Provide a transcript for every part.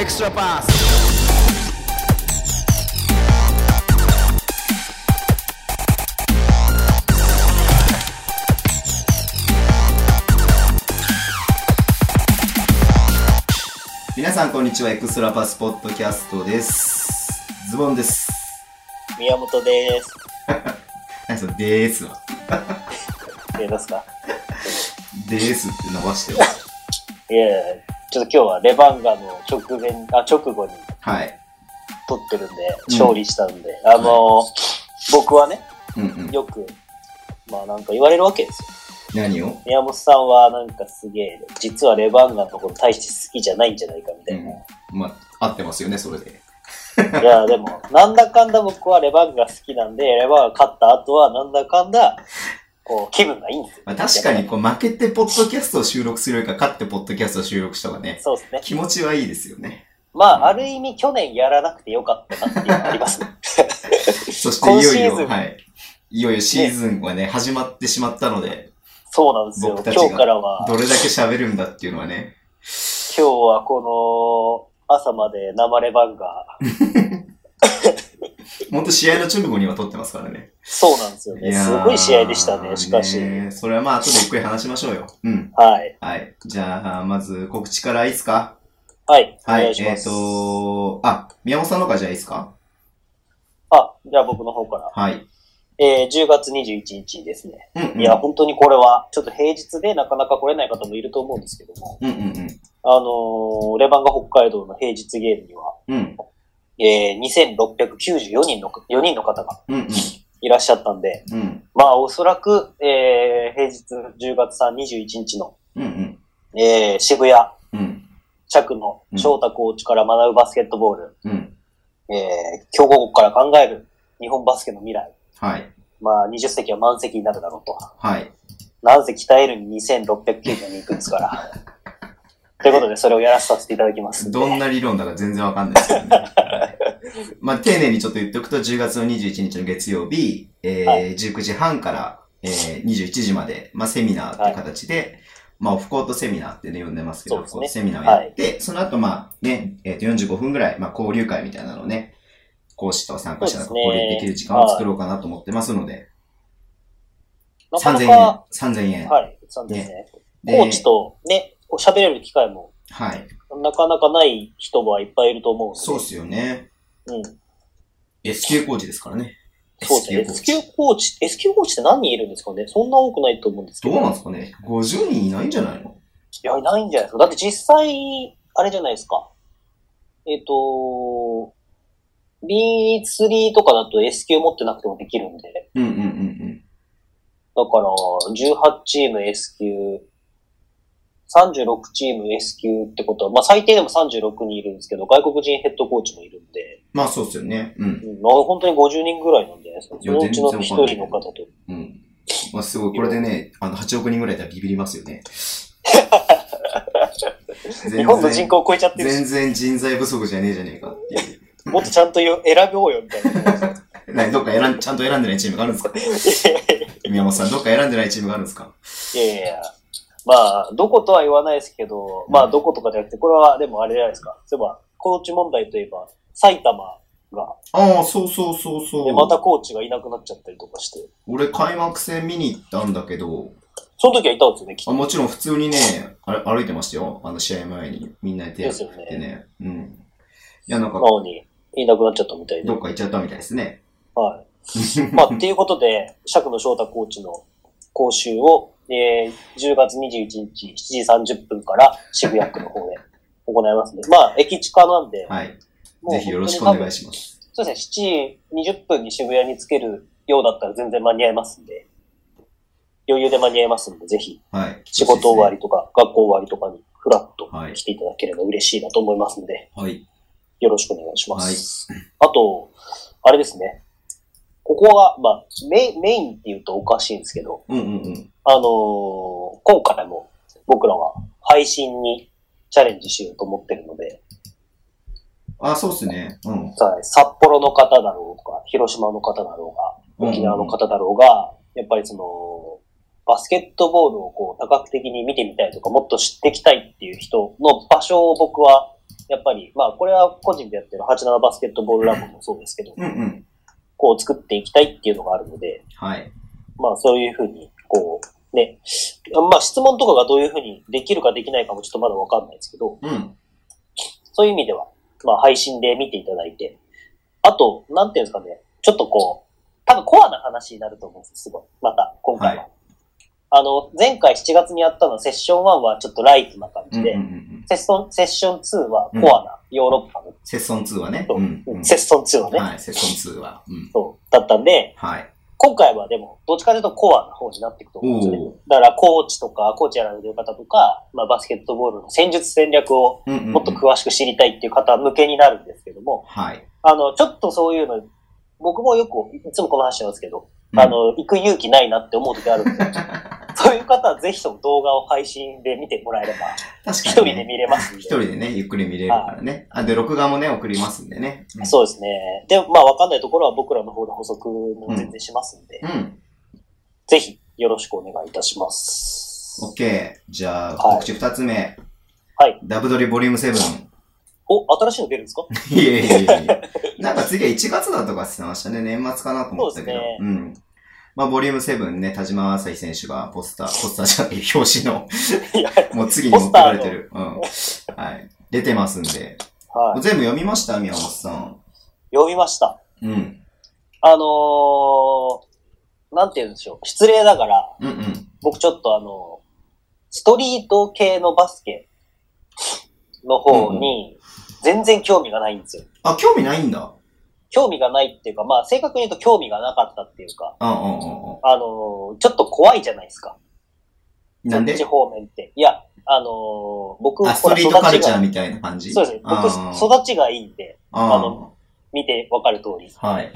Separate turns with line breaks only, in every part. extra pass.
皆さんこんにちはエクストラパスポッドキャストですズボンです
宮本です。
何そのでーすは
え、どうすか
でーすって伸ばしてる
いやいやちょっと今日はレバンガの直前、あ、直後に
はい
撮ってるんで、
うん
勝利したんで、あのー僕はね、
うんうん
よく、まあなんか言われるわけですよ。
何を
宮本さんはなんかすげえ、実はレバンガのところ大して好きじゃないんじゃないかみたいな。
まあ合ってますよねそれで
いや、でも、なんだかんだ僕はレバンガ好きなんで、レバンガ勝った後はなんだかんだ、こう、気分がいいんですよ。
まあ、確かにこう負けてポッドキャストを収録するよりか勝ってポッドキャストを収録した方がね
そうですね。
気持ちはいいですよね
まあ、ある意味去年やらなくてよかったなっていうのがありま すね。
そしていよい
今シーズ
よ
ン
はいいよいよシーズンはね始まってしまったので
そうなんですよ。
僕たちが
今日からは、
どれだけ喋るんだっていうのはね
今日はこの朝まで生レバンが、
ほんと試合の直後には撮ってますからね
そうなんですよね。
や
す
ー
ごい試合でしたね、しかし。
ねそれはまあ、後でゆっくり話しましょうよ。うん。
はい。
はい。じゃあ、まず告知からいいですか
はい。お
はい。
願
え
い
っ、
します。
とあ、宮本さんの方からじゃあいいですか
あ、じゃあ僕の方から。
はい。
えー、10月21日ですね。
うん、うん。
いや、本当にこれは、ちょっと平日でなかなか来れない方もいると思うんですけども、
うんうん
あのーレバンが北海道の平日ゲームには、
うん。うん。
えー、2694人の、4人の方が
うん
いらっしゃったんで、
うん。うん。
まあ、おそらく、えー、平日10月3、21日の、
うんうん。
えー、渋谷、
うん。
着の翔太コーチから学ぶバスケットボール、
うん。
えー、強豪国から考える日本バスケの未来、
はい。
まあ、20席は満席になるだろうと。
はい。
何席耐えるに2690に行くんですから。 ということで、それをやらさせていただきます。
どんな理論だか全然わかんないですけどね。 はいまあ、丁寧にちょっと言っておくと、10月の21日の月曜日、えー
は
19時半から、えー、21時まで、まあ、セミナーって形で、まあ、オフコートセミナーってね、呼んでますけど、
そうですね
オフコートセミナーをやって、その後、まあ、ね、えっ、と、45分ぐらい、まあ、交流会みたいなのをね、講師と参加者が
そうですね
交流できる時間を作ろうかなと思ってますので、
なか
3000
な
円
か、、
3000円。
はい、そうですね。
で
コーチとね、こう喋れる機会も、
はい。
なかなかない人はいっぱいいると思うので。
そうっすよね。
うん。
S 級コーチですからね。
そうですね。
S 級コー
S
チ
級コーチ、S 級コーチって何人いるんですかねそんな多くないと思うんですけ
ど
ど。
うなんですかね ?50 人いないんじゃないの
いや、いないんじゃないですか。だって実際、あれじゃないですか。えっ、と、B3 とかだと S 級持ってなくてもできるんで。
うんうんうんうん。
だから、18チーム S 級、36チーム S 級ってことは、まあ最低でも36人いるんですけど、外国人ヘッドコーチもいるんで、
まあそうっすよね。うん。
うん、まあ本当に50人ぐらいなんじゃないですか。
いや
そのうちの1
全然わかん
人
ない
の方と。
うん。まあすごい、これでね、あの、8億人ぐらいだったらビビりますよ ね。
日本の人口を超えちゃってるし
全、然人材不足じゃねえじゃねえかっていう。
もっとちゃんと言う選ぼうよみたいな。
何どっか選ん、ちゃんと選んでないチームがあるんですか 宮本さん、どっか選んでないチームがあるんですか
いやいやいや。まあ、どことは言わないですけど、まあ、どことかじゃなくて、これはでもあれじゃないですか。そういえば、コーチ問題といえば、埼玉が、
ああ、そうそうそうそ
で
う。
またコーチがいなくなっちゃったりとかして、
俺、開幕戦見に行ったんだけど、
その時はいたんですよね、き
あ
っ
もちろん普通にね、あれ歩いてましたよ。あの、試合前にみんなで
と。
手を
で
振
すよ
って
ね。
ね。うん。いや、なんか、
なのに、いなくなっちゃったみたいで
ど。っか行っちゃったみたいですね。
はい。まあ、っていうことで、釈野翔太コーチの講習を、えー、10月21日7時30分から渋谷区の方で行いますね。まあ、駅近なんで、
はい。
もう
ぜひよろしくお願いします。
そうですね、7時20分に渋谷につけるようだったら全然間に合いますんで、余裕で間に合いますんで、ぜひ、
はい。
仕事終わりとか、学校終わりとかに、フラッと
はい
来ていただければ嬉しいなと思いますんで、
はい。
よろしくお願いします。あと、あれですね、ここは、まあ、メインメインって言うとおかしいんですけど、
うんうんうん。
あのー今回も僕らは配信にチャレンジしようと思ってるので、
あ、そうっすね。うん。
はい札幌の方だろうか、広島の方だろう
うん
が、沖縄の方だろうが、やっぱりその、バスケットボールをこう多角的に見てみたいとか、もっと知っていきたいっていう人の場所を僕はやっぱり、まあ、これは個人でやってる87バスケットボールラボもそうですけど、
うんうん。
こう作っていきたいっていうのがあるので、
はい。
まあ、そういうふうに、こう、ね、まあ、質問とかがどういうふうにできるかできないかもちょっとまだわかんないですけど、
うん。
そういう意味では、まあ、配信で見ていただいて、あと、なんていうんですかね、ちょっとこう、多分コアな話になると思うんです、すごい。また、今回は。
は
あの、前回7月にやったのセッション1はちょっとライトな感
うん
じ
うんう
で、
ん。
セッション、セッション2はコアな、ヨーロッパの、
セッション2はね。
そう
うんうん。
セッション2はね、
はい、セッション2は。うん。
そう、だったんで、
はい。
今回はでも、どっちかというとコアな方になっていくと思うんですよね。
おー
だから、コーチとか、コーチやられてる方とか、まあ、バスケットボールの戦術戦略を
うんうんうん。
もっと詳しく知りたいっていう方向けになるんですけども、
はい。
あの、ちょっとそういうの、僕もよく、いつもこの話しますけど、
うん
あ、の、行く勇気ないなって思う時ある んですよ。そういう方はぜひとも動画を配信で見てもらえれば、
確か
一
に。
人で見れますんで。
一人でね、ゆっくり見れるからね。あ、で、録画もね、送りますんでね。うん
そうですね。で、まあ、わかんないところは僕らの方で補足も全然しますんで、
うん。
ぜひよろしくお願いいたします。
OK。じゃあ、
はい
告知二つ目。
はい。
ダブドリボリューム7。
お、新しいの出るんですか
いえいえいえ。なんか次は1月だとかって言ってましたね。年末かなと思ってたけど。
そうです
ん。まあ、ボリューム7ね、田島朝日選手がポス ター、ポスターじゃない、表紙の、
いや
もう次に持ってかれてる。うん。はい。出てますんで。
はい。
全部読みました宮本さん。
読みました。
うん。
あのー、なんて言うんでしょう。失礼だから、
うんうん。
僕ちょっとあの、ストリート系のバスケの方に、全然興味がないんですよ。
あ、興味ないんだ。
興味がないっていうか、まあ正確に言うと興味がなかったっていうか、
うんうんうんうん。
あのー、ちょっと怖いじゃないですか。
なん
そ
で
っち方面って。いや、あのー、僕、
あ、ストリートカルチャーみたいな感じ
そうですね。
っ
僕、育ちがいいんで、あの見てわかる通り。
はい。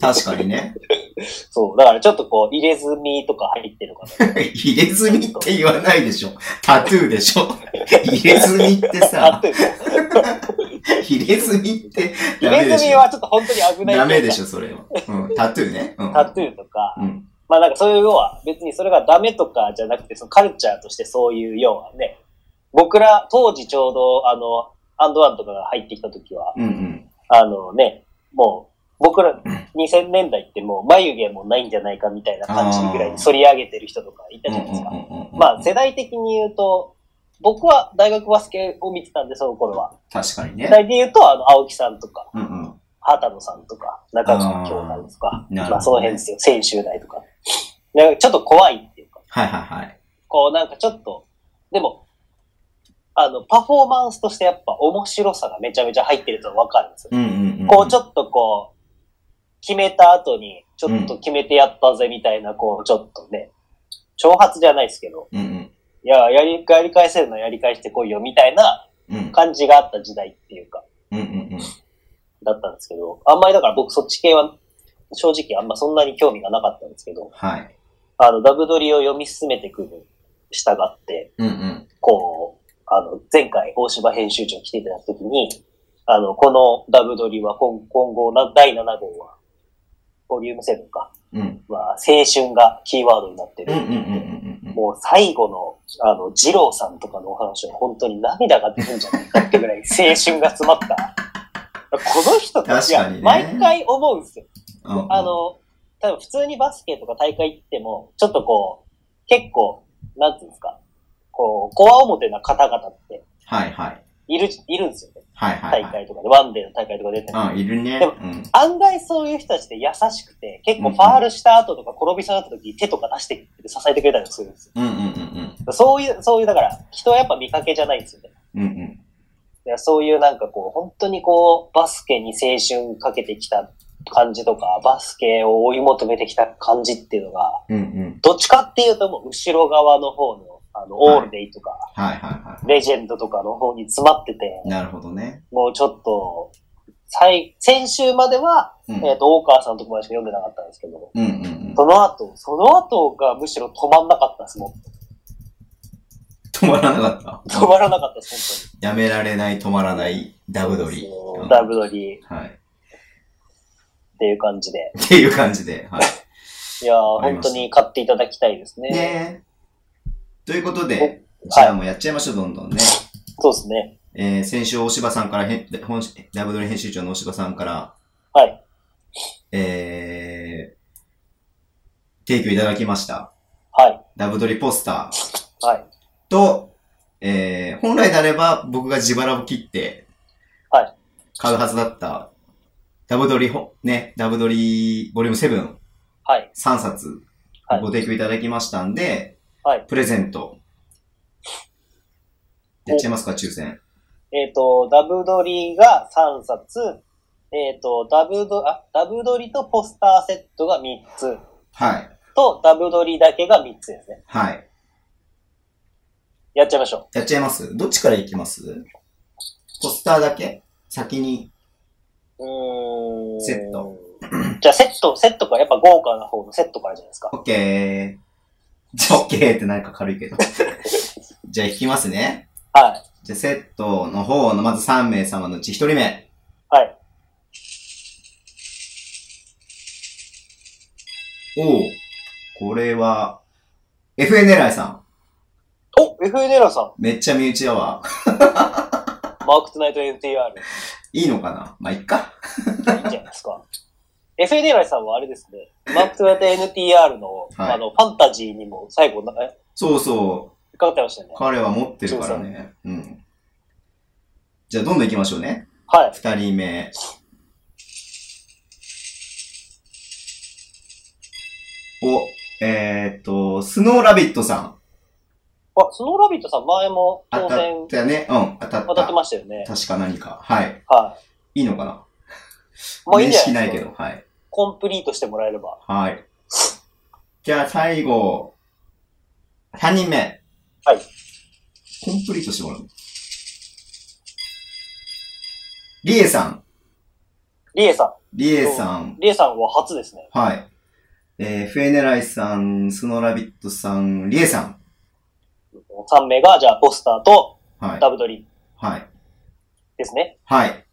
確かにね。
そう。だからちょっとこう、入れ墨とか入ってるかな。
入れ墨って言わないでしょ。タトゥーでしょ。入れ墨って
あ
さ
っ、という間
入れ墨ってダメ
入
で
れ
し
墨
ょ。
はちょっと本当に危ない。
ダメでし
ょ。
ょ、それは。うん、タトゥーね。うん。
タトゥーとか、
うん。
まあなんかそういう要は、別にそれがダメとかじゃなくて、そのカルチャーとしてそういう要はね、僕ら当時ちょうどあの、アンドワンとかが入ってきた時は、
うんうん。
あのね、もう僕ら2000年代ってもう眉毛もないんじゃないかみたいな感じぐらいに反り上げてる人とかいた
うん
じ
う
ゃ
ん
ないですか。
うんうん。
まあ世代的に言うと、僕は大学バスケを見てたんで、その頃は。
確かに
世
ね。
代で言うと、あの、青木さんとか、
うんうん。
畑野さんとか、中島兄弟とか、
あーなるほどね
まあその辺ですよ、千秋大とか。なんかちょっと怖いっていうか、
はいはいはい。
こうなんかちょっと、でも、あの、パフォーマンスとしてやっぱ面白さがめちゃめちゃ入ってるとわかるんですよ。
うんうんうん。
こうち
ょっ
ょっとこう、決めた後に、ちょっと決めてやったぜみたいな、こうちょっとね、挑発じゃないですけど、
と。うんうん。
いや、やり、やり返せるのはやり返してこいよみたいな
うん
感じがあった時代っていうか、
うんうんうん。
だったんですけど、あんまりだから僕そっち系は正直あんまそんなに興味がなかったんですけど、
はい。
あの、ダブドリを読み進めていくに従って、
うんうん。
こう、あの、前回大柴編集長来ていただいた時に、あの、このダブドリは今今後な、第7号は、ボリューム7か、
うん。
は青春がキーワードになって
う
る。
んうんうんうんうん。
もう最後の、あの、二郎さんとかのお話は本当に涙が出るんじゃないかってぐらい青春が詰まった。この人たち
確か
は
にね
毎回思うんですよ。
うんうん
あ、の、多分普通にバスケとか大会行っても、ちょっとこう、結構、なんていうんですか、こう、コア表な方々って
はいはい。
いる、いるんですよね。
はいはい
大
はい。
会とかで、ワンデーの大会とか出ても
あ、いるね。
でも
うん。
案外そういう人たちって優しくて、結構ファールした後とか転びそうになった時に手とか出してくれて支えてくれたりもするんですよ。
うんうんうん
そういう、そういう、だから、人はやっぱ見かけじゃないんですよね。
うん。うんうん。
いやそういうなんかこう、本当にこう、バスケに青春かけてきた感じとか、バスケを追い求めてきた感じっていうのが、
うんうん。
どっちかっていうともう後ろ側の方の、あの、
はい
オールデイとか、
はいはいは
レジェンドとかの方に詰まってて
い。、なるほどね。
もうちょっと、最、先週までは、
うん。
えっ、と、大川さんのとこまでしか読んでなかったんですけど、
うんうんうん。
その後、その後がむしろ止まんなかったです、も
止まらなか
う。
っ
止まらなかったです、
た。やめられない、止まらない、ダブ
本当
ド
に。
リ。
そう
うん
ダブドリっ
はい。
ていう感じで。
っていう感じで。はい。
いやー、
わかり
本
ました
当に買っていただきたいですね。
ねえ。ということで、じゃあもうやっちゃいましょう、どんどんね。
そうですね。
えー先週、大柴さんからへん、本ライブドリ編集長の大柴さんから、
はい。
えー、提供いただきました。
はい。
ラブドリポスター
はい。
と、えー、本来であれば僕が自腹を切って、
はい。
買うはずだった、ラブドリほ、ね、ラブドリボリューム7、
はい。
3冊
はい
ご提供いただきましたんで、
はい
プレゼント。やっちゃいますか、抽選。
えっ、と、ダブドリが3冊、えっ、と、ダブド、あ、ダブドリとポスターセットが3つ
はい。
と、ダブドリだけが3つですね。
はい。
やっちゃいましょ
やっちゃいますどっちからいきますポスターだけ先に。
う。うーん。
セット。
じゃあセット、セットから、やっぱ豪華な方のセットからじゃないですか。
オッケー。じゃあ、オッケーってなんか軽いけど。 じゃあ、引きますね。
はい。
じゃあ、セットの方のまず3名様のうち1人目。
はい。
おうこれは、FN 狙いさ
お !FA デラさん
ん。めっちゃ身内だわ。
マークトゥナイト FTR。
いいのかなまあ、いっか。
いいんじゃないです か。FA デライさんはあれですね、マークトゥナイト NTR の、
はい
あの、ファンタジーにも最後、え
そうそ
かかってましたよね
う。。彼は持ってるからね。うん。じゃあ、どんどん行きましょうね。
はい。
2人目。お、えーっと、スノーラビットさん。
あ、スノーラビットさん前も
当
当
たっ
選
たよね。うん、当たった。
当たってましたよね。
確か何か。はい。
はい。
いのかない
まあいい
面
んじゃ
識
な
ないい
で
け
すか。
ど。はい。
コンプリートしてもらえれば。
はい。じゃあ、最後。3人目。
はい。
コンプリートしてもらう。リエさん。
リエさ
リエさん
ん。。リエさんは初ですね。
はい。えー、フェネライさん、スノーラビットさん、リエさん。
3名が、じゃあ、ポスターと
はい。
ダブドリ
はい。
ですね。
はい。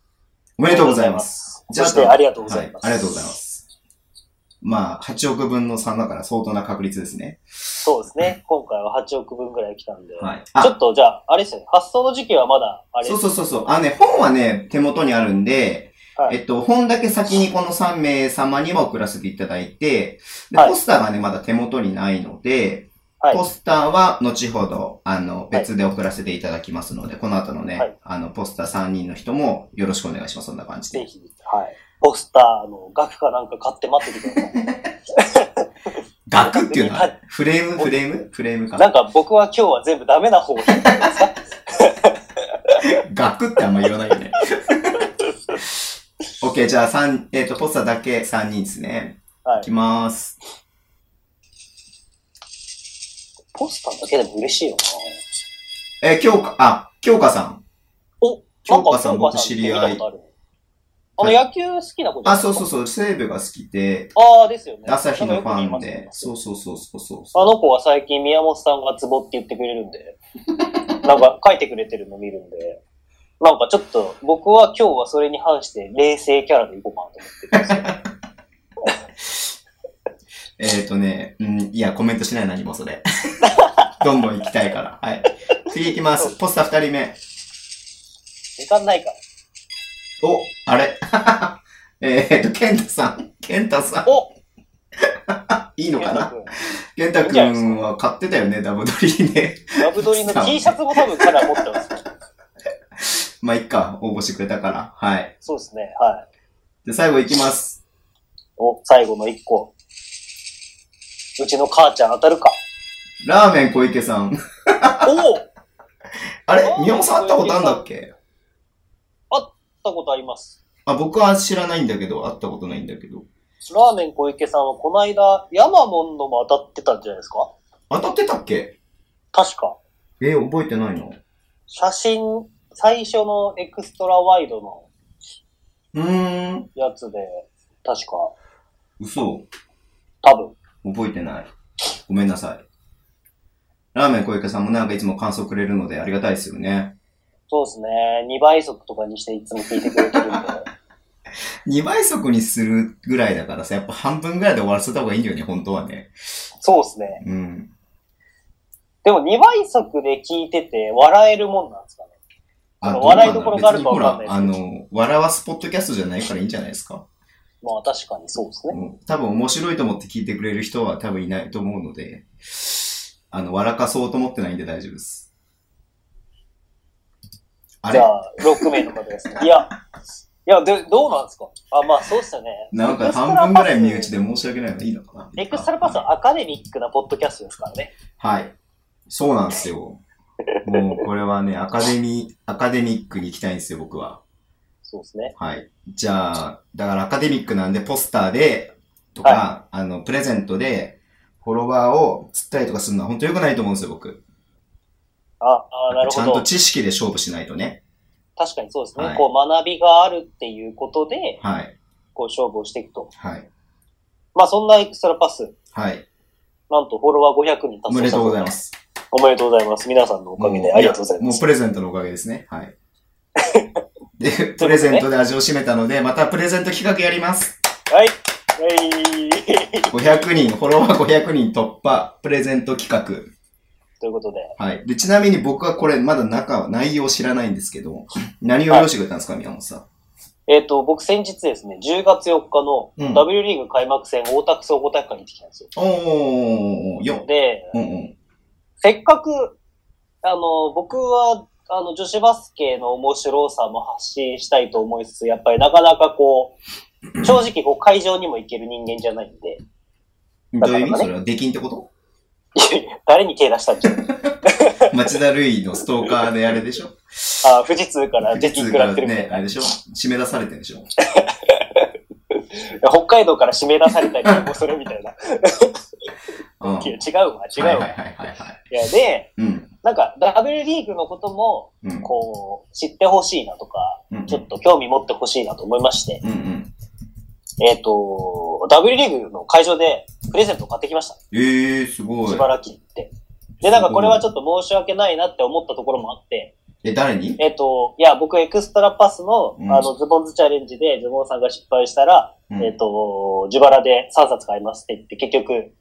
おめでとうございます。
ありがとうございます。そして、ありがとうござ
はいい
ま。す。
ありがとうございま。す。まあ、8億分の3だから相当な確率ですね。
そうですね。今回は8億分ぐらい来たんで。
はい。
ちょ
あ、
っと、じゃあ、あれですよね。発送の時期はまだ、あれ
そうそうそうそう。あのね、本はね、手元にあるんで、
はい
えっと、本だけ先にこの3名様には送らせていただいて、で、
はい
ポスターがね、まだ手元にないので、
はい
ポスターは後ほど、あの、別で送らせていただきますので、この後のね、
はい
あの、ポスター3人の人もよろしくお願いします。そんな感じ
ぜ
で。
ひ、はい。ポスターの額かなんか買って待っててくだ さい。
額っていうの
は、
はいフレーム、フレームフレームか。
なんか僕は今日は全部ダメ な方を引いてるんですか
額ってあんま言わないよね。 オッケー、じゃあ三えっ、と、ポスターだけ3人ですね。
はい
いきまーす。
ポスターだけでも嬉しいよな
えー、京香、あ、京香さん。
お、
京香さん
なん
僕
か
知り合い
京香さんって見たことあるあの、野球好きな子じゃ
あ、
ないですか
そうそうそう、西武が好きで、
ああ、ですよね。
朝日のフ
なんか
ァ
よ
ン
く言い
で、
ますよ
そうそうそうそうそう
あの子は最近宮本さんがツボって言ってくれるんで、 なんか書いてくれてるの見るんで、なんかちょっと僕は今日はそれに反して冷静キャラでいこうかなと思ってるんですよ。
えっ、ー、とね、うん、いや、コメントしない何も それ。どんどん行きたいから。はい。次行きます。ポスター2人目。
時間ないから。
お、あれ えっと、ケンタさん。ケンタさん。
お
いいのかな
君
ケンタくんは買ってたよね、ダブドリね。
ラブドリの T シャツも多分カラー持ってます。
まあ、いっか。応募してくれたから。はい。
そうですね。はい。
で、最後行きます。
お、最後の一個。うちの母ちゃん当たるか。
ラーメン小池さん。
おお会っ
あれ
ラーメン
宮本さん会ったことあるんだっけ
たことあります。
あ、僕は知らないんだけど、会ったことないんだけど。
ラーメン小池さんはこの間、ヤマモンのも当たってたんじゃないですか
当たってたっけ
確か。
えー、覚えてないの
写真、最初のエクストラワイドの
うーん。
やつで、確か、
嘘。
多分。
覚えてない。ごめんなさい。ラーメン小池さんもなんかいつも感想くれるのでありがたいですよね。
そうですね。2倍速とかにしていつも聞いてくれてる んで。
2倍速にするぐらいだからさ、やっぱ半分ぐらいで終わらせた方がいいんだよね、本当はね。
そうですね。
うん。
でも2倍速で聞いてて笑えるもんなんですかね。
あ
ほら笑いどころがある
ど
か
う
わかん
な
なんい
だ別にほら、あの、笑わすポッドキャストじゃないからいいんじゃないですか。
まあ確かにそうですね。
うん多分面白いと思って聞いてくれる人は多分いないと思うので、あの、笑かそうと思ってないんで大丈夫です。あ
じ
れ
ゃあ、6名の方ですね。いや、いや、でどうなんですかあ、まあそうですよね。
なんか半分ぐらい身内で申し訳ないのいいのかな。
エクストラパスはアカデミックなポッドキャストですからね。
はい。そうなんですよ。もうこれはね、アカデミー、アカデミックに行きたいんですよ、僕は。
そうですね。
はい。じゃあ、だからアカデミックなんでポスターで、とか、あの、プレゼントで、フォロワーを釣ったりとかするのは本当良くないと思うんですよ、僕。
あ、あなる
ちゃ
ほ
んと
ど。
知識で勝負しないとね。
確かにそうですね。
はい
こう学びがあるっていうことで、
はい。
こう勝負をしていくと。
はい。
まあそんなエクストラパス、
はい。
なんとフォロワー500人
おめ
達成
で
した。
とうございますす。
おめでとうございます。皆さんのおかげでありがとうございま
もう
す。
プレゼントのおかげですね。 はい。で、プレゼントで味を占めたので、またプレゼント企画やります。
はい。はい。
500人、フォロワー500人突破、プレゼント企画。
ということで、
はい。で、ちなみに僕はこれ、まだ中は、内容知らないんですけど、何を用意してくれたんですか、宮本さん。
えっ、と、僕先日ですね、10月4日の
うん
W リーグ開幕戦大田区総合大会に行ってきたんですよ。
おー、よ。
で、
うんうん。
せっかく、あの、僕は、あの、女子バスケの面白さも発信したいと思いつつ、やっぱりなかなかこう、正直こう会場にも行ける人間じゃないんで、
どういう意
なかな
味
かね
それは、出禁ってこと
いやいや誰に手出したんじゃん。
町田るいのストーカーであれでしょ
あ、富士通から出禁
通
食らってるみた
ね
い、
あ
な。
れでしょ締め出されてるでし ょ
北海道から締め出されたりもするみたいな。
うん。はい
や、違うわ、
い
違う
はい
わ。
はい
い
はいはい。
や、で、
うん。
なんか、W リーグのことも、
うん。
こう、知ってほしいなとか、
うんうん
ちょっと興味持ってほしいなと思いまして、
うんうん。
えっ、と、W リーグの会場でプレゼントを買ってきました。
えー、すごい。
茨城って。で、なんかこれはちょっと申し訳ないなって思ったところもあって、
え、誰に
えっ、と、いや、僕エクストラパスの、
うん
あの、ズボンズチャレンジでズボンさんが失敗したら、
うん
えっ、と、自腹で3冊買いますって言って、結局、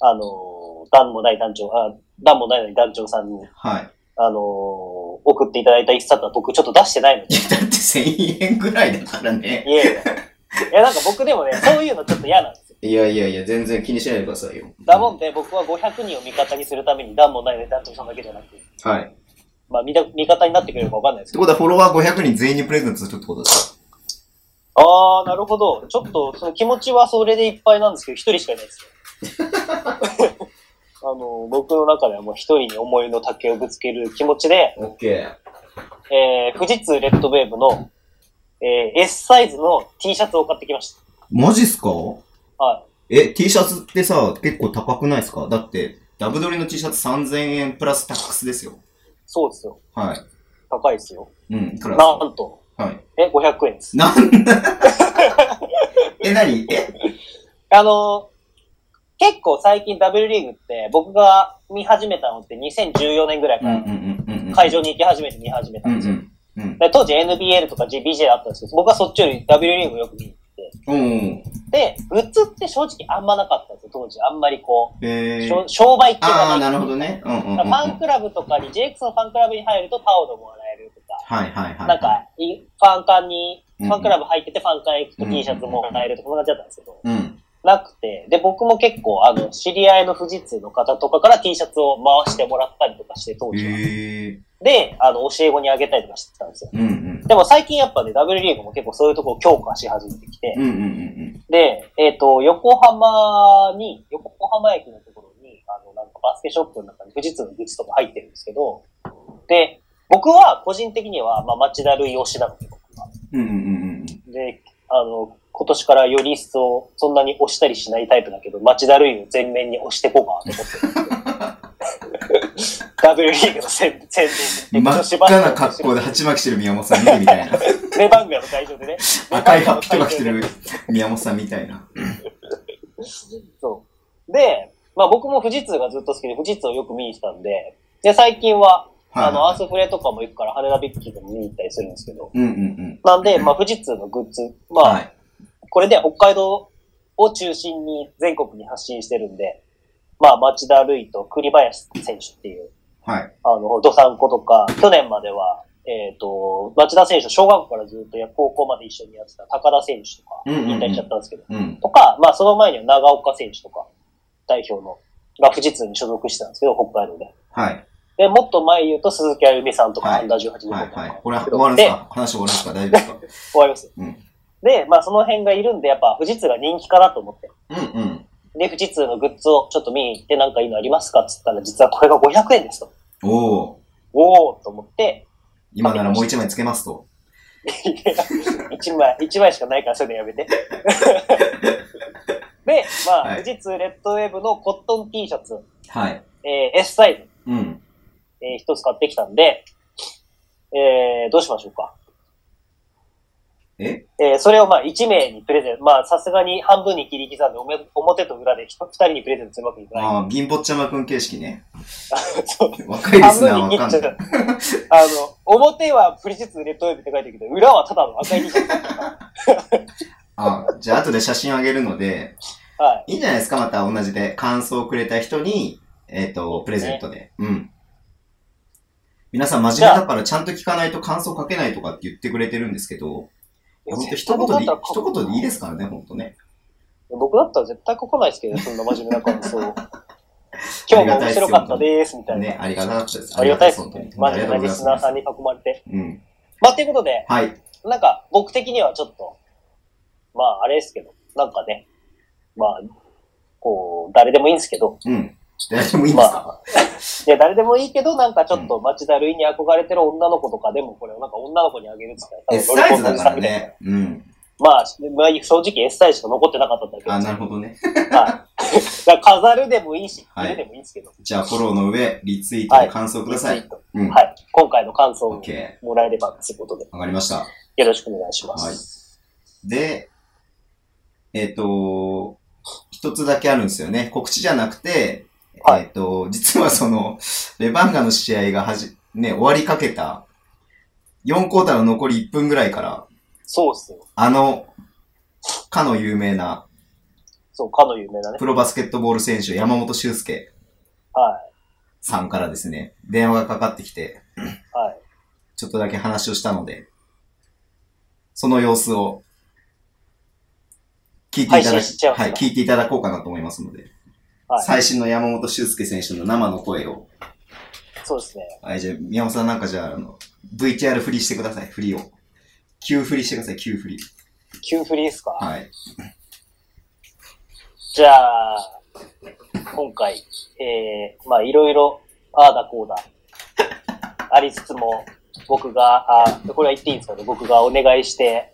あの、段もない団長、あ、段もないのに団長さんに、
はい。
あの、送っていただいた一冊は僕ちょっと出してないので、
いや、だって1000円ぐらいだからね。
いやいや。いや、なんか僕でもね、そういうのちょっと嫌なんですよ。
いやいやいや、全然気にしないでくださいよ。
だもんで、僕は500人を味方にするために、段もないのに団長さんだけじゃなくて、
はい。っ
まあ、味方味方になってくれるかわかんないですけど
てことは、フォロワー500人全員にプレゼントするってことですか
ああ、なるほど。ちょっと、その気持ちはそれでいっぱいなんですけど、一人しかいないですよ。あの、僕の中ではもう一人に思いの丈をぶつける気持ちで、
オッケー。
えー、富士通レッドウェーブの、えー、S サイズの T シャツを買ってきまし
マジっすか
た。は
え、T シャツってさ、結構高くないですかだって、ダブドリの T シャツ3000円プラスタックスですよ。
い。そうですよ。
は
高いですよ。
い。うん、いくらです
なんと、
かはい。
え、500円です。
なんだ え、なにえ
あの、結構最近 W リーグって、僕が見始めたのって2014年ぐらいか
うんうん
ら
うんうんうん。
会場に行き始めて見始めた
うんん
です
う
よ。
ん。うん。
で当時 NBL とか GBJ あったんですけど、僕はそっちより W リーグをよく見に行って。
うん。
で、グッズって正直あんまなかったんですよ、当時。あんまりこう、
え
商
ー。
商売っていう
あ
か
ー、な
な
いるほどね。うんうんうんうん。
だからファンクラブとかに、JX のファンクラブに入るとパオドもらえるとか、
はいはいはい。
なんか、いファン館に、
う
フ
ん
ァンクラブ入っててファン館行くと
うん
T シャツもらえるとか、そんな感じだったんですけど、
うん。
なくて、で、僕も結構、あの、知り合いの富士通の方とかから T シャツを回してもらったりとかして、当時は。
えー。
で、あの、教え子にあげたりとかしてたんですよ。
うんうん。
でも最近やっぱね、W リーグも結構そういうところを強化し始めてきて
う、んうんうん
で、えっ、と、横浜に、横浜駅のところに、あの、なんかバスケショップの中に富士通のグッズとか入ってるんですけど、で、僕は個人的には、まあ、町田類推しなので、僕は。
うん。うんうんうん
で、あの、今年からより一層、そんなに推したりしないタイプだけど、町田類を全面に推していこうかなと思ってるん ですけど。W リーグの宣宣
う
伝
ん。
で、
真っ赤な格好で鉢巻きしてる宮本さん見てみたい な。
レバンガの会場でね。
赤いハッピーとか着てる宮本さんみたいな。
そう。で、まあ僕も富士通がずっと好きで、富士通をよく見に来たんで、で、最近は、
はい
あの、アースフレとかも行くから、羽田ビッキーでも見に行ったりするんですけど、
うんうんうん。
なんで、まあ富士通のグッズ、まあ、
はい。
これで北海道を中心に全国に発信してるんで、まあ町田瑠唯と栗林選手っていう、
はい。
あの、ドサンコとか、去年までは、えっ、と、町田選手と小学校からずっとや高校まで一緒にやってた高田選手とか、
うんうんうん
引退しちゃったんですけど、
うん。
とか、まあその前には長岡選手とか、代表の、が富士通に所属してたんですけど、北海道で。
はい。
で、もっと前言うと鈴木あゆみさんとか、
はい
アンダー18の子とか。
はい、はい。これは終わるんですか話終わるんですか大丈夫ですか
で終わります。
うん
で、まあその辺がいるんで、やっぱ富士通が人気かなと思って。
うんうん。
で、富士通のグッズをちょっと見に行ってなんかいいのありますかっつったら、実はこれが500円ですと。
おお
おおと思って、
今ならもう一枚つけますと。
1枚、一枚しかないからそれでやめて。 で、まあ、
はい
富士通レッドウェーブのコットン T シャツ、
はい。
えー S サイズ、
うん。
えー一つ買ってきたんで、えーどうしましょうか。
え
えーそれをまあ1名にプレゼント、まあさすがに半分に切り刻んでおめ表と裏でひと二人にプレゼントするわけにいかない。
ああ、銀坊ちゃまくん形式ね。
そう
若いリ
半
スナー
分
は
に
わ
切
か
っ
ん
ち
な
ゃう
い。。
あの、表はプリシツレッドウェーブって書いてるけど、裏はただの赤い T シ ャツ。
あじゃあ後で写真あげるので、
はい。
いいんじゃないですかまた同じで。感想をくれた人に、えっ、と、プレゼントで。うん。皆さん真面目だからちゃんと聞かないと感想書けないとかって言ってくれてるんですけど、ほんと一言で、一言でいいですからね、ほんとね。
僕だったら絶対書かないですけど、そんな真面目な感想。 今日も面白かったです、みたいな。
ね、ありがたかったです。
ありがたいで
あ
す
りが
ね。
本当に
真面目なリスナーさんに囲まれて。
うん。
まあ、ということで、
はい。
なんか僕的にはちょっと、まあ、あれですけど、なんかね、まあ、こう、誰でもいいんですけど、
うん。大丈夫いいんですか、
いや、誰でもいいけど、なんかちょっと町田るいに憧れてる女の子とかでも、これをなんか女の子にあげるって言
?S
ったら、
サイズだから
みたいな
ね。うん。
まあ、まあ正直 S サイズしか残ってなかったんだけど。
あ、なるほどね。
はい。だから飾るでもいいし、
は
着
い
るでもいいんですけど。
じゃあ、フォローの上、リツイートで感想ください。
リツイート
うん。
はい。今回の感想
オッ
を
ケ
もらえればということで、
ー。わかりました。
よろしくお願いしま
はい
す。
で、えっ、と、一つだけあるんですよね。告知じゃなくて、
はい
えっ、と、実はその、レバンガの試合がはじ、ね、終わりかけた、4クォーターの残り1分ぐらいから、
そうっすよ。
あの、かの有名な
そう、かの有名なね。
プロバスケットボール選手、山本修介
は
さんからですね、電話がかかってきて、
い。はい。
ちょっとだけ話をしたので、その様子を、聞いていただ
配信しちゃいますか
はい、聞いていただこうかなと思いますので、
はい
最新の山本修介選手の生の声を、
そうですね。
あじゃあ宮本さんなんかじゃあ、あの、VTR 振りしてください、振りを。急振りしてください、急振り。
急振りですか。
はい。
じゃあ、今回、えー、まあ、いろいろ、ああだこうだ、ありつつも、僕が、あこれは言っていいんですかね、僕がお願いして、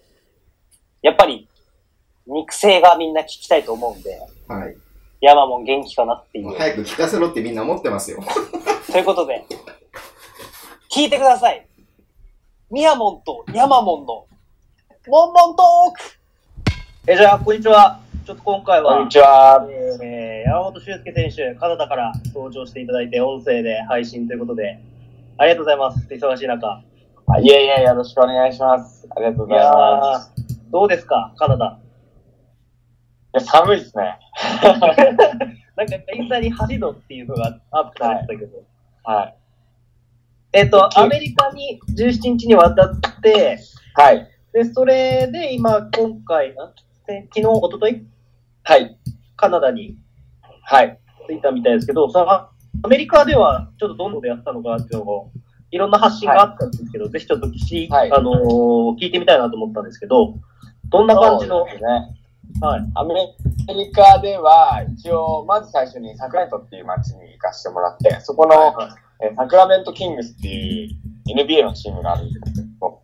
やっぱり、肉声がみんな聞きたいと思うんで、
はい。
ヤマモン元気かなっていう。
早く聞かせろってみんな思ってますよ。
ということで、聞いてください。ミヤモンとヤマモンの、モンモントーク
え、じゃあ、こんにちは。ちょっと今回は、
ちは。
えー、山本修介選手、カナダから登場していただいて、音声で配信ということで、ありがとうございます。忙しい中。
あいえいえ、よろしくお願いします。ありがとうご
い
ざいま
やー、どうですか、カナ ダ。
す。いや、寒いですね。
なんか、インスタに走るっていうのがアップされてたけど。
はい。
えっ、と、アメリカに17日に渡って、
はい。
で、それで今、今回、んせ昨日、一昨日
はい。
カナダに
はい。
ついたみたいですけど、そのアメリカではちょっとどんなことやったのかっていうのを、いろんな発信があったんですけど、ぜひちょっとし、
はい
あのー聞いてみたいなと思ったんですけど、どんな感じの、
そう
はい
ですね。アメリカでは、一応、まず最初にサクラメントっていう街に行かせてもらって、そこの、
は
えーサクラメントキングスっていう NBA のチームがあるんですけど、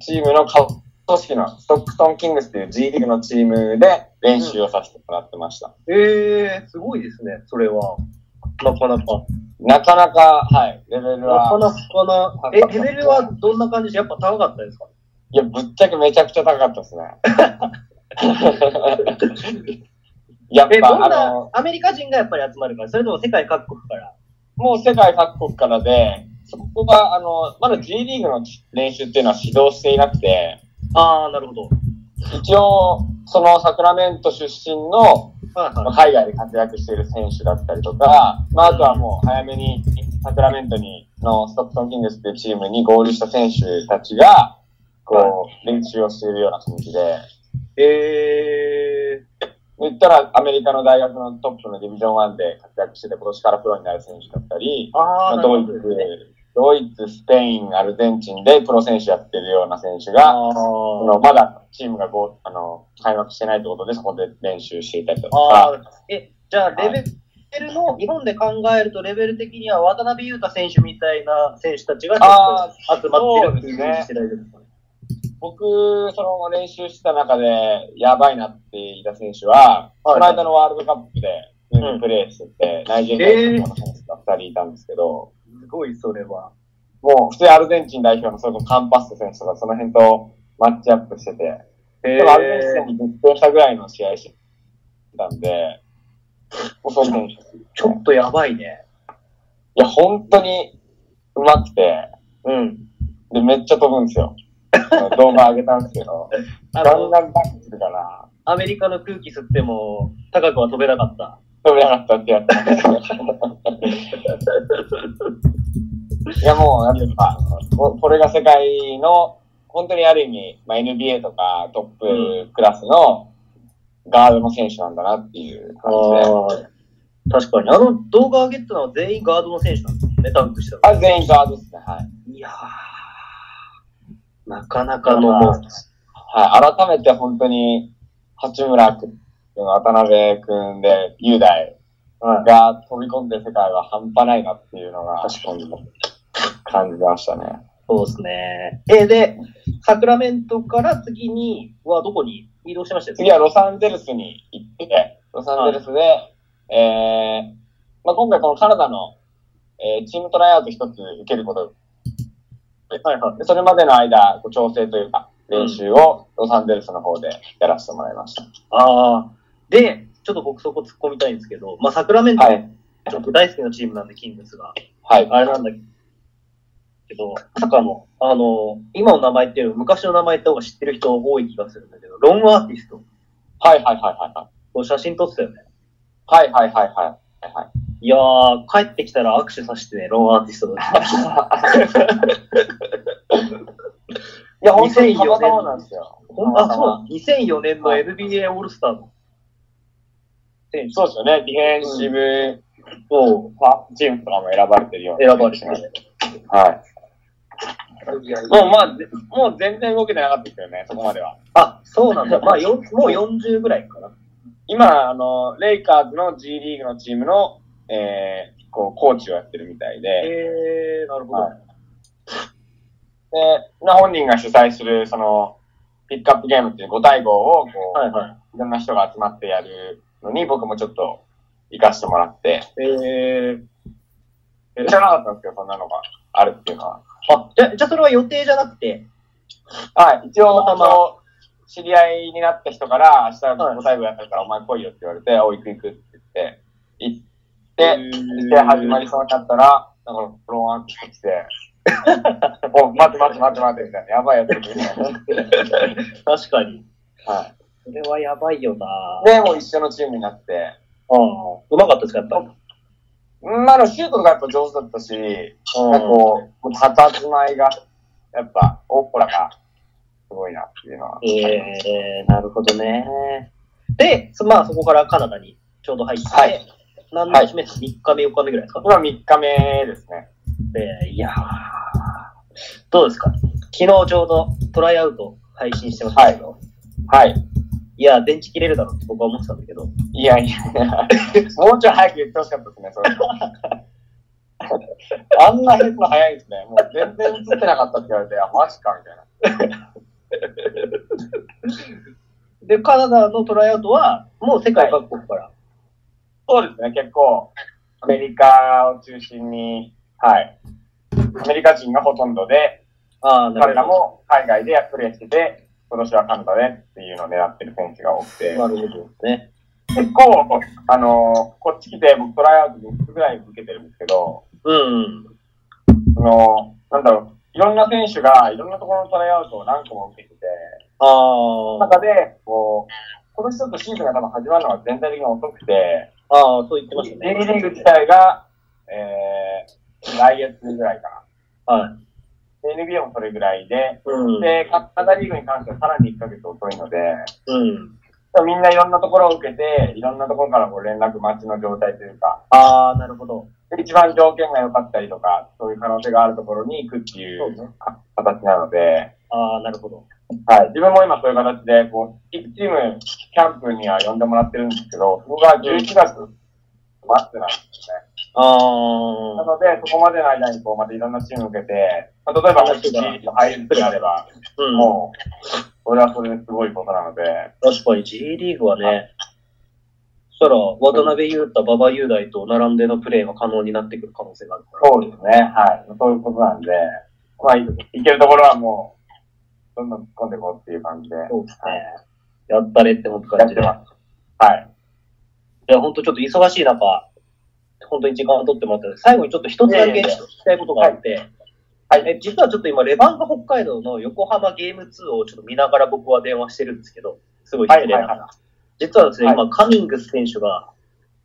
チームの顔組織のストックトンキングスっていう G リーグのチームで練習をさせてもらってました。
い、えー、すごいですね、それは。なかなか。
なかなか、はい、レベル
なか
は、
なかな。え、レベルはどんな感じで、やっぱ高かったですか
いや、ぶっちゃけめちゃくちゃ高かったです ね。やっ
え、どん
ぱ、あ
な
の、、
アメリカ人がやっぱり集まるから、それとも世界各国から。
もう世界各国からで、そこが、あの、まだ G リーグの練習っていうのは指導していなくて、
あー、なるほど。
一応、そのサクラメント出身の
はい
まあ
は
海外で活躍している選手だったりとか、まあ、あとはもう早めにサクラメントにのストックトン・キングスっていうチームに合流した選手たちが、こう、練習をしているような感じで、
え
言ったらアメリカの大学のトップのディビジョン1で活躍してて、今年からプロになる選手だったり、
ー、あ
ま
ー、
あ
な
ド
る
イ
ほ
ツ
ど、ね。、
ドイツ、スペイン、アルゼンチンでプロ選手やってるような選手が、
あ
そ
ー
のまだチームがごあの開幕してないってことで、そこで練習していたりと
あ
か、
ー、え、じゃあ、レベルの、日本で考えると、レベル的には渡辺裕太選手みたいな選手たちがちょ
あ
っと集まってるっていうイメージして大丈夫ですかね。
僕、その練習してた中で、やばいなっていた選手は、
はい
この間のワールドカップで、普通
うん
にプレーしてて、ナイジェリアの選手が2人いたんですけど、
すごい、それは。
もう普通にアルゼンチン代表のそれこそカンパッソ選手とか、その辺とマッチアップしてて、
え
でもアルゼンチンにぶっ倒したぐらいの試合してたんで、もうそういう選手。い
ちょっとやばいね。
や、本当に上手くて、
うん。
で、めっちゃ飛ぶんですよ。 動画上げたんですけど、
あ
ガン
の、
ガンバックするから、
アメリカの空気吸っても、高くは飛べなかった。
飛べなかったって やったんですけどいや、もう、なんていうか、ここれが世界の、本当にある意味、まあ、NBA とかトップクラスのガードの選手なんだなっていう感じで、
あ。確かに。あの動画上げたのは全員ガードの選手なんですね、ダンクした
あ全員ガードですね、はい。
いやー、なかなかのもう、
はい、改めて本当に、八村君、渡辺君で、雄大が飛び込んでる世界は半端ないなっていうのが、
確かに
感じましたね。
そうですね。え、で、サクラメントから次にはどこに移動してましたよ
次はロサンゼルスに行って、ロサンゼルスで、えーまあ、今回このカナダの、えーチームトライアウト一つ受けること
はいはい。
で、それまでの間、こう調整というか、練習をロサンゼルスの方でやらせてもらいました。
あー、で、ちょっと僕そこ突っ込みたいんですけど、まあ、サクラメント、
はい。
ちょっと大好きなチームなんで、キングスが。
はい。
あれなんだけど、まさかの、あの、今の名前っていうより昔の名前って方が知ってる人多い気がするんだけど、ロンアーティスト、
はいはいはいはいはい。
こう写真撮ってたよね。
はいはいはいはいはい。
いやー、帰ってきたら握手させてね、ロンアーティストだった。
いや、本当にたまたまなんですよ。
ほんあ、そう、2004年の NBA オールスターの選手
そうですよね。ディフェンシブ、
を
まあチームとかも選ばれてるような。
選ばれて
ます。は
る
い。。もうまあ、ぜもう全然動けてなかったですよね、そこまでは。
あ、そうなんだ。まあ、よんもう40ぐらいかな。
今、あの、レイカーズの G リーグのチームの、えー、こう、コーチをやってるみたいで、
えー、なるほど。
はいで、まあ本人が主催する、その、ピックアップゲームっていう5対5を、こう、
はい
い、
は
ろんな人が集まってやるのに、僕もちょっと、行かしてもらって、
い。えー、
知らなかったんですけど、そんなのがあるっていうのは。
あ、じゃ、じゃあそれは予定じゃなくて、
はい、一応、
たま
あ
たま
の、知り合いになった人から、明日
はい
5対5やったから、お前来いよって言われて、おい、行く行くって言って、行って、
で
試合始まりそうになったら、なんか、ローンアンってきて、 お、待って待って待って待って、みたいな、やばいやつみたいな。
確かに。
は
それはやばいよなぁ
い。で、もう一緒のチームになって、
ああ、うまかったですか、やっぱり。
うん、まあ、シュートがやっぱ上手だったし、
うん
なんかこう、たたずまいが、やっぱ、オッポラが、すごいなっていうのは。
えー、なるほどね。で、そまあそこからカナダにちょうど入って、
はい
何日目、三 ?3 日目、4日目ぐらいですか、
今3日目ですね。
でいやー、どうですか昨日ちょうどトライアウト配信してましたけど、い、
はい。
やー、電池切れるだろうって僕は思ってたんだけど、
いやいや、もうちょい早く言ってほしかったですね、それ。 あんな減るの早いですね。もう全然映ってなかったって言われて、あ、マジか、みたいな。
で、カナダのトライアウトは、もう世界各国から、
そうですね、結構、アメリカを中心に、はい。アメリカ人がほとんどで、
ああ、な
彼
る
ら
ほ
も海外でプレーしてて、今年はカナダでっていうのを狙ってる選手が多くて
ど。、なるほどね。
結構、あのこっち来て僕トライアウト3つぐらい受けてるんですけど、
うん。
その、なんだろう、いろんな選手がいろんなところのトライアウトを何個も受けてて、
ああ、
中で、こう、今年ちょっとシーズンが多分始まるのが全体的に遅くて、
ああ、そう言ってま
J
した
リ
ね。
ーグ自体が、えー、来月ぐらいか
はい。
な。で NBA もそれぐらいで、
うん。
で、カナダリーグに関してはさらに1ヶ月遅いので、
うん。
みんないろんなところを受けて、いろんなところからこう連絡待ちの状態というか、
あー、なるほど。
一番条件が良かったりとか、そういう可能性があるところに行くってい
そう
う
ね
形なので、
あー、なるほど。
はい。自分も今そういう形で、こう、1チーム、キャンプには呼んでもらってるんですけど、そこが11月末なんですね。な
あー。
ので、そこまでの間に、こう、またいろんなチーム受けて、まあ、例えば、もし入るのであれば、
うん。
もう、それはそれですごいことなので、
確かに G リーグはね、そしたら渡辺裕太、馬場雄大と並んでのプレーが可能になってくる可能性があるから。
そうですね。はい。そういうことなんで、まあ、いいけるところはもう、どんどん突っ込んでいこうっていう感じで、や
そうですね。やったれって本当感
っ
じ
て
で。い
ます。はい。
や、本当ちょっと忙しい中、本当に時間を取ってもらったので、最後にちょっと一つだけ
いやいやい
聞
や
きたいことがあって、
はい
え実はちょっと今、レバンガ北海道の横浜ゲーム2をちょっと見ながら僕は電話してるんですけど、すごい失礼ながら。
はいは
実はですね、
はい
今、カミングス選手が、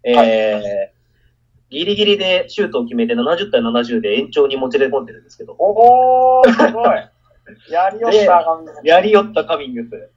えー
は
ギリギリでシュートを決めて70対70で延長にもつれ込んでるんですけど、
おー、す ごい。やりよった感じです。
やりよったカミングス。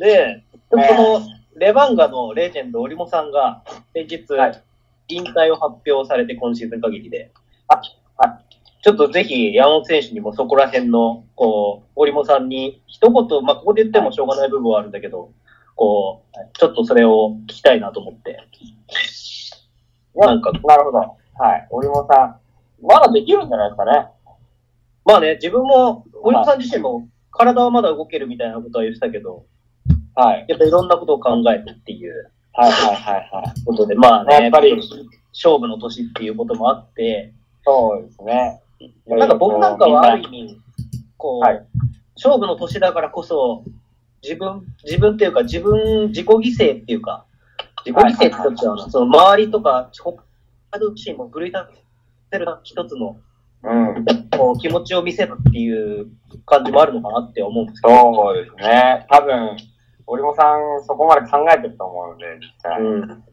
で、そ
ね
の、レバンガのレジェンド、オリモさんが、先日
はい、
引退を発表されて、今シーズン限りで。
あは
ちょっとぜひ、山本選手にもそこら辺の、こう、オリモさんに、一言、まあ、ここで言ってもしょうがない部分はあるんだけど、こう、ちょっとそれを聞きたいなと思って。
いや
なんか
なるほど。はい。折茂さん。まだできるんじゃないですかね。
まあね、自分も、オリモさん自身も、体はまだ動けるみたいなことは言ってたけど、
はい。
やっぱいろんなことを考えてっていう
はいはいはいはい。
ことで、まあね、
やっぱり、
勝負の年っていうこともあって、
そうですね。
なんか僕なんかはある意味、こう、
はい
勝負の年だからこそ、自分、自分っていうか、自分、自己犠牲っていうか、自己犠牲って言っちゃ
はい
う
はいは
な、その周りとか、他のチームを奮い立てる一つの
うん。
こう気持ちを見せるっていう感じもあるのかなって思うんですけど、
そうですね。多分、折茂さん、そこまで考えてると思うので、実際。
うん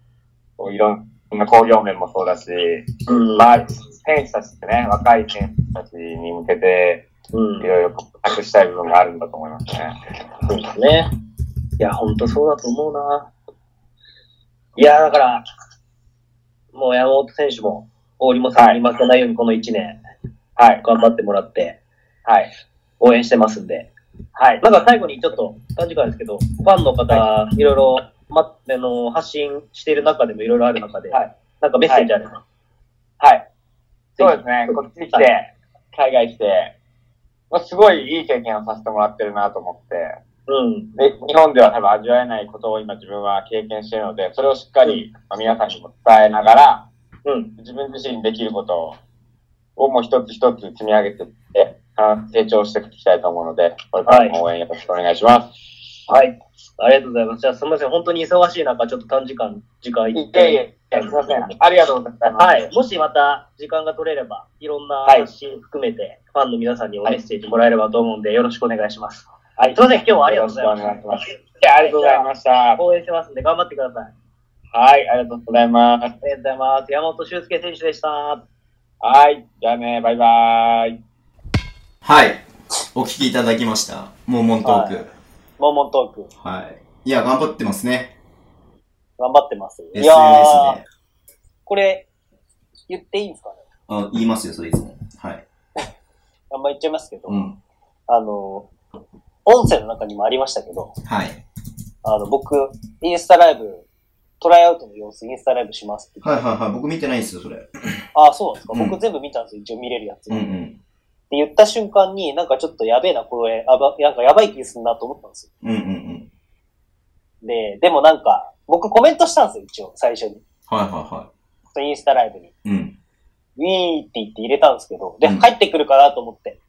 こういろんな工業面もそうだし、
うん
まあ、選手たちってね、若い選手たちに向けて、
うん
い、ろいろ託したい部分があるんだと思いますね。
そうですね。いや、ほんとそうだと思うな。いや、だから、もう山本選手も、大もさんに負けないようにこの1年、
はい。
頑張ってもらって、
はい。
応援してますんで。
はい。
なんか最後にちょっと短時間ですけど、ファンの方、いろいろ、ま、あの、発信している中でもいろいろある中で、
はい
なんかメッセージあれば。
はい。そうですね。こっちに来て、海外来て、まあすごいいい経験をさせてもらってるなと思って、
うん。
で、日本では多分味わえないことを今自分は経験してるので、それをしっかりまあ皆さんにも伝えながら、
うん。
自分自身できることをもう一つ一つ積み上げていって、あ成長していきたいと思うので、これからも応援よろしくお願いします。
はい。ありがとうございます。じゃあすみません。本当に忙しい中、ちょっと短時間、時間
い
い
えいえ、いやすいません。ありがとうございます。
はい。。もしまた時間が取れれば、いろんな
はい
発信含めて、ファンの皆さんにもメッセージもらえればと思うんで、よろしくお願いします。
は
すいません、今日はありがとうございま。
よろしくお願いしますいや、ありがとうございました。は
応援してますんで、頑張ってください。
い、ありがとうございます。
ありがとうございます。山本修介選手でした。
はい、じゃあね、バイバイ。
はい。お聞きいただきました。モンモントーク。
モンモントーク、
はい。いや、頑張ってますね。
頑張ってます。い
SNS
やー、
で。
これ、言っていいんですかね
あ言いますよ、それいつも。はい。
あんま言っちゃいますけど、
うん。
あの、音声の中にもありましたけど、
はい。
あの、僕、インスタライブ、トライアウトの様子、インスタライブしますって言
は
っ
い
て、
はいはい。僕見てないんですよ、それ。
ああ、そうなんですか、
うん
僕全部見たんですよ、一応見れるやつ。
うんう
で、
ん。
言った瞬間に、なんかちょっとやべえな、これ、あば、なんかやばい気すんなと思ったんですよ。
うんうんうん。
で、でもなんか、僕コメントしたんですよ、一応、最初に。
はいは
そのインスタライブに。
いはい。うん。
ウィーって言って入れたんですけど、で、
うん
帰ってくるかなと思って。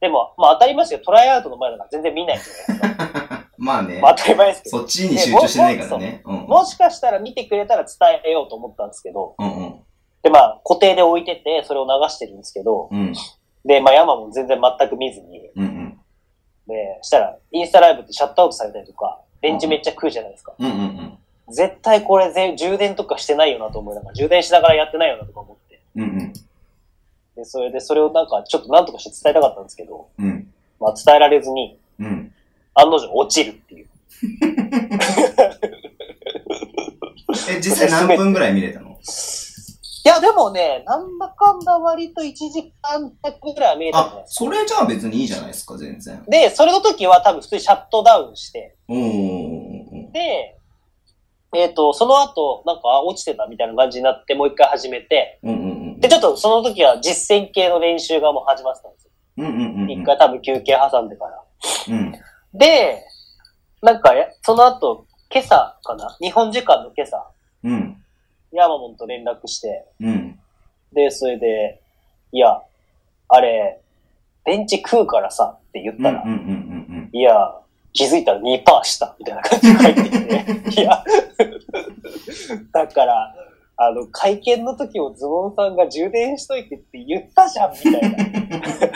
でも、まあ当たり前ですよ、トライアウトの前だから全然見ないじゃないですか。
まあね
ま。あ当たり前ですけど。
そっちに集中してないからね。うん。
もしかしたら見てくれたら伝えようと思ったんですけど、
うんうん。
で、まあ固定で置いてて、それを流してるんですけど、
うん
で、まあ山も全然全く見ずに、
うんうん。
で、したら、インスタライブってシャットアウトされたりとか、電池めっちゃ食うじゃないですか。
うんうんうん。
絶対これぜ充電とかしてないよなと思いながら、充電しながらやってないよなとか思って。
うんうん。
で、それで、それをなんか、ちょっとなんとかして伝えたかったんですけど、
うん。
まあ、伝えられずに、
うん。
案の定落ちるっていう。
え、実際何分ぐらい見れたの
いや、でもね、なんだかんだ割と1時間弱ぐらいは見えたんじゃない
あ
で、す
それじゃあ別にいいじゃないですか、全然。
か。で、それの時は多分普通にシャットダウンして、
おーおーおー
で、えっ、と、その後、なんか、あ落ちてたみたいな感じになって、もう一回始めて、
うんうんうん
で、ちょっとその時は実践系の練習がもう始まってたんですよ。
うんうんうんうん。
一回多分休憩挟んでから。
うん。
で、なんかや、その後、今朝かな日本時間の今朝、
うん。
ヤマモンと連絡して、
うん。
で、それで、いや、あれ、ベンチ食うからさ、って言っ
うんうんう
た
ん
ら、
うん
いや、気づいたら2%した、みたいな感じで帰って きて、いや、だから、あの、会見の時もズボンさんが充電しといてって言ったじゃん、み たい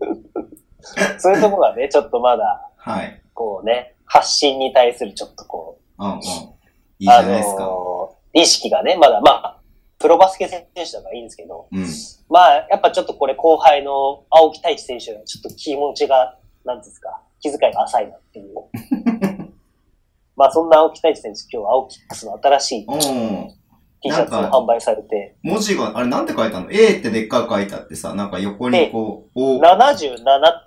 な。そういうところがね、ちょっとまだ、
はい。
こうね、発信に対するちょっとこ
う
う、
んうん。いいじゃないです
あ
か。
のー意識がね、まだまあ、プロバスケ選手だからいいんですけど、
うん。
まあ、やっぱちょっとこれ後輩の青木太一選手がちょっと気持ちが、なんていうんですか、気遣いが浅いなっていう。 まあ、そんな青木太一選手、今日青木ックスの新しい
おー
T シャツを
なんか
販売されて、
文字が、あれなんて書いたの ?A ってでっかく書いてあってさ、なんか横にこう、お
77っ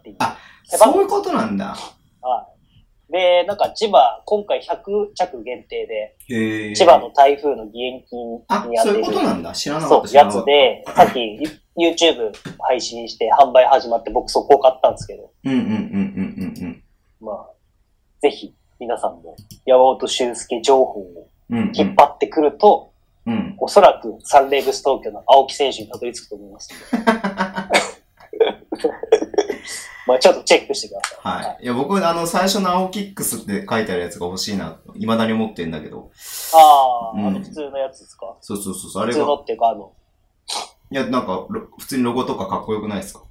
ていう。
あそういうことなんだ。
はい。で、なんか千葉、今回100着限定で、
へえ。
千葉の台風の義援金
あ、
にやっ
そう
て
い
る
うことなんだ。知らなか
そ
った。
う、
知ら
や
なかっ
つ
た
で、さっき YouTube 配信して販売始まって僕そこ買ったんですけど、
うんうんうんうんうんうん。
まあ、ぜひ皆さんも山本俊介情報を
うん
引っ張ってくると、
うん。うん。
おそらくサンレイブス東京の青木選手にたどり着くと思います。 まあちょっとチェックしてください。
はい。いや、僕、あの、最初の青キックスって書いてあるやつが欲しいな、未だに思ってんだけど。
ああ、
うん
あの普通のやつですか
そうそうそうそう、あ
普
れ
通の
が。
っていうかあの、
いや、なんか、ロ普通にロゴとかかっこよくないですか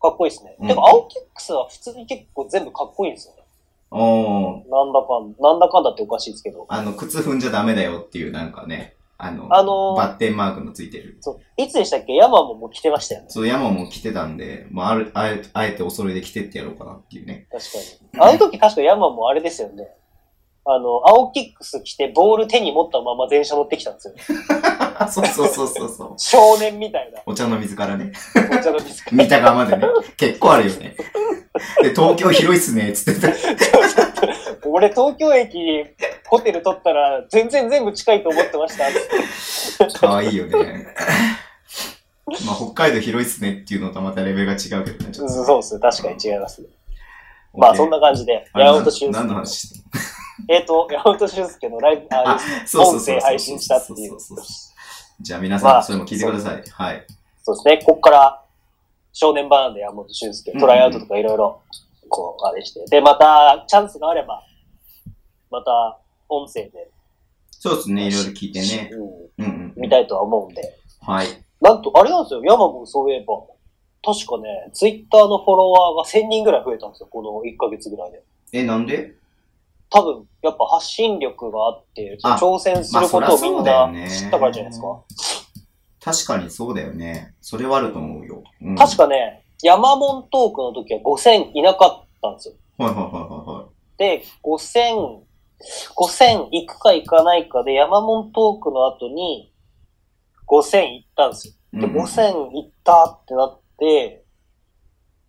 かっこいいですね。
うん
でも青キックスは普通に結構全部かっこいいんですよね。
あー。
なんだかん、なんだかんだっておかしいですけど。
あの、靴踏んじゃダメだよっていう、なんかね、あの、
あのー
バッテンマークのついてる。
そう。いつでしたっけヤマももう来てましたよね。
そう、山も来てたんで、まあ、あるあえ、あえてお揃いで来てってやろうかなっていうね。
確かに。あの時確かヤマもあれですよね。あの、青キックス着てボール手に持ったまま電車乗ってきたんですよ。
そうそうそうそうそう。
少年みたいな。
お茶の水からね。
お茶の水から
三鷹までね。結構あるよね。で、東京広いっすね、つってた。
俺東京駅ホテル取ったら全然全部近いと思ってました。
可愛いよね。まあ、北海道広いっすねっていうのとはまたレベルが違うけどね。ち
そ
ょっ
う
と
そうっすね。確かに違いますね。まあそんな感じで、
あれ
山本俊
何の
介。
話して
えっと、山本俊介のライブ、あ
あ、そうそう
音
そうそう。
声配信したってい
そ
う。そ
そうそじゃあ皆
ま
さん、
あ
それも聞いてください。はい。
ですね。ここから少年版なんで山本俊介、
うん
トライアウトとかいろいろ、こう、あれして。で、また、チャンスがあれば、また、音声で、
そうですね、いろいろ聞いてね。
う
うんうん
ん、。見たいとは思うんで。
はい。
なんと、あれなんですよ、山本そういえば、確かね、ツイッターのフォロワーが1000人ぐらい増えたんですよ、この1ヶ月ぐらいで。
え、なんで
多分、やっぱ発信力があって、
あ
挑戦す
まあ、
る
そ
こ
り
と
ゃ
をみ
そ
ん
うだよ
な
ね。
知ったからじゃないですか。。
確かにそうだよね。それはあると思うよ。うん、
確かね、山本トークの時は5000いなかったんですよ。
はいはいはいはいはい。
で、5000、5000行くか行かないかで、山門トークの後に、5000行ったんですよ。
うん
で、5000行ったってなって、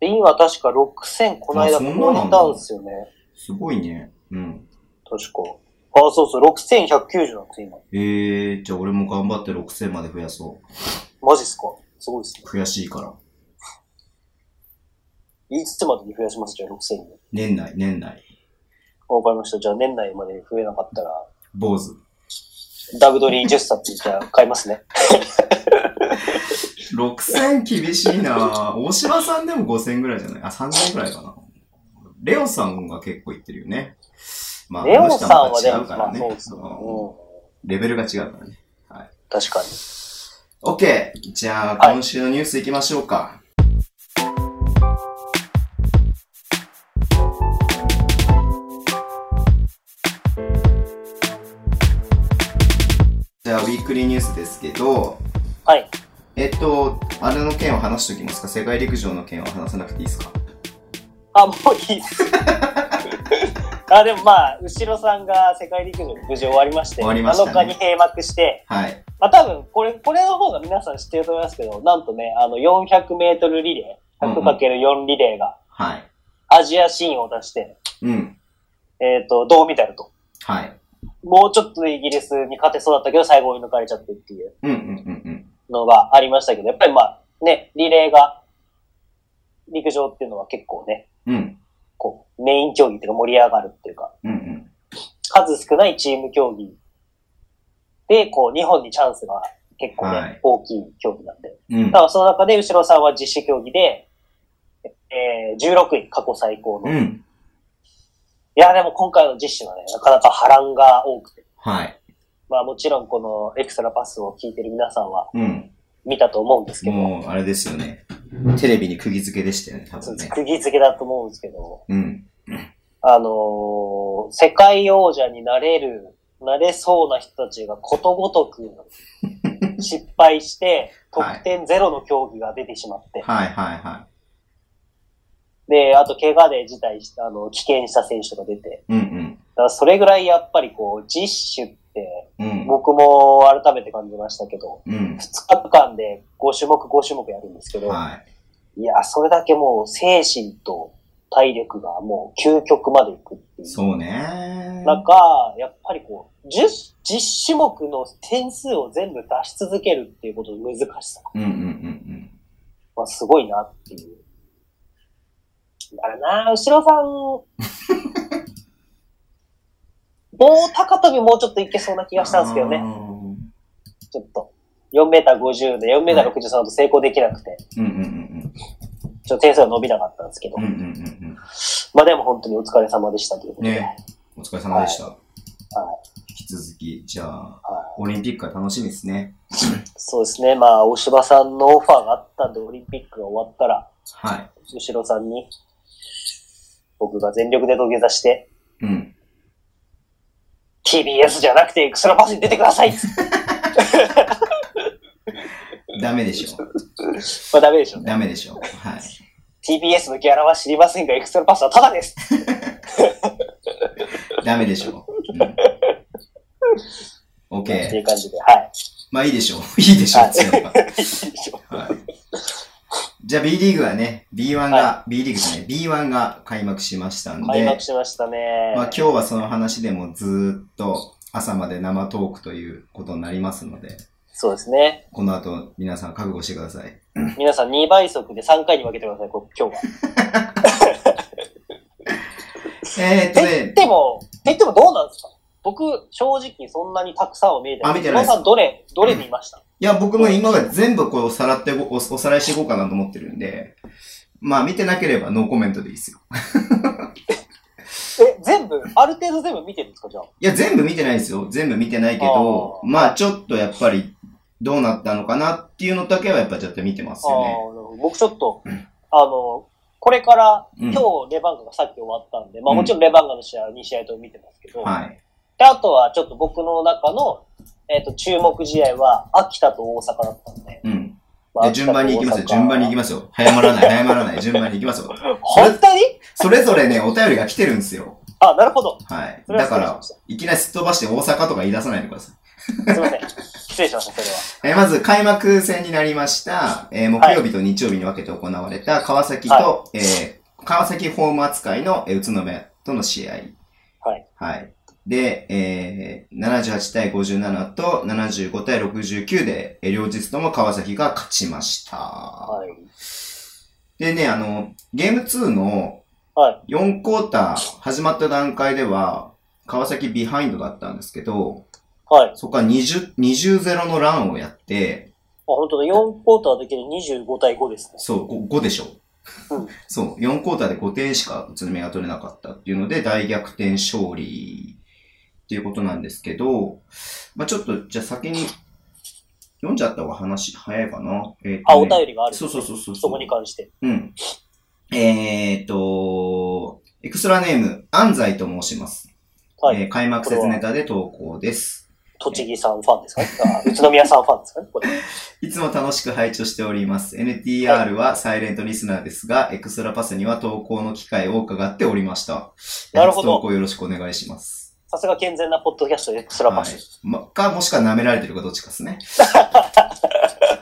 で、今確か6000この間
あそんなな
超
ん
え
だ
たんですよね。
すごいね。うん。
確か。あ、そうそう、6190なんです今。
えー、じゃあ俺も頑張って6000まで増やそ
マジっすかすごいっすね。
う。悔しいから。
いつまでに増やしますじゃあ6000に。
年内、年内。
わかりました。じゃあ年内まで増えなかったら、
坊主。
ダブドリ10冊じゃあ買いますね。
6000厳しい なぁ大島さんでも5000ぐらいじゃないあ、3000ぐらいかな。レオさんが結構いってるよね。まあ、
レオさんはで
あ
も、
の人
ま
は
あ
違うか
そうっすね。
らね。うん
うん。
レベルが違うからね。
確かに。
OK! じゃあ、
はい
今週のニュースいきましょうか。じゃあ、ウィークリーニュースですけど、
はい。
えっと、あれの件を話しておきますか世界陸上の件は話さなくていいですか
あ、もうい いです。あ、でもまあ、後ろさんが世界陸上無事終わりまして、
終わりましたね
7日に閉幕して、
はい。
まあ多分、これ、これの方が皆さん知ってると思いますけど、なんとね、あの、400メートルリレー、
うんうん
100×4 リレーが
はい。
アジア新を出して、
うん。
えっ、と、銅メダルと。
はい。
もうちょっとでイギリスに勝てそうだったけど、最後に抜かれちゃってっていう
うんうんうんうん。
のがありましたけど、やっぱりまあ、ね、リレーが、陸上っていうのは結構ね、
うん。
こう、メイン競技っていうか盛り上がるっていうか、
うんうん。
数少ないチーム競技で、こう、日本にチャンスが結構ね、
はい
大きい競技なんで。
うん
だ。からその中で、後ろさんは実施競技で、えー、16位、過去最高の。
う
い
ん。
や、でも今回の実施はね、なかなか波乱が多くて。
はい。
まあもちろんこのエクストラパスを聞いてる皆さんは
うん。
見たと思うんですけど、
もう、あれですよね。テレビに釘付けでしたよね、多分ね。
釘付けだと思うんですけど、
うん。
あのー世界王者になれる、なれそうな人たちがことごとく失敗して、
はい
得点ゼロの競技が出てしまって、
はいはいは
で、あと怪我で辞退した、あの、棄権した選手が出て、
い。うん
だからそれぐらいやっぱりこう、実種って、
うん。うん。
僕も改めて感じましたけど、
うん。
2日間で5種目5種目やるんですけど、
はい。
いや、それだけもう精神と体力がもう究極までいくっていう
そうね。
中、やっぱりこう、10, 10種目の点数を全部出し続けるっていうことの難しさ
うんうんうん
はすごいなっていう。だからな、後ろさん、も う高跳びもうちょっといけそうな気
うん。
がしたんですけど
あ
ね、
ー
ちょっと。4メーター50で4メーター63だと成功できなくて、
うんうんうん
ちょっと点数が伸びなかったんですけど
うん。う、んうんうん
まあでも本当にお疲れ様でしたという
う
こ
ん。
とで。
ね。お疲れ様でした。
は
引き続き、じゃあ、
はい
オリンピックは楽しみですね。
そうですね。まあ、大柴さんのオファーがあったんで、オリンピックが終わったら、
は
後ろさんに、僕が全力で土下座して、
い。うん。
TBS じゃなくて、エクストラパスに出てくだ さいっつって
ダメでしょ。
まあ、ダメでしょうね。
ダメでしょ。はい。
TBS のギャラは知りませんが、エクストラパスはタダです
ダメでしょ。うん。
ってい
OK。
う感じで、はい。
まあいいでしょう。 いいでしょう。
はい
強いわ
いいでしょう
はい。じゃあ B リーグはね、B1 が、B リーグじゃない、B1 が開幕しましたん
開
で
幕、しましたね。
まあ今日はその話でもずーっと朝まで生トークということになりますので、
そうですね。
この後皆さん覚悟してください。
皆さん2倍速で3回に分けてください、こう今日は。
えー、っと
で
ね、
でも、ででもどうなんですか僕、正直そんなにたくさんは見えて
あ見てないです
皆さんどれ、どれ見ました、
いや僕も今まで全部こうおさらってごおおさらいしていこうかなと思ってるんで、まあ見てなければノーコメントでいいですよ。
え、全部、ある程度全部見てるんですか、じゃあ。
いや、全部見てないですよ。全部見てないけど、
あー
まあちょっとやっぱりどうなったのかなっていうのだけはやっぱちょっと見てますよね。
ああ、僕ちょっと、あの、これから、
うん
今日レバンガがさっき終わったんで、まあ
うん
もちろんレバンガの試合は2試合とも見てますけど、
はい。
で、あとはちょっと僕の中の、えっ、と、注目試合は、秋田と大阪だったんで、
うん。
まあ
で順番に行きますよ。順番に行き
ま
ますよ。早ま らない、早まらない。順番に行きますよ。
す。本当に
それぞれね、お便りが来てるんですよ。
あ、なるほど。
はい。
それは
だ
失
か
礼し
ら
まし、
いきなりすっ飛ばして大阪とか言い出さないでください。
た。すいません。失礼しました、それは。
えーまず、開幕戦になりました、えー木曜日と日曜日に分けて行われた川崎と、
は
えー川崎ホーム扱いのえー宇都宮との試合。
はい。
はい。で、えー、78対57と75対69で、えー両日とも川崎が勝ちました。
はい。
でね、あの、ゲーム2の
は
4クォーター始まった段階では、川崎ビハインドだったんですけど、
はい。あ、
そこから20、20-0のランをやって、
本当だ。4クォーターだけで25対5ですね。
そう、5, でしょ
うん。
そう、4クォーターで5点しか宇都宮が取れなかったっていうので、大逆転勝利っていうことなんですけど、まあちょっと、じゃあ先に読んじゃった方が話早いかな。えー
あ、
と
お
ね
便りがある。
そうそうそうそう。
そこに関して。
うん。えー、っと、エクストラネーム、安西と申します。
はい。
えー開幕説ネタで投稿です。
栃木さんファンですかねあ宇都宮さんファンですかねこれ。
いつも楽しく拝聴しております。NTR はサイレントリスナーですが、エクストラパスには投稿の機会を伺っておりました。
なるほど
投稿よろしくお願いします。
さすが健全なポッドキャストエクストラパス。
はいま、か、もしくは舐められてるかどっちか ですね。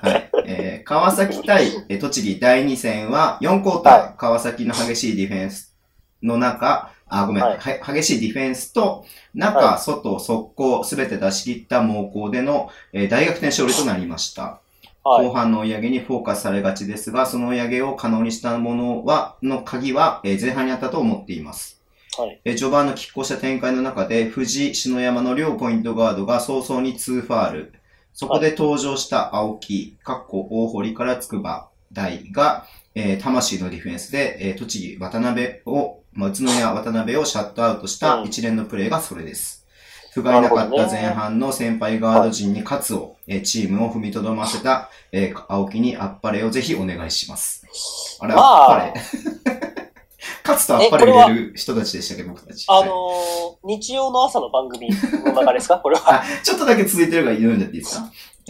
はい。えー川崎対えー栃木第2戦は4クォーター、川崎の激しいディフェンスの中、あ、ごめん、
はい
は激しいディフェンスと、中、
は
外、速攻、すべて出し切った猛攻での、えー大逆転勝利となりました。
はい。
後半の追い上げにフォーカスされがちですが、その追い上げを可能にしたものは、の鍵は、えー前半にあったと思っています。
はい
えー序盤の拮抗した展開の中で、藤、篠山の両ポイントガードが早々に2ファール。そこで登場した青木、かっこ大堀から筑波大が、えー魂のディフェンスで、えー栃木、渡辺を、まあ、宇都宮、渡辺をシャットアウトした
うん
一連のプレーがそれです。不甲斐なか
な
っ
るほど
た
ね
前半の先輩ガード陣に勝つを、えーチームを踏みとどませた、えー青木にあっぱれをぜひお願いします。あれ、
ま
あ
あ
っぱれ。 勝つとあっぱれを入れる人たちでしたけど、僕たち。
あ
はい
のー日曜の朝の番組の 中ですかこれは。
あ、ちょっとだけ続いてるから読んじゃっていいですか、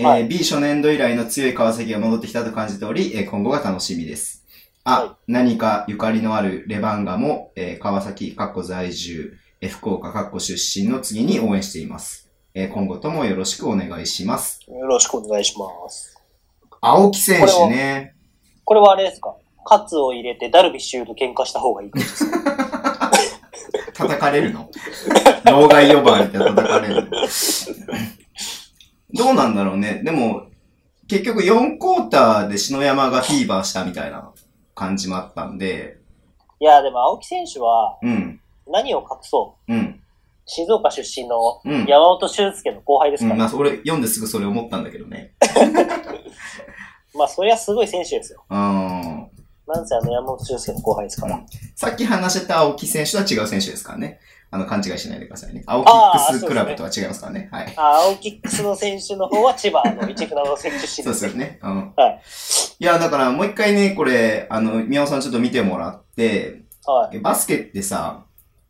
は
え
い
ー ?B 初年度以来の強い川崎が戻ってきたと感じており、えー今後が楽しみです。あ、
は
何かゆかりのあるレバンガも、えー川崎、かっこ在住、えー福岡、かっこ出身の次に応援しています。えー今後ともよろしくお願いします。
よろしくお願いします。
青木選手ね。
これはあれですかカツを入れてダルビッシュ有と喧嘩した方がいいかもしれない
叩かれるの老害呼ばわりって叩かれるのどうなんだろうね。でも、結局4クォーターで篠山がフィーバーしたみたいな感じもあったんで、
いや、でも青木選手は
うん、
何を隠そう
うん、
静岡出身の
うん。
山本俊介の後輩です
う
から、
ん、まあ、俺読んですぐそれ思ったんだけどね。
まあそりゃすごい選手ですよ。
うん。
なんせあの山本俊介の後輩ですから。
さっき話してた青木選手とは違う選手ですからね。あの、勘違いしないでくださいね。青木
あー
ックスクラブとは違いますからね。はい。
あ青木キックスの選手の方は千葉の市船の選手出
そう
身で
です
す
よね。うん。
はい
や、だからもう一回ね、これ、あの、宮本さんちょっと見てもらって、
はい。
えバスケってさ、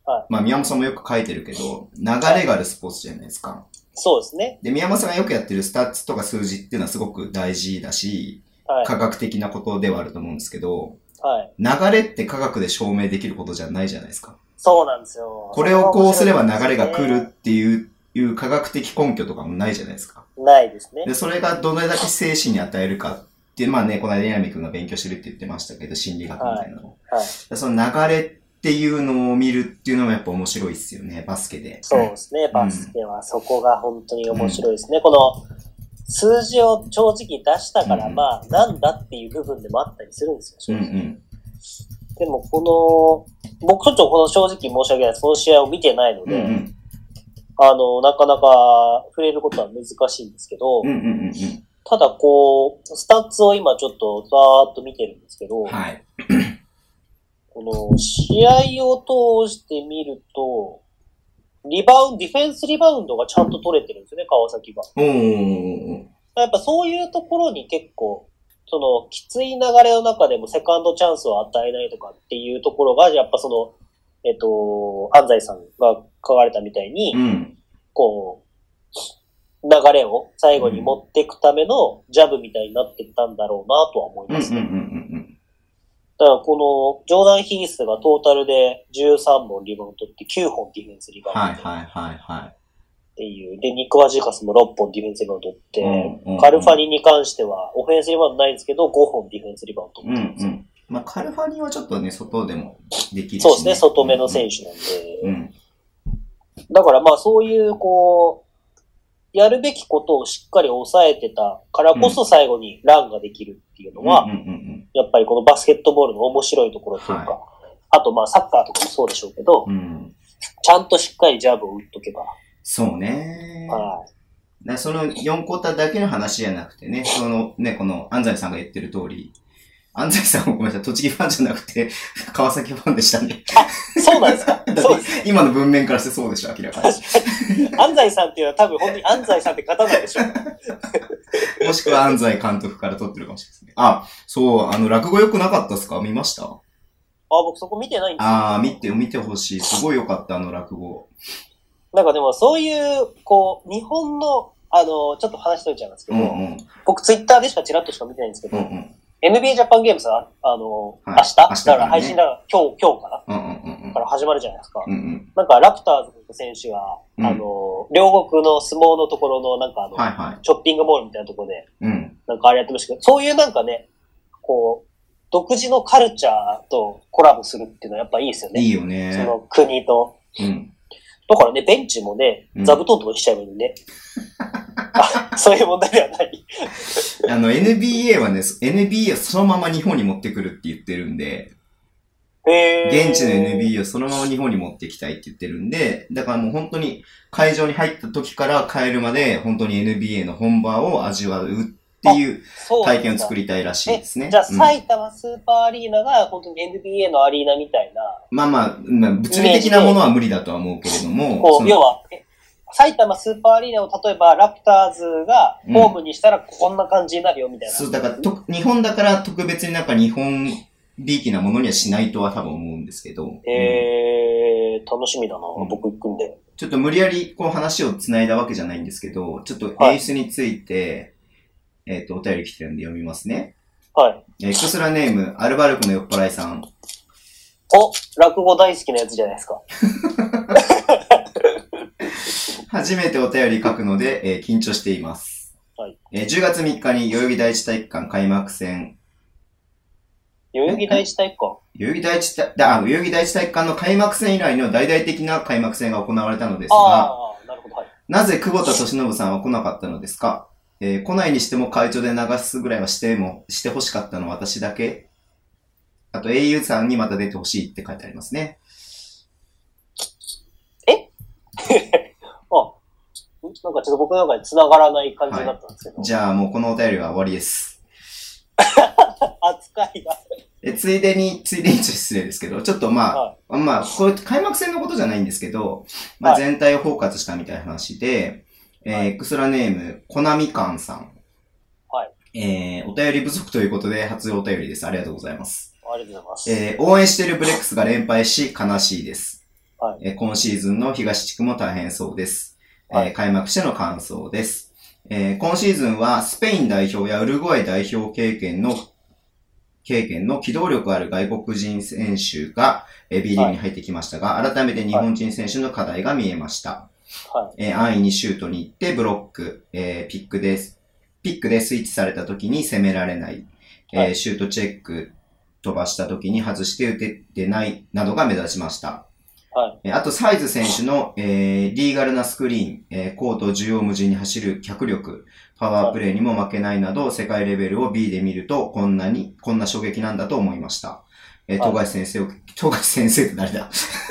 は
まあ宮本さんもよく書いてるけど、流れがあるスポーツじゃないですか。
そうですね。
で、宮本さんがよくやってるスタッツとか数字っていうのはすごく大事だし、
はい。
科学的なことではあると思うんですけど、
はい。
流れって科学で証明できることじゃないじゃないですか。
そうなんですよ。
これをこうすれば流れが来るっていう、いう科学的根拠とかもないじゃないですか。
ないですね
で、。それがどれだけ精神に与えるかって、まあね、この間、ヤミ君が勉強してるって言ってましたけど、心理学みたいなのを。
はい。
でその流れっていうのを見るっていうのもやっぱ面白いっすよね、バスケで。
そうですね。バスケはそこが本当に面白いですね。この数字を正直出したから、
うん
まあ、なんだっていう部分でもあったりするんですよ
う
正
んう
直。
ん。
でも、この、僕ちょっとこの正直申し訳ない。その試合を見てないの
うんう
で、
ん。
あの、なかなか触れることは難しいんですけど、
うんうんうんう
ただこう、スタッツを今ちょっとざーっと見てるんですけど、
ん。はい。
この試合を通してみると、リバウンド、ディフェンスリバウンドがちゃんと取れてるんですよね、川崎が。
おー。
やっぱそういうところに結構、そのきつい流れの中でもセカンドチャンスを与えないとかっていうところが、やっぱその、えっと、安西さんが書かれたみたいに、
うん。
こう、流れを最後に持っていくためのジャブみたいになってったんだろうなとは思い
うんうんうんう
ま
ん
すね。だからこの、ジョーダン・ヒースがトータルで13本リバウンド取って9本ディフェンスリ
うん。
バウ
はい
ンドっ
はいはいは
ていう。で、ニック・ワジカスも6本ディフェンスリバウンド取っ
い。
て、
うんうん
カルファニに関してはオフェンスリバウンドないんですけど、5本ディフェンスリバウンド
う
取
んう
ってるんですよ。
ん。まあ、カルファニーはちょっとね、外でもできるし、
そうですね、外目の選手なん
う
で。
ん。
だからまあそういう、こう、やるべきことをしっかり抑えてたからこそ最後にランができるっていうのは
うん、うんうん
やっぱりこのバスケットボールの面白いところというか、
は
あとまあサッカーとかもそうでしょうけど、
うん。うん。
ちゃんとしっかりジャブを打っとけば、
そうね。
は
だからその4コーターだけの話じゃなくてね、そのね、この安西さんが言ってる通り、安西さんもごめんなさい、栃木ファンじゃなくて、川崎ファンでしたね。
い。そうなんですかそうです。
今の文面からしてそうでしょ、明らかに。
安西さんっていうのは多分本当に安西さんって方なんで しょう。
もしくは安西監督から撮ってるかもしれないですね。あ、そう、あの、落語良くなかったっすか見ました
あ、僕そこ見てないんですよ。
あー、見て、見てほしい。すごい良かった、あの落語。
なんかでもそういう、こう、日本の、あの、ちょっと話しといちゃいますけ
う
ど、
んうん。
僕ツイッターでしかチラッとしか見てないんですけ
う
ど、
んうん。
NBA ジャパンゲームさ、あの、
はい
明日
明日
だ
か
か
ね
らら配信だから、今日、今日かな
うんうんうんうん
から始まるじゃないですか。
うんうん。
なんかラプターズの選手が、
うん
あの、両国の相撲のところの、なんかあの、
はいは
ショッピングモールみたいなところで、
い。うん。
なんかあれやってましたけど、そういうなんかね、こう、独自のカルチャーとコラボするっていうのはやっぱいいですよね。
いいよ
そ
ね。
の国と。
うん。
だからね、ベンチもね
う、ん
座布団とかしちゃえばいい ね。あそういう問題ではない。
あの、NBA はね、そ NBA をそのまま日本に持ってくるって言ってるんで、
へー
現地の NBA をそのまま日本に持ってきたいって言ってるんで、だからもう本当に会場に入った時から帰るまで、本当に NBA の本場を味わうっていう
そうなんだ
体験を作りたいらしいですね。
じゃあ、
うん
埼玉スーパーアリーナが本当に NBA のアリーナみたいな、
まあまあ、まあ、物理的なものは無理だとは思うけれども、
こ、
そうの
要は、え埼玉スーパーアリーナを例えばラプターズがホームにしたらこんな感じになるよみたいな。
そう、だからと、日本だから特別になんか日本びいきなものにはしないとは多分思うんですけど、うん
えー、楽しみだな、
うん
僕行くんで。
ちょっと無理やりこう話を繋いだわけじゃないんですけど、ちょっと
はい
演出について、えっ、と、お便り来てるんで読みますね。
はい。
えー、クスラネーム、アルバルクの酔っ払いさん。
お、落語大好きなやつじゃないですか。
初めてお便り書くので、えー緊張しています。
はい
えー10月3日に代々木第一体育館開幕戦、
代々木第一体育館。
代々木第一体、だあ代々木第一体育館の開幕戦以来の大々的な開幕戦が行われたのですが、
ああ、なるほど。はい。
なぜ久保田敏信さんは来なかったのですかえー来ないにしても会長で流すぐらいはしても、してほしかったのは私だけ。あと、au さんにまた出てほしいって書いてありますね。
あ、んなんかちょっと僕の中で繋がらない感じだったんですけど。
じゃあもうこのお便りは終わりです。
扱いが。
え、ついでに、ついでにちょっと失礼ですけど、ちょっとまあ、
は
まあ、これ開幕戦のことじゃないんですけど、まあ、
はい
全体を包括したみたいな話で、
は
えー、クスラネーム、コナミカンさん。
は
えー、お便り不足ということで、初お便りです。ありがとうございます。
い。ありがとうございます。
えー、応援してるブレックスが連敗し、悲しいです。
はい
えー今シーズンの東地区も大変そうです。
は
えー
い
開幕しての感想です。えー今シーズンはスペイン代表やウルグアイ代表経験の、経験の機動力ある外国人選手が、えー B リーグに入ってきましたが、改めて日本人選手の課題が見えました。
は
えー安易にシュートに行ってブロック、えーピックです。ピックでスイッチされた時に攻められない、えー
はい
シュートチェック飛ばした時に外して打ててないなどが目立ちました。
は
えーあと、サイズ選手の、えーリーガルなスクリーン、えーコート縦横無尽に走る脚力、パワープレイにも負けないなど、世界レベルを B で見ると、こんなに、こんな衝撃なんだと思いました。えー、
はい
富樫先生を、富樫先生って誰だ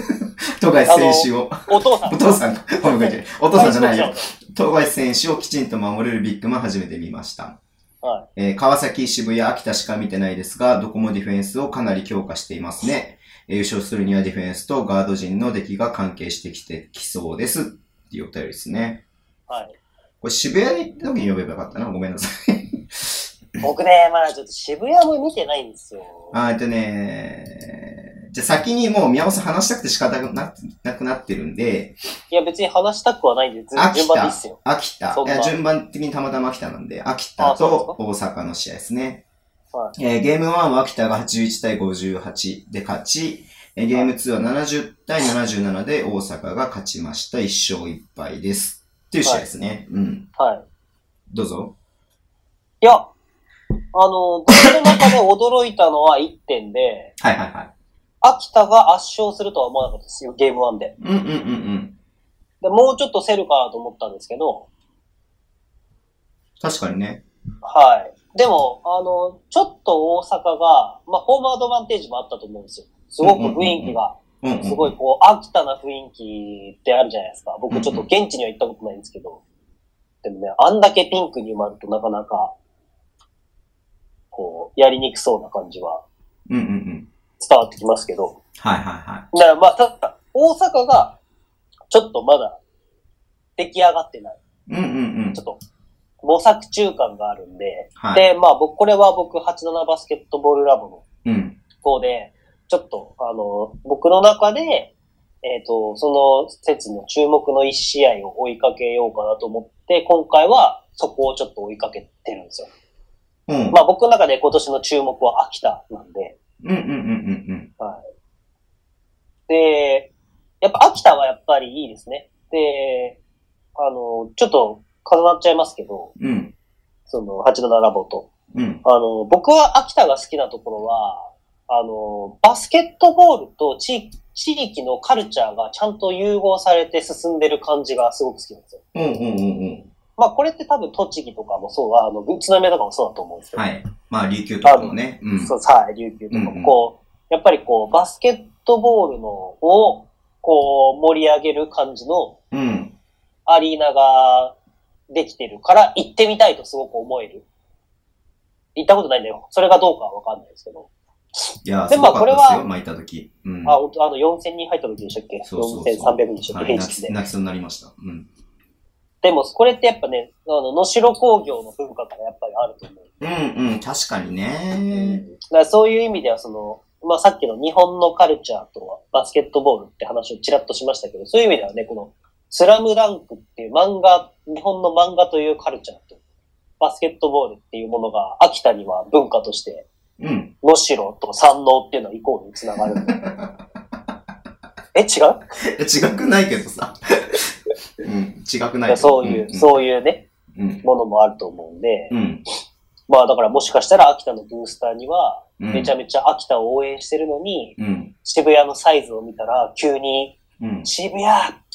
富樫選手を、
お父さ ん。
お父さんが、ごめんごめんお父さんじゃないよ
はい。。
富樫選手をきちんと守れるビッグマン初めて見ました。
は
えー川崎、渋谷、秋田しか見てないですが、どこもディフェンスをかなり強化していますね。えー優勝するにはディフェンスとガード陣の出来が関係してきてきそうです。っていうお便りですね。
はい。
これ渋谷に行った時に呼べばよかったな。ごめんなさい。
僕ね、まだちょっと渋谷も見てないんですよ。
あーえっとねじゃあ先にもう宮本さん話したくて仕方がななくなってるんで、
いや、別に話したくはないんで、ず
秋田
順番でいいっすよ。
秋田
そ、ん
い
な
や順番的にたまたま秋田なんで、秋田
あそうです
と
か
大阪の試合ですね。
は
えーゲーム1は秋田が81対58で勝ち、えーゲーム2は70対77で大阪が勝ちました。1勝1敗です。っていう試合ですね。うん。
い。はい。
どうぞ。
いや、あの、僕の中で驚いたのは1点で、
はいはいはい。
秋田が圧勝するとは思わなかったですよ、ゲーム1で。
うんうんうんうん。
で、もうちょっと競るかと思ったんですけど、
確かにね。
はい。でも、あの、ちょっと大阪が、まあ、ホームアドバンテージもあったと思うんですよ。すごく雰囲気が、
うん、うん。
すごい。こう、秋田な雰囲気ってあるじゃないですか。僕ちょっと現地には行ったことないんですけど。でもね、あんだけピンクに埋まるとなかなか、こう、やりにくそうな感じは
うんうんうん。
伝わってきますけど。
はいはいは
だからまあ、ただ、大阪が、ちょっとまだ、出来上がってない。
い。うんうんうん
ちょ。っと、模索中感があるんで、
はい。
で、まあ僕、これは僕、87バスケットボールラボの
うん。
方で、ちょっと、あの、僕の中で、えっ、と、その説の注目の一試合を追いかけようかなと思って、今回はそこをちょっと追いかけてるんですよ。
うん。
まあ僕の中で今年の注目は秋田なんで、
うんうんうんうん
で、やっぱ秋田はやっぱりいいですね。で、あの、ちょっと重なっちゃいますけど、
うん。うん。
その、八七ラボと。
うん。
あの、僕は秋田が好きなところは、あの、バスケットボールと地地域のカルチャーがちゃんと融合されて進んでる感じがすごく好きなんですよ。
うんうんうんうん。
まあこれって多分栃木とかもそう、あの、宇都宮とかもそうだと思うんですけど、
はい。まあ、琉球とかもね。うん。
そう、さあ、琉球とか
うんうん
も、こう、やっぱりこう、バスケットボールのを、こう、盛り上げる感じの
うん。
アリーナができてるから、行ってみたいとすごく思える。行ったことないんだよ。それがどうかはわかんないですけど。
いや、す
で
ご
まあ
かったで
こ
す
れ
よ、
は
巻いた時。うん。
あ、本当あの、4000人入った時でしたっけ
そうそうそう。
?4300 人でしたっ
は
け
い、
平
泣
日
き
で。
泣きそうになりました。うん。
でも、これってやっぱね、あの、野代工業の文化からやっぱりあると思う。
うんうん、確かに
うん
ね。
だからそういう意味では、その、まあ、さっきの日本のカルチャーとはバスケットボールって話をちらっとしましたけど、そういう意味ではね、このスラムダンクっていう漫画、日本の漫画というカルチャーと、バスケットボールっていうものが、秋田には文化として、
うん。
野代と山王っていうのはイコールにつながるんだ。え、違う
違くないけどさ。 うん、違くないい
やそういう、
う。
そういうね、
うん。
ものもあると思うんで、
うん。
まあだからもしかしたら秋田のブースターには、
うん。
めちゃめちゃ秋田を応援してるのに、
うん。
渋谷のサイズを見たら、急に、
うん。
渋谷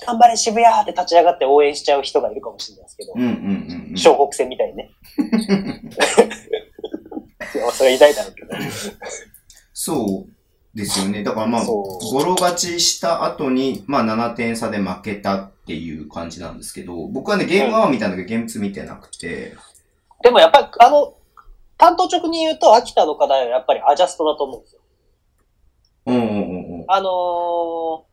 頑張れ渋谷って立ち上がって応援しちゃう人がいるかもしれないですけど
うん。う、ん。うん。うん。
湘北戦みたいにね。いやそれは偉大だろうけど。
そうですよね。だからまあ、
そう
ゴロ勝ちした後に、まあ7点差で負けたっていう感じなんですけど、僕はね、ゲーム1を見たんだけど、ゲーム2見てなくて、
でもやっぱり、あの、担当直に言うと、秋田の課題はやっぱりアジャストだと思うんですよ。
うんうんうんうん。
あのー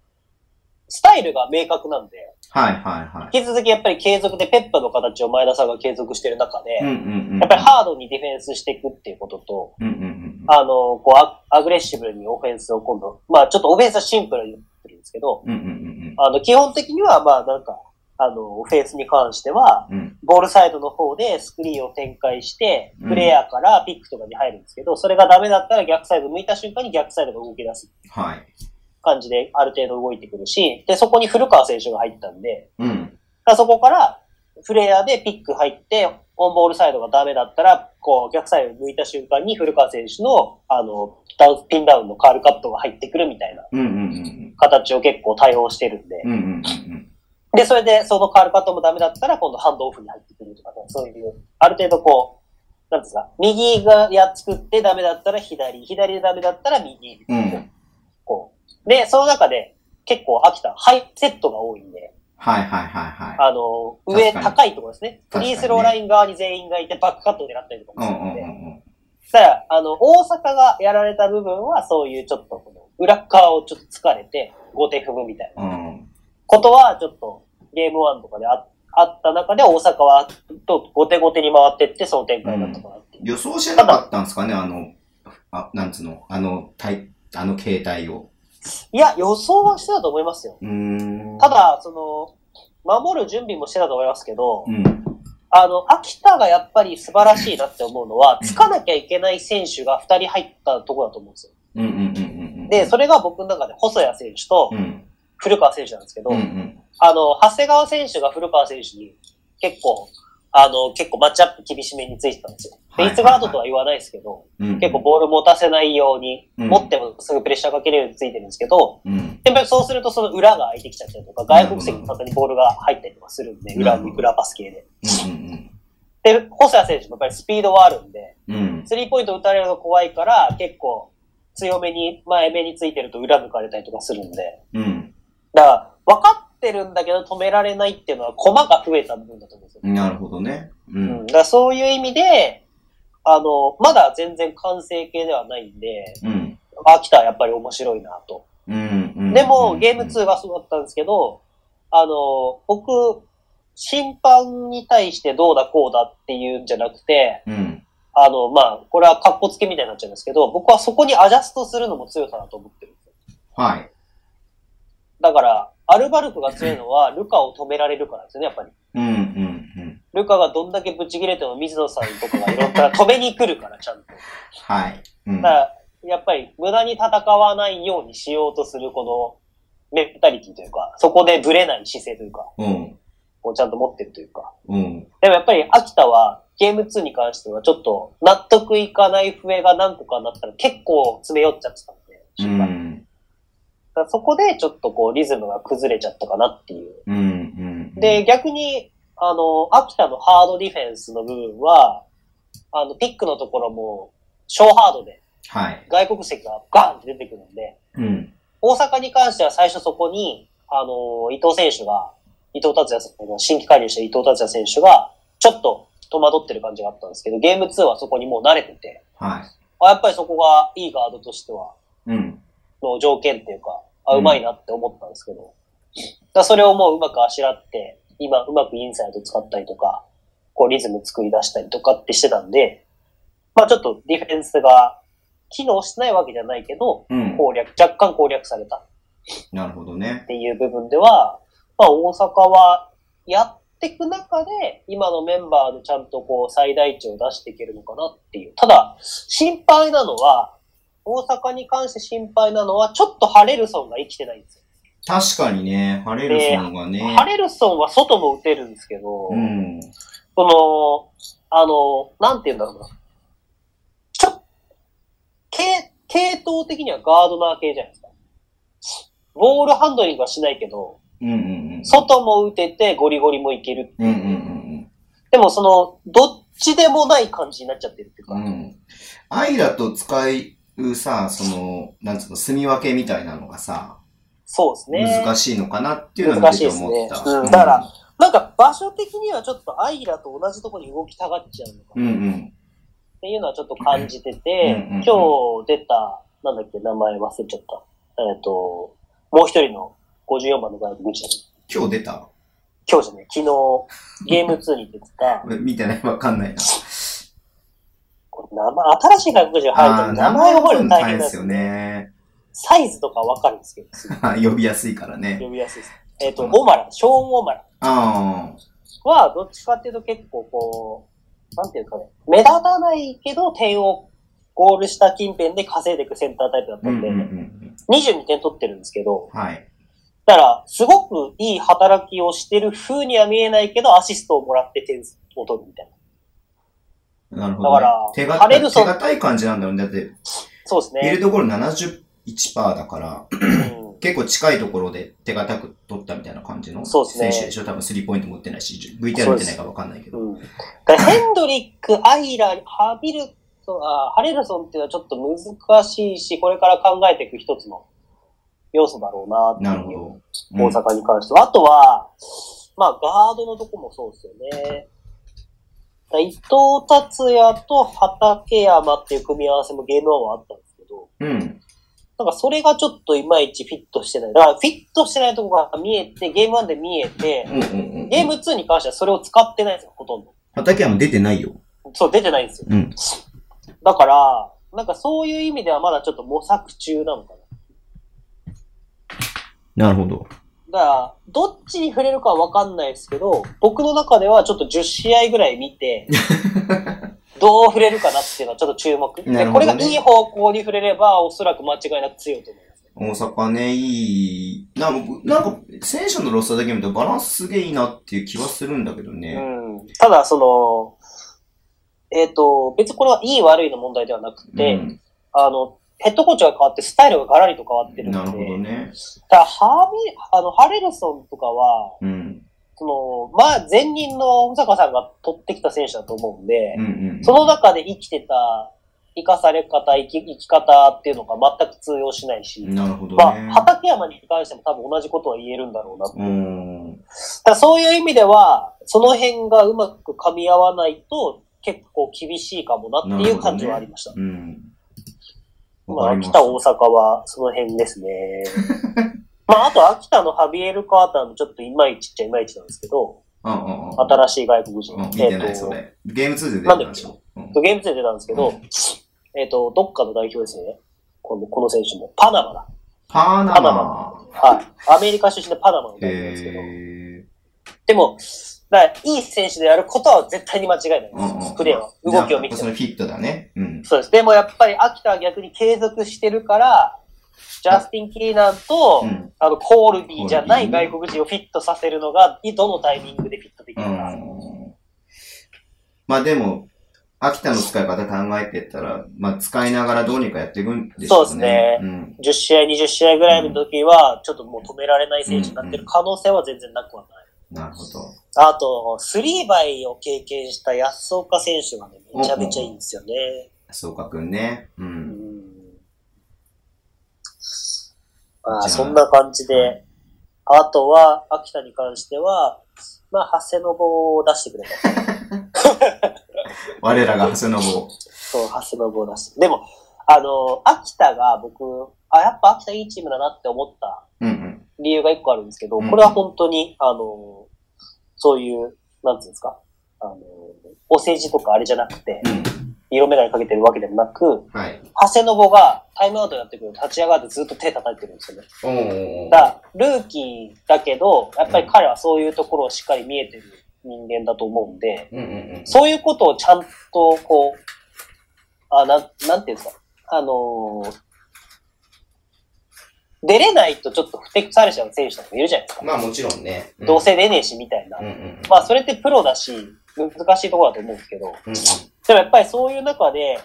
スタイルが明確なんで、
はいはいはい。
引き続きやっぱり継続でペッパの形を前田さんが継続してる中で、
うん
や
う
っ
んうん。
ぱりハードにディフェンスしていくっていうことと、
うんうんうん
あの、こうア、アグレッシブにオフェンスを今度、まあちょっとオフェンスはシンプルに言ってるんですけど、
うん。うんうん
あの、基本的にはまあなんか、あの、オフェンスに関しては、
うん。うん。
ボールサイドの方でスクリーンを展開して
う、ん
プレイヤーからピックとかに入るんですけど、それがダメだったら逆サイド向いた瞬間に逆サイドが動き出す
はい。
感じである程度動いてくるし、で、そこに古川選手が入ったんで、
うん。
だからそこから、プレイヤーでピック入って、オンボールサイドがダメだったら、こう、逆サイドに向いた瞬間に古川選手の、あの、ダウンピンダウンのカールカットが入ってくるみたいな
うんうんうん
形を結構対応してるんで
うん。う、んうんうん
で、それで、そのカールカットもダメだったら、今度ハンドオフに入ってくるとかね、そういう、ある程度こう、なんですか、右がやっつくってダメだったら左、左でダメだったら右、
うん。うん。
こう。で、その中で、結構秋田、ハイセットが多いんで、
はいはいはいは
あの、
確か
上
に
高いところですね。
確
フ
かにね
リースローライン側に全員がいて、バックカットを狙ったりとか
い。う
もす
んうんう
るので。
んうん。
ただ、あの、大阪がやられた部分は、そういうちょっと、この、裏側をちょっと疲れて、5点踏むみたいな
うん
ことは、ちょっと、ゲーム1とかでああった中で、大阪は、と、5点5点に回ってって、その展開だったかなっていう。
予想してなかったんですかね、あの、あ、なんつうの、あの、たいあの携帯を。
いや、予想はしてたと思いますよ。
うーん。
た、だ、その、守る準備もしてたと思いますけど、
うん。
あの、秋田がやっぱり素晴らしいなって思うのは、つかなきゃいけない選手が2人入ったところだと思うんですよ。
うんうんうんうんうん。
で、それが僕の中で細谷選手と
うん。
古川選手なんですけど、
うんうん。
あの、長谷川選手が古川選手に結構、あの、結構マッチアップ厳しめについてたんですよ。
は
で、
い
いつガードとは言わないですけど、
うん。
結構、ボール持たせないように、
うん
持ってもすぐプレッシャーかけるようについてるんですけど、
うん。
やっぱりそうするとその裏が空いてきちゃったりとか、外国籍の方にボールが入ったりとかするんで、裏
なる
に
ほど
裏パス系で。
うん
で、細谷選手もやっぱりスピードはあるんで、
うんうん。うん。
スリーポイント打たれるの怖いから、結構強めに、前目についてると裏抜かれたりとかするんで。
うん。
だから、分かってるんだけど止められないっていうのは、駒が増えた部分だと思うんですよ。
なるほどね。う。
うんん。だからそういう意味で、あの、まだ全然完成形ではないんで、
うん。
秋田はやっぱり面白いなと。
うん。うん。
でも、ゲー
う
ム
ん
2がそうだったんですけど、あの、僕、審判に対してどうだこうだっていうんじゃなくて、
うん。
あの、まあ、これは格好つけみたいになっちゃうんですけど、僕はそこにアジャストするのも強さだと思ってるんですよ。
はい。
だから、アルバルクが強いのは、ルカを止められるからですよね、やっぱり。
うん、うん、うん。
ルカがどんだけブチ切れても、水野さんとかがいろんな止めに来るから、ちゃんと。
はい。うん
だか。ら、やっぱり無駄に戦わないようにしようとするこのメンタリティというか、そこでぶれない姿勢というか、
うん、
こうちゃんと持ってるというか。
うん。
でもやっぱり秋田はゲーム2に関してはちょっと納得いかない笛が何個かなったら結構詰め寄っちゃってたんで、
う
だか
ん、
らそこでちょっとこうリズムが崩れちゃったかなっていう。
うん、うん。
で、逆に、あの、秋田のハードディフェンスの部分は、あの、ピックのところも、小ハードで
はい。
外国籍がガーンって出てくるんで、
うん、
大阪に関しては最初そこに、あの、伊藤選手が、伊藤達也選手、新規加入した伊藤達也選手が、ちょっと戸惑ってる感じがあったんですけど、ゲーム2はそこにもう慣れてて、
は
あやっぱりそこがいいガードとしては、
い。うん、
の条件っていうか、あ、うまいなって思ったんですけど、だからそれをもううまくあしらって、今うまくインサイド使ったりとか、こうリズム作り出したりとかってしてたんで、まあちょっとディフェンスが機能してないわけじゃないけど、
うん。
攻略、若干攻略された
なるほどね
っ。ていう部分では、まあ、大阪はやっていく中で、今のメンバーでちゃんとこう最大値を出していけるのかなっていう。ただ、心配なのは、大阪に関して心配なのは、ちょっとハレルソンが生きてないんですよ。
確かにね、ハレルソンがね。
ハレルソンは外も打てるんですけど、
うん。
この、あの、なんて言うんだろうな。ちょ、系、系統的にはガードナー系じゃないですか。ボールハンドリングはしないけど、
うんうんうん。
外も打ててゴリゴリもいける
うんうん
でもその、どっちでもない感じになっちゃってるってい
う
うか。
んうん。うん。アイラと使うさ、その、なんつうの、住み分けみたいなのがさ、
そうですね。
難しいのかなっていうのは見てて思ってた。
難しいですねうんだから、なんか場所的にはちょっとアイラと同じところに動きたがっちゃうのか
うん
な
う
っ
ん。
ていうのはちょっと感じて
うん
て、
うんうん
今日出た、なんだっけ、名前忘れちゃった。えっ、と、もう一人の54番の外国人。
今日出た
今日じゃない、昨日、ゲーム2に出てた、
俺見てないわかんないな。
これ名前、新しい外国人が入ると
ー
名前覚え
名前覚える
るの大
の大
変
変で
ですす
よ
よ。
ね。
サイズとかわかるんですけど、すぐ
呼びやすいからね。
呼びやすいです。えっ、と、オマラ、ショーン・オマラ。
あ
は、どっちかっていうと結構こう、なんていうんですかね、目立たないけど点をゴールした近辺で稼いでいくセンタータイプだっ
あ。う
た
んうんんうん。
で、22点取ってるんですけど、
はい。
だから、すごくいい働きをしてる風には見えないけど、アシストをもらって点を取るみたいな。
なるほ
だから
ど、ね。手が
ハレルソン
手堅い感じなんだよね。だって、
そうです
フィー
ね
ル。ドゴール71%だから、
うん
結構近いところで手堅く取ったみたいな感じの
そうです
選
ね
手でしょ、多分スリーポイント持ってないし、VTR 見てないからわかんないけど。
うん、だからヘンドリック、アイラ、ハビルソン、あハレルソンっていうのはちょっと難しいし、これから考えていく一つの要素だろうな
な
っ
る
て
ほ
いう
ど。
大阪に関しては。あとは、まあ、ガードのとこもそうですよね。だ伊藤達也と畠山っていう組み合わせもゲームワンはあったんですけど、
うん。うん。
なんかそれがちょっといまいちフィットしてない。だからフィットしてないとこが見えて、ゲームワンで見えて
う、んうんうん。
ゲーム2に関してはそれを使ってないんですよ、ほとんど。
畠山出てないよ。
そう、出てないんですよ。
うん。
だから、なんかそういう意味ではまだちょっと模索中なのかな。
なるほど。
だから、どっちに触れるかは分かんないですけど、僕の中ではちょっと10試合ぐらい 見て、どう触れるかなっていうのはちょっと注目。
な
で、
るほ
こ
どね
れがいい方向に触れれば、おそらく間違いなく強いと思います。
大阪ね、いい。なんか、なんか、選手のロスターだけ見るとバランスすげえいいなっていう気はするんだけど
う
ね。
ん。ただ、その、えっ、と、別にこれはいい悪いの問題ではなくて、
うん
あの、ヘッドコーチが変わって、スタイルがガラリと変わってるんで、
なるほどね。
ただ、ハービあの、ハレルソンとかは、
うん。
その、まあ、前任の保坂さんが取ってきた選手だと思うんで、
うんうんうん。
その中で生きてた、生かされ方、生き生き方っていうのが全く通用しないし、
なるほど
まあ
ね、。
畠山に関しても多分同じことは言えるんだろうな。だか
うん。
らそういう意味では、その辺がうまく噛み合わないと、結構厳しいかもなっていう感じはありました。
うん。
まあ、
わかり
秋
す
田、大阪はその辺ですね。まあ、あと秋田のハビエル・カーターもちょっといまいちっちゃいまいちなんですけど、
うんうんうん。
新しい外国人。
うん、見てな
え
い、
っ
そ
と、
れ。ゲーム2で出てましょう。うん
ゲームで出たんですけど、えっと、どっかの代表ですね。このこの選手も。パナマだ。
パーナ
パ
マ。
ナはい。アメリカ出身でパナマの代表なんですけど、
え
でも、だからいい選手でやることは絶対に間違いないで
うんうんうん
す。プレーは。
ー。
動きを見
じゃあやっぱ
て
そのフィットだね。うん。
そうです。でもやっぱり秋田は逆に継続してるから、ジャスティン・キーナンと、
うん。
あの、コールビーじゃな
コール
い
ビーね
外国人をフィットさせるのが、どのタイミングでフィットでき
う
るか。
ん。まあでも、秋田の使い方考えてったら、まあ使いながらどうにかやっていくんでしょうね。
そうです
ん。
10試合、20試合ぐらいの時は、ちょっともう止められない選手になってる可能性は全然なくはない。
なるほど。
あと、スリーバイを経験した安岡選手がね、めちゃめちゃいいんですよね。
そうかくんね。うん。じ
ま
ゃあ
あ、そんな感じ
は
で、あとは、秋田に関しては、まあ、長谷信を出してくれた。
我らが長谷信を。
そう、長谷信を出して。でも、あの、秋田が僕、あ、やっぱ秋田いいチームだなって思った
うんうん。
理由が一個あるんですけど、
うん
これは本当に、あの、そういう、なんていうんですか、あの、お世辞とかあれじゃなくて
う、ん。
色眼鏡かけてるわけでもなく、
はい。
長谷信がタイムアウトやってくると立ち上がってずっと手叩いてるんですよね。
おー
だからルーキーだけど、やっぱり彼はそういうところをしっかり見えてる人間だと思うんで、
うんうんうん。
そういうことをちゃんと、こう、あ、なん、なんていうんですか、あのー出れないとちょっと不適されちゃう選手とかもいるじゃないですか。
まあもちろんね。
どうせ出ねえし、みたいな。
うんうん。
まあ、それってプロだし、難しいところだと思うんですけど、
うんうん。
でもやっぱりそういう中で、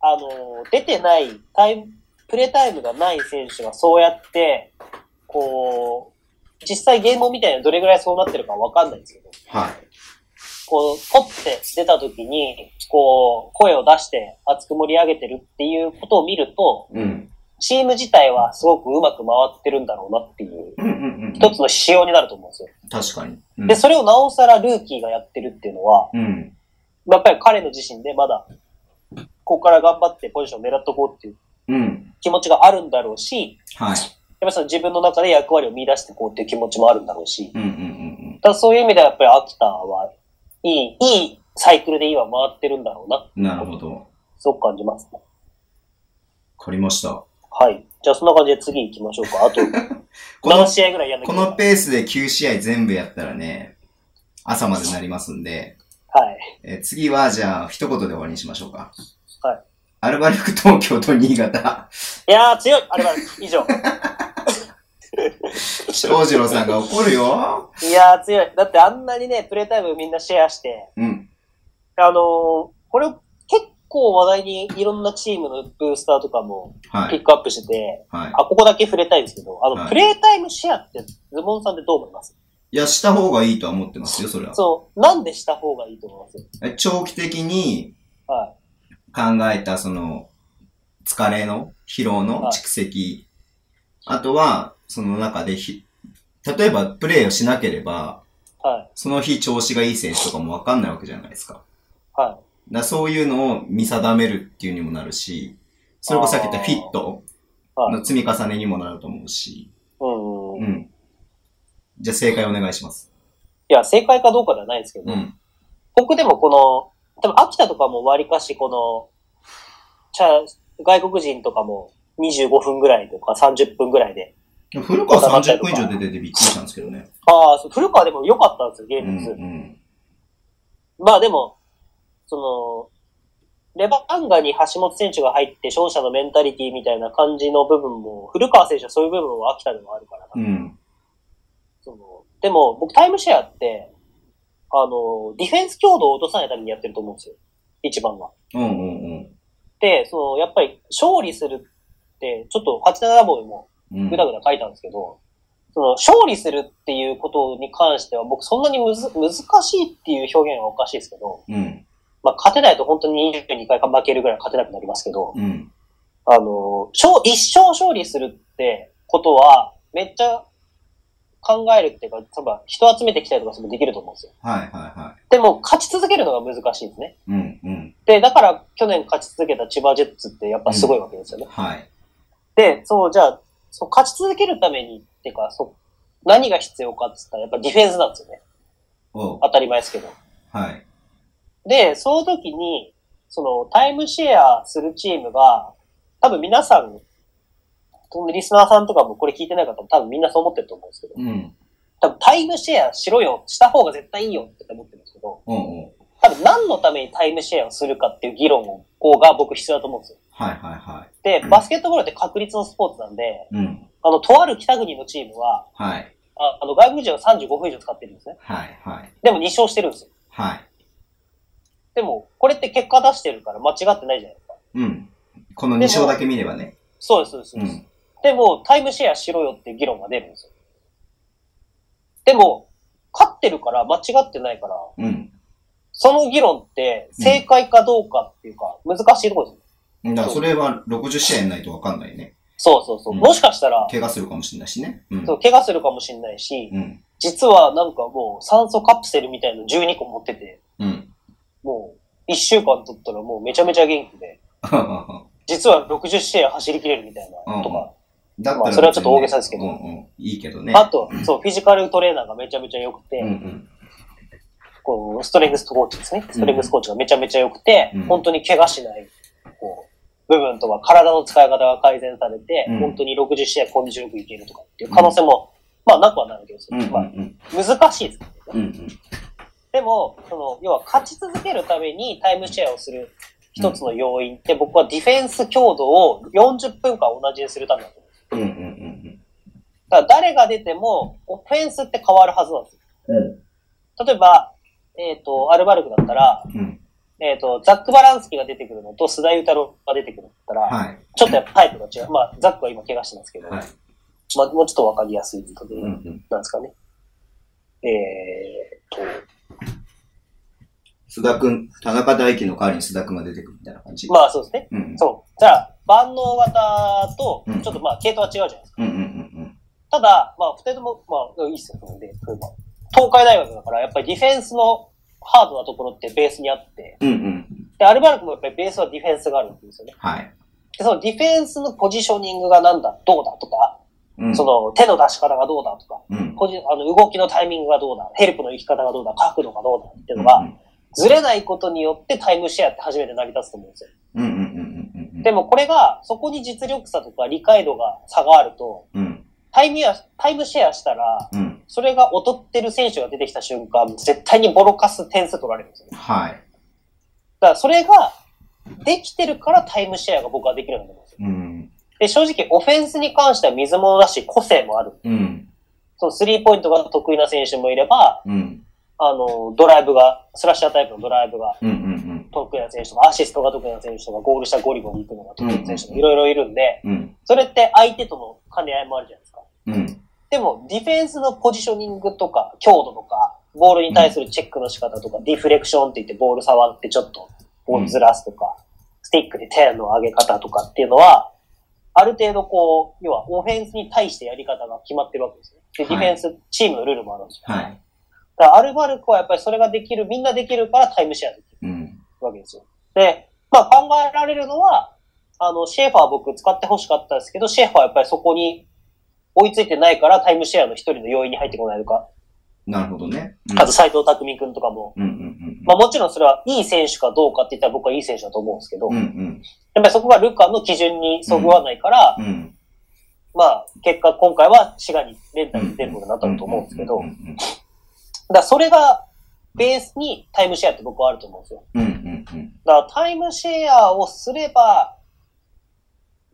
あの、出てない、タイム、プレータイムがない選手がそうやって、こう、実際ゲームを見たいなどれぐらいそうなってるかわかんないんですけど、
はい。
こう、取って出た時に、こう、声を出して熱く盛り上げてるっていうことを見ると、
うん。
チーム自体はすごくうまく回ってるんだろうなっていう、
うんうんうん。
一つの指標になると思うんですよ。
確かに。うん
で、それをなおさらルーキーがやってるっていうのは、
うん。
やっぱり彼の自身でまだ、ここから頑張ってポジションを狙っとこうっていう
うん。
気持ちがあるんだろうし、
はい。
やっぱりその自分の中で役割を見出していこうっていう気持ちもあるんだろうし、
うんうんうん
ただそういう意味ではやっぱり秋田はいい、いいサイクルで今回ってるんだろうな、
うん。なるほど。わ
すごく感じますね。
かりました。
はい。じゃあそんな感じで次行きましょうか。あと、
この
7、試合ぐらいやんなき
こ
ゃいけない
のペースで9試合全部やったらね、朝までなりますんで、
はい。
えー次はじゃあ一言で終わりにしましょうか。
はい。
アルバルク東京と新潟、
いやー強いあれは 以上。
翔士郎さんが怒るよ。
いやー強い。だってあんなにね、プレイタイムみんなシェアして、
うん。
あのーこれ結構話題にいろんなチームのブースターとかも
は
ピッ
い。
クアップしてて、
はい。
あ、ここだけ触れたいんですけど、あの、
はい
プレイタイムシェアってズボンさんってどう思います
いや、した方がいいとは思ってますよ、それは。
そう、なんでした方がいいと思います
え長期的に
は
考えた、その、疲れの、疲労の蓄積、あとは、その中でひ、例えばプレーをしなければ、
い。はい。
その日調子がいい選手とかもわかんないわけじゃないですか。だか
は
らそういうのを見定めるっていうにもなるし、それこそさっき言ったフィットの積み重ねにもなると思うし、
い。うんうん
う
うん。い
ん。じゃあ正解お願いします。
や、正解かどうかではないですけ
う
ど、
ん。
僕でもこの、多分秋田とかもわりかしこの、ちゃ、外国人とかも25分ぐらいとか30分ぐらいで。
でも古川30分以上出ててびっくりしたんですけどね。
ああ、そう古川でも良かったんですよ、ゲ
う
ー
ん
ム、数。
うん。
まあでも、その、レバンガに橋本選手が入って勝者のメンタリティみたいな感じの部分も、古川選手はそういう部分は秋田でもあるからな
うん。
そのでも、僕、タイムシェアって、あの、ディフェンス強度を落とさないためにやってると思うんですよ。一番は。
うんうんうん。
で、その、やっぱり、勝利するって、ちょっと、87号でも
うん
ぐだぐだ書いたんですけど、その、勝利するっていうことに関しては、僕、そんなにむず、難しいっていう表現はおかしいですけど、
うん。
まあ、勝てないと本当に22回か負けるぐらい勝てなくなりますけど、
うん。
あの、勝一生勝利するってことは、めっちゃ考えるっていうか、多分人集めてきたりとかそれもできると思うんですよ。
はいはいは
でも、勝ち続けるのが難しいんですね。
い。うんうん。
で、だから去年勝ち続けた千葉ジェッツってやっぱすごいわけですよね。
はい。
で、そう、じゃあ、そう勝ち続けるためにっていうか、そう、何が必要かって言ったらやっぱディフェンスなんですよね。
おう
当たり前ですけど。
はい。
で、その時に、そのタイムシェアするチームが、多分皆さん、このリスナーさんとかもこれ聞いてない方も多分みんなそう思ってると思うんですけど、
うん。
多分タイムシェアしろよ、した方が絶対いいよって思ってるんですけど、
うんうん。
多分何のためにタイムシェアをするかっていう議論をこうが僕必要だと思うんですよ。
はいはいは
で
う、ん
バスケットボールって確率のスポーツなんで、
い。うん。
あの、とある北国のチームは、
はい。
ああの、外国人は35分以上使ってるんですね。
はいはい。
でも2勝してるんですよ。
はい。
でも、これって結果出してるから間違ってないじゃないですか。
うん。この2章だけ見ればね。
そうです、そうです。そう
う
です
ん。
でも、タイムシェアしろよっていう議論が出るんですよ。でも、勝ってるから、間違ってないから、
うん。
その議論って正解かどうかっていうか、難しいところですよ。
だからそれは60試合やんないとわかんないね。
そうそうそう。
うん
もしかしたら、
怪我するかもしれないしね。うん。
そう怪我するかもしれないし、
うん。
実はなんかもう酸素カプセルみたいの12個持ってて、
うん。
もう1週間取ったらもうめちゃめちゃ元気で、実は60試合走り切れるみたいなとか、
だったら、
まあそれはちょっと大げさですけど
うんうん。いいけどね。
あと、そう、フィジカルトレーナーがめちゃめちゃ良くて、
うんうん。
こう、ストレングスコーチですね。ストレングスコーチがめちゃめちゃ良くて、
うん
本当に怪我しない、こう、部分とか体の使い方が改善されて、
うん
本当に60試合コンディションよくいけるとかっていう可能性も、まあなくはないわけです
う
よ。
んうん
まあ、
うん。
難しいですけどね。
うんうん。
でも、その、要は勝ち続けるためにタイムシェアをする一つの要因って、僕はディフェンス強度を40分間同じにするためだと思うんです。
うんうんうん
だから誰が出ても、オフェンスって変わるはずなんですよ。
うん。
例えば、えっ、と、アルバルクだったら、
うん。
えっ、と、ザック・バランスキーが出てくるのと、須田裕太郎が出てくるのだったら、
はい。
ちょっとやっぱタイプが違う。まあ、ザックは今怪我してますけど、
はい。
まあ、もうちょっとわかりやすいことで、
うんうん。
なんですかね。えー、と、
須田くん、田中大輝の代わりに須田くんが出てくるみたいな感じ。
まあそうですね。
うん。
そう。じゃあ、万能型と、ちょっとまあ、系統は違うじゃないですか。
うんうんうん
ただ、まあ、二人とも、まあ、いいっすよ、それで。まあ東海大学だから、やっぱりディフェンスのハードなところってベースにあって、
うん。うんうん。
で、アルバルクもやっぱりベースはディフェンスがあるんですよね。
はい。
で、そのディフェンスのポジショニングがなんだ、どうだとか、
うん。
その手の出し方がどうだとか、
うん、
個人あの動きのタイミングがどうだ、ヘルプの行き方がどうだ、角度がどうだっていううんのが、ずれないことによってタイムシェアって初めて成り立つと思うんですよ。
うんうんうんうんうん。
でもこれが、そこに実力差とか理解度が差があると、
うん
タイムやタイムシェアしたら、
うん。
それが劣ってる選手が出てきた瞬間、絶対にボロカス点数取られるんですよね。
はい。
だからそれが、できてるからタイムシェアが僕はできるんだと思うんですよ。
うん。
で、正直、オフェンスに関しては水物だし、個性もある。
うん。
そのスリーポイントが得意な選手もいれば、
うん。
あの、ドライブが、スラッシャータイプのドライブが
うん。うん。
得意な選手とか、アシストが得意な選手とか、ゴール下ゴリゴリ行くのが得意な選手とか、いろいろいるんで、
うん。
それって相手との兼ね合いもあるじゃないですか。
うん。
でも、ディフェンスのポジショニングとか、強度とか、ボールに対するチェックの仕方とか、ディフレクションって言ってボール触ってちょっとボールずらすとか、スティックで手の上げ方とかっていうのは、ある程度こう、要はオフェンスに対してやり方が決まってるわけですよ。で、ディフェンス、チームのルールもあるんですよ。
はい。
だからアルバルクはやっぱりそれができる、みんなできるからタイムシェアできる
うん。
わけですよ。で、まあ考えられるのは、あの、シェーファー僕使って欲しかったですけど、シェーファーはやっぱりそこに追いついてないからタイムシェアの一人の要因に入ってこないとか、
なるほどね。
あと斎藤匠くんとかも、
うんうん
まあもちろんそれはいい選手かどうかって言ったら僕はいい選手だと思うんですけど、
うん。うん
やっ
うん。
ぱりそこがルカの基準にそぐわないから、
うん。
まあ結果今回は滋賀にレンタルに出ることになったと思うんですけど、
う
だか
ん
らそれがベースにタイムシェアって僕はあると思うんですよ。
うんうん。
だからタイムシェアをすれば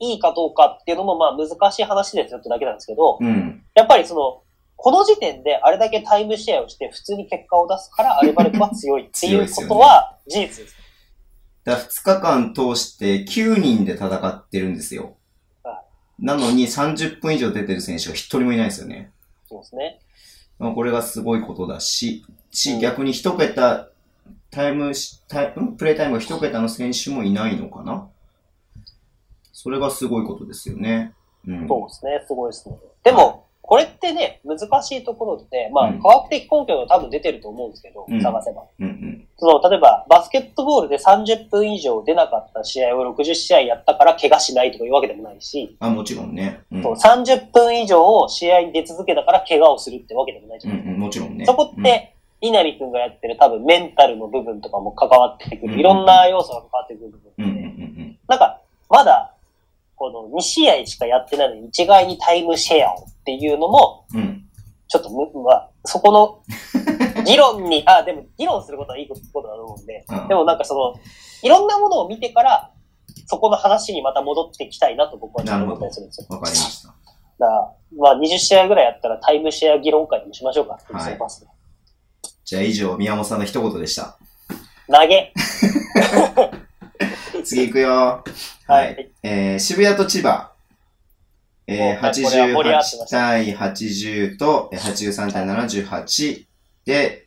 いいかどうかっていうのもまあ難しい話ですよってだけなんですけど、
うん。
やっぱりその、この時点であれだけタイムシェアをして普通に結果を出すからアルバルクは強いっていうことは事実です。
だ2日間通して9人で戦ってるんですよ。なのに30分以上出てる選手が1人もいないですよね。
そうですね。
まあ、これがすごいことだし、
うん
し、逆に一桁、タイムし、タイんプレイタイムが一桁の選手もいないのかなそれがすごいことですよね。うん。
そうですね。すごいですね。でも、これってね、難しいところって、まあ
うん
科学的根拠が多分出てると思うんですけど
う、ん
探せば。
うんうん。
その、例えばバスケットボールで30分以上出なかった試合を60試合やったから怪我しないとかいうわけでもないし、
あ、もちろんね。うん。
そう30分以上試合に出続けたから怪我をするってわけでもないじ
う
ゃ
ん
ないですか。
うん、もちろんね。
そこって、稲見くんがやってる多分メンタルの部分とかも関わってく
う
る。
ん
いろんな要素が関わってくる部
うん、うん
分
うん
で。なんか、まだ、この2試合しかやってないのに一概にタイムシェアをっていうのも、
うん。
ちょっとむ、まあ、そ この議論に、あ、でも議論することはいいことだと思うんで、
うん
でもなんかその、いろんなものを見てから、そこの話にまた戻ってきたいなと僕はちょっと思ったりするんですよ。
わかりました。
だから、まあ20試合ぐらいやったらタイムシェア議論会にしましょうか。
はい
そうパス
じゃあ以上、宮本さんの一言でした。
投げ。
次行くよ。
は
はい
い。
えー、渋谷と千葉。えー、
もうこれは盛り上がってま
88
す
対80と、えー83対78で、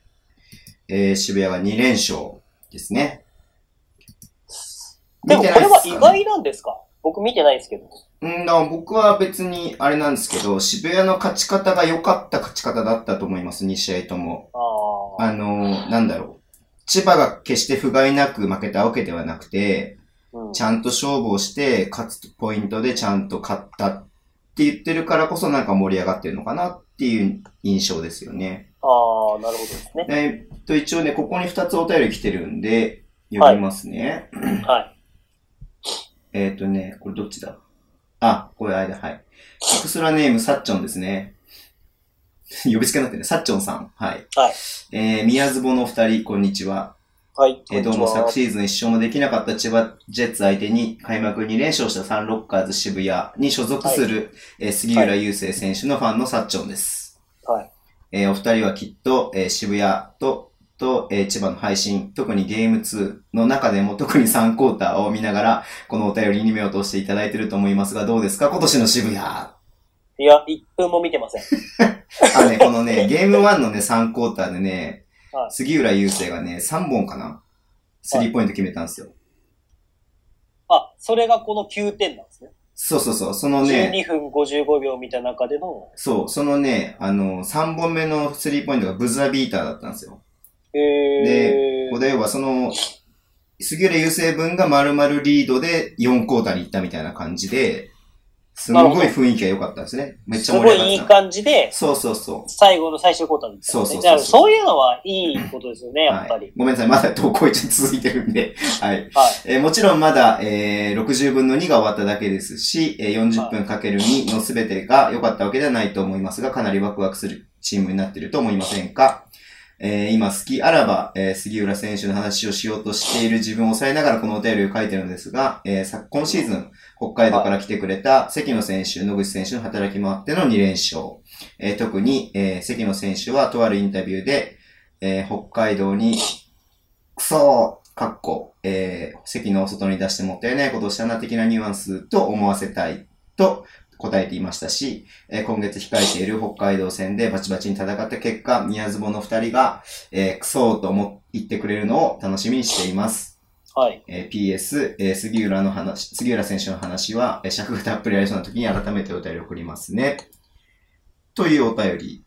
えー、渋谷が2連勝ですね。
でもこ
見て
れ
ないっ
は
す
意
かね
外なんですか僕見てないですけど。
うん、だから僕は別にあれなんですけど、渋谷の勝ち方が良かった勝ち方だったと思います、2試合とも。
ああ。
あのー、なんだろう。千葉が決して不甲斐なく負けたわけではなくて、
うん
ちゃんと勝負をして、勝つポイントでちゃんと勝ったって言ってるからこそなんか盛り上がってるのかなっていう印象ですよね。
ああ、なるほどですね。
えっと、一応ね、ここに2つお便り来てるんで、読みますね。
はい。
えっ、ー、とね、これどっちだあ、これ間、はい。アクスラネーム、サッチョンですね。 呼びつけになってね、サッチョンさん。はい。
はい。
えー、宮坪のお二人、こんにちは。
はい。
えーどうも
こんに
昨
ちは
シーズン一勝もできなかった千葉ジェッツ相手に開幕2連勝したサンロッカーズ渋谷に所属する、えー杉浦雄星選手のファンのサッチョンです。
はい。
えーお二人はきっと、えー渋谷と、と、えー千葉の配信、特にゲーム2の中でも特に3クォーターを見ながら、このお便りに目を通していただいていると思いますが、どうですか今年の渋谷。あ
いや、一分も見てません。
の ね、このね、ゲーム1のね、3クォーターでね
は、い
杉浦雄星がね、3本かなスリーポイント決めたんですよ。
あ、それがこの9点なんですね。
そうそうそう、そのね、
12分55秒見た中での、
そう、そのね、あの、3本目のスリーポイントがブザービーターだったんですよ。
えー
こ、こで要はその、杉浦優勢分が丸々リードで4クォーターに行ったみたいな感じで、すんごい雰囲気が良かったんですね。めっ
す
ちゃ盛
ご
り
い
上
いい
がった。
感じで、
そうそうそ
最後の最終コーターに行ったんです
そうそうそうそ
ね
う
だからそういうのはいいことですよね、
う。
やっぱ
は
り
い。。ごめんなさい、まだ投稿一応続いてるんで。 はい。
はい。
えーもちろんまだ、えー60分の2が終わっただけですし、えー40分かける2の全てが良かったわけではないと思いますが、かなりワクワクするチームになっていると思いませんかえー今好きあらば、えー杉浦選手の話をしようとしている自分を抑えながらこのお便りを書いてるのですが、えー昨今シーズン、北海道から来てくれた関野選手、野口選手の働きもあっての2連勝。えー特に、えー関野選手はとあるインタビューで、えー北海道に、くそー、かっこ、えー関野を外に出してもったいないことをしたな的なニュアンスと思わせたいと答えていましたし、えー今月控えている北海道戦でバチバチに戦った結果、宮坪の二人が、えークソーと思言ってくれるのを楽しみにしています。
はい。
えー PS、えー杉浦の話、杉浦選手の話は、えー尺がたっぷりありそうな時に改めてお便りを送りますね。というお便り。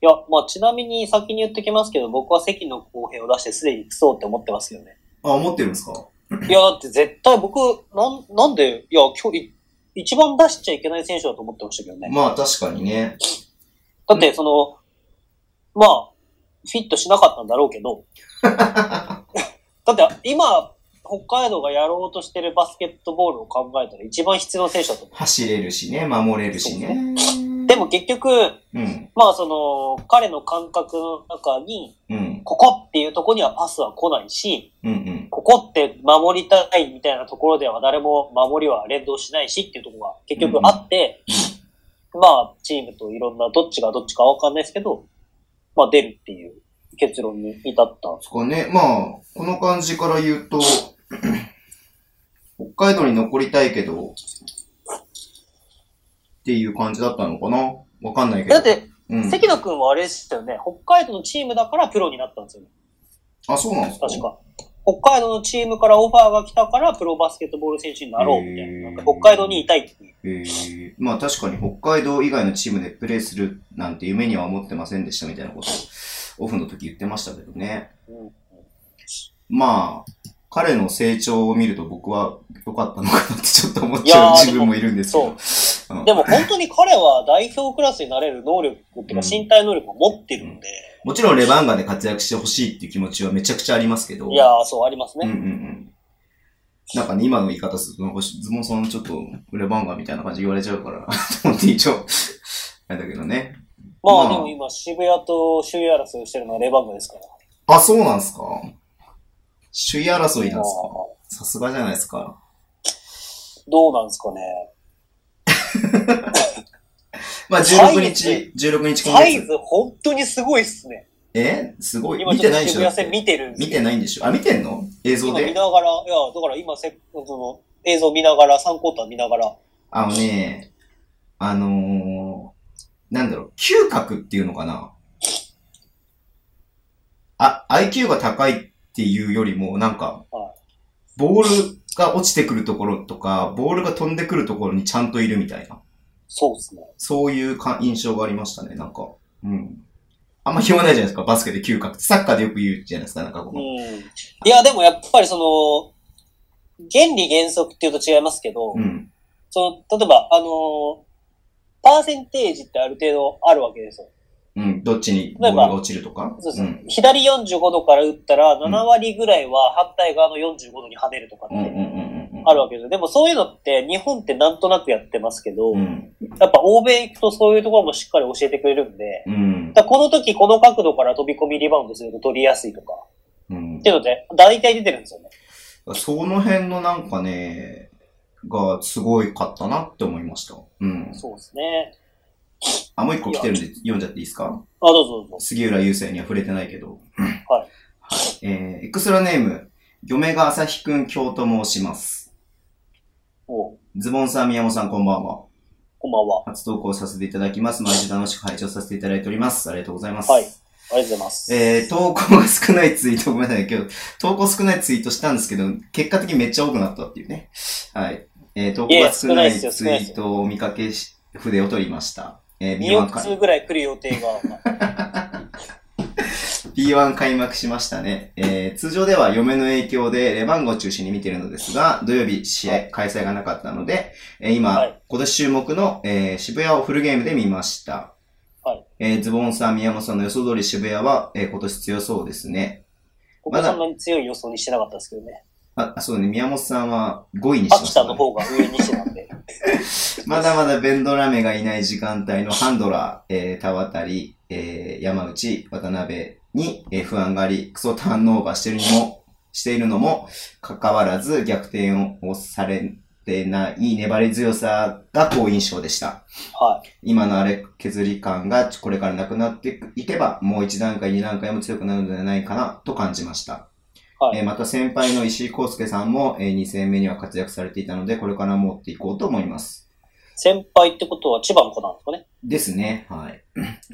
いや、まあ、ちなみに先に言ってきますけど、僕は関の公平を出してすでにクソって思ってますよね。
あ、思ってるんですか
いや、だって絶対僕、なん、なんで、いや、今日い、一番出しちゃいけない選手だと思ってましたけどね。
まあ確かにね。
だって、その、まあ、フィットしなかったんだろうけど、だって今、北海道がやろうとしてるバスケットボールを考えたら一番必要な選手だと思
走れるしね、守れるしね。
う。でも結局、
うん、
まあその、彼の感覚の中に、
うん、
ここっていうところにはパスは来ないし、
うん、うん。
ここって守りたいみたいなところでは誰も守りは連動しないしっていうところが結局あって、まあチームといろんなどっちがどっちかわかんないですけど、まあ出るっていう結論に至った。
そこね、まあ、この感じから言うと、 北海道に残りたいけど、っていう感じだったのかなわかんないけど。
だって、
うん、
関野くんはあれですよね、北海道のチームだからプロになったんですよね。
あ、そうなんですか
確か。北海道のチームからオファーが来たからプロバスケットボール選手になろうみたいな。
へー
なんか北海道にいたいっていう。
えーまあ確かに北海道以外のチームでプレーするなんて夢には思ってませんでしたみたいなことをオフの時言ってましたけどね。
うん
まあ、彼の成長を見ると僕は良かったのかなって ちょっと思っ
い
ち
や
ゃ
ー
う自分もいるんですけ
そ
ど
う。。でも本当に彼は代表クラスになれる能力っていうか身体能力を持ってるんで、
もちろんレバンガで活躍してほしいっていう気持ちはめちゃくちゃありますけど。
いやー、そうあります
うん
ね。
うんうん。なんかね、今の言い方すると、なんかズボンさんちょっと裏番組みたいな感じ言われちゃうから、 と思って一応、あれだけどね。
ま
まあ
あ、でも今、渋谷と首位争いしてるのはレバンガですから。
あ、そうなんすか首位争いなんす
まあ
かさすがじゃないですか。
どうなんですかね。
まあ、16日、16日今
サイ
月。
ズ、本当にすごいっすね。
えすごい。
今
見
ち
て
ょっ
な
と
いでし
渋
ょ
谷
だって
戦見てるんです
見
け
て
ど
ないんでしょあ、見てんの映像
今見
で
ながら、いや、だから今せ、その、映像見ながら、3クォーター見ながら、
あのね、あのー、なんだろう、嗅覚っていうのかなあ、IQ が高いっていうよりも、なんか
は、
ボールが落ちてくるところとか、ボールが飛んでくるところにちゃんといるみたいな、
そうですね。
そういうか印象がありましたね、なんか。うん。あんま言わないじゃないですか、バスケで嗅覚って。サッカーでよく言うじゃないですか、なんかこ
う
の。
ん。いや、でもやっぱりその、原理原則っていうと違いますけど、
うん。
その、例えば、あのーパーセンテージってある程度あるわけですよ。
うん。どっちにボールが落ちるとか。
そうですね
ん。
左45度から打ったら、
ん
7割ぐらいは反対側の45度に跳ねるとかっ
うんうん
て
うん
あるわけですよ。でもそういうのって、日本ってなんとなくやってますけど、
うん。うん。
やっぱ欧米行くとそういうところもしっかり教えてくれるんで、
うん
だ。からこの時この角度から飛び込みリバウンドすると取りやすいとか、
うん
っていうので、大体出てるんですよね。
その辺のなんかね、がすごいかったなって思いました。うん。
そうですね。
あ、もう一個来てるんで読んじゃっていいですか
あ、どうぞどうぞ。
杉浦優生には触れてないけど。はい。えー、エクストラネーム、嫁が朝日くん京と申します。
おう
ズボンさん、宮本さん、こんばんは。
こんばんは。
初投稿させていただきます。毎週楽しく拝聴させていただいております。ありがとうございます。
はいありがとうございます。
えー、投稿が少ないツイート、ごめんなさい、今日、投稿少ないツイートしたんですけど、結果的にめっちゃ多くなったっていうね。はい。えー、投稿が少ないツイートをお見かけし、筆を取りました。えー、
2
B1
億通
開、
ぐらい来る予定が。
B1 開幕しましたね。えー、通常では嫁の影響でレバンガを中心に見てるのですが、土曜日試合、開催がなかったので、えー今、
はい
今年注目の、えー渋谷をフルゲームで見ました。
はい
えー、ズボンさん、宮本さんの予想通り渋谷は、えー今年強そうですね。
僕はそんなに強い予想にしてなかったですけどね。
あ、あそうね、宮本さんは5位にしま
秋
し
田
た、
の
ね。
方が上にしてたん で。
まだまだベンドラメがいない時間帯のハンドラー、えー、田渡り、えー、山内、渡辺に、えー不安があり、クソターンオーバーしてるにも、しているのも、関わらず逆転をされてない粘り強さが好印象でした。
はい。
今のあれ削り感がこれからなくなっていけば、もう一段階、二段階も強くなるのではないかなと感じました。
はい。
えーまた先輩の石井康介さんも、えー2戦目には活躍されていたので、これからも追っていこうと思います。
先輩ってことは千葉の子なんですかね。
ですね。はい。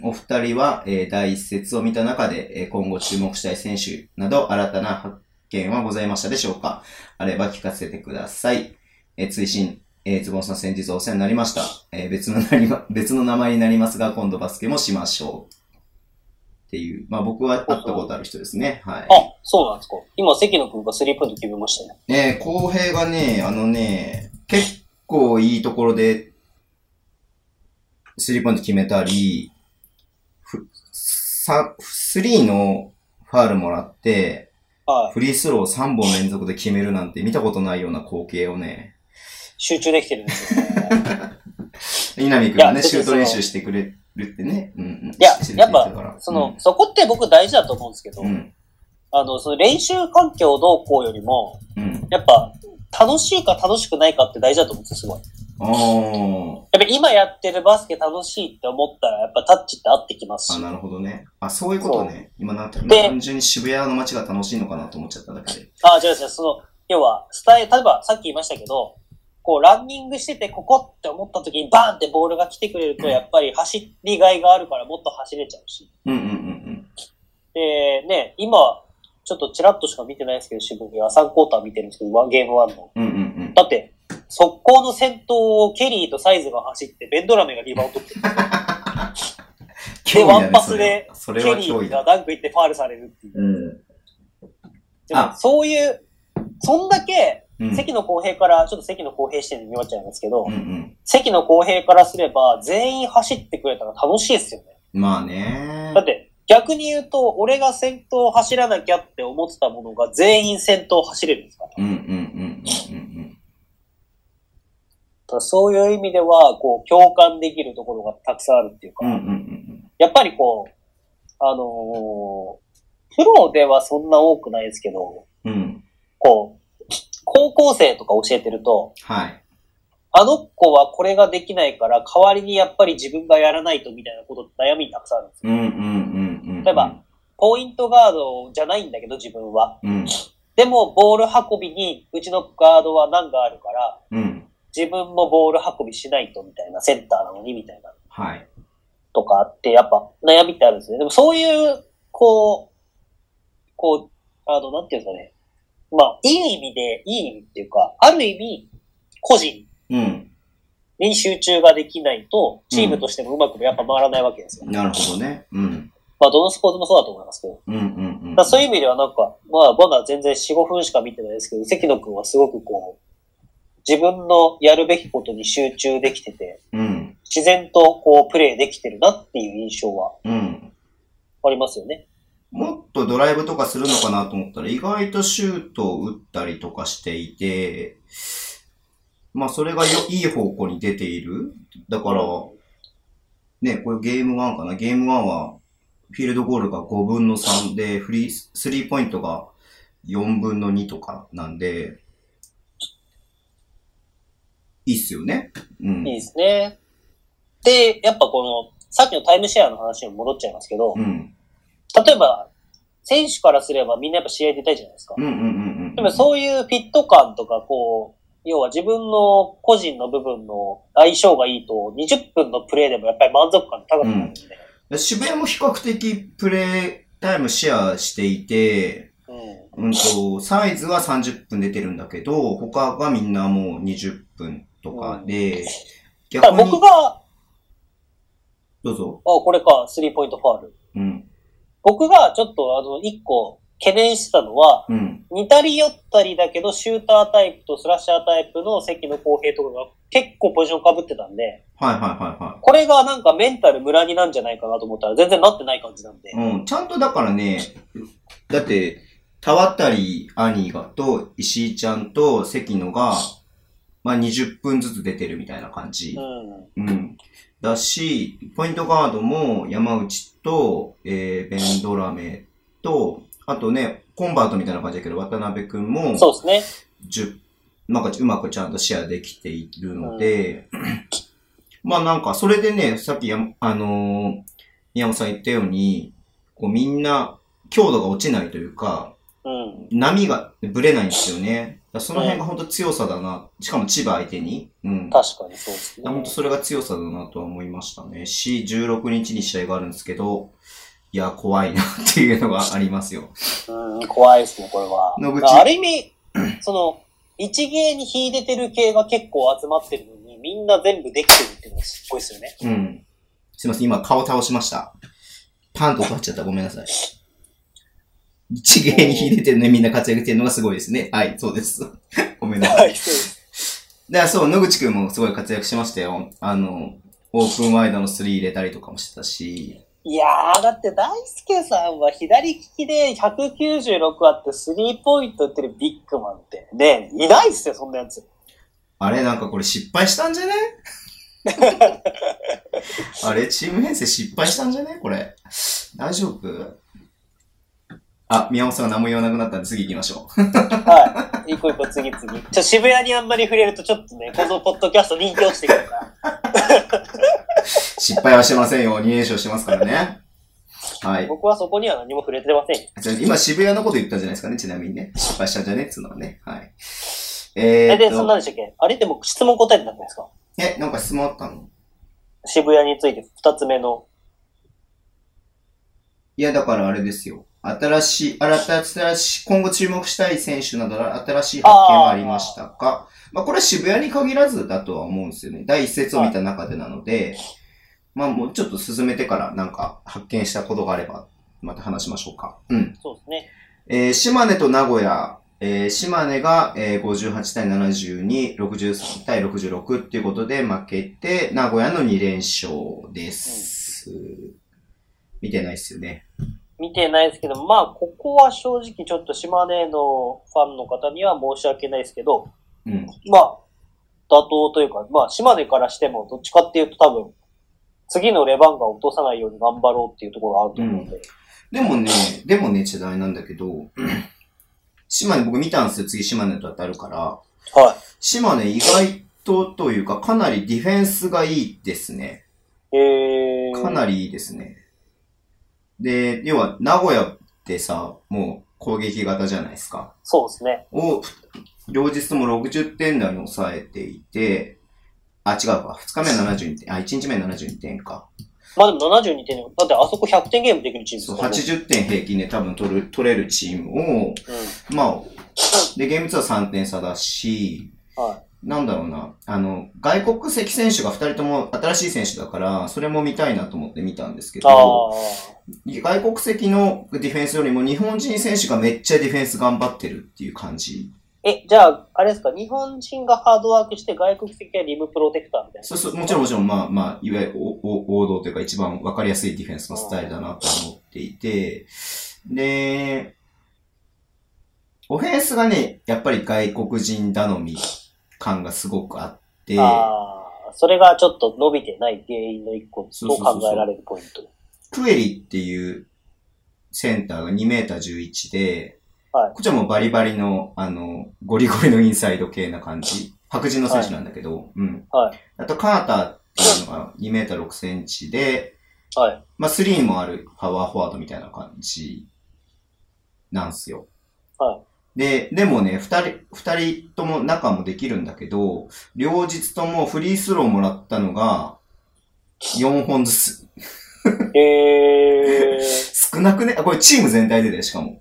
お二人は、えー第一節を見た中で、えー今後注目したい選手など、新たな発見はございましたでしょうかあれば聞かせてください。えー追伸、えーズボンさん先日お世話になりました。えー別のなり ま、別の名前になりますが、今度バスケもしましょう。っていう、まあ僕は会ったことある人ですね。はい。
あ、そうなんですか。今、関野くんがスリーポイント決めましたね。
ねえ、浩平がね、あのね、結構いいところで、スリーポイント決めたり、ふさスリーのファールもらって、
はい。
フリースローを3本連続で決めるなんて見たことないような光景をね、
集中できてるんですよね。
稲見くんがね、
いやち
シ
ょ
ュ
っ
ート
とその
練習してくれるってね。うんうん、
いや
してるて
やっぱ
言てたから
その、、そこって僕大事だと思うんですけど、
うん、うん、
あの、その練習環境どうこうよりも、
うん。
やっぱ、楽しいか楽しくないかって大事だと思うんですよ、すごい。や
あー
っぱり今やってるバスケ楽しいって思ったら、やっぱタッチって合ってきます
あ、
し。
なるほどね。あ、そういうことね。今なんか、
で
単純に渋谷の街が楽しいのかなと思っちゃっただけで。
あ、じゃあじゃあその、要は、スタイル、例えばさっき言いましたけど、こう、ランニングしてて、ここって思った時にバーンってボールが来てくれると、やっぱり走りがいがあるからもっと走れちゃうし。
うんうんうん
で、ね、今、ちょっとチラッとしか見てないですけど、渋谷は3クォーター見てるんですけど、ワンゲーム1の。
うん。うんうん
だって、速攻の先頭をケリーとサイズが走って、ベンドラメがリバウンド取って、
うん。
ワンパスで
そ
ケ
れは
リ
脅
ー
威
が
だ。
ダンク行ってファールされるっていう。
うん。
でも
あ
そういう、そんだけ、
うん。
関野公平から、ちょっと関野公平視点で見終わっちゃいますけど、
うんうん。
関野公平からすれば、全員走ってくれたら楽しいですよね。
まあね
だって、逆に言うと、俺が先頭走らなきゃって思ってたものが全員先頭走れるんですから。
うんうんうんうんうん
だからそういう意味では、こう、共感できるところがたくさんあるっていうか、
うん。うんうんうん
やっぱりこう、あのープロではそんな多くないですけど、
うん。うん。
こう、高校生とか教えてると、
はい。
あの子はこれができないから、代わりにやっぱり自分がやらないとみたいなことって悩みたくさんあるんですよ。
うんうんうんうん。
例えば。ポイントガードじゃないんだけど、自分は。
うん。
でも、ボール運びに、うちのガードは難があるから、
うん。
自分もボール運びしないとみたいな、センターなのにみたいな。
はい。
とかあって、やっぱ悩みってあるんですね。でもそういう、こう、こう、あの、なんていうんですかね。まあ、いい意味で、いい意味っていうか、ある意味、個人
うん。
に集中ができないと、チームとしてもうまくやっぱ回らないわけですよ。
なるほどね。うん。
まあ、どのスポーツもそうだと思いますけど。
うんうんうん。
だからそういう意味ではなんか、まあ、まだ全然4、5分しか見てないですけど、関野くんはすごくこう、自分のやるべきことに集中できてて、
うん。
自然とこう、プレイできてるなっていう印象は
うん。
ありますよね。
もっとドライブとかするのかなと思ったら、意外とシュートを打ったりとかしていて、まあそれがよいい方向に出ている。だから、ね、これゲーム1かな。ゲーム1は、フィールドゴールが5分の3で、フリー、スリーポイントが4分の2とかなんで、いいっすよね。うん。
いいですね。で、やっぱこの、さっきのタイムシェアの話に戻っちゃいますけど
う、ん。
例えば、選手からすればみんなやっぱ試合出たいじゃないですか
う。んうんうんうん。
でもそういうフィット感とか、こう、要は自分の個人の部分の相性がいいと、20分のプレーでもやっぱり満足感高くなるんで、
渋谷も比較的プレイタイムシェアしていて、
うん
うんと、サイズは30分出てるんだけど、他がみんなもう20分とかで、
だ
逆
から
に
僕、が、あ、
どうぞ。
これか、スリーポイントファール。
うん、
僕がちょっとあの、一個懸念してたのは、
うん、
似たり寄ったりだけど、シュータータイプとスラッシャータイプの関の公平とかが結構ポジション被ってたんで、
はいはいは
これがなんかメンタルムラになんじゃないかなと思ったら全然なってない感じなんで。
いはい。うん、ちゃんとだからね、だって、たわたり兄がと石井ちゃんと関野が、まあ20分ずつ出てるみたいな感じ。
うん。
うん。だし、ポイントガードも山内と、えー、ベンドラメと、あとね、コンバートみたいな感じだけど、渡辺くんも、
そうですね。
10なんかうまくちゃんとシェアできているので、 まあなんか、それでね、さっきや、あのー宮本さん言ったように、こうみんな強度が落ちないというか、
うん。
波がぶれないんですよね。だからその辺が本当強さだな。しかも千葉相手に。うん。
確かにそうです
いや、
ね
本。当それが強さだなとは思いましたね。し、16日に試合があるんですけど、いや、怖いなっていうのがありますよ。
うん、怖いですね、これは。
野口
だからある意味、その、一芸に秀でてる系が結構集まってるのに、みんな全部できてるっていうのがすごいですよね。
うん。すいません、今顔倒しました。パンと立っちゃった。ごめんなさい。一芸に秀でてるね、みんな活躍してるのがすごいですね。はい、そうです。ごめんなさい。
い、そうです。
だからそう、野口くんもすごい活躍してましたよ。あの、オープンワイドの3入れたりとかもしてたし、
いやー、だって大輔さんは左利きで196あってスリーポイント打ってるビッグマンって。ねえいないっすよ、そんなやつ。
あれなんかこれ失敗したんじゃね あれチーム編成失敗したんじゃねこれ。大丈夫あ、宮本さんが何も言わなくなったんで次行きましょう。
はい。行こう行こう、次々。ちょっと渋谷にあんまり触れると、ちょっとね、このポッドキャスト人気落ちてくるから。
失敗はしてませんよ。2連勝してますからね。はい。
僕はそこには何も触れてませんよ。
じゃあ今渋谷のこと言ったんじゃないですかね。ちなみにね。失敗したんじゃねっつうのはね。はい。え
え、
ー、
で、
っ
そんな
と
んでしたっけあれでも質問答えてなくないですか
え、なんか質問あったの
渋谷について二つ目の。
いや、だからあれですよ。新しい、新た、新しい、今後注目したい選手など、新しい発見はありましたかまあ、これは渋谷に限らずだとは思うんですよね。第一節を見た中でなので、まあ、もうちょっと進めてからなんか発見したことがあれば、また話しましょうか。うん。
そうですね。
えー島根と名古屋、えー島根が、えー58対72、63対66っていうことで負けて、名古屋の2連勝です。見てないっすよね。
見てないですけど、まあ、ここは正直ちょっと島根のファンの方には申し訳ないですけど、
うん。
まあ、妥当というか、まあ、島根からしても、どっちかっていうと多分、次のレバンガを落とさないように頑張ろうっていうところがあると思うんで。
でもね、でもね、世代なんだけど、 島根僕見たんですよ、次島根と当たるから。
は
島根意外とというか、かなりディフェンスがいいですね。
い。えー。
かなりいいですね。で、要は名古屋ってさ、もう攻撃型じゃないですか。
そうですね。
を、両日とも60点台に抑えていて、あ、違うか。2日目は72点。あ、1日目は72点か。
まあでも72点に、だってあそこ100点ゲームできるチームで
そう、
すからね
80点平均で多分取る、取れるチームを、まあ、で、ゲーム2は3点差だし、
うん。はい。
なんだろうな。あの、外国籍選手が2人とも新しい選手だから、それも見たいなと思って見たんですけど、
あ
外国籍のディフェンスよりも日本人選手がめっちゃディフェンス頑張ってるっていう感じ。
あ。え、じゃあ、あれですか、日本人がハードワークして外国籍はリムプロテクターみたいな。
そうそう、もちろんもちろん、まあまあ、いわゆるおお王道というか一番わかりやすいディフェンスのスタイルだなと思っていて、で、オフェンスがね、やっぱり外国人頼み感がすごくあって、
ああ、それがちょっと伸びてない原因の一個と考えられるポイント。
クエリっていうセンターが2メーター11で、
はい
こっちはもうバリバリの、あの、ゴリゴリのインサイド系な感じ。白人の選手なんだけど、うん。
はい
あと、カーターっていうのが2メーター6センチで、
はい。
まあ、スリーもあるパワーフォワードみたいな感じなんすよ。
は
で、でもね、二人、二人とも仲もできるんだけど、両日ともフリースローもらったのが、4本ずつ。
えー、
少なくねあ、これチーム全体でだよ、しかも。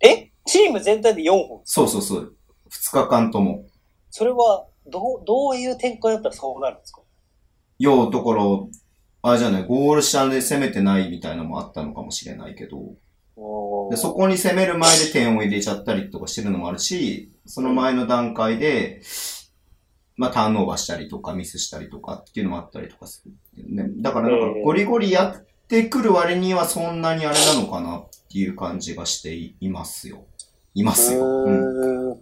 えチーム全体で4本
そうそうそう。2日間とも。
それは、どう、どういう展開だったらそうなるんですか
よう、だから、あれじゃない、ゴール下で攻めてないみたいなのもあったのかもしれないけど。
お
で、
ー
そこに攻める前で点を入れちゃったりとかしてるのもあるし、その前の段階で、まあ、ターンオーバーしたりとか、ミスしたりとかっていうのもあったりとかする。ね、だから、なんか
え、ー
ゴリゴリやってくる割にはそんなにあれなのかなっていう感じがしていますよ。いますよ。
う
うん。
ーん。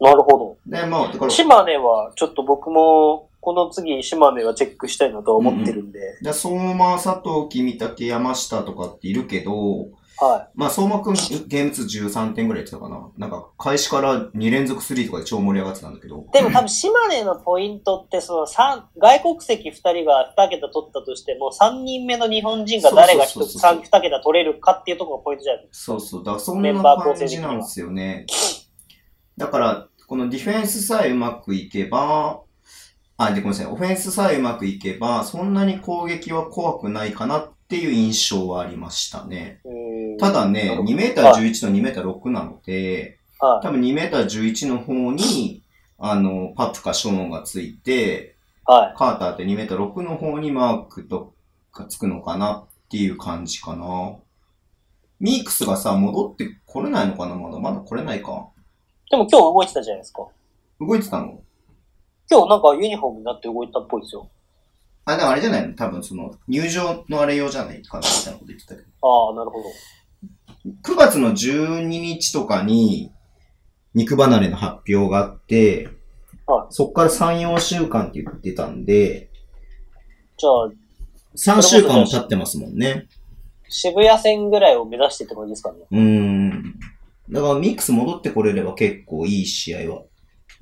なるほ
で、まあ、だか
ど。
ら、
島根は、ちょっと僕も、この次、島根はチェックしたいなとは思ってるんで、
で相馬、佐藤、君竹、山下とかっているけど、
は
まあ、相馬くん、ゲーム2 13点ぐらいやってたかな。なんか、開始から2連続3とかで超盛り上がってたんだけど。
い。でも多分、島根のポイントって、その三外国籍2人が2桁取ったとしても、3人目の日本人が誰が
そうそうそうそう
2桁取れるかっていうところがポイントじゃないです
そうそう、だからそん
メ
な
ンバー構
感
成的
じ
に
な
は
んですよね。だから、このディフェンスさえうまくいけば、あ、で、ごめんなさい、オフェンスさえうまくいけば、そんなに攻撃は怖くないかなっていう印象はありましたね。
か。うーん
ただね、2メーター11と2メーター6なので、
は
多分2メーター11の方に、あの、パプかショーンがついて、
い。はい。
カーターって2メーター6の方にマークとかつくのかなっていう感じかな。ミークスがさ、戻ってこれないのかなまだ、まだ来れないか。
でも今日動いてたじゃないですか。
動いてたの
今日なんかユニフォームになって動いてたっぽいですよ。
あ、でもあれじゃないの多分その、入場のあれ用じゃないかなみたいなこと言ってたけど。
ああ、なるほど。
9月の12日とかに、肉離れの発表があって、
はい
そっから3、4週間って言ってたんで、
じゃあ、
3週間も経ってますもんね。
渋谷線ぐらいを目指してって感じですかね。
うーん。だからミックス戻ってこれれば結構いい試合は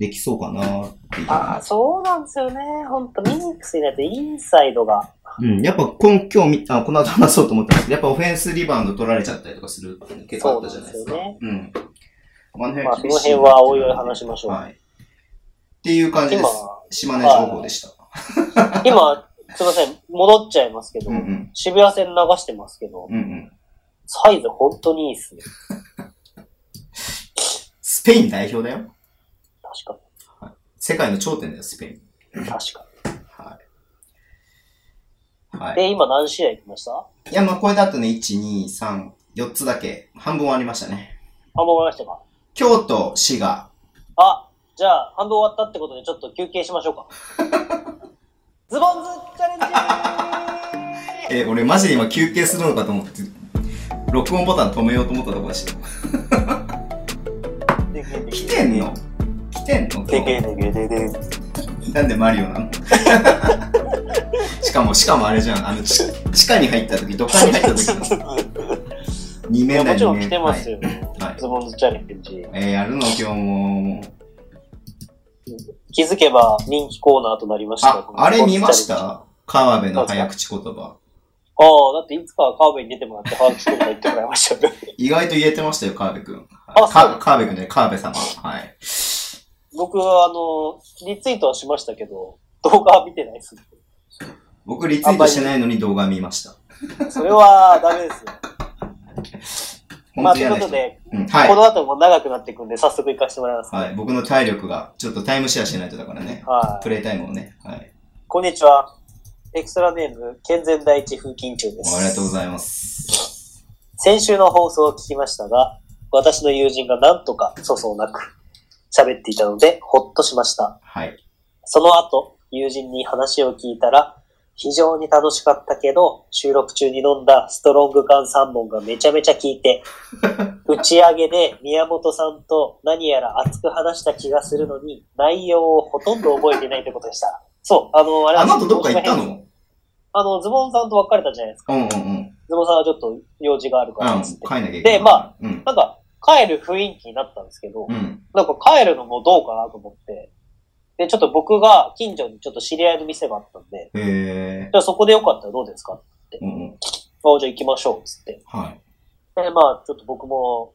できそうかなっていう。
ああ、そうなんですよね。ほんと、ミニックスになってインサイドが。
うん。やっぱ今今日みあ、この後話そうと思ったんですけど、やっぱオフェンスリバウンド取られちゃったりとかする結構あったじゃないですか。
そうなんで
うん。まあ、
まあ、その辺はおいおい話しましょう。
はい。っていう感じです。島根情報でした。
今、今、すいません、戻っちゃいますけど、
うんうん。
渋谷線流してますけど
う、んうん。
サイズ本当にいいっすね。
スペイン代表だよ。
確
世界の頂点だよ、スペイン。
かに。確か
はい。は
に。
い。
で、今何試合行きましたあ、
いや、まあこれだとね、1、2、3、4つだけ、半分終わりましたね。
もう終わりましたか
京都、滋賀、
あ、じゃあ、半分終わったってことでちょっと休憩しましょうか。ズボンズチャレンジ
え、俺マジで今休憩するのかと思って、録音ボタン止めようと思ったとこだし。
でけで
来てんの来てんの
けでけでけでけ
なんでマリオなの しかも、しかもあれじゃん。あの、ち地下に入った時、どっかに入った時の二
いや
面だ
もちろ
よ
ん来てますよ。
はい。はい
ズボンズチャレンジ。
えー、やるの今日も。
気づけば人気コーナーとなりました。
あ、あれ見まし
あ
た川辺の早口言葉。
あ、だっていつかは川辺に出てもらって、川口君が言ってもらいましたよ。
意外と言えてましたよ、川辺くん。
あそう
か川辺くんね、川辺様。はい。
僕は、あの、リツイートはしましたけど、動画は見てないです。
僕リツイートしてないのに動画見ました。
それはダメですよ。
本当
まあ、とい
や
う
な
こ
い人
とで、
うん、は
こ
い。
の後も長くなっていくんで、早速行かせてもらいます、
はい。僕の体力が、ちょっとタイムシェアしないとだからね。
はい
プレイタイムをね。はい。
こんにちは。エクストラネーム、健全第一風景中です。
ありがとうございます。
先週の放送を聞きましたが、私の友人がなんとか粗相なく喋っていたので、ほっとしました。
はい。
その後、友人に話を聞いたら、非常に楽しかったけど、収録中に飲んだストロング缶3本がめちゃめちゃ効いて、打ち上げで宮本さんと何やら熱く話した気がするのに、内容をほとんど覚えてないってことでした。そう、あの、あれ
あの後どっか行ったの
あの、ズボンさんと別れたじゃないですか。
うんうんうん。
ズボンさんはちょっと用事があるから
うん、
っ
帰
つっ
ん
て
なきゃいけない。
でまあ、
うん。
なんか、帰る雰囲気になったんですけど、
うん。
なんか帰るのもどうかなと思って、で、ちょっと僕が近所にちょっと知り合いの店があったんで、
へえ。
じゃあそこでよかったらどうですかあ、
うんうん。
じゃあ行きましょう、つって。
はい。
で、まあ、ちょっと僕も、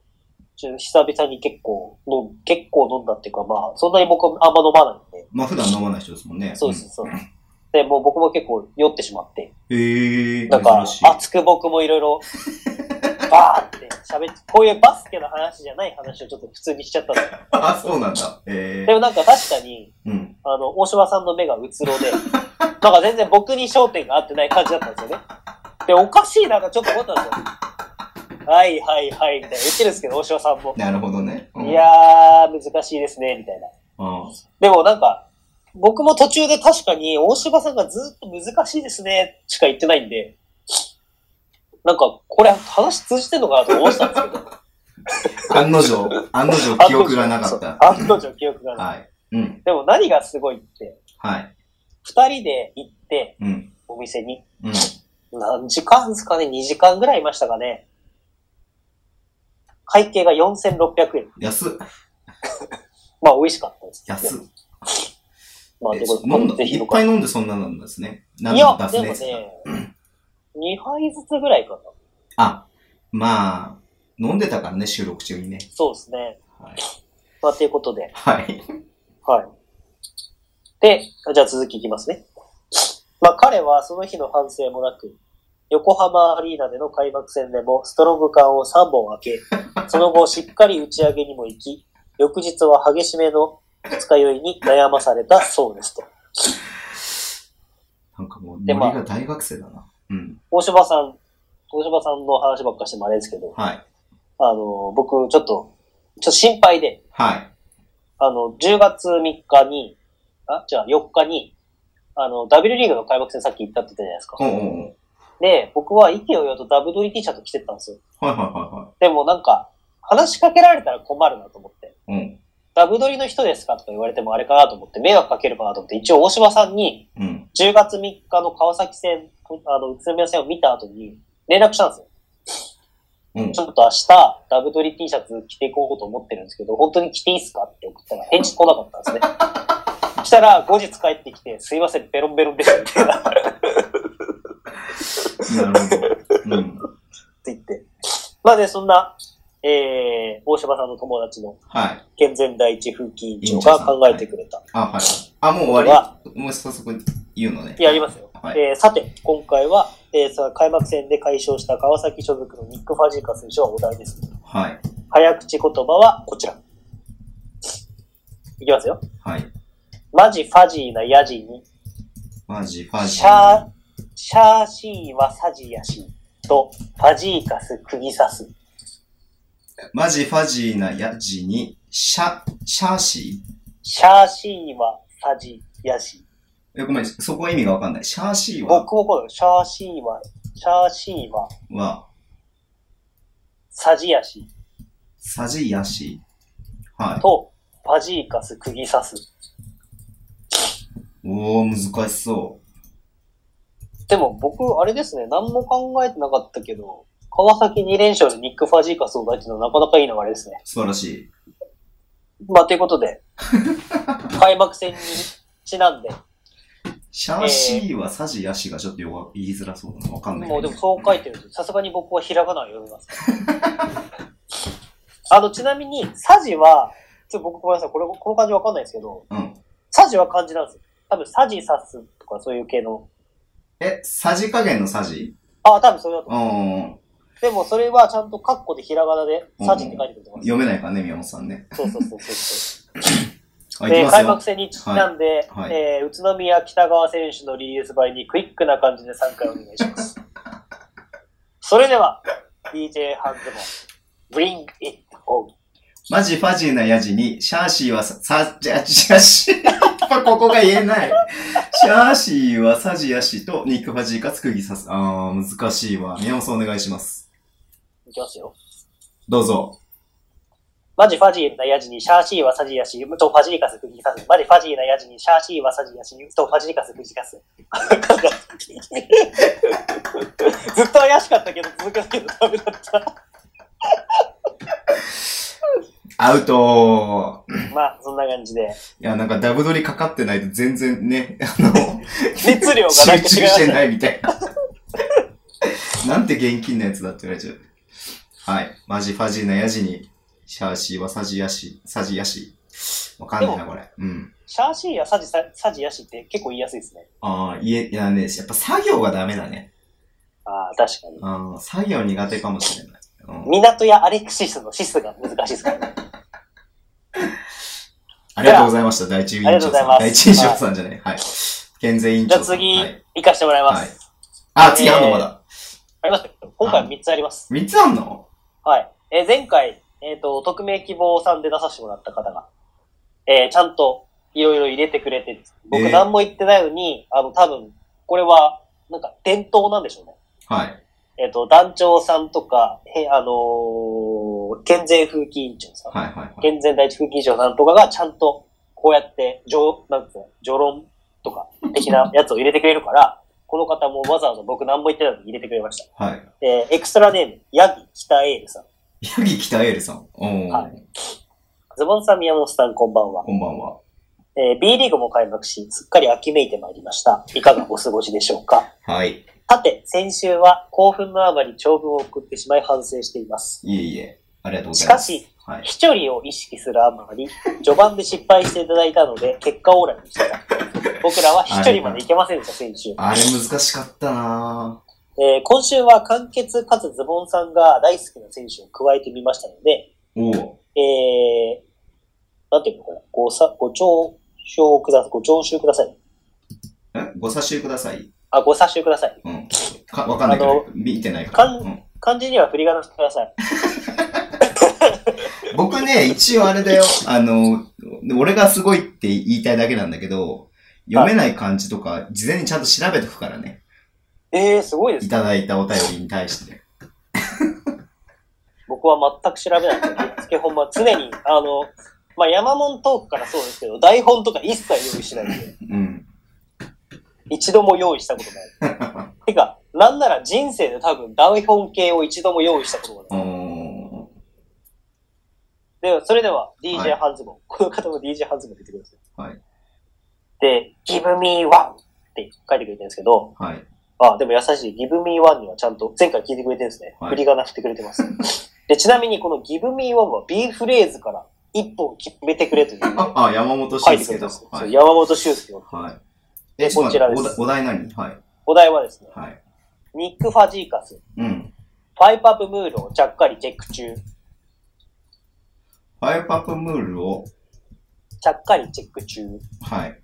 ちょっと久々に結構飲ん、結構飲んだっていうか、まあ、そんなに僕はあんま飲まないんで、
まあ、普段飲まない人ですもんね。
そうです、そうです。で、もう僕も結構酔ってしまって、
うん。へえ。
なんか
珍し、い。
熱く僕もいろいろ、 バーって喋って、こういうバスケの話じゃない話をちょっと普通にしち ゃったんですよ
あ、そうなんだ。へ
で
え。
もなんか確かに、
うん。
あの、大島さんの目がうつろで、 なんか全然僕に焦点が合ってない感じだったんですよね。で、おかしいななんかちょっと思ったんですよ。はいはいはい、みたいな言ってるんですけど、大島さんも。
なるほどね。うん
いやー、難しいですね、みたいな。
うん。
でもなんか、僕も途中で確かに大柴さんがずっと難しいですねしか言ってないんで、なんかこれ話通じてんのかなと思ってたんですけど。
案の定、 案の定記憶がなかった。
案の定記憶がなかっ
はい。うん。
た。でも何がすごいって、
はい。
二人で行って、
うん。
お店に。
うん。
何時間ですかね ?2 時間ぐらいいましたかね会計が4600円。
安っ、
まあ美味しかったです。
安っ。
まあ
え
で
そ
も、
飲んだ、
ぜ
い
ひ
っ
僕
ぱい飲んでそんななんですね。なん
いや、
だ
でも
出
ね
すね。、
2杯ずつぐらいかな。
あ、まあ、飲んでたからね、収録中にね。
そうですね。
はい。
まあということで、
はい。
はい。で、じゃあ続きいきますね。まあ彼はその日の反省もなく、横浜アリーナでの開幕戦でもストロング缶を3本開け、その後 しっかり打ち上げにも行き、翌日は激しめの二日酔いに悩まされたそうですと。
なんかもう、
で
森
まあ
が大学生だな。うん。
大柴さん、大柴さんの話ばっかしてもあれですけど、
はい。
あの、僕ちょっと、ちょっと心配で、
はい。
あの、10月3日に、あ、じゃあ4日に、あの、W リーグの開幕戦さっき言ったって言ったじゃないですか。
おうおう
で、僕は意見を言うとダブドリ T シャツ着てったんですよ。
おうはいは
でもなんか、話しかけられたら困るなと思って。
いはいはい。
ダブドリの人ですかとか言われてもあれかなと思って、迷惑かけるかなと思って、一応大島さんに
うん。うん。
10月3日の川崎戦、あの、宇都宮戦を見た後に連絡したんですよ。
うん
ち。ょっと明日、ダブドリ T シャツ着ていこうと思ってるんですけど、本当に着ていいっすかって送ったら返事来なかったん ですね。したら、後日帰ってきて、すいません、ベロンベロンです、みたいな。
なるほど。うん。
って言って。まあね、そんな、えー、大島さんの友達の
はい。
健全第一風紀委員長が考えてくれた。
あ、はい。あ、もう終わりもう早速言うのね。
やりますよ。
はい。
えーさて、今回は、えー、さ開幕戦で解消した川崎所属のニック・ファジーカ選手はお題です。
はい。
早口言葉はこちら。いきますよ。
はい。
マジファジーなヤジに、
マジ、ファジ
シャー、シャーシーはサジヤシーと、ファジーカス釘刺す。
マジファジーなヤジに、シャ、シャーシ
シャーシーはサジヤシー。
ーえ、ごめん、そこは意味がわかんない。シャーシーは、
僕もこのシャーシーはシャーシーは、
は、
サジヤシ
サジヤシ。は
と、パジーカス、釘刺す。
い。おー、難しそ
でも僕、あれですね、何も考えてなかったけど、川崎2連勝でニック・ファジーカスを出したのはなかなかいい流れですね
う。。素晴らしい。
まあ、ということで、開幕戦にちなんで、
シャーシーはサジヤシがちょっと弱言いづらそうなのわかんないけ
も
ど。
うでもそう書いてるんですさすがに僕はひらがなを読みます。あの、ちなみに、サジは、ちょっと僕ごめんなさい、これ、この感じわかんないですけど、
うん。
サジは漢字なんですよ。多分、サジ刺すとかそういう系の。
え、サジ加減のサジ
ああ、多分それだと思
うん。
う。でも、それはちゃんとカッコでひらがなで、サジって書いてくれてます。
読めないからね、宮本さんね。
そうそうそうそうそ
あ、
う。
いき
で、
ます
開幕
よ。
戦にちなんで、
はいはい
えー、宇都宮北川選手のリリース倍にクイックな感じで3回お願いします。それでは、DJ ハンズも、Bring It Home。
マジファジーなヤジに、シャーシーはサ、サジヤシ、シャーシー。やっ ぱここが言えない。シャーシーはサジヤシとニックファジーかつくぎさす。あー、難しいわ。宮本さんお願いします。
いきますよ。
どうぞ。
マジファジーなヤジにシャーシーはサジヤシ、とファジーカスクギカス。マジファジーなヤジにシャーシーはサジヤシ、とファジーカスクギカス。ずっと怪しかったけど、続かなけどダメだった。
アウトー。
まあ、そんな感じで。
いや、なんかダブ取りかかってないと全然ね、あの、
熱量が
集
なん
中
か違いま
して
した。
ないみたい な。なんて現金なやつだって言われちゃう。はい。マジファジーなヤジに、シャーシーはサジヤシ、サジヤシ。わかんないな、これ。うん。
シャーシーやサジササジヤシって結構言いやすいですね。
ああ、いえ、いやね、やっぱ作業がダメだね。
ああ、確かに。
あー作業苦手かもしれない。うん、
港やアレクシスのシスが難しいですからね。
ありがとうございました、第一委員
あり
長
がと
さ。
うんございます
第一委員長さんじゃない。はい。健全委員
じゃ
長
あ
さん。
次、
はい、
行かしてもらいます。
はいあ、次あんのまだ。
ありますよ今回3つあります。
三つあんの
はい。えー前回、えっ、と、匿名希望さんで出させてもらった方が、えーちゃんといろいろ入れてくれて、
え
僕
ー
何も言ってないのに、あの、多分、これは、なんか、伝統なんでしょうね。
はい。
えっ、と、団長さんとか、へあのー健全風紀委員長さん、
はいはいはい。
健全第一風紀委員長さんとかが、ちゃんと、こうやって、上、なんつうの、序論とか、的なやつを入れてくれるから、 この方もわざわざ僕何も言ってないのに入れてくれました。
はい。
えーエクストラネーム、ヤギ北エールさん。
ヤギ北エールさん。おー、
はいズボンさん、宮本さん、こんばんは。
こんばんは。
えー B リーグも開幕し、すっかり秋めいてまいりました。いかがお過ごしでしょうか
はい。
さて、先週は興奮のあまり長文を送ってしまい反省しています。
いえいえ、ありがとうござ
し
いま
か
す。
し、
はい。
飛距離を意識するあまり、序盤で失敗していただいたので、結果オーライでした。僕らは飛距離までいけませんでした、先週。
あれ難しかったなぁ。
えー今週は完結かつズボンさんが大好きな選手を加えてみましたので、
おう
えー、なんていうのかな、ごさ、ご聴取ください。ご聴取ください。
えご差しください。
あ、ご察しください。
うん。か、わかんないけ
あ
ど
の、
見てないから。
かん
うん
漢字には振り仮名してください。
僕ね、一応あれだよ。あの、俺がすごいって言いたいだけなんだけど、読めない漢字とか、事前にちゃんと調べとくからね。
えー、すごいです
い
ね。
ただいたお便りに対して。
僕は全く調べないです。ぶっつけ本番、常に、あの、まあ、山門トークからそうですけど、台本とか一切用意しないんで、
うん。
一度も用意したことない。 てか、なんなら人生で多分台本系を一度も用意したことがない。
おー
で、それでは
は
DJ
い
ハンズボン、この方も DJ ハンズボン出てください。
はい。
で、Give me one って書いてくれてるんですけど、
はい。
あ、でも優しい。Give Me One にはちゃんと前回聞いてくれてるんですね。
はい
振り仮名振ってくれてます。 で、ちなみにこの Give Me One は B フレーズから一本決めてくれ という
あ、あ、山本
書
慎
いてくれ
介
て
だ。
ます。
は
そう
い。
山本修介の
はい。え、ちょ
こ
っ
ち
と
ら
待
で
っ
す
て、お題お題何はい。
お題はですね、
はい。
ニック・ファジーカス、
うん。
ファイパブムールをちゃっかりチェック中。
ファイパップムールを
ちゃっかりチェック中。い
はい。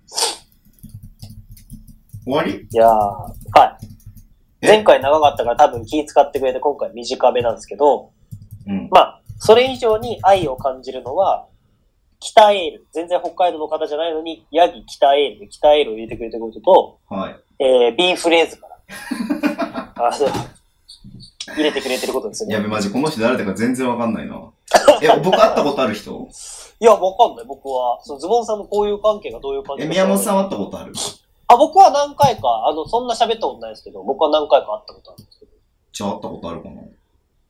終わり
やー、はい。
え
前回長かったから多分気使ってくれて今回短めなんですけど、
うん。
まあ、それ以上に愛を感じるのは、北エール。全然北海道の方じゃないのに、ヤギ北エールで北エールを入れてくれてることと、
はい。
えー、B フレーズから。 あそう入れてくれてることですよね。
やべ、マジ、この人誰だか全然わかんないな。え、僕会ったことある人
いや、わかんない、僕は。そのズボンさんの交友関係がどういう感じ
え、
か
宮本さんは会ったことある
あ、僕は何回か、あの、そんな喋ったことないですけど、僕は何回か会ったことあるんですけど。
じゃあ会ったことあるかな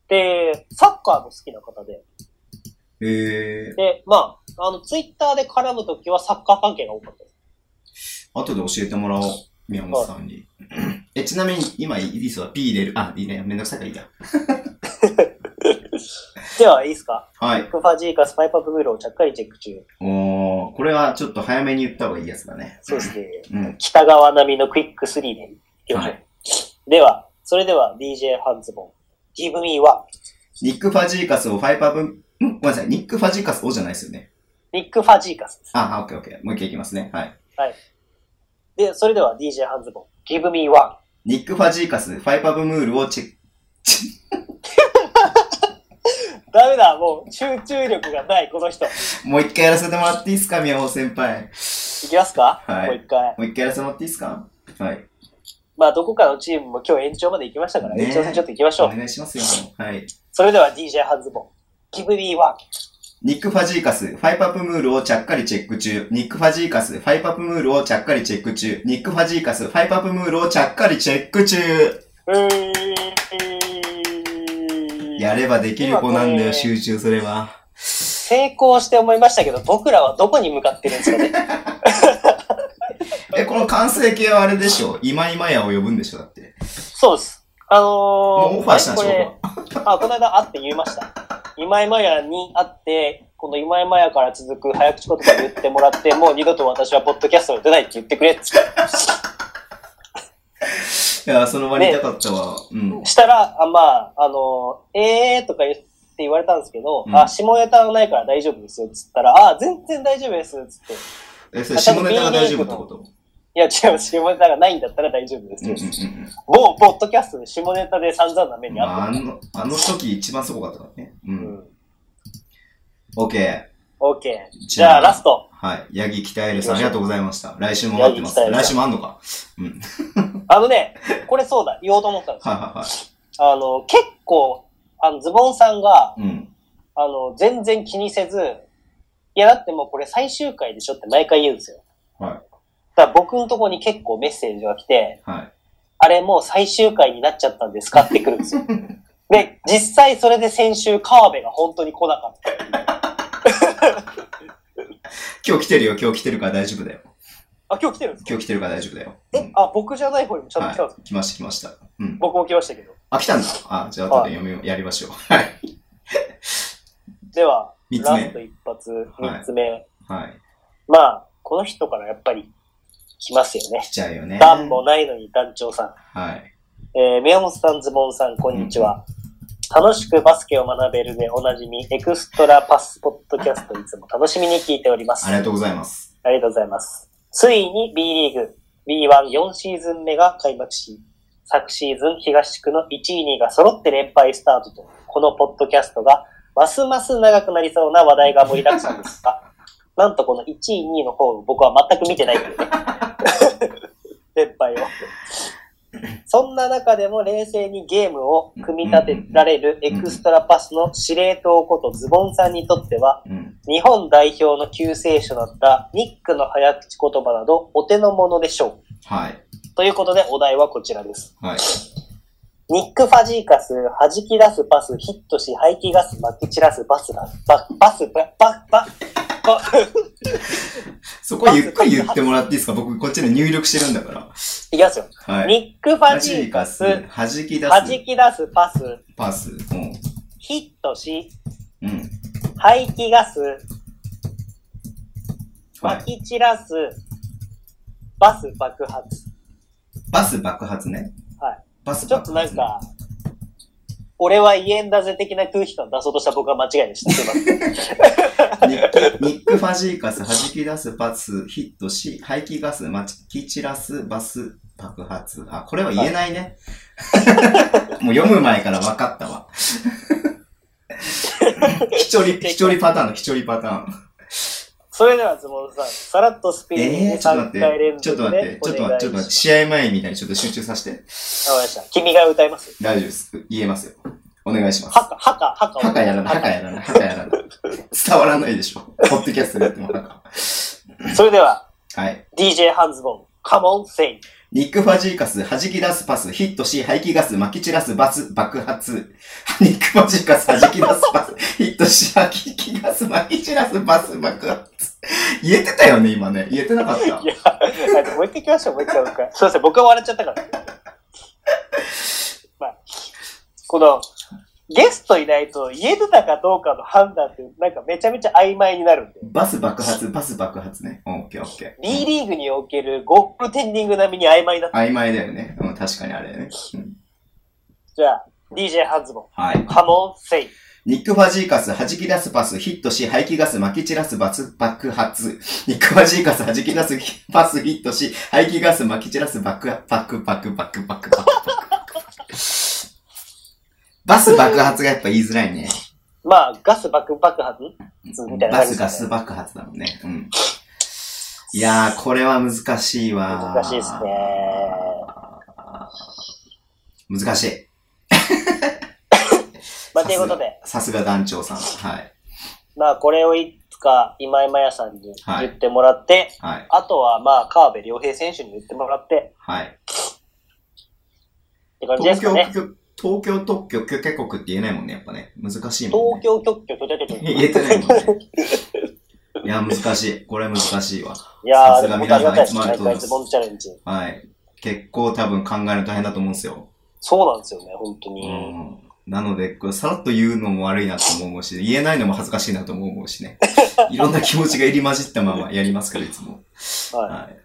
で、サッカーも好きな方で、
えー、
で、まあ、あの、ツイッターで絡むときはサッカー関係が多かったです。
後で教えてもらおう。宮本さんに。え、ちなみに、今、イリスは P 入れる。あ、いいね。めんどくさいからいいや。
では、いいですか
はい。
クファジーカスパイパブブールをちゃっかりチェック中。
おー、これはちょっと早めに言った方がいいやつだね。
そうですね。
うん。
北川並みのクイック3でいきましょう。
は
では、それでは DJ ハンズボン。Give me one.
ニック・ファジーカスをファイパー分、んごめんなさい。ニック・ファジーカスをじゃないですよね。
ニック・ファジーカスです。
あ、あオッケーオッケー。もう一回いきますね。はい。
で、それでは DJ ハンズボン。Give me one.
ニック・ファジーカス、ファイパブムールをチェック。
ダメだ、もう集中力がない、この人。い
もう一回やらせてもらっていいですか、宮本先輩。
きますか、
はい
もう一回。
もう一回やらせてもらっていいですかはい。
まあ、どこかのチームも今日延長まで行きましたから、
ね
延長戦ちょっと行きましょ
お
う。
願いしますよ。はい。
それでは DJ ハンズボン。Give me one.
ニック・ファジーカス、ファイパプムールをちゃっかりチェック中。ニック・ファジーカス、ファイパプムールをちゃっかりチェック中。ニック・ファジーカス、ファイパプムールをちゃっかりチェック中。
うーん
やればできる子なんだよ、集中すれば。
成功して思いましたけど、僕らはどこに向かってるんですかね
え、この完成形はあれでしょ今今やを呼ぶんでしょだって。
そうです。あのー、
もうオファーしたんでしょ
これあ、この間会って言いました。今井マヤに会って、この今井マヤから続く早口言葉で言ってもらって、もう二度と私はポッドキャストに出ないって言ってくれって
いや、その場にいたかったわ。うん。
したら、あまあ、あのー、えーとか言って言われたんですけど、
うん
あ、下ネタがないから大丈夫ですよっつったら、あ、全然大丈夫ですっつって。
え、それ下ネタが大丈夫ってこと
いや違う、下ネタがないんだったら大丈夫です
うんう
よ
んう。んうん。
某、ポッドキャストで下ネタで散々な目に
ま
あった。
あ、あの、あの時一番すごかったからね。う。
うんん。
オッケ
オッケー。じゃあ、ラスト
ー。。はい。八木北エルさん、ありがとうございました。来週も
八
待っ
木
てます。
北エルさん
来週もあんのか。
あのね、これそうだ、言おうと思ってたんですよ
はいは
あの、結構、あの、ズボンさんが、
いはい。うん。
あの、全然気にせず、いや、だってもうこれ最終回でしょって毎回言うんですよ。
はい
だから僕のとこに結構メッセージが来て、
はい。
あれもう最終回になっちゃったんですかってくるんです よ。で、実際それで先週、川辺が本当に来なかった。
今日来てるよ、今日来てるから大丈夫だよ。
あ、今日来てるんですか
今日来てるから大丈夫だよ。
え、あ、僕じゃない方にもちゃんと来たんですか、
来ました、来ました。うん。
僕も来ましたけど。
あ、来たんだ。あ、じゃあ後で読みよう、やりましょう。 はい。
では、
三つ目
ラスト一発、三つ目。
はい。
まあ、この人からやっぱり来ますよね
来。ちゃうよね。
段もないのに団長さん。
はい。
えー宮本さん、ズボンさん、こんにちは。楽しくバスケを学べるでおなじみ、エクストラパスポッドキャスト、いつも楽しみに聞いております。
ありがとうございます。
ありがとうございます。ついに B リーグ、B14 シーズン目が開幕し、昨シーズン東地区の1位、2位が揃って連敗スタートと、このポッドキャストが、ますます長くなりそうな話題が盛りだくさん ですが、なんとこの1位、2位の方を僕は全く見てないっていうね。 連敗を。そんな中でも冷静にゲームを組み立てられるエクストラパスの司令塔ことズボンさんにとっては、
うん。
日本代表の救世主だったニックの早口言葉などお手の物でしょ
はい。
う。ということでお題はこちらです。
はい。
ニック・ファジーカス、弾き出すパス、ヒットし、排気ガス、撒き散らすバスだ、ババス、バ、バ、バ、バ、
そこはゆっくり言ってもらっていいですか僕、こっちで入力してるんだから。
いきますよ。
はい。
ニック・ファジーカス、
弾き
弾
出す。
き出すパス、
パス。う
ヒットし、
ん。うん。
排気ガス、
はい
撒。き散らす、バス爆発。
バス爆発ね。
はい。
バス
ちょっと
爆
な
発。
んか、俺は言えんだぜ的な空気感出そうとした僕は間違いでした。すいません。
ニック、ニックファジーカス、弾き出すパス、ヒットし、排気ガス、まき散らす、バス、爆発。あ、これは言えないね。もう読む前から分かった わ。きちょり、きちょりパターンのきちょりパターン。
それではズボンさん、さらっとスピーディー
えー、
に
ちょっと
3
待
回
っ
連
て、ちょっと
続で、
待って
ね、、
ちょっと待って、ちょっと待って、試合前みたいにちょっと集中させて。
わかりました。君が歌います。
大丈夫です。言えますよ。お願いします
ハ。カ、ハカ、ハカ。
ハカやらない、ハカやらない、ハカやらない。伝わらないでしょ。ポッドキャストでやってもハカ。
それでは、
はい。
DJ ハンズボン、カモンセイ。
ニック・ファジーカス、弾き出すパス、ヒットし、排気ガス、撒き散らすバス、爆発。ニック・ファジーカス、弾き出すパス、ヒットし、排気ガス、撒き散らすバス、爆発。言えてたよね、今ね。言えてなかった
い。や、 あのもう一回行きましょう、もう一回、もう一 回。すいません、僕が笑っちゃったから。 まあ、この、ゲストいないと言えてたかどうかの判断って、なんかめちゃめちゃ曖昧になるんで、
バス爆発、バス爆発ね。うんオッケーオッケー。
B リーグにおけるゴールテンディング並みに曖昧になって、
曖昧だよね。うん、確かにあれね。うん
じゃあ、DJ ハンズボン、
はい。
カモンセイ。
ニック・ファジーカス、弾き出すパス、ヒットし、排気ガス、撒き散らすバス、爆発。ニック・ファジーカス、弾き出すパス、ヒットし、排気ガス、撒き散らす爆、爆、爆、爆、爆、爆、爆。バス爆発がやっぱ言いづらいね。
まあ、ガス爆爆発みたいな
バ
感
ス
じ
ガ
です
ス
ね。
爆発だもんね。うん。いやー、これは難しいわ。
難しいですね。。
難しい。
まあ、ということで、
さすが団長さん。はい。
まあ、これをいつか今井真也さんに
はい
言ってもらって、
はい。
あとは、まあ、川辺良平選手に言ってもらって、
はい。
って感じで
東
すか
京
ね。
特許、東京特許許可国って言えないもんね、やっぱね。難しいもんね。
東京特許取れてる。
言えてないもん ね。いや、難しい。これ難しいわ。
いや
さ
ー、
す
で
が
も本当ありがたいです。
皆さんいつもありがとうご
毎回ズ
ざいます
ボンチャレンジ。
はい。結構多分考えるの大変だと思うんですよ。
そうなんですよね、本当
う
に。
ん。なので、これさらっと言うのも悪いなとも思うし、言えないのも恥ずかしいなとも思うし ね。いろんな気持ちが入り混じったままやりますから、いつも。
は
はい。
い。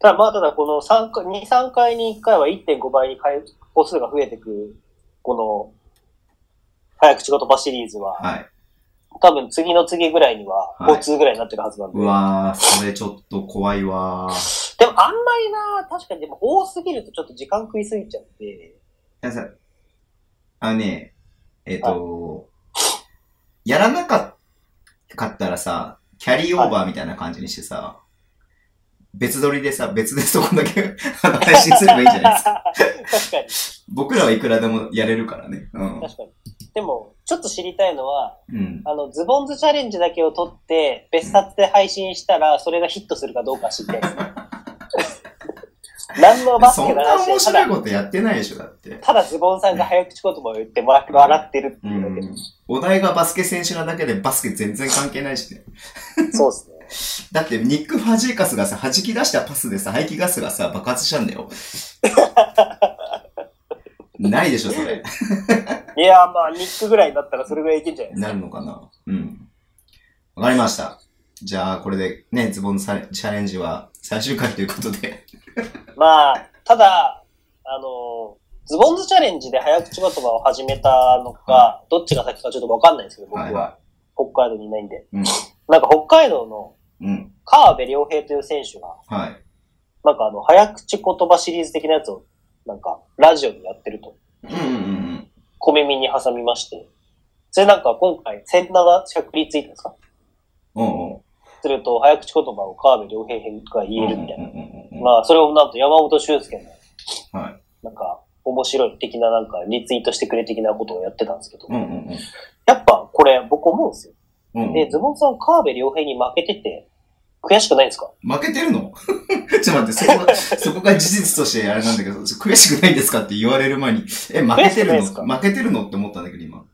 ただ、まあ、ただ、この3回、2、3回に1回は1.5倍に回個数が増えてく、この、早口言葉シリーズは、
はい。
多分次の次ぐらいには、
はい
交通ぐらいになってるはずなんで。
うわー、それちょっと怖いわー。
でも、あんまりな、確かに、でも多すぎるとちょっと時間食いすぎちゃって、
皆さん、あのね、えっ、と、やらなかったらさ、キャリーオーバーみたいな感じにしてさ、別撮りでさ、別でそこだけ 配信すればいいんじゃないですか。
確かに。
僕らはいくらでもやれるからね。うん。
確かに。でも、ちょっと知りたいのは、
うん。
あの、ズボンズチャレンジだけを取って、別冊で配信したら、それがヒットするかどうか知りたいですね。 何のバス
そ
ケ
ん
の
な
話
面
た
白い
だ、
ことやってないでしょ、だって。
ただズボンさんが早口言葉を言って笑笑ってるって
う
いうだけ
ん。お題がバスケ選手なだけでバスケ全然関係ないしね。
そうですね。
だって、ニック・ファジーカスがさ、弾き出したパスでさ、排気ガスがさ、爆発したんだ よ。ないでしょ、それ。
いやーまあ、ニックぐらいになったらそれぐらいいけんじゃないですか。
なるのかなうん。わかりました。じゃあ、これでね、ズボンのさチャレンジは最終回ということで。
まあ、ただ、あのーズボンズチャレンジで早口言葉を始めたのか、どっちが先かちょっとわかんないですけど、僕
はい
は
は
北海道にいないんで。
うん
なんか北海道の
い。うん。
川辺良平という選手が、
はい。
なんかあの、早口言葉シリーズ的なやつを、なんか、ラジオでやってると、
うんうんうん
小耳に挟みまして、それなんか今回、千長百里ツイートですか
うん。おうおう。
すると、早口言葉を川辺良平編が言えるみたい
うん
な。
うんうんうん
まあ、それをなんと山本修介の、
はい
なんか、面白い的ななんか、リツイートしてくれ的なことをやってたんですけど、
うんうんうん
やっぱこれ僕思うんですよ。
うんうん
で、ズボンさん川辺良平に負けてて、悔しくないですか
負けてるの ちょっと待って、そこ が、そこが事実としてあれなんだけど、ちょ悔しくないですかって言われる前に、え、負けてる
悔しくない
の
ですか
負けてるのって思ったんだけど、今。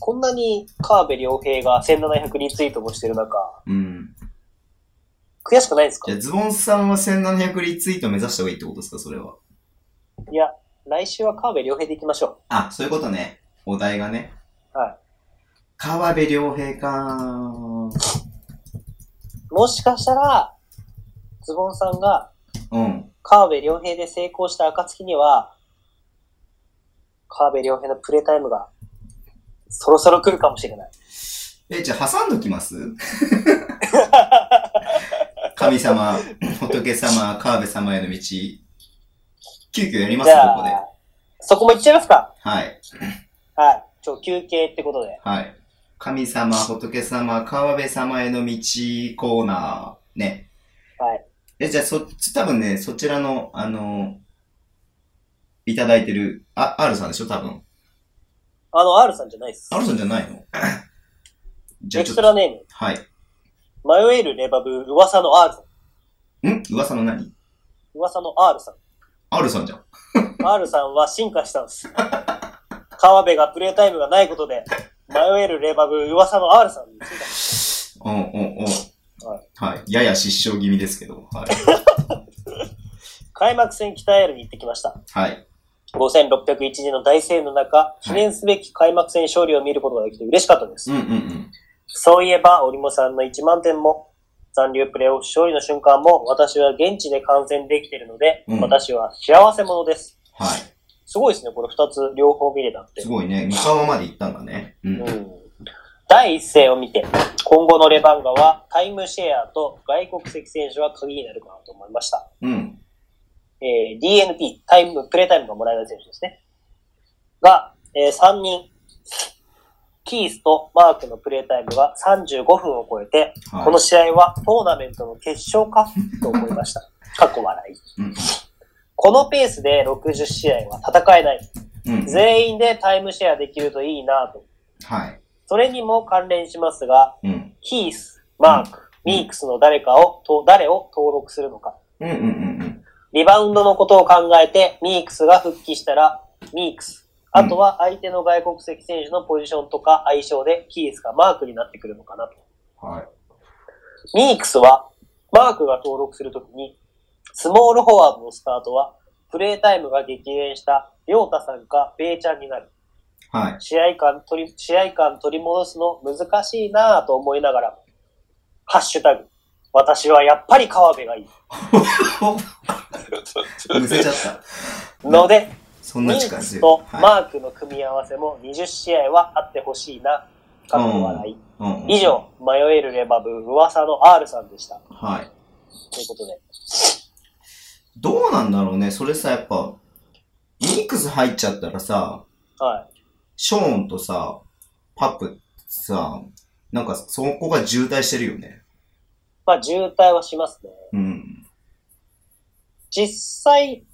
こんなに川辺良平が1700リツイートもしてる中、
うん。
悔しくないですか
じゃあ、ズボンさんは1700リツイート目指した方がいいってことですか、それは。
いや、来週は川辺良平で行きましょ
あ、そういうことね。お題がね。
はい。
川辺良平かー
う。もしかしたら、ズボンさんが
うん。
川辺良平で成功した暁には、川辺良平のプレイタイムが、そろそろ来るかもしれない。
え、じゃあ挟んどきます 神様、仏様、川辺様への道。急遽やります
じ
こ
ゃ
こで。
あ、そこも行っちゃいますか
はい。
はい。ちょ、休憩ってことで。
はい。神様、仏様、川辺様への道コーナー、ね。
はい。
え、じゃあそっち、多分ね、そちらの、あの、いただいてる、あ、R さんでしょ多分。
あの、R さんじゃないです。
R さんじゃない のじゃあち
エク
ょっ
スト
と、
ラネーム、
はい。
迷えるレバブ、噂の R さん。
ん噂の何
噂の R さん。
?R さんじゃん。
R さんは進化したんです。川辺がプレイタイムがないことで、迷えるレバブ、噂の R さんに進化し
うんうんうん。
は
はい。やや失笑気味ですけど。はい。
た開幕戦北エールに行ってきました。
はい。
5601人の大声援の中、記念すべき開幕戦勝利を見ることができて嬉しかったです。
うんうんうん。
そういえば、折茂さんの1万点も、残留プレーオフ勝利の瞬間も、私は現地で観戦できているので、
うん
私は幸せ者です。
はい。
すごいですね、これ2つ両方見れたって
す。ごいね。三河まで行ったんだね。うん。うん
うん第一声を見て、今後のレバンガはタイムシェアと外国籍選手は鍵になるかなと思いました。
うん。
えー DNP、タイム、プレータイムがもらえる選手ですね。が、えー3人、キースとマークのプレータイムが35分を超えて、
はい
この試合はトーナメントの決勝かと思い ました。過去笑い。
うん
このペースで60試合は戦えない。
うん。
全員でタイムシェアできるといいなと。
はい。
それにも関連しますが、
うん。
キース、マーク、ミークスの誰かを、と誰を登録するのか。
うんうんうん
リバウンドのことを考えて、ミークスが復帰したら、ミークス。あとは相手の外国籍選手のポジションとか相性で、キースがマークになってくるのかなと。
うん。はい。
ミークスは、マークが登録するときに、スモールフォワードのスタートは、プレータイムが激減した、りょうたさんか、べイちゃんになる。
はい。
試合感取り、試合感取り戻すの難しいなぁと思いながらも、ハッシュタグ、私はやっぱり川辺がいい。
むせちゃった。
ので、
そん
ミ
な
ー
力
クス
強い。
と
は
マークの組み合わせも20試合はあってほしいな。過去笑い。
い。うんうん
以。上、迷えるレバブ、噂の R さんでした。
はい。
ということで。
どうなんだろうね。それさ、やっぱ、ミックス入っちゃったらさ、
はい。
ショーンとさ、パップさ、なんかそこが渋滞してるよね。
まあ、渋滞はしますね。
うん。
実際、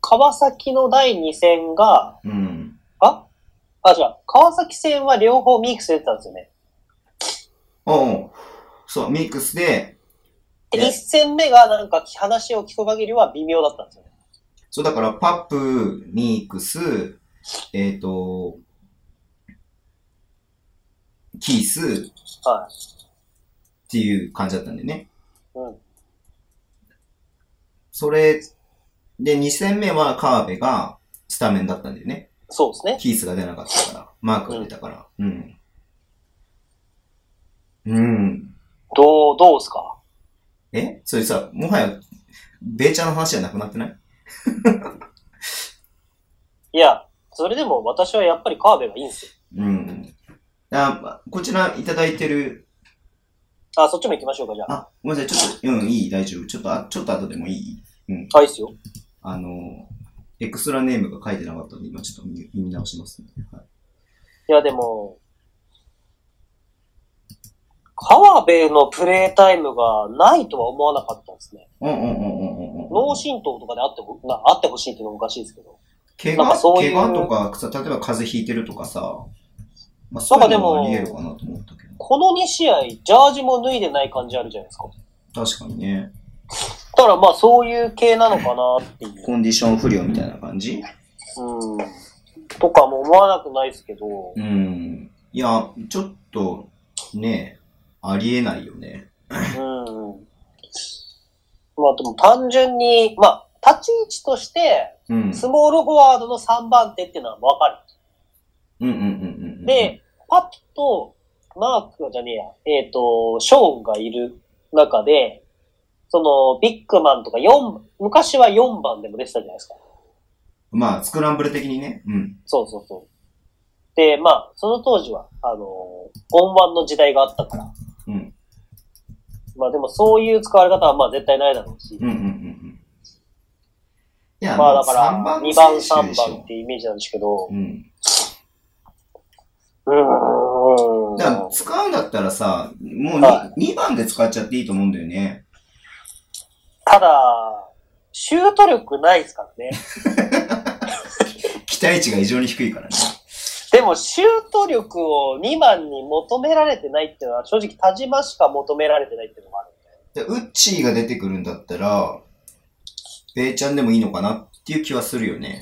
川崎の第2戦が、
うん。
ああ、じゃあ、川崎戦は両方ミークス出てたんですよね。
おうそう、ミックスで、
で、
ね
1戦目がなんか話を聞く限りは微妙だったんですよね。
そうだから、パップ、ミークス、えっ、と、キースっ
は
ていう感じだったんだよね。
い。うん。
それ、で、2戦目は川辺がスタメンだったんだよね。
そうですね。
キースが出なかったから、マークが出たから。うん。うん。
どう、どうですか
えそれさ、もはや、ベイちゃんの話じゃなくなってない
いや、それでも私はやっぱり川辺がいいんですよ。
うん。あ、こちらいただいてる
あ、そっちも行きましょうか、じゃあ。
あ、ごめんなさい、ちょっと、うん、いい、大丈夫。ちょっと、あちょっと後でもいい
あ、いいっすよ。
あの、エクストラネームが書いてなかったので、今ちょっと見見直しますね。はい、
いや、でも、川辺のプレータイムがないとは思わなかったんですね。
うんうんうんうんうんうん。
脳震盪とかであってほなあってほしいっていうのもおかしいですけど。
怪
なんか
我
そういう
怪我とかさ、例えば風邪ひいてるとかさ、まあ、そ
そ
うう
か
いうのもあり
でも
得るかなと思ったけ
この2試合、ジャージも脱いでない感じあるじゃないですか。
ど。確かにね。
だからまあ、そういう系なのかなっていう。
コンディション不良みたいな感じ
うん。とかも思わなくないですけど。
うん。いや、ちょっと、ね、ありえないよね。
うん。まあでも単純に、まあ、立ち位置として、
うん。
スモールフォワードの3番手っていうのはわか
うんうんうんうんうん。
る。で、、パッと、マークじゃねえや、えっ、と、ショーンがいる中で、その、ビッグマンとか4、昔は4番でも出てたじゃないですか。
まあ、スクランブル的にね。うん。
そうそうそう。で、まあ、その当時は、あの、オンワンの時代があったから。
うん。
まあでもそういう使われ方はまあ絶対ないだろうし。
うんうんうんうん。いや、
まあだ
もう
から、
三
2番、
の選手で
3
しょ
番っていうイメージなんですけど
う、ん。
うーん。
だから使うんだったらさ、もう
は
2, 2番で使っちゃっていいと思うんだよね。
ただ、シュート力ないですからね。
期待値が異常に低いからね。
でも、シュート力を2番に求められてないっていうのは、正直、田島しか求められてないっていうのがある。
でウッチーが出てくるんだったら、ペイちゃんでもいいのかなっていう気はするよね。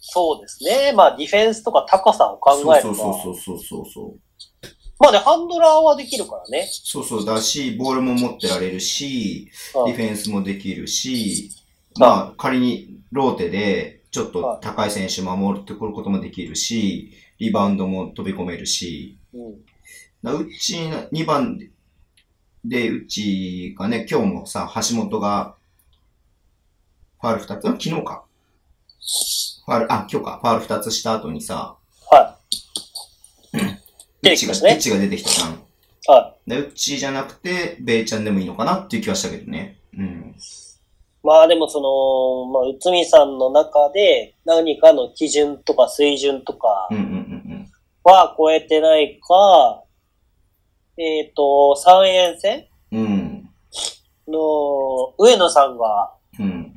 そうですね。まあ、ディフェンスとか高さを考えれば。
そうそうそうそうそうそう。
まあね、ハンドラーはできるからね。
そうそうだし、ボールも持ってられるし、
う
ディ
ん
フェンスもできるし、
うん
まあ仮にローテでちょっと高い選手守ってくることもできるし、リバウンドも飛び込めるし、
うん。
だうちの2番で、うちがね、今日もさ、橋本が、ファール2つ、ん昨日か。ファール、あ、今日か、ファール2つした後にさ、
は
う
出て
ち
き
が、
ま
う
したね
ちが出てきたじゃん。
い。は
で、うちじゃなくて、ベイちゃんでもいいのかなっていう気はしたけどね。うん。
い。まあでも、その、まあ、内海さんの中で、何かの基準とか水準とか
うんうんうん
は超えてないか、えっ、と、三円戦
うん。うん。
の上野さんが、
うん。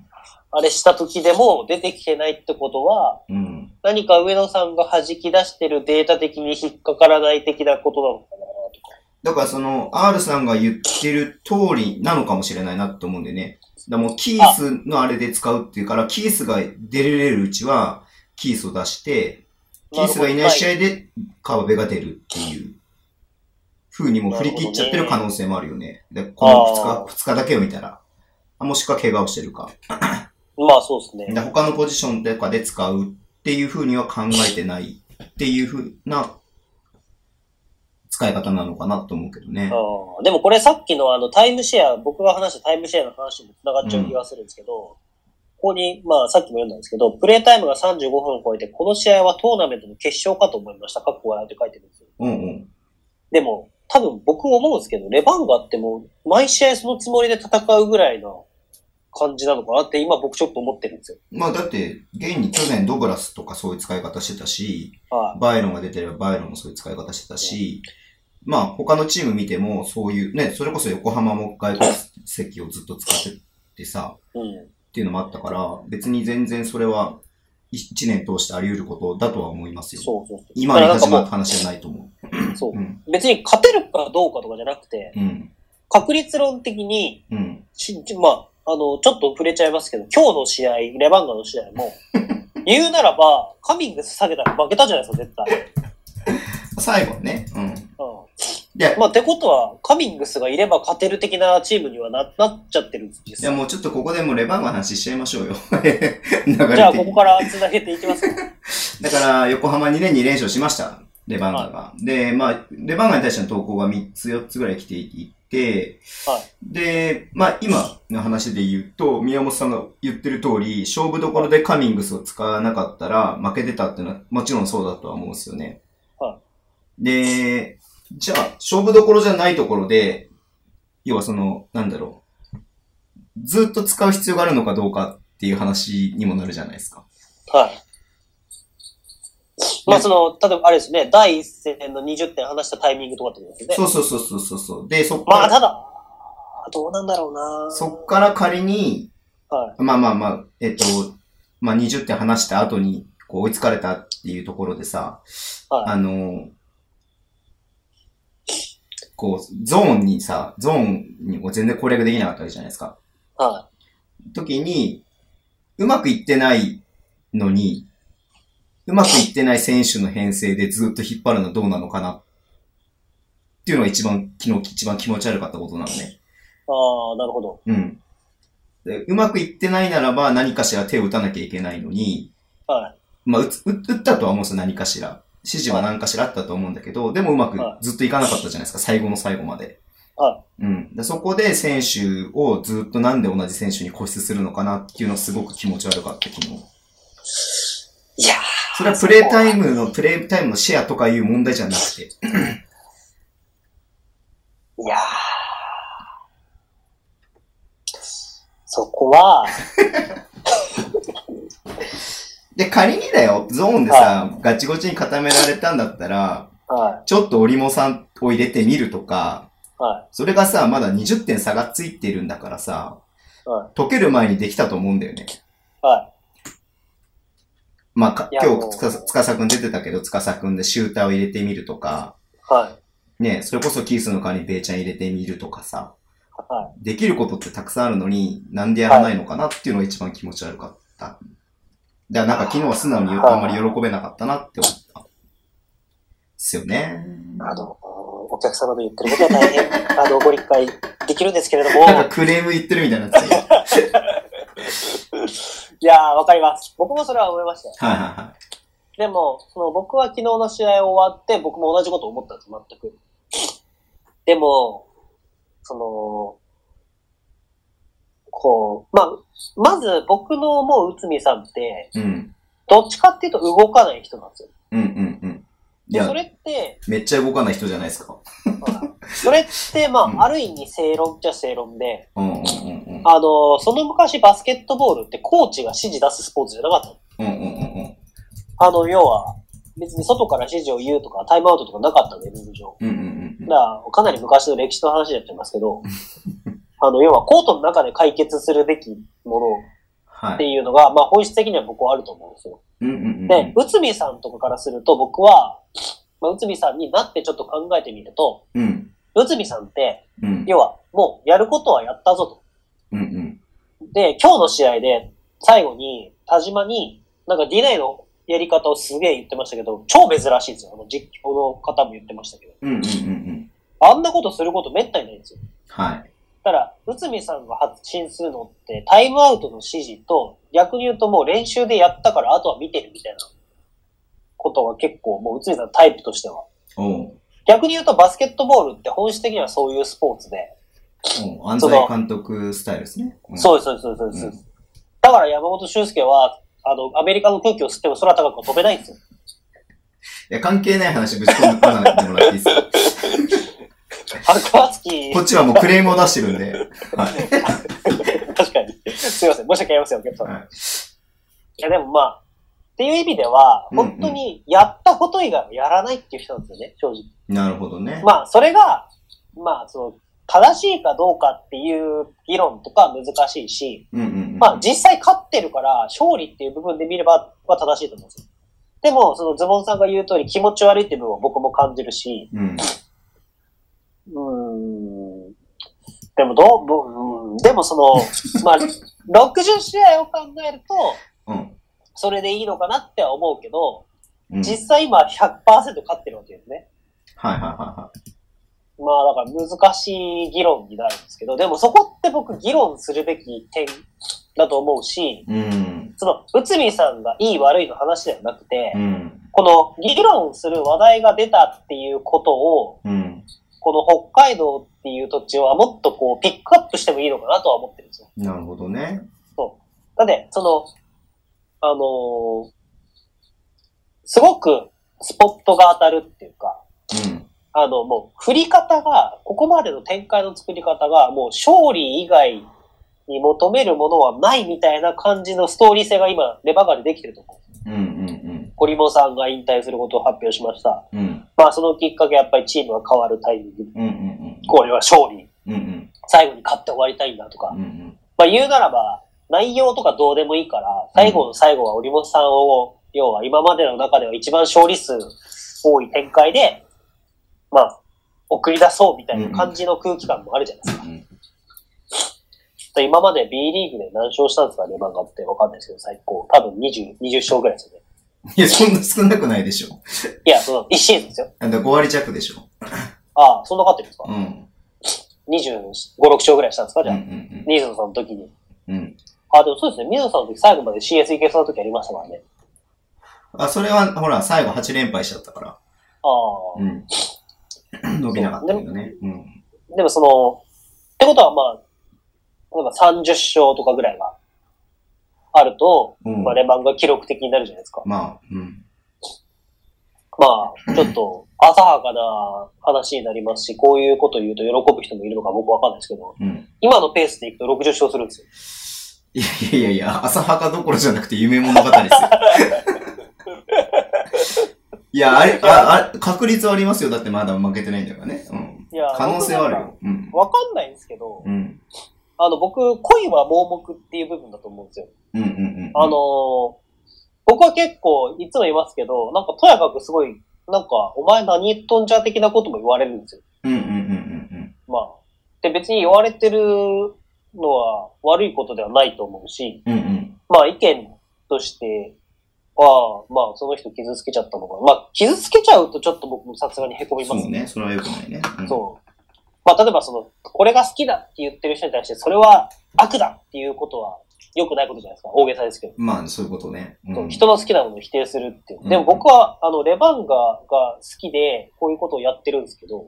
あれした時でも出てきてないってことは、
うん。
何か上野さんが弾き出してるデータ的に引っかからない的なことなのかなとか。
だからその、R さんが言ってる通りなのかもしれないなと思うんでね。だからもうキースのあれで使うっていうから、キースが出れるうちは、キースを出して、キースがいない試合で川辺が出るっていう風にも振り切っちゃってる可能性もあるよね。で、この2
あー
日、2日だけを見たら。あもしくは怪我をしてるか。
まあそうですね。
で他のポジションとかで使うっていう風には考えてないっていう風な使い方なのかなと思うけどね。
あーでもこれさっきのあのタイムシェア、僕が話したタイムシェアの話にも繋がっちゃう気がするんですけど、ここに、まあさっきも読んだんですけど、プレイタイムが35分を超えて、この試合はトーナメントの決勝かと思いました。かっこ笑いって書いてるんですよ。
うんうん。
でも、多分僕思うんですけど、レバンガってもう毎試合そのつもりで戦うぐらいの感じなのかなって今僕ちょっと思ってるんですよ。
まあだって、現に去年ドグラスとかそういう使い方してたし、
はい。
バイロンが出てればバイロンもそういう使い方してたし、まあ他のチーム見てもそういう、ね、それこそ横浜も外国籍をずっと使っててさ、
うん。
っていうのもあったから、別に全然それは1年通してあり得ることだとは思いますよ。
そうそうそう。
今に
だか
始
らなんかも
ま
う
る話じゃないと思。
そうう
う。ん。
別に勝てるかどうかとかじゃなくて、
うん。
確率論的に
うん。
しまあ、あの、ちょっと触れちゃいますけど、今日の試合、レバンガの試合も、言うならば、カミングス下げたら負けたじゃないですか、絶対。
最後ね。うん。
う
で
ん。、まあ、ってことは、カミングスがいれば勝てる的なチームにはななっちゃってるんです
いや
よ。
もうちょっとここでもうレバンガの話しちゃいましょうよ。 流れ的に
じゃあ、ここから繋げていきます
だ
か。
から、横浜にね、2連勝しました。レバンガが。で、まあ、レバンガに対しての投稿が3つ、4つぐらい来ていて、
はい
で、まあ、今の話で言うと、宮本さんが言ってる通り、勝負どころでカミングスを使わなかったら負けてたっていうのは、もちろんそうだとは思うんですよね。
は
で、じゃあ、勝負どころじゃないところで、要はその、なんだろう。ずっと使う必要があるのかどうかっていう話にもなるじゃないですか。
はい。まあ、その、例えばあれですね、第一戦の20点話したタイミングとかってことですよね。
そうそうそうそうそうそう。で、そっから。
まあ、ただ、どうなんだろうな
そっから仮に、
は
まあまあまあ、えっと、まあ20点離した後に、こう追いつかれたっていうところでさ、
はい
あの、こう、ゾーンにさ、ゾーンにこう全然攻略できなかったわけじゃないですか。
い。は
時に、うまくいってないのに、うまくいってない選手の編成でずっと引っ張るのはどうなのかなっていうのが一番、昨日一番気持ち悪かったことなのね。
い。ああ、なるほど。
うん。でうまくいってないならば何かしら手を打たなきゃいけないのに、
はい。
まあ、打つ打打ったとは思うんですよ、何かしら。指示は何かしらあったと思うんだけど、でもうまく
は
ずっといかなかったじゃないですか、最後の最後まで。
は
うん。でそこで選手をずっとなんで同じ選手に固執するのかなっていうのはすごく気持ち悪かった、昨日。
いやー
それはプレイタイムの、プレイタイムのシェアとかいう問題じゃなくて。
いやーそこは、
で、仮にだよ、ゾーンでさ、ガチゴチに固められたんだったら、
は
ちょっとオリモさんを入れてみるとか、
い。は
それがさ、まだ20点差がついてるんだからさ、
い。は
解ける前にできたと思うんだよね。
い。は
まあか、
いや
今
も
日
う
つかさ、つかさくん出てたけど、つかさくんでシューターを入れてみるとか、
い。はい。
ね、それこそキースの代わりにベイちゃん入れてみるとかさ、
は
できることってたくさんあるのに、なんでやらないのかなっていうのが一番気持ち悪かった。だからなんか昨日は素直に
はい
あんまり喜べなかったなって思った。ですよね。
あの、お客様の言ってることは大変、あの、ご理解できるんですけれど も、
なんかクレーム言ってるみたいになってたよ
いやー、わかります。僕もそれは思いましたよ。
はいはいはい。
でも、その僕は昨日の試合終わって、僕も同じこと思ったんです、全く。でも、その、こう、まあ、まず僕の思う内海さんって、
うん。
どっちかっていうと動かない人なんですよ。
うんうんうん。い
で、
や
そ、れって、
めっちゃ動かない人じゃないですか。
それって、ま
うん
あ、ある意味正論っちゃ正論で、
うんうんうんうん。
あの、その昔バスケットボールってコーチが指示出すスポーツじゃなかったの
うんうんうん
あの、要は、別に外から指示を言うとか、タイムアウトとかなかったので、ルール上。
うん。うんうんうん
だから、かなり昔の歴史の話になっちゃいますけど、あの、要はコートの中で解決するべきもの
は
って
い。
いうのが、まあ本質的には僕はあると思うんですよ。
うんうんうんうん。
で、内海さんとかからすると僕は、まあ、内海さんになってちょっと考えてみると、
うん。
内海さんって、
うん。
要はもうやることはやったぞと。
うんうん。
で、今日の試合で最後に田島に、なんかディレイのやり方をすげえ言ってましたけど、超珍しいんですよ。あの実況の方も言ってましたけど。
うんうんうんうん。
あんなことすることめったにないんですよ。
はい。
ただ、内海さんが発信するのって、タイムアウトの指示と、逆に言うともう練習でやったから、あとは見てるみたいなことが結構、もう内海さんのタイプとしては。
おう。
逆に言うとバスケットボールって本質的にはそういうスポーツで。
うん安西監督スタイルですね。
そううです、そうです、そうです。そううんですだから山本修介は、あの、アメリカの空気を吸っても空高くは飛べないん ですよ。
ん。いや、関係ない話ぶち込んでこないでもらっていいです か
アクアツキ
こっちはもうクレームを出してるんで。はい。
確かに。すいません、申し訳ありません、お客様。
はい
いや、でもまあ、っていう意味では、
うんうん
本当にやったこと以外はやらないっていう人なんですよね、正直。
なるほどね。
まあ、それが、まあ、その、正しいかどうかっていう議論とかは難しいし、
うんうんうん。
まあ、実際勝ってるから、勝利っていう部分で見れば、は正しいと思うんですよ。でも、そのズボンさんが言う通り気持ち悪いっていう部分は僕も感じるし、
うん。
うーん。でもどうどう、うん、でもその、 まあ、60試合を考えると、
うん。
それでいいのかなっては思うけど、
うん。はい
実際今100%勝ってるわけですね。
はいは
まあだから難しい議論になるんですけど、でもそこって僕議論するべき点だと思うし、
いはい。うん。
その、内海さんがいい悪いの話ではなくて
う、ん。
この議論する話題が出たっていうことを、
うん。
この北海道っていう土地はもっとこうピックアップしてもいいのかなとは思ってるんですよ。
なるほどね。
だって、その、あのーすごくスポットが当たるっていうか、
うん。
あの、もう、振り方が、ここまでの展開の作り方が、もう、勝利以外に求めるものはないみたいな感じのストーリー性が今、レバガでできてると思
う
う。
んうん
ゴリモさんが引退することを発表しました。
うん。うん。
まあ、そのきっかけ、やっぱりチームが変わるタイミング。
うんうん
これは勝利。
うん。うんうん。
最後に勝って終わりたいんだとか
う。ん
まあ、言うならば、内容とかどうでもいいから、最後の最後はオリモさんを、要は今までの中では一番勝利数多い展開で、まあ、送り出そうみたいな感じの空気感もあるじゃないですか。
うん。
で今まで B リーグで何勝したんですかね、漫画ってわかんないですけど、最高。多分20、20勝ぐらいですよね。
いや、そんな少なくないでしょ。
いや、その、1シーズンですよ。
あんた5割弱でしょ。
ああ、そんな勝ってるんですか
うん。うん。
?25、6勝ぐらいしたんですか
う
じ
ん
ゃ
う
あ、
ん
水野さんの時に。
うん。うん。
あ、でもそうですね、水野さんの時最後まで CS いけそうな時ありましたからね。
あ、それは、ほら、最後8連敗しちゃったから。
ああ。
うん。 伸びなかったけどね。うん。
でもその、ってことはまあ、例えば30勝とかぐらいがあると、
うん
まあレバンが記録的になるじゃないですか。
まあ、うん。
まあ、ちょっと浅はかな話になりますし、こういうことを言うと喜ぶ人もいるのか僕わかんないですけど、
うん。
今のペースでいくと60勝するんですよ。
いやいやいやいや、浅はかどころじゃなくて夢物語ですよ。いや、あれ、あ、あ、確率はありますよ。だってまだ負けてないんだからね。うん。
いや、
可能性はある
僕なんか
よ。うん。
わかんないんですけど、
うん。
あの、僕、恋は盲目っていう部分だと思うんですよ。
うんうんうん。
あのー僕は結構、いつも言いますけど、なんか、とやかくすごい、なんか、お前何言っとんじゃ的なことも言われるんですよ。
うんうんうんうん
まあ。で、別に言われてるのは悪いことではないと思うし、
うん。うんうん。
まあ、意見としては、まあ、その人傷つけちゃったのかな。まあ、傷つけちゃうとちょっと僕もさすがに凹みます
そうね。それは良くないね。うん
そう。まあ、例えばその、これが好きだって言ってる人に対して、それは悪だっていうことは良くないことじゃないですか。大げさですけど。
まあ、そういうことね。う。
そうん人の好きなものを否定するっていうう。
ん
でも僕は、あの、レバンガが好きで、こういうことをやってるんですけど、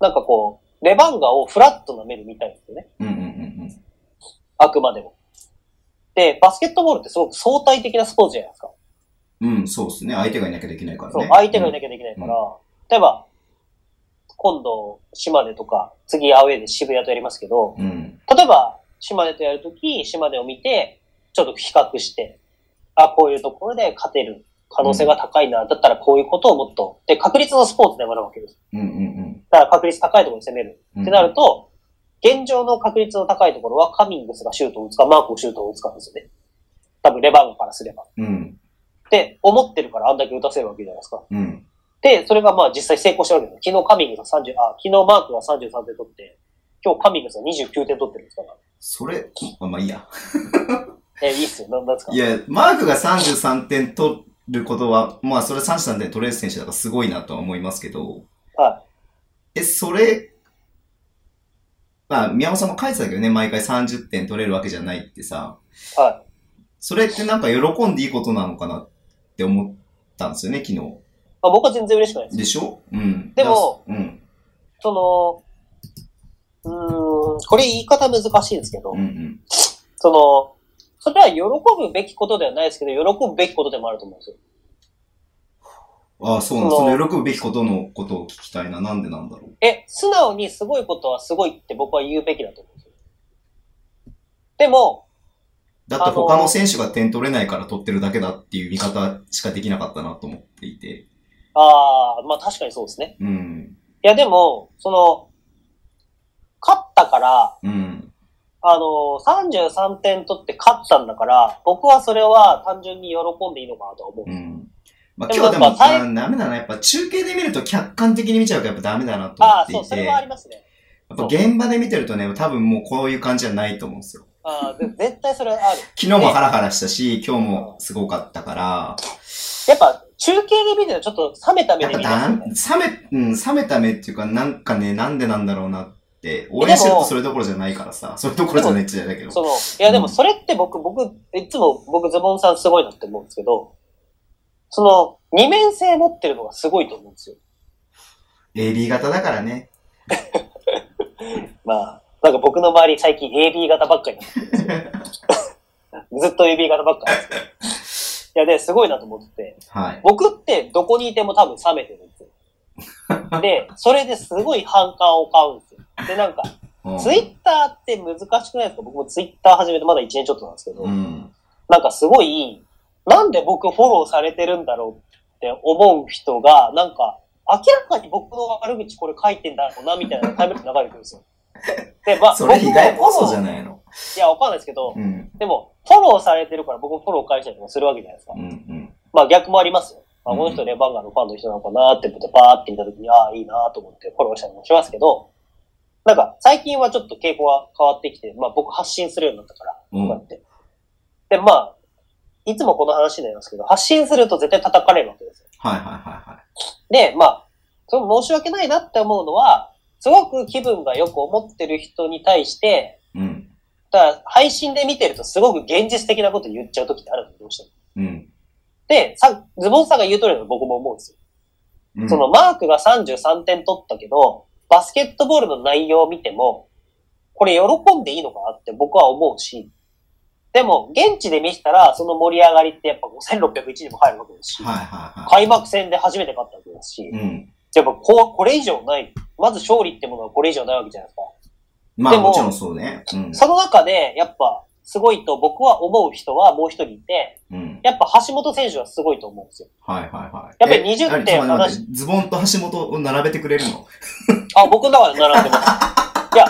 なんかこう、レバンガをフラットな目で見たいんですよね。
うんうんうん
あくまでも。で、バスケットボールってすごく相対的なスポーツじゃないですか。
うん。うん、そうですね。相手がいなきゃできないからね。
そう、相手がいなきゃできないから、例えば、今度、島根とか、次アウェーで渋谷とやりますけど、
うん。
例えば、島根とやるとき、島根を見て、ちょっと比較して、あ、こういうところで勝てる可能性が高いな、だったらこういうことをもっと、で、確率のスポーツでもあるわけです。
うんうんうん
だから確率高いところに攻める。
うん。
ってなると、現状の確率の高いところはカミングスがシュートを打つか、マークをシュートを打つかなんですよね。多分、レバンガからすれば。
うん。
って思ってるから、あんだけ打たせるわけじゃないですか。
うん。
で、それがまあ実際成功してるわけですよ。昨日カミングスが30、あ、昨日マークが33点取って、今日カミングスが29点取ってるんですから。
それ、あまあいいや。
え、いいっすよ。なんなんですか
いや、マークが33点取ることは、まあそれ33点取れる選手だからすごいなとは思いますけど、
は
え、それ、まあ宮本さんも書いてたけどね、毎回30点取れるわけじゃないってさ、
はい。
それってなんか喜んでいいことなのかなって思ったんですよね、昨日。
まあ、僕は全然嬉しくないです。
でしょうん。
でも
だから、うん。
その、うーん、これ言い方難しいんですけど、
うんうん。
その、それは喜ぶべきことではないですけど、喜ぶべきことでもあると思うんですよ。
ああ、そうなの。
そ
そ
の
の喜ぶべきことのことを聞きたいな。なんでなんだろう。
え、素直にすごいことはすごいって僕は言うべきだと思うんですよ。でも、
だって他の選手が点取れないから取ってるだけだっていう見方しかできなかったなと思っていて。
ああ、まあ確かにそうですね。
うん。
いやでも、その、勝ったから、
うん。
あの、33点取って勝ったんだから、僕はそれは単純に喜んでいいのかなとは思う。
うん。まあ、
で
今
も
日でも、
やっぱ最
あーダメだな。やっぱ中継で見ると客観的に見ちゃうからやっぱダメだなと思
あ
っ
あ、
て
そ、
いうて。
それはありますね。
やっぱ現場で見てるとね、多分もうこういう感じじゃないと思うんですよ。
ああ、ぜ絶対それある。
昨日もハラハラしたし、今日もすごかったから、
やっぱ、中継で見てるとちょっと冷めた目
やっぱ
で見た
だ
ん
ん、
ですよね。
冷め、うん、冷めた目っていうか、なんかね、なんでなんだろうなって、応援してるとそれどころじゃないからさ、それどころじゃないって言っちゃだけど。
その、いやでもそれって僕、僕、いつも僕ズボンさんすごいなって思うんですけど、その、二面性持ってるのがすごいと思うんですよ。
AB 型だからね。
まあ、なんか僕の周り最近 AB 型ばっかりなんですけどずっと AB 型ばっかりなんですけど。いやで、すごいなと思ってて、
はい。
僕ってどこにいても多分冷めてるんですよ。 で、それですごい反感を買うんですよ。で、なんか、
うん
ツイッターって難しくないですか僕もツイッター始めてまだ1年ちょっとなんですけど、
うん。
なんかすごい、なんで僕フォローされてるんだろうって思う人が、なんか、明らかに僕の悪口これ書いてんだろうな、みたいなタイムライン流れてくるんで すよ。で、まあ、
それ
僕
意
も
外こそじゃ
フォロ
ないの。
ーいや、わかんないですけど
う、ん。
でも、フォローされてるから僕もフォロー返したりとかするわけじゃないですか
うん。うん。
まあ逆もありますよ。まあ、
うん
この人レバンガのファンの人なのかなって思って、バーって見たときに、ああ、いいなと思ってフォローしたりもしますけど、なんか最近はちょっと傾向が変わってきて、まあ僕発信するようになったから、
うん
こうやって。で、まあ、いつもこの話になりますけど、発信すると絶対叩かれるわけですよ。
はいはいはいはい。
で、まあ、その申し訳ないなって思うのは、すごく気分がよく思ってる人に対して、
うん。
だから配信で見てるとすごく現実的なこと言っちゃうときってあるんですどうしても。
うん。で
で、さ、ズボンさんが言う通りだと僕も思うんですよ。
うん
その、マークが33点取ったけど、バスケットボールの内容を見ても、これ喜んでいいのかなって僕は思うし、でも、現地で見せたら、その盛り上がりってやっぱ5601にも入るわけですし、
はいはいは
開幕戦で初めて勝ったわけですし
い。う、ん。
やっぱこうこれ以上ない、まず勝利ってものはこれ以上ないわけじゃないですか。
まあ
でも
もちろんそうね。うん。
その中で、やっぱ、すごいと僕は思う人はもう一人いて、
うん。
やっぱ橋本選手はすごいと思うんですよ。
はいはいはい。
やっぱり
え
20
何ち
点
ょっと待って
話
待ってズボンと橋本を並べてくれるの
あ、僕の中で並ん でます。いや、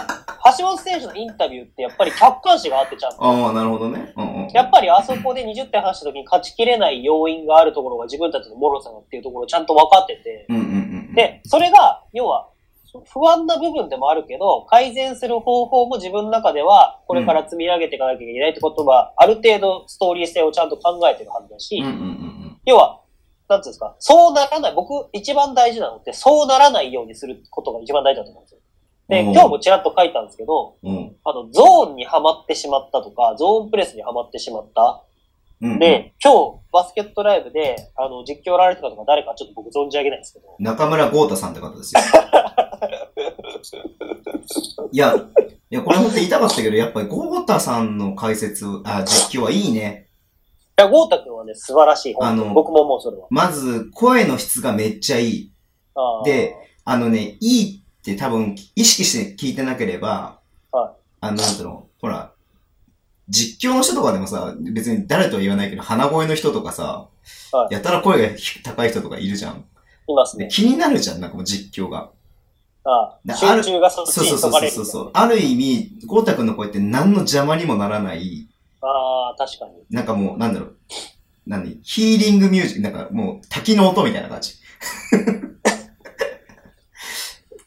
橋本選手のインタビューってやっぱり客観視があってちゃんと。
ああ、なるほどね。うんうん。
やっぱりあそこで20点話した時に勝ちきれない要因があるところが自分たちの脆さだっていうところをちゃんと分かってて、
うんうんうんうん。、
で、それが、要は、不安な部分でもあるけど、改善する方法も自分の中では、これから積み上げていかなきゃいけないってことは、ある程度ストーリー性をちゃんと考えてるはずだし、
うんうんうん
要は、なんていうんですか、そうならない、僕一番大事なのって、そうならないようにすることが一番大事だと思うんですよ。で、
うん
今日もちらっと書いたんですけど、
うん。うん
あの、ゾーンにはまってしまったとか、ゾーンプレスにはまってしまった。
うんうん。
で、今日、バスケットライブで、あの、実況られてたとか誰かちょっと僕存じ上げないんですけど、
中村豪太さんって方ですよ。いや、いや、これ本当言いたかったけど、やっぱり豪太さんの解説、あ、実況はいいね。
いや、ゴータ君はね、素晴らしい。本当
あ
に
の
僕ももうそれは。
まず、声の質がめっちゃいい。
あー
で、あのね、いいって多分、意識して聞いてなければ、
は
あの、なんていうの、ほら、実況の人とかでもさ、別に誰とは言わないけど、鼻声の人とかさ、
はい
やたら声が高い人とかいるじゃん。
います
で
ね。
気になるじゃん、なんかもう実況が。
あー
である
集中がそっち
そう
に
そうそ
そがれ
う
る
そう。そう。ある意味、ゴータ君の声って何の邪魔にもならない、
ああ、確かに。
なんかもう、なんだろう、何ヒーリングミュージック、なんかもう滝の音みたいな感 じ。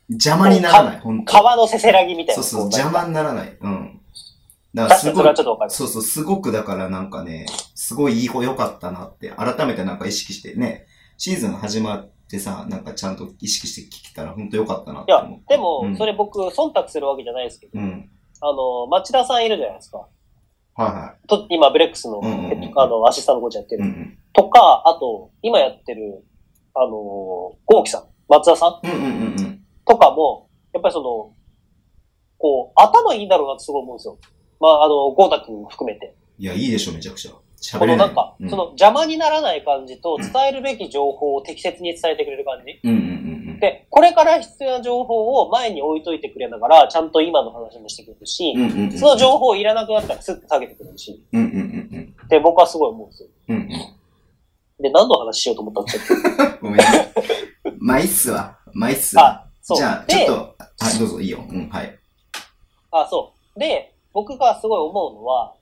邪魔にならない、本当
川のせせらぎみたい
そ
な。
うそう、
こ
邪魔にならない。うん。だから
確か
す
にそ
ご
れ
い
は、ちょっとわかります。
そうそう、すごくだからなんかね、すごいいい子良かったなって、改めてなんか意識してね、シーズン始まってさ、なんかちゃんと意識して聞けたら本当良かったなっ
い
て
や
思う。、
で
う
も、
ん
それ僕、忖度するわけじゃないですけど、
うん。
あの、町田さんいるじゃないですか。
はいは
と今、ブレックスの、
うんうんうん
えっとあの、アシスタントコーチやって
い。
る。
うんうん。
とか、あと、今やってる、あのー、ゴーキさん、松田さん
うんうんうんうん。
とかも、やっぱりその、こう、頭いいんだろうなってすごい思うんですよ。まあ、あの、ゴータ君含めて。
いや、いいでしょ、めちゃくちゃ。喋
こ
れ
の
ない。
なんか、
うん、
その邪魔にならない感じと、伝えるべき情報を適切に伝えてくれる感じ。
うんうんうん
で、これから必要な情報を前に置いといてくれながら、ちゃんと今の話もしてくれるし
うん。、うんうんうん。
その情報いらなくなったらスッと下げてくれるし、
うんうんうん
で、僕はすごい思うんですよ。
うん。うんうん。
で、何の話しようと思ったんですか
ごめん ね。まあ、いいっすわ。まあ、いいっすわ。
あ、そう。
じゃあ、
で
ちょっと、はい、どうぞ、いいよ。うん、はい。
あ、そう。で、僕がすごい思うのは、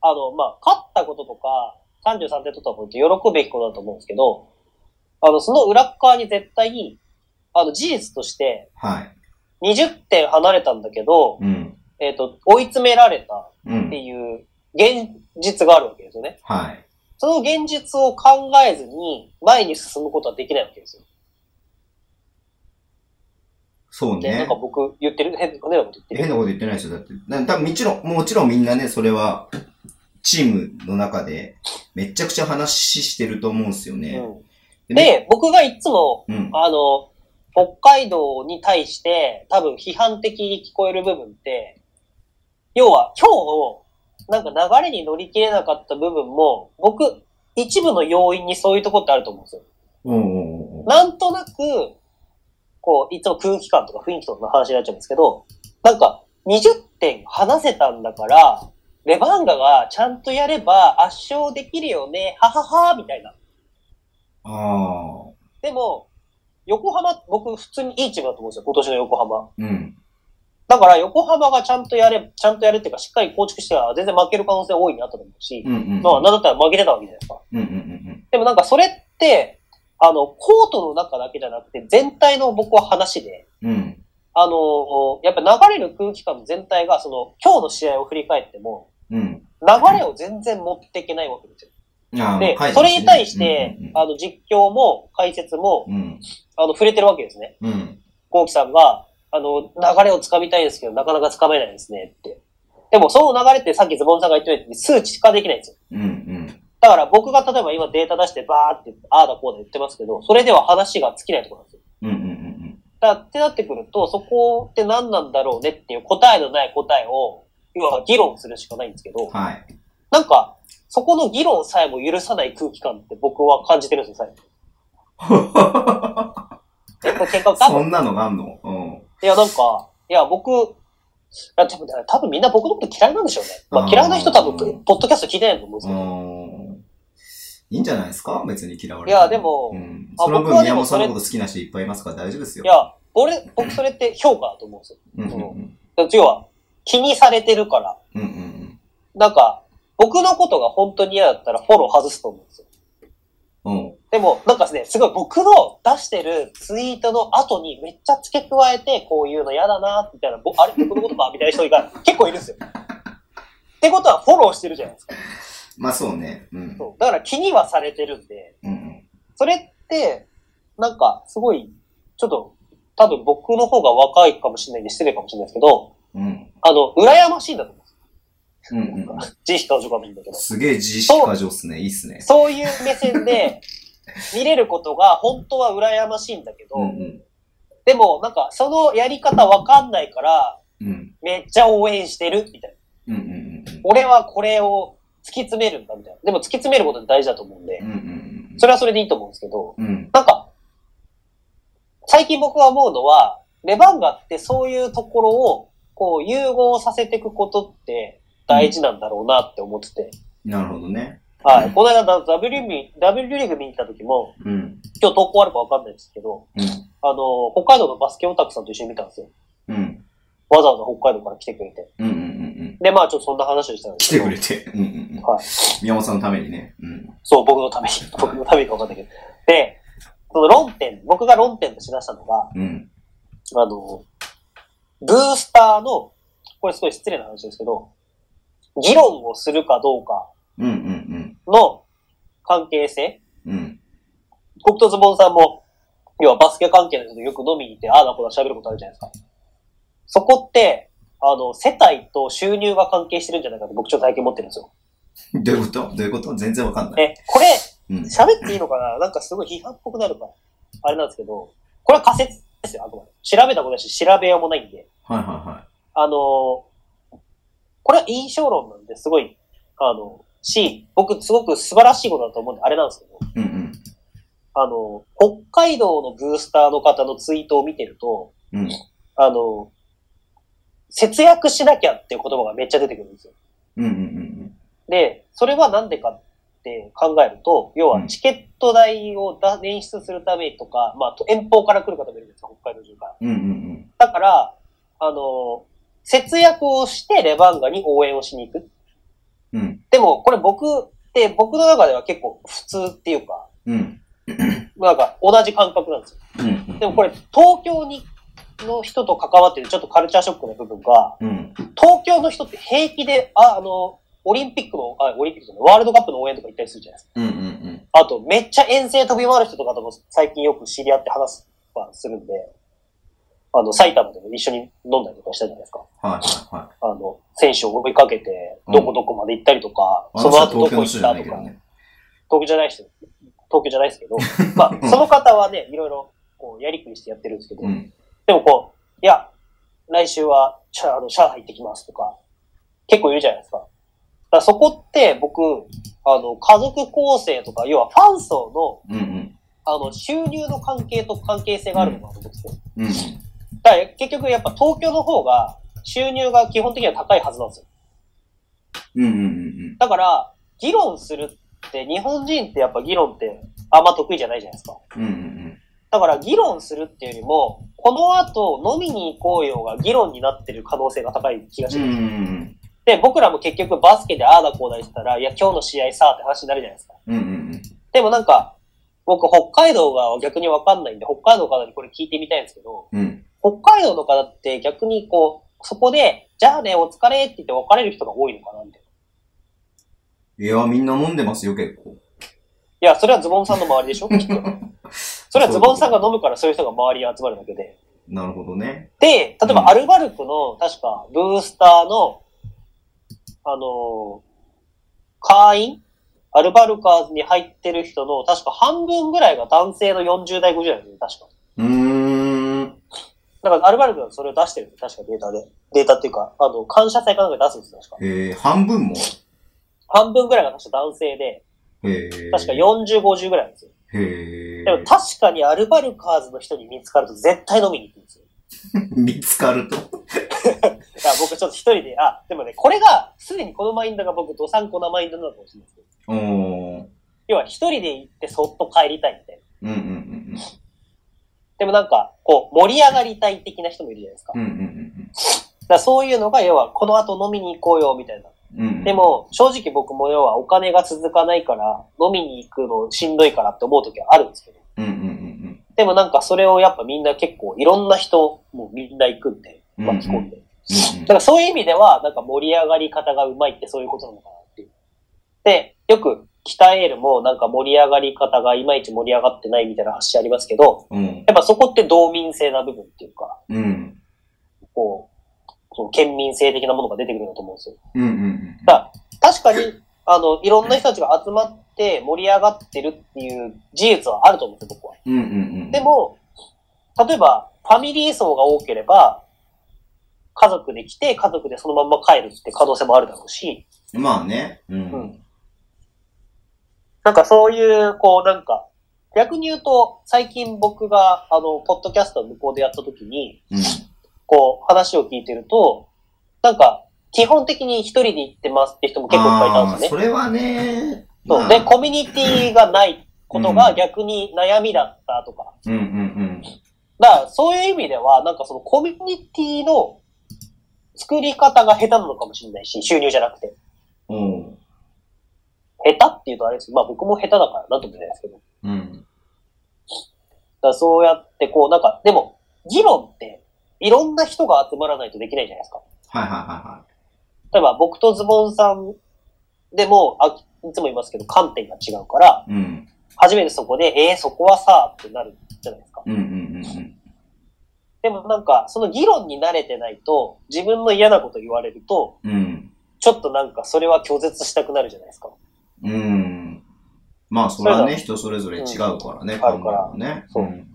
あの、まあ、勝ったこととか、33点取ったことって喜ぶべきことだと思うんですけど、あの、その裏側に絶対、あの、事実として、
はい。
20点離れたんだけど、
うん。
えっ、と、追い詰められたっ
う
て
ん。
いう現実があるわけですよね。
はい。
その現実を考えずに前に進むことはできないわけですよ。
そう
で、な
ね
んか。僕言ってる、変変なこと言って
変
る。
なこと言ってないですよ。だって、な多分もちろん、もちろんみんなね、それは、チームの中で、めちゃくちゃ話してると思うんですよね。
うん、で、僕がいつも
うん。
あの、北海道に対して多分批判的に聞こえる部分って、要は今日、なんか流れに乗り切れなかった部分も、僕、一部の要因にそういうとこってあると思うんですよ。
おうんうんうん。
なんとなく、こう、いつも空気感とか雰囲気とかの話になっちゃうんですけど、なんか、20点離せたんだから、レバンガがちゃんとやれば圧勝できるよね、ははは、みたいな。
ああ。
でも、横浜、僕普通にいいチームだと思うんですよ、今年の横浜。
うん。
だから横浜がちゃんとやれ、ちゃんとやるっていうか、しっかり構築しては全然負ける可能性多いなと思うし
う、んうん。
まあ、なんだったら負けてたわけじゃないですか。
うんうんうん
でもなんかそれって、あの、コートの中だけじゃなくて、全体の僕は話で、
うん。うん。
あの、やっぱ流れる空気感全体が、その、今日の試合を振り返っても、
うん。
流れを全然持っていけないわけですよ。
ああ
で
書い、て
そ
ますね
れに対して
うんうん、
あの、実況も解説も、
うん。
あの、触れてるわけですね。
うん。
ゴーキさんが、あの、流れをつかみたいんですけど、なかなかつかめないですねって。でも、その流れってさっきズボンさんが言ったように数値化できないんですよ。
うん。うん。
だから僕が例えば今データ出してバーって、ああだこうだ言ってますけど、それでは話が尽きないところなんですよ。
うん。うん。うん。
だってなってくると、そこって何なんだろうねっていう答えのない答えを、要は議論するしかないんですけど、
はい。
なんか、そこの議論さえも許さない空気感って僕は感じてるんですよ、最近。え、これ喧嘩打った
そんなのがあんのうん。
いや、なんか、いや、僕、あ多分、だから多分みんな僕のこと嫌いなんでしょうね。ま
あ
あ、
ー
嫌いな人多分、ポッドキャスト聞いてないと思うんですけど。
うんいいんじゃないですか別に嫌われ
いやでも
うん、
あ
その
僕
分
はで
宮
も
本さ
そ
ん
れ
のこと好きな人いっぱいいますから大丈夫ですよ。
いや、俺、僕それって評価だと思うんですよ。
うんうんうん。
だって要は、気にされてるから。
うんうん
なんか、僕のことが本当に嫌だったらフォロー外すと思うんですよ。
うん。うん
でも、なんかですね、すごい僕の出してるツイートの後にめっちゃ付け加えて、こういうの嫌だな、みたいな、ぼあれ僕のことか、みたいな人が結構いるんですよ。ってことはフォローしてるじゃないですか。
まあそうね。うん。
そうだから気にはされてるんで、
うんうん
それって、なんか、すごい、ちょっと、多分僕の方が若いかもしれないんで失礼かもしれないですけど、
うん。
あの、羨ましいんだと思うんです
うんうんうん。
自意識過剰かもいいんだけど。
すげえ自意識過剰っすね。いいっすね。
そういう目線で見れることが本当は羨ましいんだけど、
うんうん。
でもなんかそのやり方わかんないから、
うん。
めっちゃ応援してるみたいな。
うんうんうん
俺はこれを突き詰めるんだみたいな。でも突き詰めることって大事だと思うんで
うん。う、んうん
それはそれでいいと思うんですけど、
うん。うん。
なんか、最近僕が思うのは、レバンガってそういうところをこう融合させていくことって大事なんだろうなって思ってて、
なるほどね。
はい。この間 W リーグ W リーグ見に行った時も、
うん。
今日投稿あるかわかんないですけど、
うん。
あの、北海道のバスケオタクさんと一緒に見たんですよ。
うん。
わざわざ北海道から来てくれて。
うんうんうんうん。
で、まあちょっとそんな話をしたんで
来
す
て
けど。
くれて。うんうんうん。
はい。
宮本さんのためにね。うん。
そう、僕のため に。僕のためにかわかんないけど。で、その論点、僕が論点としだしたのが、
うん。
あの、ブースターの、これすごい失礼な話ですけど、議論をするかどうか
うんうん
の関係性。
うん。うん。
僕とズボンさんも、要はバスケ関係の人とよく飲みに行って、ああだこうだ喋ることあるじゃないですか。そこって、あの、世帯と収入が関係してるんじゃないかって僕ちょっと体験持ってるんですよ。
どういうことどういうこと全然わかんない。
え、これ、
うん。
喋っていいのかななんかすごい批判っぽくなるから。あれなんですけど、これは仮説ですよ、あくまで。調べたことだし、調べようもないんで。
はいはいは
あのーこれは印象論なんで、すごい、あの、し、僕すごく素晴らしいことだと思うんで、あれなんですけど、
い。うん
あの、北海道のブースターの方のツイートを見てると、
うん。うん。
あの、節約しなきゃっていう言葉がめっちゃ出てくるんですよ。
うんうん
で、それはなんでかって考えると、要
う
は
ん
チケット代をだ捻出するためとか、まあと遠方から来る方もいるんですよ、北海道中から。
うん。うんうん
だから、あの、節約をしてレバンガに応援をしに行く。
うん。うん。
でも、これ僕って、僕の中では結構普通っていうか、
うん。
なんか同じ感覚なんですよ。
うん。
でもこれ、東京に、の人と関わってるちょっとカルチャーショックな部分が、
うん。
東京の人って平気で、あ、あの、オリンピックの、あ、オリンピックじゃないワールドカップの応援とか行ったりするじゃないです
う
か。
んうんうん。
あと、めっちゃ遠征飛び回る人とかとも最近よく知り合って話すはするんで、あの、埼玉でも一緒に飲んだりとかしたじゃないですか。
はいはいはい。
あの、選手を追いかけて、どこどこまで行ったりとか、
あ
そ
の人
の
は
後ど
東京
こ行
の
っ
人じゃ
た
ない
と
け
か、
どね。
東京じゃない人、東京じゃないです けど、まあ、その方はね、いろいろ、こう、やりくりしてやってるんですけど、
うん。
でもこう、いや、来週は、チャあの上海行ってきますとか、結構言うじゃないですか。だからそこって僕、あの、家族構成とか、要はファン層
うんうん。
の、あの、収入の関係と関係性があるのかなと思ってて。
うん。
だから結局やっぱ東京の方が、収入が基本的には高いはずなんですよ。
うんうんうん
だから、議論するって、日本人ってやっぱ議論ってあんま得意じゃないじゃないですか。
うん。うんうん
だから議論するっていうよりも、この後飲みに行こうよが議論になってる可能性が高い気がし
う
ます。
ん。うんうん
で、僕らも結局バスケでああだこうだ言ってたら、いや、今日の試合さって話になるじゃないですか。
うん。うんうん
でもなんか、僕、北海道が逆にわかんないんで、北海道の方にこれ聞いてみたいんですけど、
うん。うん。
北海道の方って逆にこう、そこで、じゃあね、お疲れって言って別れる人が多いのかなみたいな。
いや、みんな飲んでますよ、結構。
いや、それはズボンさんの周 りでしょきっと。それはズボンさんが飲むからそういう人が周りに集まるだけで。
なるほどね。
で、例え
うん
ばアルバルクの、確か、ブースターの、あのー会員アルバルカーズに入ってる人の、確か半分ぐらいが男性の40代、50代ですね、確か。
うーん。
だから、アルバルクがそれを出してるんで、確かデータで。データっていうか、あの、感謝祭かなんかで出すんですよ、確か。
えー、半分も
半分ぐらいが確か男性で、
えー。
確か40、50ぐらいなんですよ。
へ
でも確かにアルバルカーズの人に見つかると絶対飲みに行くんですよ。
ー。見つかると。
だから僕ちょっと一人で、あ、でもね、これが、すでにこのマインドが僕、ドサンコなマインドなのかもしれないですけど、
おー。
要は一人で行ってそっと帰りたいみたいな。
うんうんうん
でもなんか、こう、盛り上がりたい的な人もいるじゃないですか。
うん。うん
だ
うん
からそういうのが、要は、この後飲みに行こうよ、みたいな。
うんうん。
で、も、正直僕も要はお金が続かないから、飲みに行くのしんどいからって思う時はあるんですけど。
うんうんうん
でもなんかそれをやっぱみんな結構いろんな人、もうみんな行くんで、
うん
巻き込んで。
うんうん
だ。からそういう意味では、なんか盛り上がり方がうまいってそういうことなのかなっていう。で、よく鍛えるもなんか盛り上がり方がいまいち盛り上がってないみたいな話ありますけど、
うん。
やっぱそこって道民性な部分っていうか、
うん。
こう、その県民性的なものが出てくるんだと思うんですよ。
うんうん
確かに、あの、いろんな人たちが集まって盛り上がってるっていう事実はあると思うんですよ、僕は。
うん。うんうんうん。
で、も、例えば、ファミリー層が多ければ、家族で来て、家族でそのまんま帰るって可能性もあるだろうし、
まあね。う。
うんん。なんかそういう、こう、なんか、逆に言うと、最近僕が、あの、ポッドキャストを向こうでやった時に、
うん。
こう、話を聞いてると、なんか、基本的に一人で行ってますって人も結構いっぱいいたん
あ
で
あ
すよ
ー、。
ね
それはね。
そう。
まあ
で、コミュニティがないことが
うん
逆に悩みだったとか。
うんうん
だから、そういう意味では、なんかそのコミュニティの作り方が下手なのかもしれないし、収入じゃなくて。
うん。おう。
下手っていうとあれですまあ僕も下手だからなんとも言えないですけど。だ
うん。
からそうやってこう、なんか、でも、議論って、いろんな人が集まらないとできないじゃないですか。
はいはいは
例えば、僕とズボンさんでも、あいつも言いますけど、観点が違うから、
いはい。うん。
初めてそこで、えー、そこはさ、ってなるじゃないですか。
うんうんうん
でもなんか、その議論に慣れてないと、自分の嫌なこと言われると、
うん。うん。
ちょっとなんかそれは拒絶したくなるじゃないですか。
うん。まあ、それは
それ
ね、人それぞれ違うからね、
んあるから
考えはね。
そうん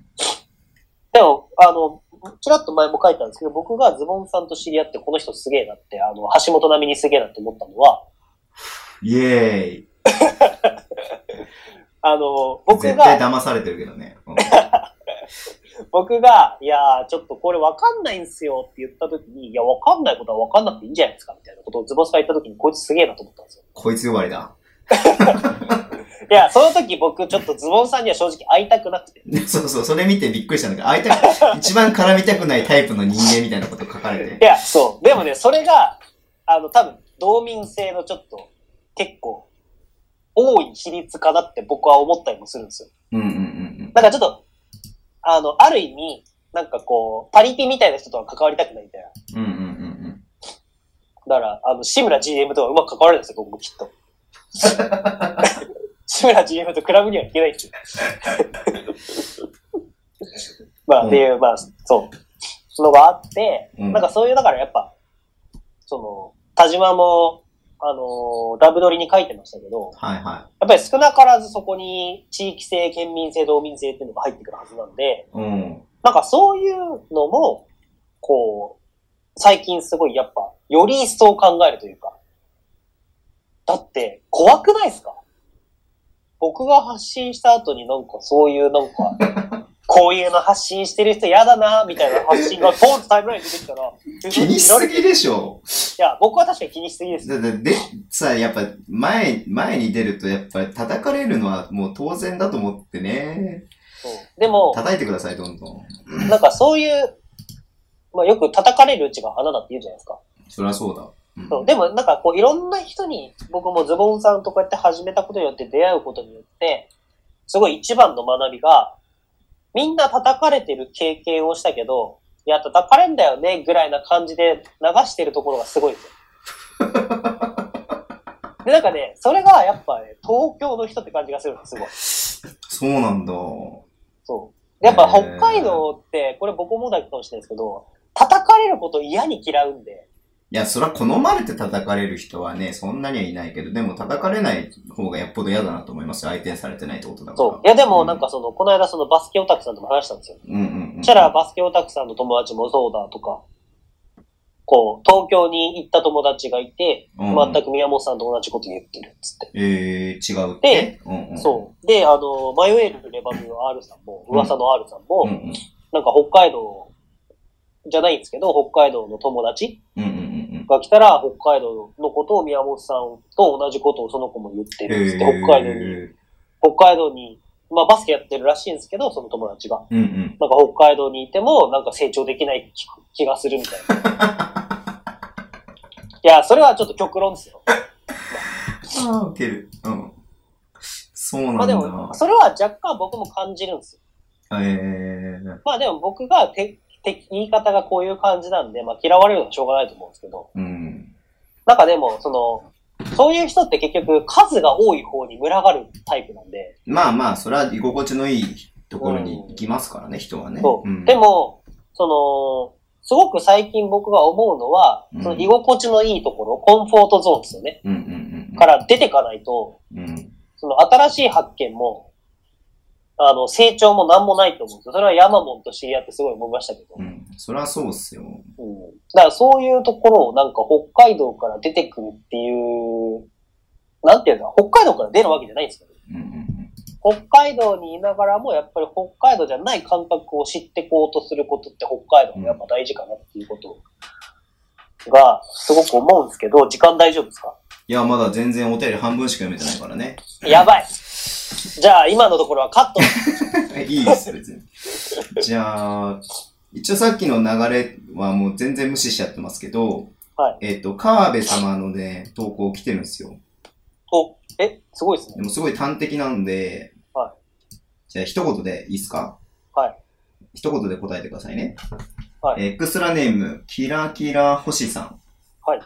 でも、あの、ちらっと前も書いたんですけど、僕がズボンさんと知り合って、この人すげえなって、あの、橋本並みにすげえなって思ったのは、
イエーイ。
あの、僕
絶対
が、
騙されてるけどね。うん
僕が、いやー、ちょっとこれわかんないんすよって言った時に、いや、わかんないことはわかんなくていいんじゃないですか、みたいなことをズボンさんが言った時に、こいつすげえなと思ったんですよ。
こいつ呼ばれだ。
いや、その時僕、ちょっとズボンさんには正直会いたくなくて。
そうそう、それ見てびっくりしたんだけど、会いたく、一番絡みたくないタイプの人間みたいなこと書かれ
い
て。
や、そう。でもね、それが、あの、多分、道民性のちょっと、結構、多い比率かなって僕は思ったりもするんですよ。
うんうんうん
なんかちょっと、あの、ある意味、なんかこう、パリピみたいな人とは関わりたくないみたいな。
うん。うんうんうんうん。
だから、あの、志村 GM とはうまく関わるんですよ、僕もきっと。 志村 GM とクラブには行けないっていう。 まあ、っていう、まあ、そう、のがあって、
うん
なんかそういう、だからやっぱ、その、田島も、あのーダブドリに書いてましたけど、
はいは
やっぱり少なからずそこに地域性、県民性、道民性っていうのが入ってくるはずなんで
い。、うん。
なんかそういうのも、こう、最近すごいやっぱ、より一層考えるというか。だって、怖くないですか僕が発信した後になんかそういうなんか、 こういうの発信してる人嫌だな、みたいな発信がポンとタイムラインに出てきたら、
気にしすぎでしょ。
いや、僕は確かに気にしすぎです。
だって、で、さ、やっぱ、前、前に出ると、やっぱり叩かれるのはもう当然だと思ってね。
そうでも、
叩いてください、どんどん。
なんかそういう、まあよく叩かれるうちが花だって言うじゃないですか。
そりゃそうだ。うん
そうでもなんかこういろんな人に僕もズボンさんとこうやって始めたことによって出会うことによってすごい一番の学びがみんな叩かれてる経験をしたけどいや叩かれんだよねぐらいな感じで流してるところがすごいですよ。 でなんかねそれがやっぱね東京の人って感じがするのすごい。
そうなんだ。
そう。やっぱ
へ
北
ー
海道ってこれ僕もだけかもしれないですけど叩かれること嫌に嫌うんで。
いや、そりゃ好まれて叩かれる人はね、そんなにはいないけど、でも叩かれない方がやっぽど嫌だなと思いますよ。相手されてないってことだから。
そう。いや、でも、なんかその、この間そのバスケオタクさんとも話したんですよ。
うん、うんうんうん。
そしたら、バスケオタクさんの友達もそうだとか、こう、東京に行った友達がいて、
うんうん、
全く宮本さんと同じこと言ってるっつって。
えー、違うって。うんうん、
そう。で、あの、迷えるレバミの R さんも、
うん
噂の R さん
うん
も、
うん。
なんか北海道じゃないんですけど、北海道の友達
うんうん
が来たら、北海道のことを宮本さんと同じことをその子も言ってるんですって、北海道に、
え
北海道に、まあバスケやってるらしいんですけど、その友達が。
ーうんうん。
なんか北海道にいても、なんか成長できない気気がするみたいな。 いや、それはちょっと極論ですよ。
ああ、ウケる。うん。そうなんだ。
まあでも、それは若干僕も感じるんですよ。
えー、
まあでも僕がてて言い方がこういう感じなんで、まあ嫌われるのはしょうがないと思うんですけど、
うん。
なんかでも、その、そういう人って結局数が多い方に群がるタイプなんで、
まあまあ、それは居心地のいいところに行きますからね、人はね。
そう。
ん
で、も、その、すごく最近僕が思うのは、その居心地のいいところ、コンフォートゾーンですよね。
うんうんうんうん。
から出てかないと、
うん。
その新しい発見も、あの、成長も何もないと思うんですよ。それはヤマモンと知り合ってすごい思いましたけど。
うん。それはそうっすよ。
うん。だからそういうところをなんか北海道から出てくるっていう、なんていうの北海道から出るわけじゃないんですけど、
うんうんうん。
北海道にいながらもやっぱり北海道じゃない感覚を知ってこうとすることって北海道がやっぱ大事かなっていうことがすごく思うんですけど、時間大丈夫ですか
いや、まだ全然お便り半分しか読めてないからね。
やばい。じゃあ今のところはカッ ト。
いいです、別に。じゃあ、一応さっきの流れはもう全然無視しちゃってますけど、
はい
えっ、と、河辺様のね、投稿来てるんですよ。
お、え、すごいですね。
でもすごい端的なんで、
は
じゃあ一言でいいですか
はい。
一言で答えてくださいね。
はい
えーエクストラネーム、キラキラ星さん。
はい。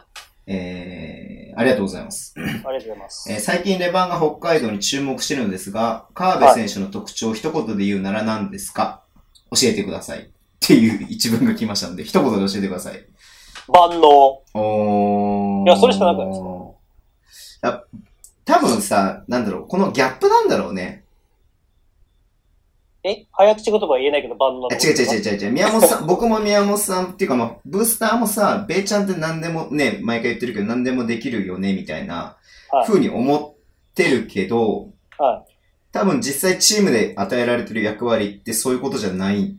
えー、ありがとうございます。
ありがとうございます。
えー最近レバンが北海道に注目してるのですが、河辺選手の特徴を一言で言うなら何ですか、教えてください。っていう一文が来ましたので、一言で教えてください。
万能。
おー。
いやそれしかなくないです
あ多分さ、なんだろう、このギャップなんだろうね。
え早口言葉は言えないけど万能
あ違う違う違う違う違う。宮本さ ん、僕も宮本さんっていうか、まあ、ブースターもさ、ベイちゃんって何でもね、毎回言ってるけど何でもできるよね、みたいな、
はい
風に思ってるけど、
は
多分実際チームで与えられてる役割ってそういうことじゃない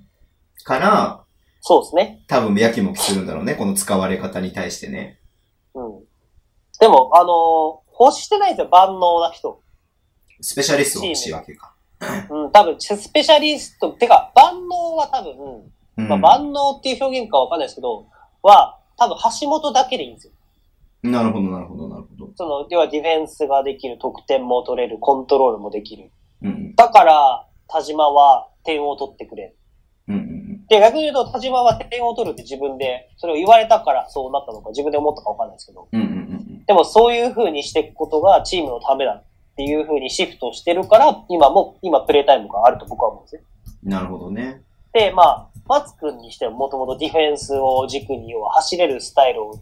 から、
そうですね。
多分やきもきするんだろうね、この使われ方に対してね。
うん。でも、あのー欲してないですよ、万能な人。
スペシャリストが欲しいわけか。
うん、多分、スペシャリスト、てか、万能は多分、
うん
まあ、万能っていう表現かわかんないですけど、は、多分、橋本だけでいいんですよ。
なるほど、なるほど、なるほど。
その、要はディフェンスができる、得点も取れる、コントロールもできる。
うん
だから、田島は点を取ってくれ
うん。うんうん
で、逆に言うと、田島は点を取るって自分で、それを言われたからそうなったのか、自分で思ったかわかんないですけど、
うん。うんうんうん
でもそういう風にしていくことがチームのためだっていう風にシフトしてるから、今も、今プレータイムがあると僕は思うんですね。
うん。なるほどね。
で、まあ、松君にしてももともとディフェンスを軸に、要は走れるスタイルを、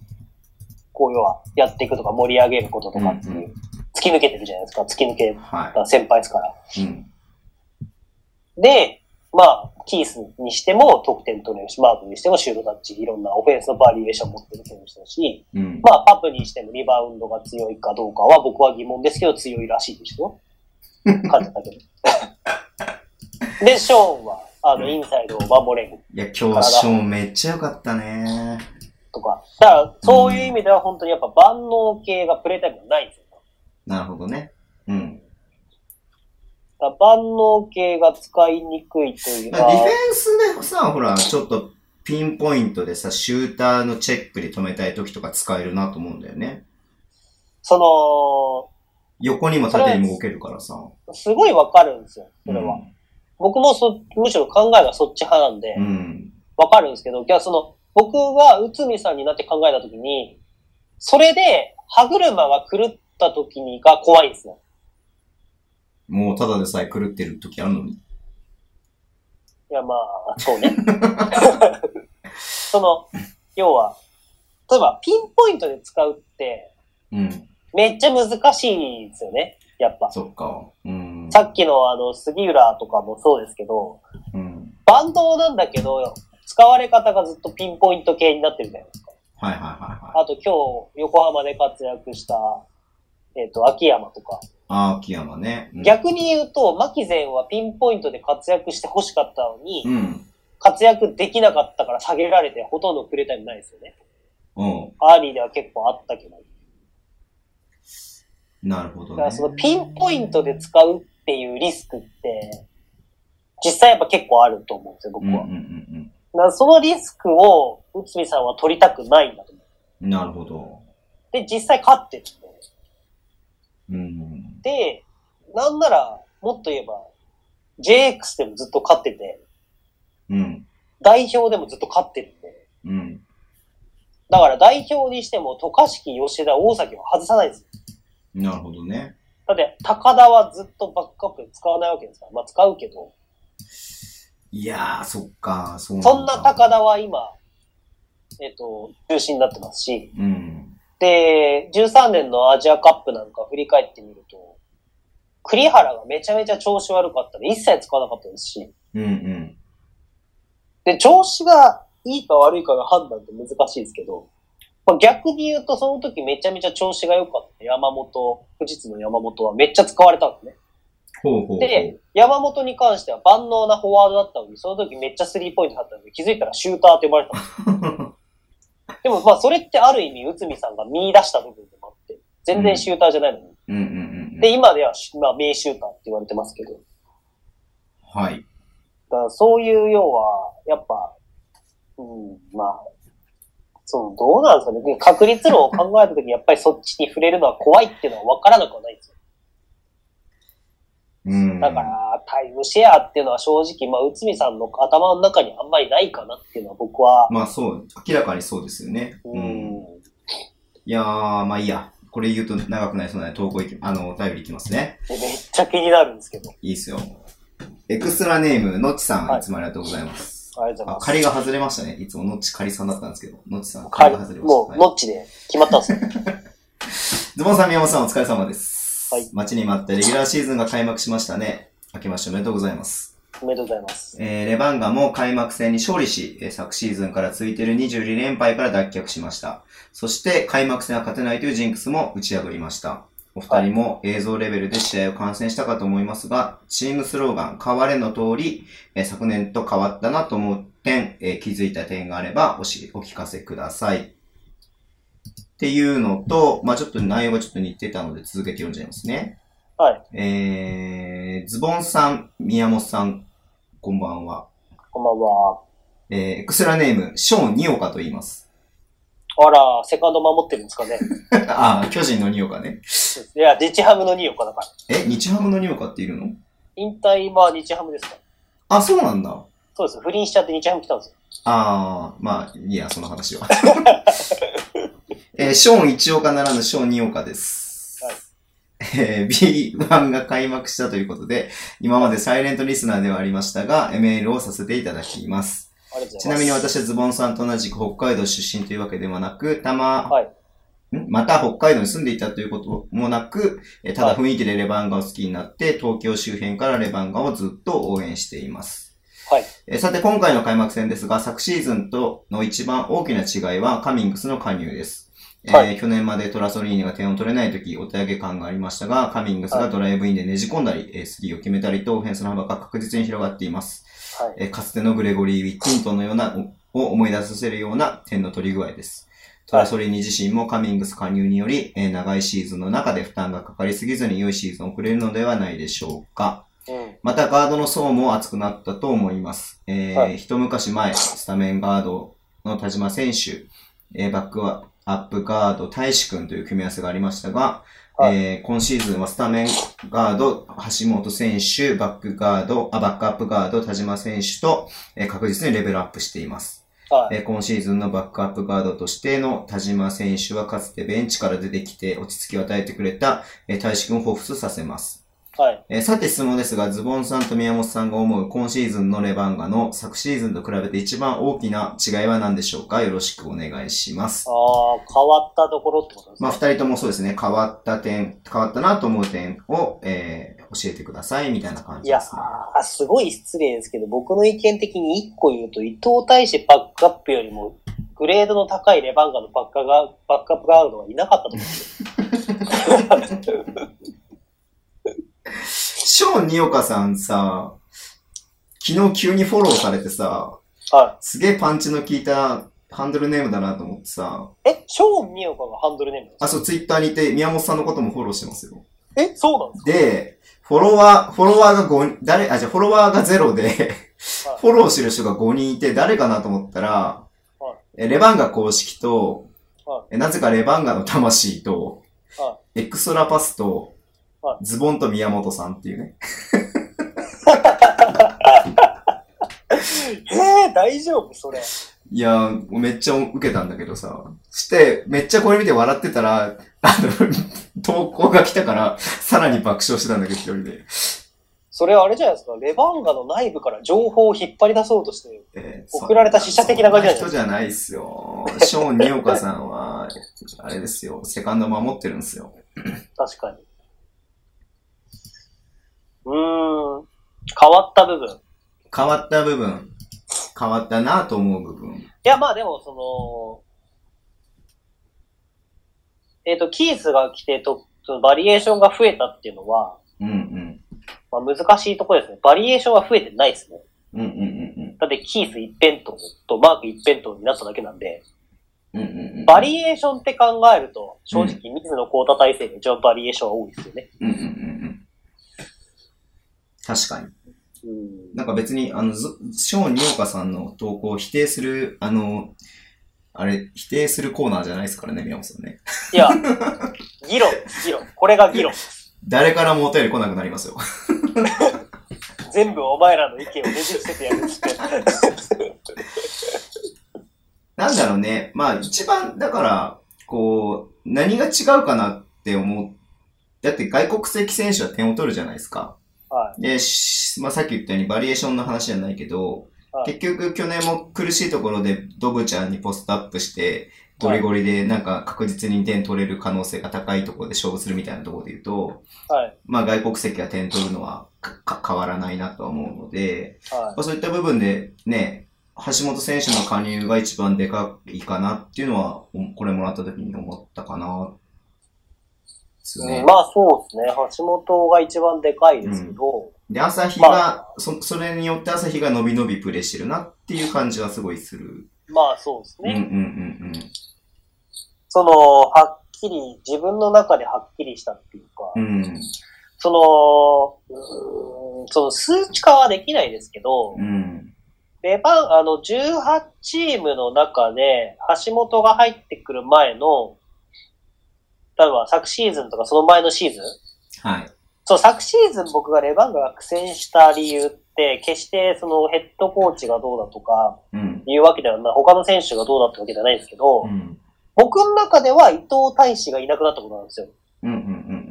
こう、要はやっていくとか盛り上げることとかっていう、
うんうん
突き抜けてるじゃないですか。突き抜け
は
た先輩ですから。
い。うん。
で、まあ、キースにしても得点取れるし、マークにしてもシュートタッチ、いろんなオフェンスのバリエーション持ってる選手だし、
うん。
まあ、パプにしてもリバウンドが強いかどうかは僕は疑問ですけど、強いらしいですよ。感じたけ ど。で、ショーンは、あの、インサイドを守れる
いや、今日、ショーめっちゃ良かったね。
とか。だから、そういう意味では本当にやっぱ万能系がプレータイムがないんですよ。
なるほどね。うん。
だから万能系が使いにくいという
ま
か
あディフェンスでさ、ほら、ちょっとピンポイントでさ、シューターのチェックで止めたい時とか使えるなと思うんだよね。
その、
横にも縦にも動けるからさ。
すごいわかるんですよ、それは。
うん
僕もそ、むしろ考えがそっち派なんで
う、ん。
わかるんですけど、いやその、僕が内海さんになって考えたときに、それで歯車が狂ったときにが怖いんですよ。
もうただでさえ狂ってる時あるのに。
いや、まあ、そうね。その、要は、例えばピンポイントで使うって、
うん。
めっちゃ難しいんですよね、やっぱ。
そっか。うん。
さっきのあの、杉浦とかもそうですけど、
うん。
バンドなんだけど、使われ方がずっとピンポイント系になってるじゃないですか。
はいはいはいはい。
あと今日、横浜で活躍した、えっ、と、秋山とか。
あー、秋山ね。うん、
逆に言うと、マキゼンはピンポイントで活躍して欲しかったのに、
うん。
活躍できなかったから下げられてほとんどくれたりないですよね。
うん。
アーリーでは結構あったけど。
なるほど
だか
ね
ら。そのピンポイントで使うっていうリスクって、実際やっぱ結構あると思うんですよ、僕
うんうん
は。
うん
だからそのリスクを、内海さんは取りたくないんだと思う。
うん。なるほど。
で、実際勝ってる。
うん。
で、なんなら、もっと言えば、JX でもずっと勝ってて、
うん。
代表でもずっと勝ってるんで、
うん。
だから代表にしても、渡嘉敷、吉田、大崎は外さないですよ。
なるほどね。
だって、高田はずっとバックアップで使わないわけですから、まあ使うけど、
いやー、そっか、そう
そんな
高
高田は今、えっと、中心になってますし、
うん。
で、13年のアジアカップなんか振り返ってみると、栗原がめちゃめちゃ調子悪かったんで、一切使わなかったですし、
うんうん。
で、調子がいいか悪いかが判断って難しいですけど、まあ、逆に言うと、その時めちゃめちゃ調子が良かった山本、富士通の山本はめっちゃ使われたんですね。
ほうほうほう。
で、山本に関しては万能なフォワードだったのに、その時めっちゃスリーポイントだったので、気づいたらシューターって呼ばれたんです。でもまあそれってある意味、内海さんが見出した部分でもあって、全然シューターじゃないのに。
うんうんうんうん。
で、今ではし、まあ名シューターって言われてますけど、
はい。
だからそういう要は、やっぱ、うん、まあ、そう、どうなんですかね。確率論を考えたとき、やっぱりそっちに触れるのは怖いっていうのは分からなくはないんですよ。
うん。
だから、タイムシェアっていうのは正直、まあ、内海さんの頭の中にあんまりないかなっていうのは僕は、
まあそう、明らかにそうですよね。
う。ん。
いやー、まあいいや。これ言うと長くなりそうなので、投稿いき、あの、お便りいきますね。
でめっちゃ気になるんですけど。
いいっすよ。エクストラネーム、のっちさん、
はい
いつもありがとうございます。
ありがとうご
あ、
ざ
仮
い
が外れましたね。いつものっち仮さんだったんですけど、のっちさん、
ます。
仮が外れま
も
した。
う、
は
ノ
い、
ッチで決まったんですよ。
ズボンさん、宮本さん、お疲れ様です。
はい
待ちに待ったレギュラーシーズンが開幕しましたね。明けましておめでとうございます。
おめでとうございます。
えーレバンガも開幕戦に勝利し、えー昨シーズンから続いている22連敗から脱却しました。そして開幕戦は勝てないというジンクスも打ち破りました。お二人も映像レベルで試合を観戦したかと思いますが、チームスローガン、変われの通り、えー昨年と変わったなと思う点、えー気づいた点があればおしお聞かせください。っていうのと、まあちょっと内容がちょっと似てたので続けて読んじゃいますね。
はい。
えー、ズボンさん、宮本さん、こんばんは。
こんばんは。
えー、エクスラネーム、ショーン・ニオカと言います。
あら、セカンド守ってるんですかね。
あー、巨人のニオカね。
いや、日ハムの2位岡だから。
え、日ハムのニオカっているの
引退は日ハムですか
あ、そうなんだ。
そうです。不倫しちゃって日ハム来たんですよ。
あー、まあ、いいや、その話 は。えー、ショーン・一岡ならぬショーン・ニオカです。
はい
えー、B1 が開幕したということで、今までサイレントリスナーではありましたが、メールをさせていただきます。
ありがとうございま
ちな
す。
みに私はズボンさんと同じく北海道出身というわけではなく、たま、
はい
んまた北海道に住んでいたということもなく、えただ雰囲気でレバンガを好きになって、東京周辺からレバンガをずっと応援しています。
はい
えさて今回の開幕戦ですが、昨シーズンとの一番大きな違いはカミングスの加入です。
は
えー去年までトラソリーニが点を取れない時、お手上げ感がありましたが、カミングスがドライブインでねじ込んだり、えースリーを決めたりと、オフェンスの幅が確実に広がっています。
はい。
えーかつてのグレゴリー・ウィッチントンのような、おを思い出させるような点の取り具合です。トラソリーニ自身もカミングス加入により、えー長いシーズンの中で負担がかかりすぎずに良いシーズンを送れるのではないでしょうか。
うん。
またガードの層も厚くなったと思います。えー
はい
一昔前、スタメンガードの田島選手、えーバックアップガード大志君という組み合わせがありましたが、
はい
えー今シーズンはスタメンガード橋本選手、バックガード、あ、バックアップガード田島選手と、えー確実にレベルアップしています。
はい。
えー今シーズンのバックアップガードとしての田島選手はかつてベンチから出てきて落ち着きを与えてくれた、えー、大志君を彷彿させます。
はい。
えーさて質問ですが、ズボンさんと宮本さんが思う今シーズンのレバンガの昨シーズンと比べて一番大きな違いは何でしょうかよろしくお願いします
あ。あ、変わったところってことです
まあ、
ね。
二人ともそうですね、変わった点、変わったなと思う点を、えー教えてください、みたいな感
い
じ
や
ですね。
ー、すごい失礼ですけど、僕の意見的に一個言うと、伊藤大志バックアップよりも、グレードの高いレバンガのバックがバックアップガードがいなかったと思うんですよ。
ショーン・ニオカさんさ、昨日急にフォローされてさ、
は
すげえパンチの効いたハンドルネームだなと思ってさ、
え、ショーン・ミヨカがハンドルネームなんですか
あ、そう、ツイッターにいて、宮本さんのこともフォローしてますよ。
え、そうなんですか
で、フォロワー、フォロワーが5人、誰、あ、じゃあフォロワーが0で、フォローしてる人が5人いて、誰かなと思ったら、
は
えレバンガ公式と、
は
えなぜかレバンガの魂と、
は
エクストラパスと、
は
ズボンと宮本さんっていうね。
えー、大丈夫それ。
いやー、めっちゃ受けたんだけどさ。して、めっちゃこれ見て笑ってたら、あの、 投稿が来たから、さらに爆笑してたんだけど、一人で。
それあれじゃないですか、レバンガの内部から情報を引っ張り出そうとして、
えー
送られた死者的な感じなんじ
そ
ゃ
ん
な
ない人じゃないっすよ。ショーン・ニオカさんは、あれですよ、セカンド守ってるんですよ。
確かに。うーん、変わった部分。い
変わった部分、変わったなと思う部分。
や、まあでも、その、えっ、と、キースが来てと、そのバリエーションが増えたっていうのは、
うんうん。
まあ、難しいところですね。バリエーションは増えてないですね。
うんうんうん
だってキース一辺倒とマーク一辺倒になっただけなんで、
うん。うんうんうん。
バリエーションって考えると、正直、水野幸太体制が一番バリエーションは多いですよね。
うんうんうんうん。確かに。
うん。
なんか別に、あの、ずショーン・ニオカさんの投稿を否定する、あの、あれ、否定するコーナーじゃないですからね、宮本さんね。
いや、議論、議論。これが議論。
誰からもお便り来なくなりますよ。
全部お前らの意見をねじ伏せてやるっつって。
なんだろうね。まあ一番、だから、こう、何が違うかなって思う。だって外国籍選手は点を取るじゃないですか。
は
で、しまあさっき言ったようにバリエーションの話じゃないけど、
はい
結局去年も苦しいところでドブちゃんにポストアップして、ゴリゴリでなんか確実に点取れる可能性が高いところで勝負するみたいなところで言うと、
はい。
まあ外国籍が点取るのはかか変わらないなとは思うので、
は
まあ、そういった部分でね、橋本選手の加入が一番でかいかなっていうのは、おこれもらった時に思ったかな。ですよ
い。
ね。
まあそうですね。橋本が一番でかいですけど、
で、朝日
ま
が、そ、それによって朝日が伸び伸びプレーしてるなっていう感じはすごいする。
まあそうです
うん
ね。
うんうん
その、はっきり、自分の中ではっきりしたっていうか、
うん。うん。
その、うーんその数値化はできないですけど、
うん。
レバン、あの、18チームの中で、橋本が入ってくる前の、例えば昨シーズンとかその前のシーズン
はい。
そう、昨シーズン僕がレバンガが苦戦した理由って、決してそのヘッドコーチがどうだとか
うん。
いうわけではない、他の選手がどうだってわけじゃないんですけど、
うん。
僕の中では伊藤大使がいなくなったことなんですよ。
うんうんうん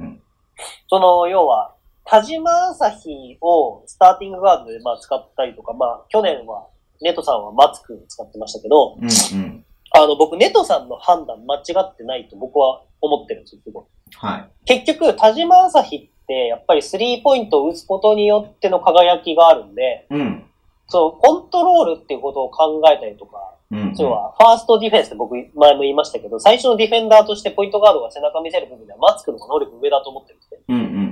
その、要は、田島朝日をスターティングガードでまあ使ったりとか、まあ去年はネトさんはマツ君を使ってましたけど、
うん。うんうん。
あの僕ネトさんの判断間違ってないと僕は思ってるんですよ、すごい。
はい。
結局、田島朝日ってやっぱりスリーポイントを打つことによっての輝きがあるんで、
うん。
そう、コントロールっていうことを考えたりとか、
うん。
要は、ファーストディフェンスって僕前も言いましたけど、最初のディフェンダーとしてポイントガードが背中見せる部分ではマツクの方が能力上だと思ってるんですね。
うんうんうん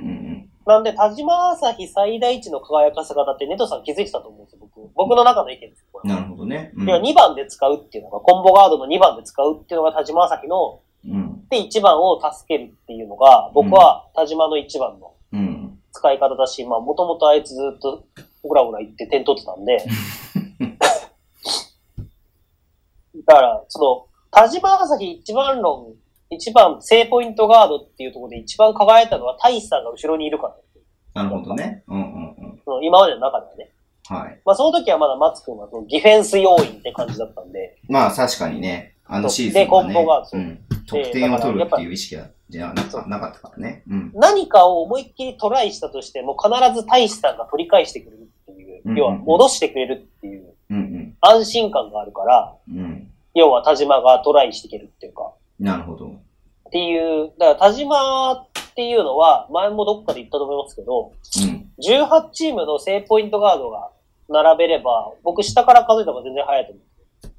なんで、田島朝日最大値の輝かせ方ってネトさん気づいてたと思うんですよ、僕。僕の中の意見です、こ
うん。
れ
な
は。
るほどね。うん。
要は2番で使うっていうのが、コンボガードの2番で使うっていうのが田島朝日の、
うん。
で、1番を助けるっていうのが、僕は田島の1番の
うん。
使い方だし、まあ、もともとあいつずっとオラオラ言って点取ってたんで。だから、その、田島朝日一番論、一番正ポイントガードっていうところで一番輝いたのは大志さんが後ろにいるから。
なるほどね。うんうんうん。
その今までの中ではね。
はい。
まあ、その時はまだ松君はそのディフェンス要員って感じだったんで、
まあ確かにね、あのシーズン
で
はね、
コンボがそう
うん、得点を取るっていう意識はじゃな
そう
なかったからね。うん。
何かを思いっきりトライしたとしても必ず大志さんが取り返してくれるっていう
うんう、ん
要は戻してくれるっていう
うん
安心感があるから、
うん。うん。
要は田島がトライしていけるっていうか、
なるほど。
っていう、だから田島っていうのは、前もどっかで言ったと思いますけ
う
ど、
ん。
18チームの正ポイントガードが並べれば、僕下から数えた方が全然早いと思う。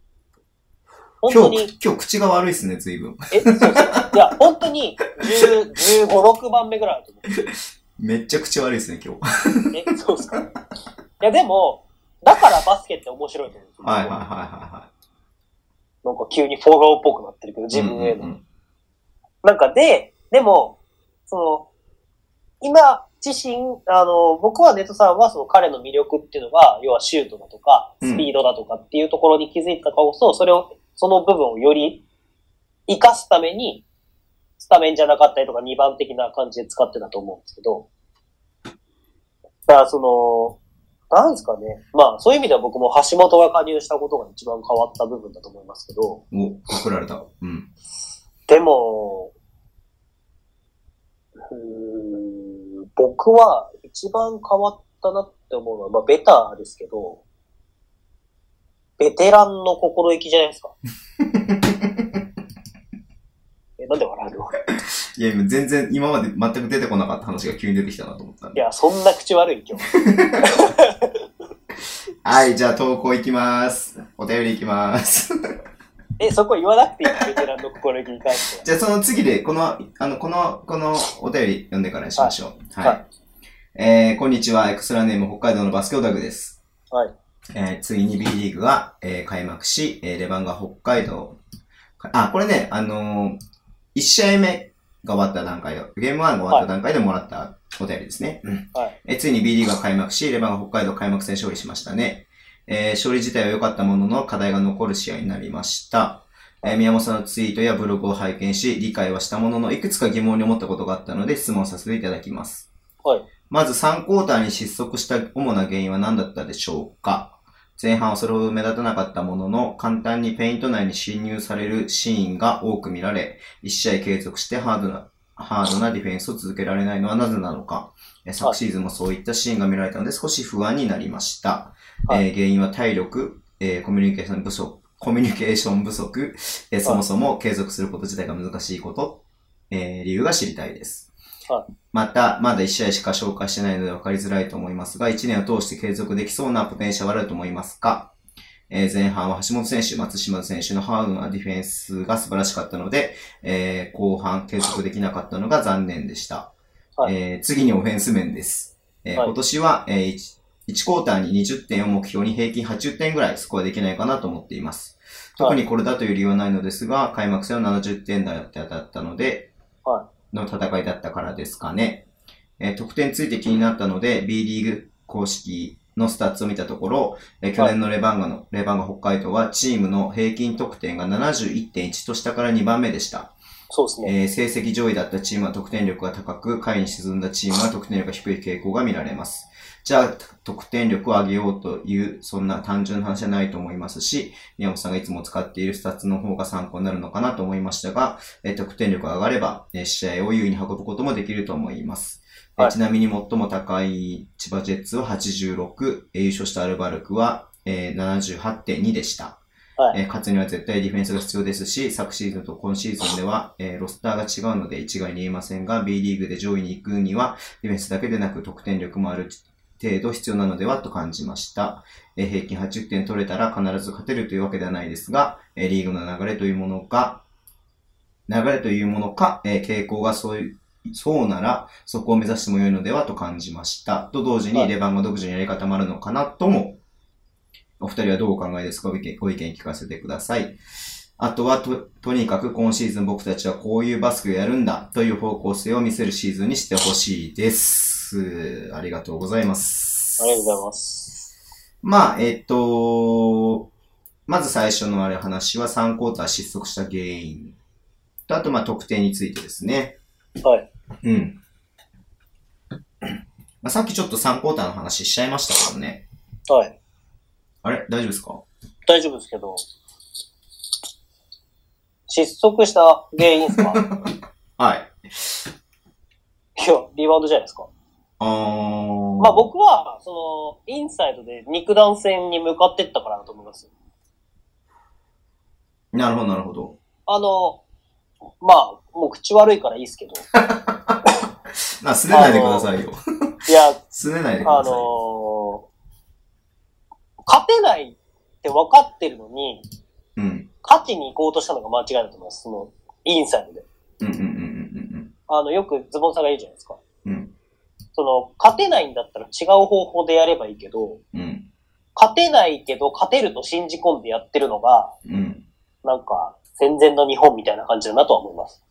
本当
今
に、
日、今日口が悪いですね、随分。
え、そうそう。いや、本当に、10 15、6番目ぐらいだと思
めっちゃ口悪いですね、 今日。
う。え、そうですか。いや、でも、だからバスケって面白いと思う。
はいはいはいはいは
なんか急にフォローっぽくなってるけど、自分へ
うんう
の。
ん
なんかで、でも、その、今自身、あの、僕はネトさんはその彼の魅力っていうのが、要はシュートだとか、
うん
スピードだとかっていうところに気づいたからこそ、それを、その部分をより活かすために、スタメンじゃなかったりとか2番的な感じで使ってたと思うんですけど、だからその、なんですかね。まあ、そういう意味では僕も橋本が加入したことが一番変わった部分だと思いますけど、
うん。お、パクられた。うん。
でも、うーん、僕は一番変わったなって思うのは、まあ、ベターですけど、ベテランの心意気じゃないですか。え、なんで笑うの
いや、今全然、今まで全く出てこなかった話が急に出てきたなと思ったん
い
で。
や、そんな口悪い今日。
はい、じゃあ投稿いきます。お便りいきます。
え、そこ言わなくていいベテランの心意気に関して
じゃあその次で、この、あの、この、このお便り読んでからにしましょう。
はい
はい。えー、こんにちは。エクストラネーム北海道のバスケオタクです。
は。はい。
えー、ついに B リーグが、えー開幕し、えー、レバンが北海道、あ、これね、あのー、1試合目が終わった段階で、ゲーム1が終わった段階でもらったお便りですね。うん
はい
えーついに B リーグが開幕し、レバンが北海道開幕戦勝利しましたね。えー勝利自体は良かったものの課題が残る試合になりました。えー宮本さんのツイートやブログを拝見し、理解はしたものの、いくつか疑問に思ったことがあったので質問させていただきます。
はい
まず3クォーターに失速した主な原因は何だったでしょうか前半はそれほど目立たなかったものの、簡単にペイント内に侵入されるシーンが多く見られ、1試合継続してハードな、ハードなディフェンスを続けられないのはなぜなのか。えー昨シーズンもそういったシーンが見られたので少し不安になりました。
は
え
い
ー原因は体力、えーコミュニケーション不足、コミュニケーション不足、えーそもそも継続すること自体が難しいこと、えー理由が知りたいです
は。
また、まだ1試合しか紹介してないので分かりづらいと思いますが、1年を通して継続できそうなポテンシャルはあると思いますかえー前半は橋本選手、松島選手のハードなディフェンスが素晴らしかったので、えー後半継続できなかったのが残念でした。
はい
えー次にオフェンス面です。えー
はい
今年は、え 1, クォーターに20点を目標に平均80点ぐらいスコアできないかなと思っています。特にこれだという理由はないのですが、開幕戦は70点台だったので、
は
の戦いだったからですかね。えー得点について気になったので、B リーグ公式のスタッツを見たところ、えー去年のレバンガの、レバンガ北海道はチームの平均得点が71.1と下から2番目でした。
そうですね。
えー成績上位だったチームは得点力が高く、下位に沈んだチームは得点力が低い傾向が見られます。じゃあ、得点力を上げようという、そんな単純な話じゃないと思いますし、宮本さんがいつも使っているスタッツの方が参考になるのかなと思いましたが、えー得点力が上がれば、えー試合を優位に運ぶこともできると思います。えー
はい
ちなみに最も高い千葉ジェッツは86、えー優勝したアルバルクは、えー78.2でした。
はい
えー勝つには絶対ディフェンスが必要ですし、昨シーズンと今シーズンでは、えーロスターが違うので一概に言えませんが、B リーグで上位に行くには、ディフェンスだけでなく得点力もある程度必要なのではと感じました。えー平均80点取れたら必ず勝てるというわけではないですが、えーリーグの流れというものが、流れというものか、えー傾向がそういう、そうなら、そこを目指しても良いのではと感じました。と同時に、
はい
レバンが独自のやり方もあるのかなともお二人はどうお考えですかご意見ご意見聞かせてください。あとはと、とにかく今シーズン僕たちはこういうバスケをやるんだという方向性を見せるシーズンにしてほしいです。ありがとうございます。
ありがとうございます。
まあ、えっと、まず最初のあれ話は3クォーター失速した原因。と、あと、まあ、得点についてですね。
はい。
うん。まあ、さっきちょっと3クォーターの話しちゃいましたからね。
はい。
あれ大丈夫ですか
大丈夫ですけど、失速した原因ですか
はい。
いや、リバウンドじゃないですか。
あー。
まあ僕は、その、インサイドで肉弾戦に向かってったからだと思います。
なるほど、なるほど。
あの、まあ、もう口悪いからいいですけど。
まあ、すねないでくださいよ。
いや、
すねないでく
あ
ださいよ。
の勝てないって分かってるのに、
うん。
勝ちに行こうとしたのが間違いだと思います。その、インサイドで。
うんうんうんうん
あの、よくズボンさんが言うじゃないですか。
うんうん。
その、勝てないんだったら違う方法でやればいいけど、
うん。
勝てないけど勝てると信じ込んでやってるのが、
うん。うん。
なんか、戦前の日本みたいな感じだなとは思います。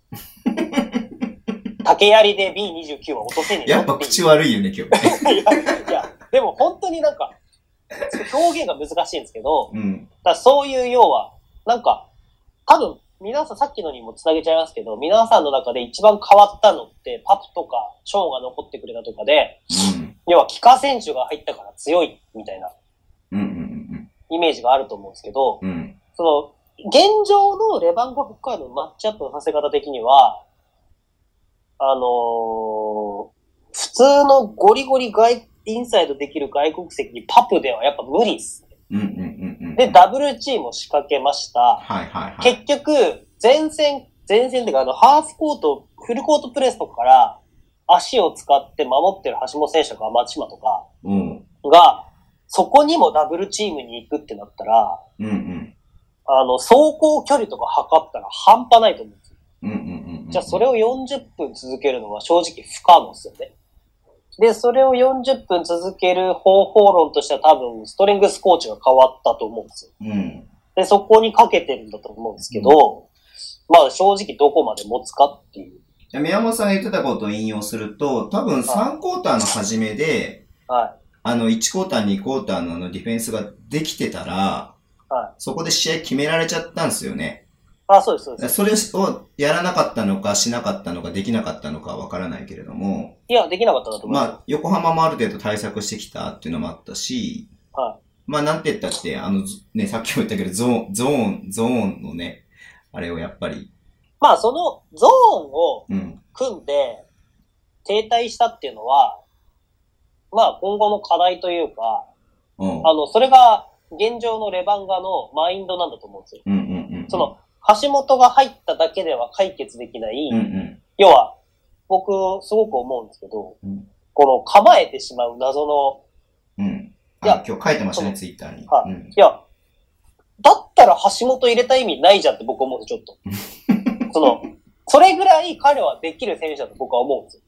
竹槍で B29 は落とせねえな
やっぱ口悪いよね、今日ね。
いや、いや、でも本当になんか、表現が難しいんですけど、
うん。
だからそういう要は、なんか、多分、皆さん、さっきのにも繋げちゃいますけど、皆さんの中で一番変わったのって、パプとか、ショーンが残ってくれたとかで、
うん。
要は、キカ選手が入ったから強い、みたいな
うんうん
イメージがあると思うんですけど、
うんうん。うん。
その、現状のレバンガ北海道のマッチアップのさせ方的には、あのー普通のゴリゴリ外、インサイドできる外国籍にパプではやっぱ無理っす。
うんうんうんうん。
で、ダブルチームを仕掛けました。
はいはいはい。
結局、前線、前線っていうか、あの、ハーフコート、フルコートプレスとかから、足を使って守ってる橋本選手とか松島とか
うん。
が、そこにもダブルチームに行くってなったら、
うんうん。
あの、走行距離とか測ったら半端ないと思うんですよ。
うんうんうんうん。
じゃあそれを40分続けるのは正直不可能ですよね。で、それを40分続ける方法論としては多分、ストリングスコーチが変わったと思うんですよ。
うん。
で、そこにかけてるんだと思うんですけど、まあ正直どこまで持つかっていう。
宮本さんが言ってたことを引用すると、多分3クォーターの初めで、
は
あの1クォーター、2クォーターのあのディフェンスができてたら、
は
そこで試合決められちゃったんですよね。
あ、そうです、そうです。
それをやらなかったのか、しなかったのか、できなかったのかわからないけれども、
いや、できなかったなと思い
ま
ます。
あ、横浜もある程度対策してきたっていうのもあったし、
は
まあ、なんて言ったって、あの、ずね、さっきも言ったけど、ゾーン、ゾーン、ゾーンのね、あれをやっぱり、
まあそのゾーンを
うん、
組んで停滞したっていうのは、まあ今後の課題というか、
うん、
あの、それが現状のレバンガのマインドなんだと思うんですよ。
うん、うん、うん。
その、橋本が入っただけでは解決できない、
うん、うん、
要は、僕、すごく思うんですけど、
うん
この構えてしまう謎の、
うん。
いや
あ、今日書いてました
そ
ね、
の
ツイッターに。
は
うん
いや、だったら橋本入れた意味ないじゃんって僕思うんですよ、ちょっと。その、それぐらい彼はできる選手だと僕は思うんですよ。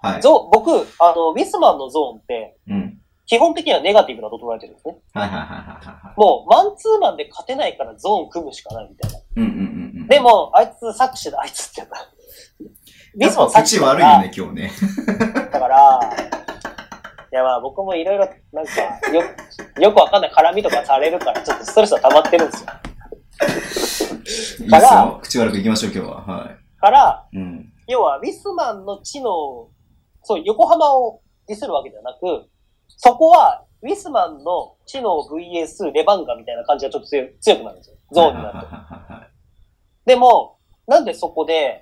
はい。
ゾ僕、あの、ウィスマンのゾーンって、
うん。
基本的にはネガティブだと捉えてるんですね。
はいはいはいはいは
もう、マンツーマンで勝てないからゾーン組むしかないみたいな。
い。うんうんうんうん。
でも、あいつ作詞だ、あいつって言った。
やっぱ
作詞
口悪いよね、今日ね。
だから、いやまあ僕もいろいろ、なんか、よ、よくわかんない絡みとかされるから、ちょっとストレスが溜まってるんですよ。
いいっす
から
よ。口悪くいきましょう、今日は。は
から、
い。うん。
要は、ウィスマンの知能、そう、横浜をディスるわけではなく、そこは、ウィスマンの知能 VS レバンガみたいな感じがちょっと強い強くなるんですよ。ゾーンになると。
は
でも、なんでそこで、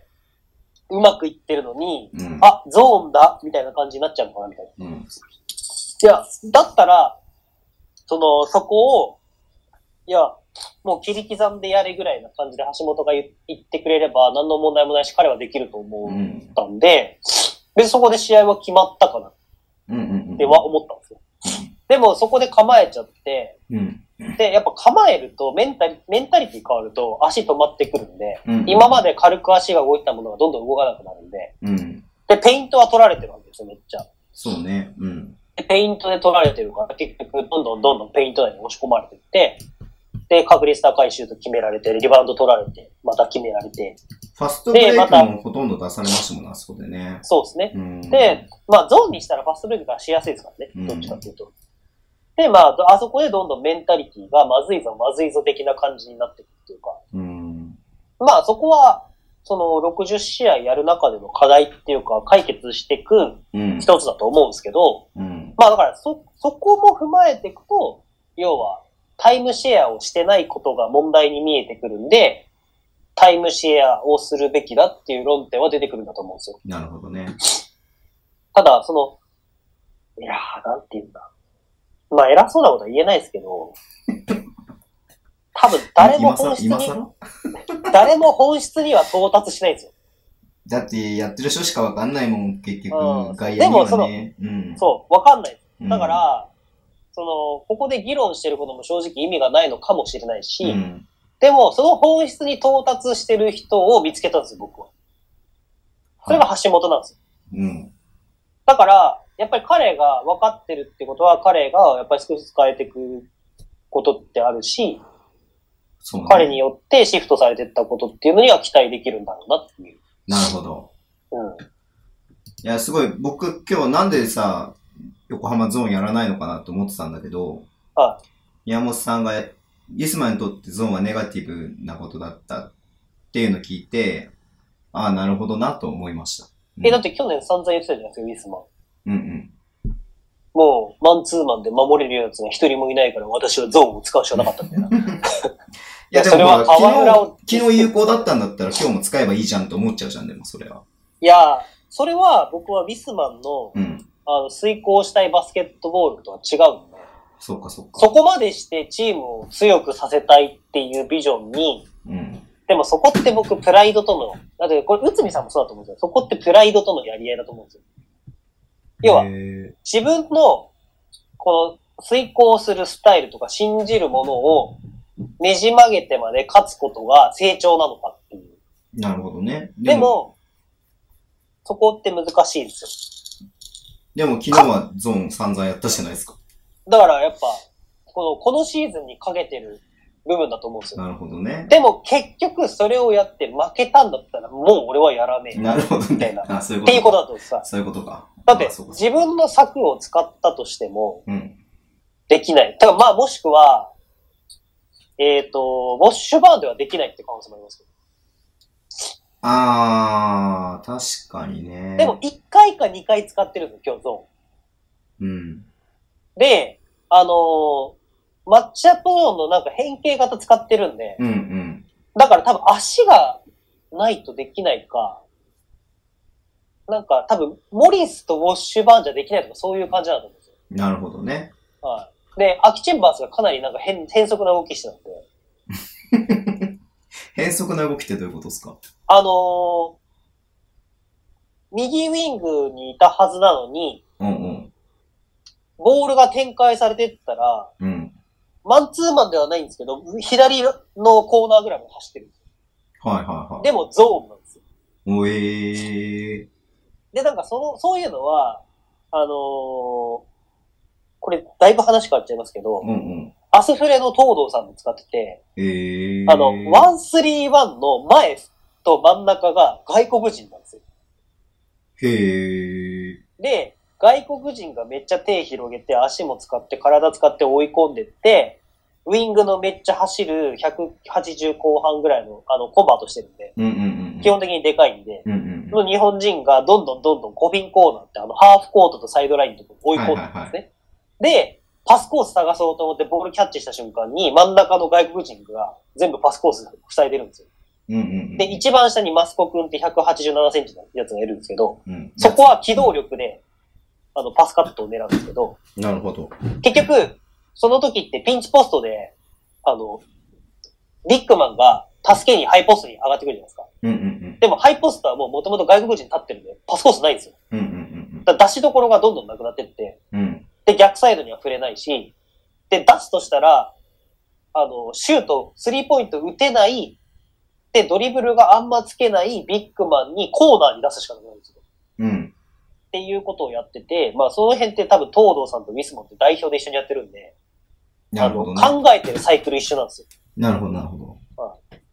うまくいってるのに、
いはいはいはい。うん。
あ、ゾーンだみたいな感じになっちゃうのかなみたいな。
うん。
いや、だったら、その、そこを、いや、もう切り刻んでやれぐらいな感じで橋本が言言ってくれれば何の問題もないし彼はできると思
う
っ
ん。
たんで、別にそこで試合は決まったかなっ
うんうんうん。
ては思ったんですよ。でもそこで構えちゃって、
うん。
で、やっぱ構えるとメンタリメンタリティ変わると足止まってくるんで、
うん。
今まで軽く足が動いてたものがどんどん動かなくなるんで、
うん。
で、ペイントは取られてるわけですよ、めっちゃ。
そうね。うん。
でペイントで取られてるから、結局、どんどんどんどんペイント内に押し込まれてって、で、確率高いシュート決められて、リバウンド取られて、また決められて、
ファストブレイ
でま
ク
た
もほとんど出されましたもんね、あそこでね。
そうですね。
うん。
で、まあ、ゾーンにしたらファストブレイクがしやすいですから
うん
ね、どっちかっていうと。で、まあ、あそこでどんどんメンタリティがまずいぞ、まずいぞ的な感じになってくるっていうか、
うん。
まあ、そこは、その60試合やる中での課題っていうか、解決していく
うん。
一つだと思うんですけど、
うん。
まあだから、そ、そこも踏まえていくと、要は、タイムシェアをしてないことが問題に見えてくるんで、タイムシェアをするべきだっていう論点は出てくるんだと思うんですよ。
なるほどね。
ただ、その、いやー、なんて言うんだ。まあ偉そうなことは言えないですけど、多分誰も
今さ
本質
今
に、
さ
誰も本質には到達しないんですよ。
だってやってる人しかわかんないもん、結局
うん。
外
でも
野に
そ
は
の
ね。うん。
そう、わかんない。
うん
だから、その、ここで議論してることも正直意味がないのかもしれないし、
うん。
でも、その本質に到達してる人を見つけたんですよ、僕は。それが橋本なんですよ。
うん。
だから、やっぱり彼が分かってるってことは、彼がやっぱり少しずつ変えていくことってあるし、
そう
彼によってシフトされてったことっていうのには期待できるんだろうなっていう。
なるほど。
うん。
いや、すごい、僕今日なんでさ、横浜ゾーンやらないのかなと思ってたんだけど、
は
宮本さんが、イエスマンにとってゾーンはネガティブなことだったっていうのを聞いて、ああ、なるほどなと思いました。うん
え、だって去年散々言ってたじゃないですか、ウィスマン。
うんうん。
もう、マンツーマンで守れるやつが一人もいないから、私はゾーンを使うしかなかったみたいな。
いや、で
それは
も、
河村を
昨日、昨日有効だったんだったら今日も使えばいいじゃんと思っちゃうじゃん、でもそれは。
いや、それは僕はウィスマンの
うん。
あの遂行したいバスケットボールとは違うんで、
そうか、そうか。
そこまでしてチームを強くさせたいっていうビジョンに、
うん。
でもそこって僕プライドとの、だってこれ内海さんもそうだと思うんですよ。そこってプライドとのやり合いだと思うんですよ。要は
へー
自分のこの遂行するスタイルとか信じるものをねじ曲げてまで勝つことが成長なのかっていう。
なるほどね。
で、も、そこって難しいんですよ。
でも昨日はゾーン散々やったじゃないですか。
だからやっぱ、この、このシーズンにかけてる部分だと思うんですよ。
なるほどね。
でも結局それをやって負けたんだったらもう俺はやらねえ。っ
なるほど
みたい
ね
な。
あ、そういうこ
ていう
と
ことだとさ。
そういうことか。
だって
あそうか
自分の策を使ったとしても
うん。
できない。だからまあもしくは、えっ、と、ウォッシュバーンではできないって可能性もありますけど。
あー、確かにね。
でも、1回か2回使ってるんですよ、今日ゾ
うん。
ーン。で、あのーマッチアップゾーンのなんか変形型使ってるんで、
うんうん。
だから多分足がないとできないか、なんか多分モリスとウォッシュバーンじゃできないとかそういう感じなんだと思うんですよ。
なるほどね。
はい。で、アキチェンバースがかなりなんか変、変則な動きしてたんで、
変則な動きってどういうことですか
あのー右ウィングにいたはずなのに、
うんうん。
ボールが展開されてったら、
うん。
マンツーマンではないんですけど、左のコーナーぐらいまで走ってる。
はいはいはい。
でもゾーンなんですよ。
おえー。
で、なんかその、そういうのは、あのーこれだいぶ話変わっちゃいますけど、
うんうん。
アスフレの東堂さんも使ってて、
えー。
あの、ワンスリーワンの前と真ん中が外国人なんですよ。
へー。
で、外国人がめっちゃ手広げて、足も使って、体使って追い込んでって、ウィングのめっちゃ走る180後半ぐらいの、あの、コンバートしてるんで、
うんうんうん。
基本的にでかいんで、
うんうん
その日本人がどんどんどんどんコビンコーナーって、あの、ハーフコートとサイドラインとか追い込んでるんですね。で、パスコース探そうと思ってボールキャッチした瞬間に、真ん中の外国人が全部パスコース塞いでるんですよ。
うん。うんうんうん。
で、一番下にマスコ君って187センチのやつがいるんですけど、
うん、
そこは機動力で、あの、パスカットを狙うんですけど、
なるほど。
結局、その時ってピンチポストで、あの、ビッグマンが助けにハイポストに上がってくるじゃないですか。
うんうん
でもハイポストはもう元々外国人立ってるんで、パスコースないんですよ。
うん。うんうん
だから出しどころがどんどんなくなってって、
うんうん。うん。
で、逆サイドには触れないし、で、出すとしたら、あの、シュート、スリーポイント打てない、で、ドリブルがあんまつけないビッグマンにコーナーに出すしかなくなるんですよ。
うん。
っていうことをやってて、まあその辺って多分東堂さんとウィスモンって代表で一緒にやってるんで、
な
あ
るほど
の、
ね。
考えてるサイクル一緒なんですよ。
なるほど、なるほど。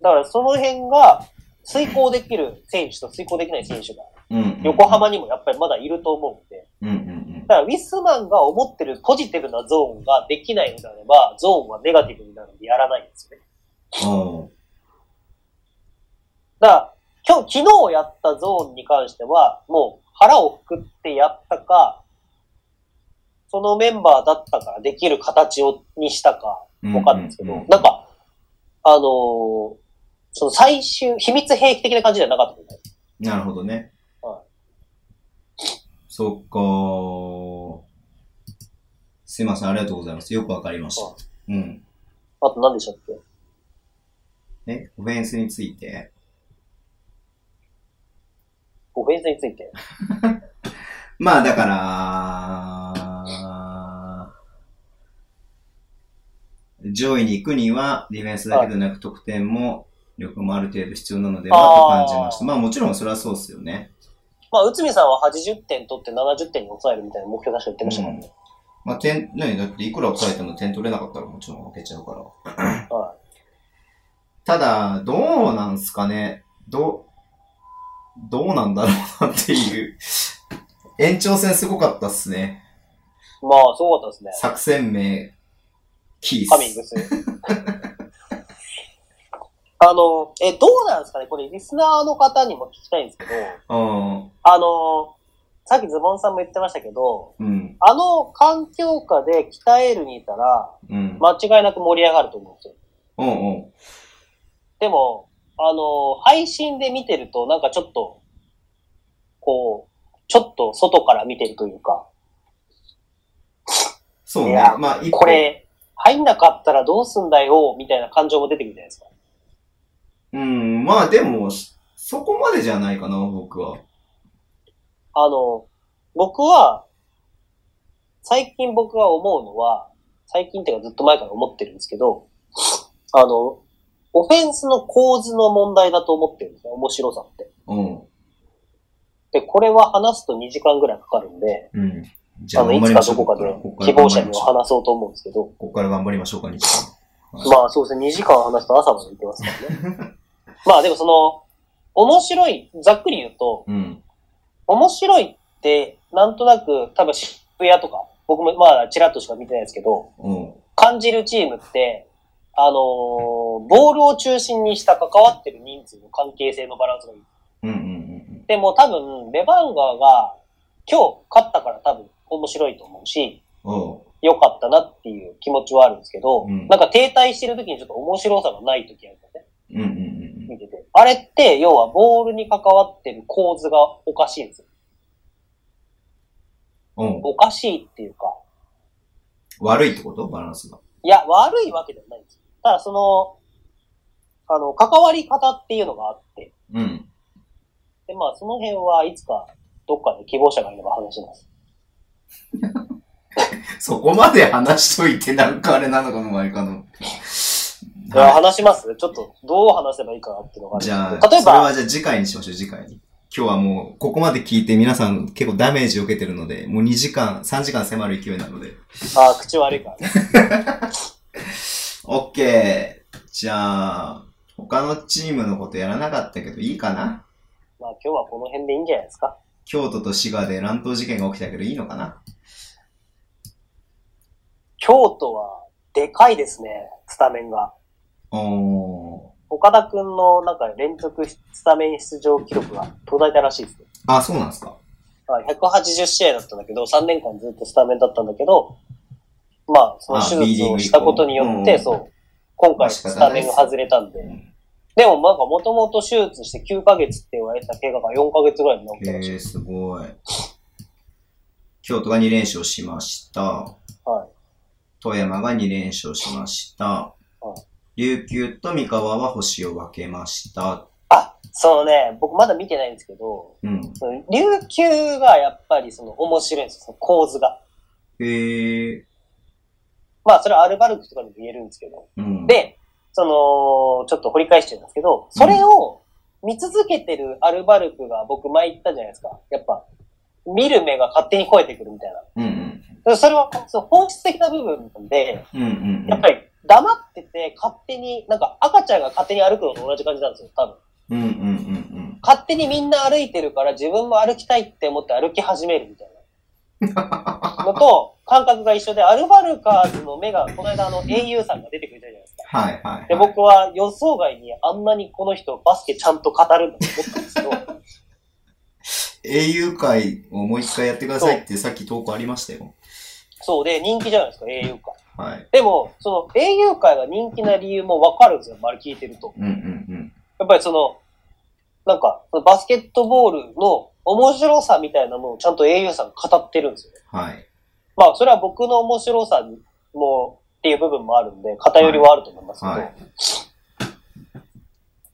だからその辺が遂行できる選手と遂行できない選手が
うんうんうん
横浜にもやっぱりまだいると思うんで、
うんうんうん。
だからウィスマンが思ってるポジティブなゾーンができないのであれば、ゾーンはネガティブになるんでやらないんですよね。
おー
だから今日、昨日やったゾーンに関しては、もう腹をくくってやったか、そのメンバーだったからできる形をにしたか、わかんないですけど、
うんうんうん
なんか、あのーその最終、秘密兵器的な感じじゃなかったみたいです。
なるほどね。
はい
そっかー。すいません、ありがとうございます。よくわかりました
は。
うん。
あと何でしたっけ
え、オフェンスについて。
オフェンスについて。
まあ、だから、上位に行くには、ディフェンスだけでなく得点も、力もある程度必要なのではと感じました。
あー
まあ、もちろんそれはそうですよね。
まあ、内海さんは80点取って70点に抑えるみたいな目標出して言ってましたもんね。
まあ、点、ね、だっていくら抑えても点取れなかったらもちろん負けちゃうから。
は
ただ、どうなんすかね。どう、どうなんだろうなっていう。 延長戦すごかったっすね。
まあ、すごかったですね。
作戦名、キー
カミン
ス。
グス。 あの、え、どうなんですかねこれ、リスナーの方にも聞きたいんですけど、
うん。
あの、さっきズボンさんも言ってましたけど、
うん。
あの環境下で鍛えるにいたら、
うん。
間違いなく盛り上がると思うんですよ。
うんうん。
でも、あの、配信で見てると、なんかちょっと、こう、ちょっと外から見てるというか、
そう
い
ね
や。
まあ、一個
これ、入んなかったらどうすんだよ、みたいな感情も出てくるじゃないですか。
うん、まあでも、そこまでじゃないかな、僕は。
あの、僕は、最近僕が思うのは、最近っていうかずっと前から思ってるんですけど、あの、オフェンスの構図の問題だと思ってるんですね、面白さって。
うん。
で、これは話すと2時間ぐらいかかるんで、
うん。じ
あの、いつかどこかで希望者には
こ
話そうと思うんですけど、
こから頑張りましょうか、西さん
まあそうですね、2時間話すと朝まで行けますからね。 まあでもその、面白い、ざっくり言うと、
うん。
面白いって、なんとなく、多分渋谷とか、僕もまあちらっとしか見てないですけど、
うん。
感じるチームって、あのーボールを中心にした関わってる人数の関係性のバランスがいい。
うんうんうん
でも多分、レバンガーが今日勝ったから多分面白いと思うし、
うん。うん。
良かったなっていう気持ちはあるんですけど、
うん
なんか停滞してる時にちょっと面白さがない時あるんですね。
うんうんうん
見てて。あれって、要はボールに関わってる構図がおかしいんですよ。
うん。うん。
おかしいっていうか、
悪いってことバランスが。
いや、悪いわけではないんですよ。ただその、あの、関わり方っていうのがあって、
うん。
で、まあ、その辺はいつか、どっかで希望者がいれば話します。
そこまで話しといて、なんかあれなのかも、前かの。
いや話しますちょっと、どう話せばいいかなっていうのがある
じゃあ、
例え
それ
ば
は、じゃあ次回にしましょう、次回に。今日はもう、ここまで聞いて皆さん結構ダメージを受けてるので、もう2時間、3時間迫る勢いなので。
あ口悪いからね。
オッケー。じゃあ、他のチームのことやらなかったけど、いいかな
まあ、今日はこの辺でいいんじゃないですか。
京都と滋賀で乱闘事件が起きたけど、いいのかな
京都は、でかいですね、スタメンが。
おー。
岡田くんの、なんか、連続スタメン出場記録が途絶えたらしいですね。
あ、そうなんですか。
はい180試合だったんだけど、3年間ずっとスタメンだったんだけど、まあ、その手
あ B リ
術
ーグ以
を
降
したことによっ
う
て、
ん
そう、今
まあ
回
仕方
ス
な
タ
いで
メ
す
ン外れたんで
う、ん
でもなんかもともと手術して9ヶ月って言われた怪我が4ヶ月ぐらいに治った
へ
らしい。
ー、すごい。京都が2連勝しました。
はい。
富山が2連勝しました。琉球と三河は星を分けました。
あ、そうね、僕まだ見てないんですけど、
うん。
その琉球がやっぱりその面白いんですよ、その構図が。
へえ。
まあそれはアルバルクとかでも言えるんですけど。
うん。
で、その、ちょっと掘り返しちゃうんですけど、それを見続けてるアルバルクが僕前言ったじゃないですか。やっぱ、見る目が勝手に超えてくるみたい
うんうん。
な。それはその本質的な部分なんで、
うんうん
やっぱり黙ってて勝手に、なんか赤ちゃんが勝手に歩くのと同じ感じなんですよ、多分。
うん。うんうんうん
勝手にみんな歩いてるから自分も歩きたいって思って歩き始めるみたいな。のと、感覚が一緒で、アルバルカーズの目が、この間あの、au さんが出てくれたじゃないですか。
はいはいはい。
で、僕は予想外にあんなにこの人バスケちゃんと語るんだと思ったんです けど、
英雄会をもう一回やってくださいってさっき投稿ありましたよ。
そうで、人気じゃないですか、au 会。
はい。
でも、その au 会が人気な理由もわかるんですよ、丸聞いてると。
うんうん
やっぱりその、なんか、そのバスケットボールの面白さみたいなものをちゃんと au さんが語ってるんですよね。
うん。はい。
まあ、それは僕の面白さにも、っていう部分もあるんで、偏りはあると思いますけど、
はい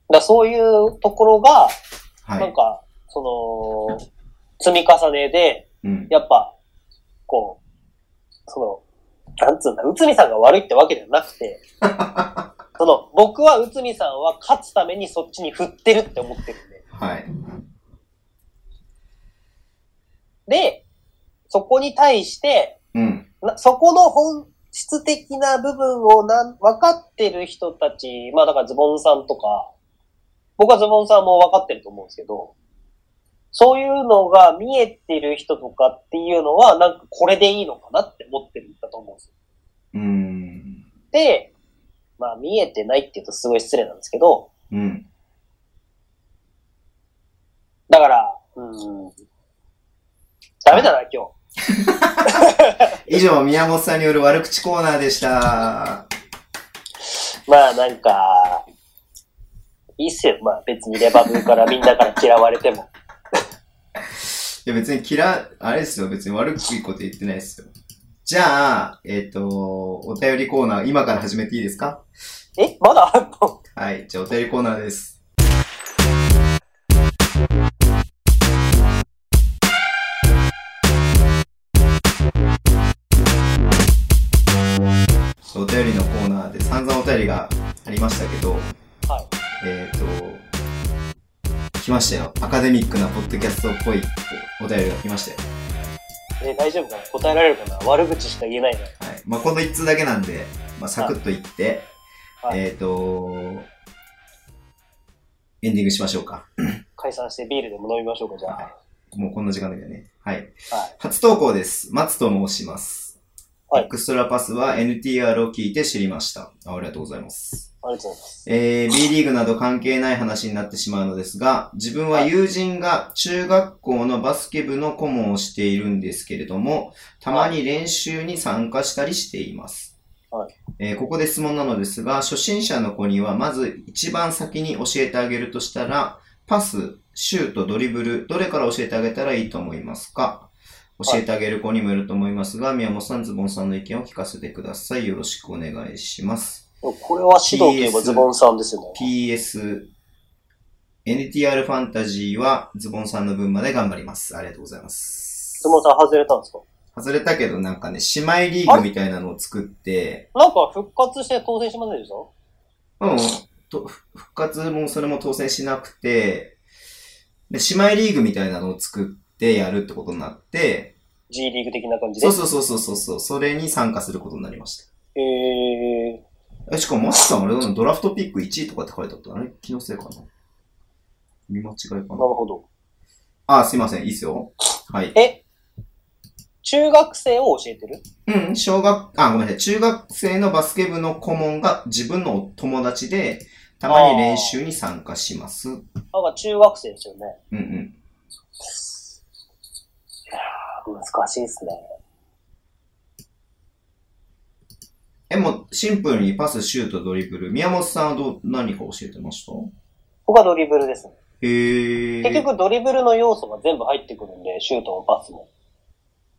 だからそういうところが、
は
なん
い。
か、その、積み重ねで、
うん。
やっぱ、こう、その、なんつうんだ、内海さんが悪いってわけではなくて、その、僕は内海さんは勝つためにそっちに振ってるって思ってるんで、
はい。
で、そこに対して、
うん。
なそこの本質的な部分をなん分かってる人たち、まあだからズボンさんとか、僕はズボンさんも分かってると思うんですけど、そういうのが見えてる人とかっていうのは、なんかこれでいいのかなって思ってるんだと思うんですよ。
うん。
で、まあ見えてないって言うとすごい失礼なんですけど、
うん。
だから、うん、ダメだな、今日。
以上、宮本さんによる悪口コーナーでした。
まあなんか、いいっすよ。まあ別にレバブーからみんなから嫌われても。
いや、別に嫌い、あれですよ、別に悪くいいこと言ってないですよ。じゃあ、えっ、と、お便りコーナー、今から始めていいですか
えまだあるの
はい、じゃあお便りコーナーです。お便りのコーナーで散々お便りがありましたけど、
はい。
えっ、と、来ましたよ。アカデミックなポッドキャストっぽいお便りが来ましたよ。
え大丈夫かな答えられるかな悪口しか言えないな。
はい。まあ、この一通だけなんで、まあ、サクッといって、
はい
えっ、と、エンディングしましょうか。
解散してビールでも飲みましょうか、じゃあ。
もうこんな時間だけどね。はい。
はい。
初投稿です。松と申します。
はい
エクストラパスは NTR を聞いて知りました。あありがとうございます。
ありがとうございます。
えー、B リーグなど関係ない話になってしまうのですが、自分は友人が中学校のバスケ部の顧問をしているんですけれども、たまに練習に参加したりしています。
はい
えーここで質問なのですが、初心者の子にはまず一番先に教えてあげるとしたら、パス、シュート、ドリブル、どれから教えてあげたらいいと思いますか教えてあげる子にもよると思いますが、宮本さん、ズボンさんの意見を聞かせてください。よろしくお願いします。
でもこれは指導といえばズボンさんですよね。
PS、NTR ファンタジーはズボンさんの分まで頑張ります。ありがとうございます。
ズボンさん外れたんですか
外れたけどなんかね、姉妹リーグみたいなのを作って、
なんか復活して当選しませんでした
うん、と復活もそれも当選しなくて、で、姉妹リーグみたいなのを作ってやるってことになって、
?G リーグ的な感じで。
そうそうそうそうそうそう、それに参加することになりまし
えー、
た。えしかも、マスさんあれだな、ドラフトピック1位とかって書いてあった。あれ気のせいかな見間違いか
なる
な
ほど。
あ、すいません、いいっすよ。はい。
え中学生を教えてる
うん、小学、あ、ごめんなさい、中学生のバスケ部の顧問が自分のお友達で、たまに練習に参加します。うん
なんか中学生ですよね。
うん。
難しいですね。
え、もう、シンプルにパス、シュート、ドリブル。宮本さんはどう、何か教えてました
僕はドリブルですね。
へー。
結局ドリブルの要素が全部入ってくるんで、シュートもパスも。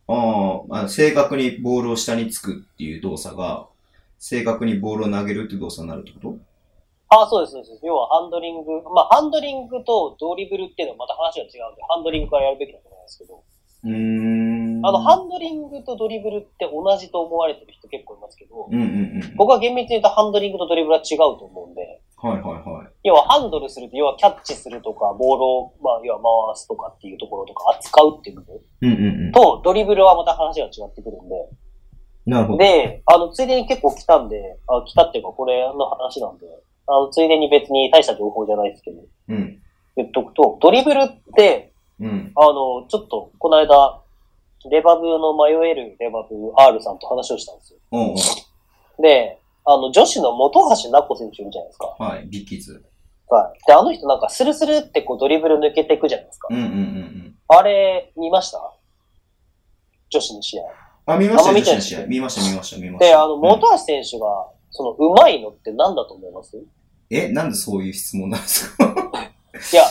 あーあ、正確にボールを下につくっていう動作が、正確にボールを投げるっていう動作になるってこと
あそうです、そうです。要はハンドリング。まあ、ハンドリングとドリブルっていうのはまた話が違うんで、ハンドリングからやるべきだと思うんですけど、
うーん。
あの、ハンドリングとドリブルって同じと思われてる人結構いますけど、
うんうんうん。
僕は厳密に言うとハンドリングとドリブルは違うと思うんで、
はいはいはい。
要はハンドルすると、要はキャッチするとか、ボールを、まあ、要は回すとかっていうところとか、扱うっていう部分
うんうんうん。
と、ドリブルはまた話が違ってくるんで、
なるほど。
で、あの、ついでに結構来たんで、あ来たっていうかこれの話なんで、あの、ついでに別に大した情報じゃないですけど、
うん。
言っとくと、ドリブルって、
うん。
あの、ちょっと、この間、レバブの迷えるレバブ R さんと話をしたんですよ。
おうおう
で、あの、女子の本橋奈子選手いるじゃないですか。
はい。ビッキーズ。
はい。で、あの人なんか、スルスルってこうドリブル抜けていくじゃないですか
う。んうんうんうん。
あれ、見ました女子の試合。
あ、見ました
あんま
よ、
見てない
女子の試合見ました、見ました、見ました。
で、あの、
元
本橋選手が、その、うまいのって何だと思いますい
え、なんでそういう質問なんですか
や、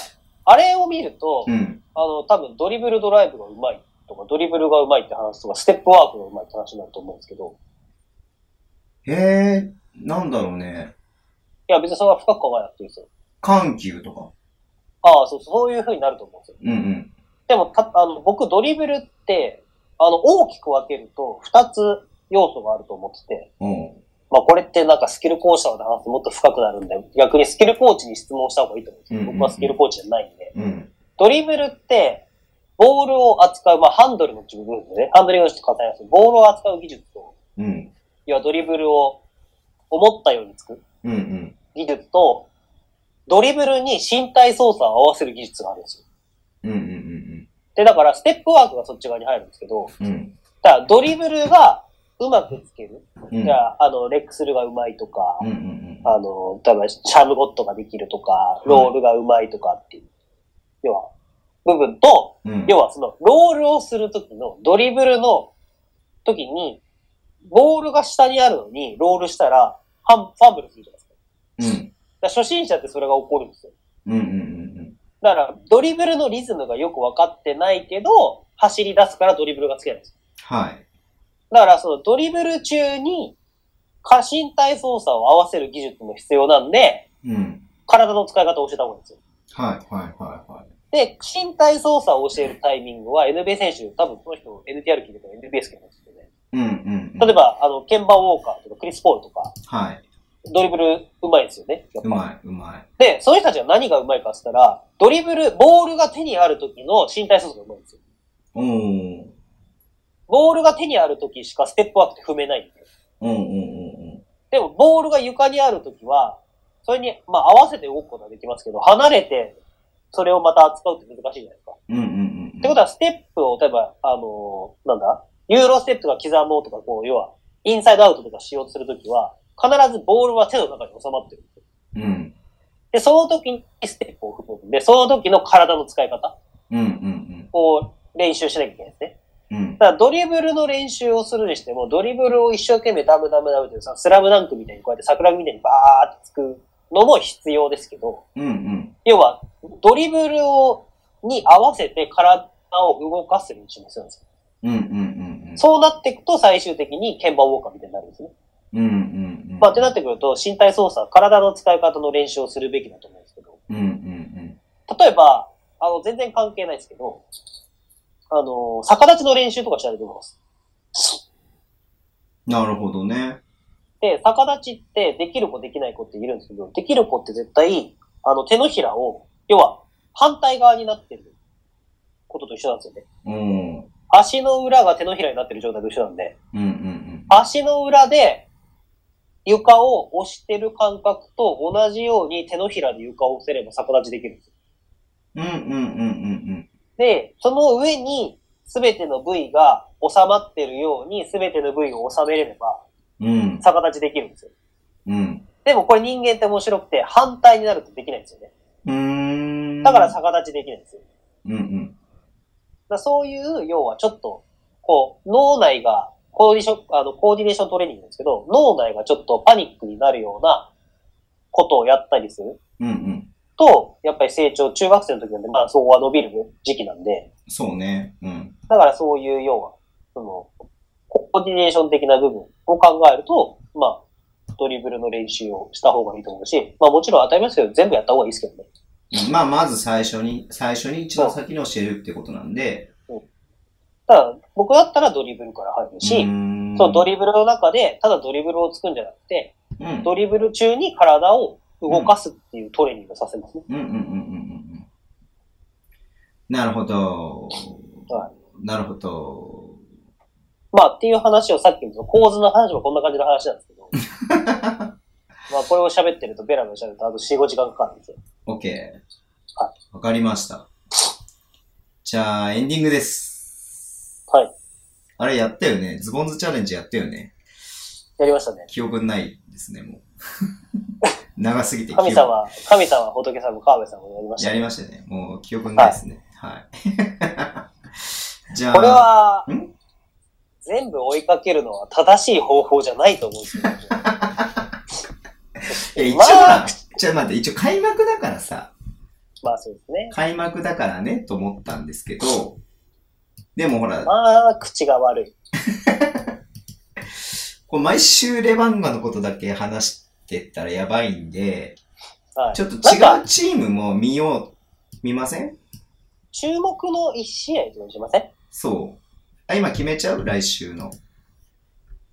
あれを見ると、
うん。
あの、多分ドリブルドライブがうまいとか、ドリブルがうまいって話とか、ステップワークがうまいって話になると思うんですけど、
へえ、なんだろうね。
いや、別にそれは深く考えなくていいですよ。
緩急とか。
ああ、そう、そういう風になると思うんですよ。
うんうん。
でも、た、あの、僕ドリブルって、あの、大きく分けると、二つ要素があると思ってて、
おう
まあ、これってなんかスキル講師とかで話すともっと深くなるんで、逆にスキルコーチに質問した方がいいと思うんですよ。
うんうんうん
僕はスキルコーチじゃないんで。
うん。
ドリブルって、ボールを扱う、まあ、ハンドルの部分ですね。ハンドリングの人と重ねますボールを扱う技術と、
うん。
要はドリブルを思ったようにつく
うんうん。
技術と、ドリブルに身体操作を合わせる技術があるんですよ。
うんうん
で、だから、ステップワークがそっち側に入るんですけど、
うんうん。うん。
ただ、ドリブルがうまくつける。
うん。
じゃあ、あの、レックスルがうまいとか、
うんうん
あの、例えば、シャムゴットができるとか、
い
ロールがうまいとかっていう、要は、部分と、
うん。うん。
要はその、ロールをするときの、ドリブルの時に、ボールが下にあるのに、ロールしたら、ファンファンブルするじゃないですか。
うん。
だから初心者ってそれが起こるんですよ。
うんうんうん
だから、ドリブルのリズムがよく分かってないけど、走り出すからドリブルがつけないんですよ。
はい。
だから、そのドリブル中に、過身体操作を合わせる技術も必要なんで、
うん。
体の使い方を教えた方がいいんですよ。
はいはいはいはい。
で、身体操作を教えるタイミングは NBA 選手、多分この人 NTR 聞いてたら NBA 好きなんですよね。
うんうんうん。
例えば、あの、ケンバーウォーカーとかクリス・ポールとか、
はい。
ドリブル上手いですよね。やっ
う
ぱ
まいうまい。
で、その人たちは何が上手いかって言ったら、ドリブル、ボールが手にある時の身体操作が上手いんですよ。
おー。
ボールが手にある時しかステップワークって踏めないんですよ。
うんうんうんうん。
でも、ボールが床にある時は、それに、まあ、合わせて動くことはできますけど、離れて、それをまた扱うって難しいじゃないですか。
うんうんうん。
ってことは、ステップを、例えば、あのーなんだ、ユーロステップとか刻もうとか、こう、要は、インサイドアウトとかしようとするときは、必ずボールは手の中に収まってる。
うん。
で、その時にステップを踏むんで、その時の体の使い方
うんうん
を練習しなきゃいけないですね。
うん。うん。
だからドリブルの練習をするにしても、ドリブルを一生懸命ダムダムダムってさ、スラムダンクみたいにこうやって桜木みたいにバーってつくのも必要ですけど、
うんうん。
要は、ドリブルを、に合わせて体を動かす練習もするんですよ
うんうんうんうん。
そうなっていくと最終的に鍵盤ウォーカーみたいになるんですね。
うんうんうん。
まあ、ってなってくると身体操作、体の使い方の練習をするべきだと思うんですけど、
うんうん
例えば、あの、全然関係ないですけど、あの、逆立ちの練習とかしたらどう思います
うん。なるほどね。
で、逆立ちってできる子できない子っているんですけど、できる子って絶対、あの、手のひらを、要は反対側になってることと一緒なんですよね。
おー。うん
足の裏が手のひらになってる状態と一緒なんで、
うんうん。
足の裏で床を押してる感覚と同じように手のひらで床を押せれば逆立ちできるんですよ。
うんうんうんうん
で、その上に全ての部位が収まってるように全ての部位を収めれれば
うん。うん
逆立ちできるんですよ。
うん。
でもこれ人間って面白くて反対になるとできないんですよね。
うーん。
だから逆立ちできないんですよ。だ
うんうん。
からそういう、要はちょっと、こう、脳内が、コーディション、あの、コーディネーショントレーニングなんですけど、脳内がちょっとパニックになるようなことをやったりする。
うんうん。
と、やっぱり成長、中学生の時なんで、まあそこは伸びる時期なんで、
そうね。うん。
だからそういう要は、その、コーディネーション的な部分を考えると、まあ、ドリブルの練習をした方がいいと思うし、まあもちろん当たり前ですけど、全部やった方がいいですけどね。
まあ、まず最初に、最初に一番先に教えるってことなんで。
ただ、僕だったらドリブルから入るし、
ん
そのドリブルの中で、ただドリブルをつくんじゃなくて、
うん
ドリブル中に体を動かすっていうトレーニングをさせますね。
うんうんうんうんうんうん。なるほど。
は
なるほど。
まあっていう話をさっきの構図の話もこんな感じの話なんですけど、 まあこれを喋ってるとベラベラ喋るとあと4、5時間かかるんですよ。
OK
は。
わかりました。じゃあ、エンディングです。
はい。
あれやったよね。ズボンズチャレンジやったよね。
やりましたね。
記憶ないですね、 もう。長すぎて記憶
神様、神様、仏様、川辺様もやりました
や
ね。
りましたね。もう記憶ないですね。はい。じゃあ、
これは
ん、
全部追いかけるのは正しい方法じゃないと思う んですよ。
え一応
まあ
な、ちょっと待って、一応開幕だからさ、
まあそうですね。
開幕だからね、と思ったんですけど、でもほら、
まあ、口が悪い。
こう毎週レバンガのことだけ話してったらやばいんで、
はい。
ちょっと
な
違
ん
う
か、
チームも見よう、見ません
注目の一試合とかにしません
そう。あ、今決めちゃう来週の。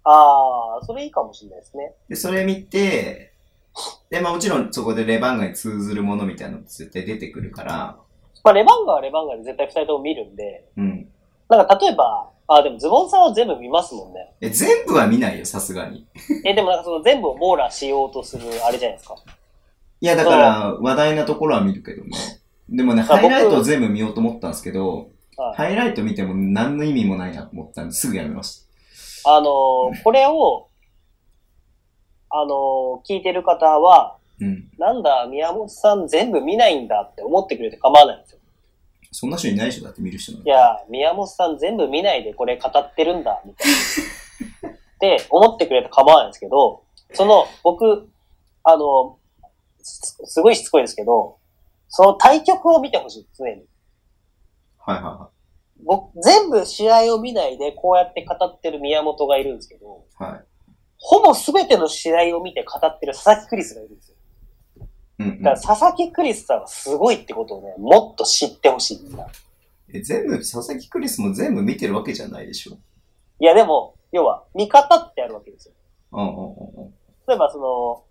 ああ、それいいかもしれないですね。
で、それ見て、で、まあもちろんそこでレバンガに通ずるものみたいなのって絶対出てくるから、
まあ、レバンガはレバンガで絶対二人とも見るんで、
うん。
なんか例えば、あ、でもズボンさんは全部見ますもんね。
え、全部は見ないよ、さすがに。
え、でもなんかその全部を網羅しようとするあれじゃないですか。
いや、だから、話題なところは見るけどね。でもね、
あ
ハイライトを
僕
全部見ようと思ったんですけど、
はい
ハイライト見ても何の意味もないなと思ったんで、すぐやめまし
あのーこれを、あのー聞いてる方は、
た。うん。
なんだ、宮本さん全部見ないんだって思ってくれて構わないんですよ。
そんな人いないでしょ、だって見る人なん
い
て
や、宮本さん全部見ないでこれ語ってるんだ、みたいな。 って思ってくれて構わないんですけど、その、僕、あの、すすごいしつこいんですけど、その対局を見てほしい、常に。
はいはいは
僕、全部試合を見ないでこうやって語ってる宮本がいるんですけど、
い。はい。
ほぼ全ての試合を見て語ってる佐々木クリスがいるんですよ。
うん、うん
だから佐々木クリスさんはすごいってことをね、もっと知ってほしいみんな。
え。全部、佐々木クリスも全部見てるわけじゃないでしょ。
いやでも、要は、見方ってあるわけですよ。
うんうんうん
例えばその、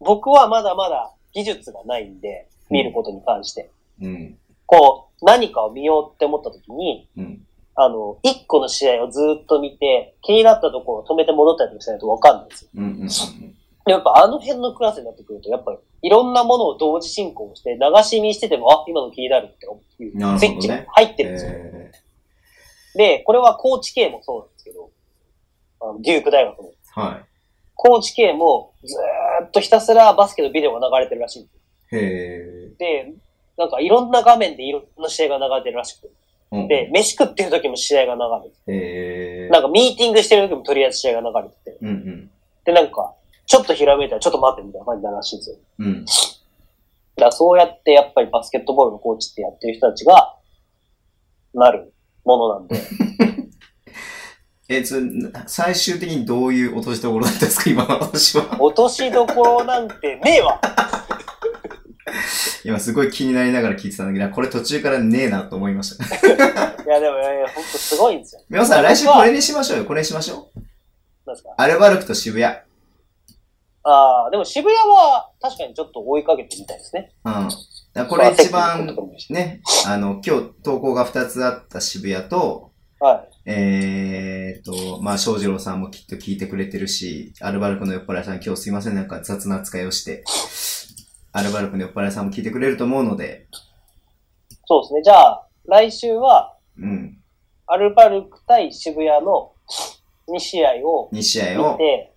僕はまだまだ技術がないんで、見ることに関して。
うん。
こう、何かを見ようって思った時に、
うん。うん。
あの、一個の試合をずっと見て、気になったところを止めて戻ったりとかしないとわかんないんですよ。
うんうんうん。
でやっぱあの辺のクラスになってくると、やっぱりいろんなものを同時進行して、流し見してても、あ、今の気になるってい
なるほど
う、
ね
スイッチが入ってるんですよ。
え
で、これは高知系もそうなんですけど、あのデューク大学の。
ー、は
高知系もずーっとひたすらバスケのビデオが流れてるらしいんですよ。
い。へえ。
で、なんかいろんな画面でいろんな試合が流れてるらしくて。
うん
で、、飯食ってる時も試合が流れて
へ
て。
え。
なんかミーティングしてる時もとりあえず試合が流れてて。
うんうん。
で、なんか、ちょっとひらめいたらちょっと待ってみたいな感じになるらしいんですよ。
うん。
だからそうやってやっぱりバスケットボールのコーチってやってる人たちが、なるものなんで。
え、つ、最終的にどういう落としどころだったんですか、今の話は。
落としどころなんてねえわ
今すごい気になりながら聞いてたんだけど、これ途中からねえなと思いま した。
いやでも、いやいや、ほんとすごいんですよ。
皆さん、来週これにしましょうよ。これにしましょう。
なんですか
アルバルクと渋谷。
ああ、でも渋谷は確かにちょっと追いかけてみたいですね。
うん。だこれ一
まあ
番、ね、あの、今日投稿が2つあった渋谷と、
は
えーっと、まあ、翔二郎さんもきっと聞いてくれてるし、アルバルクの酔っ払いさん今日すいません、なんか雑な扱いをして、アルバルクの酔っ払いさんも聞いてくれると思うので、
い。そうですね。じゃあ、来週は、
うん、
アルバルク対渋谷の2試合を
2試合
見
を、
て、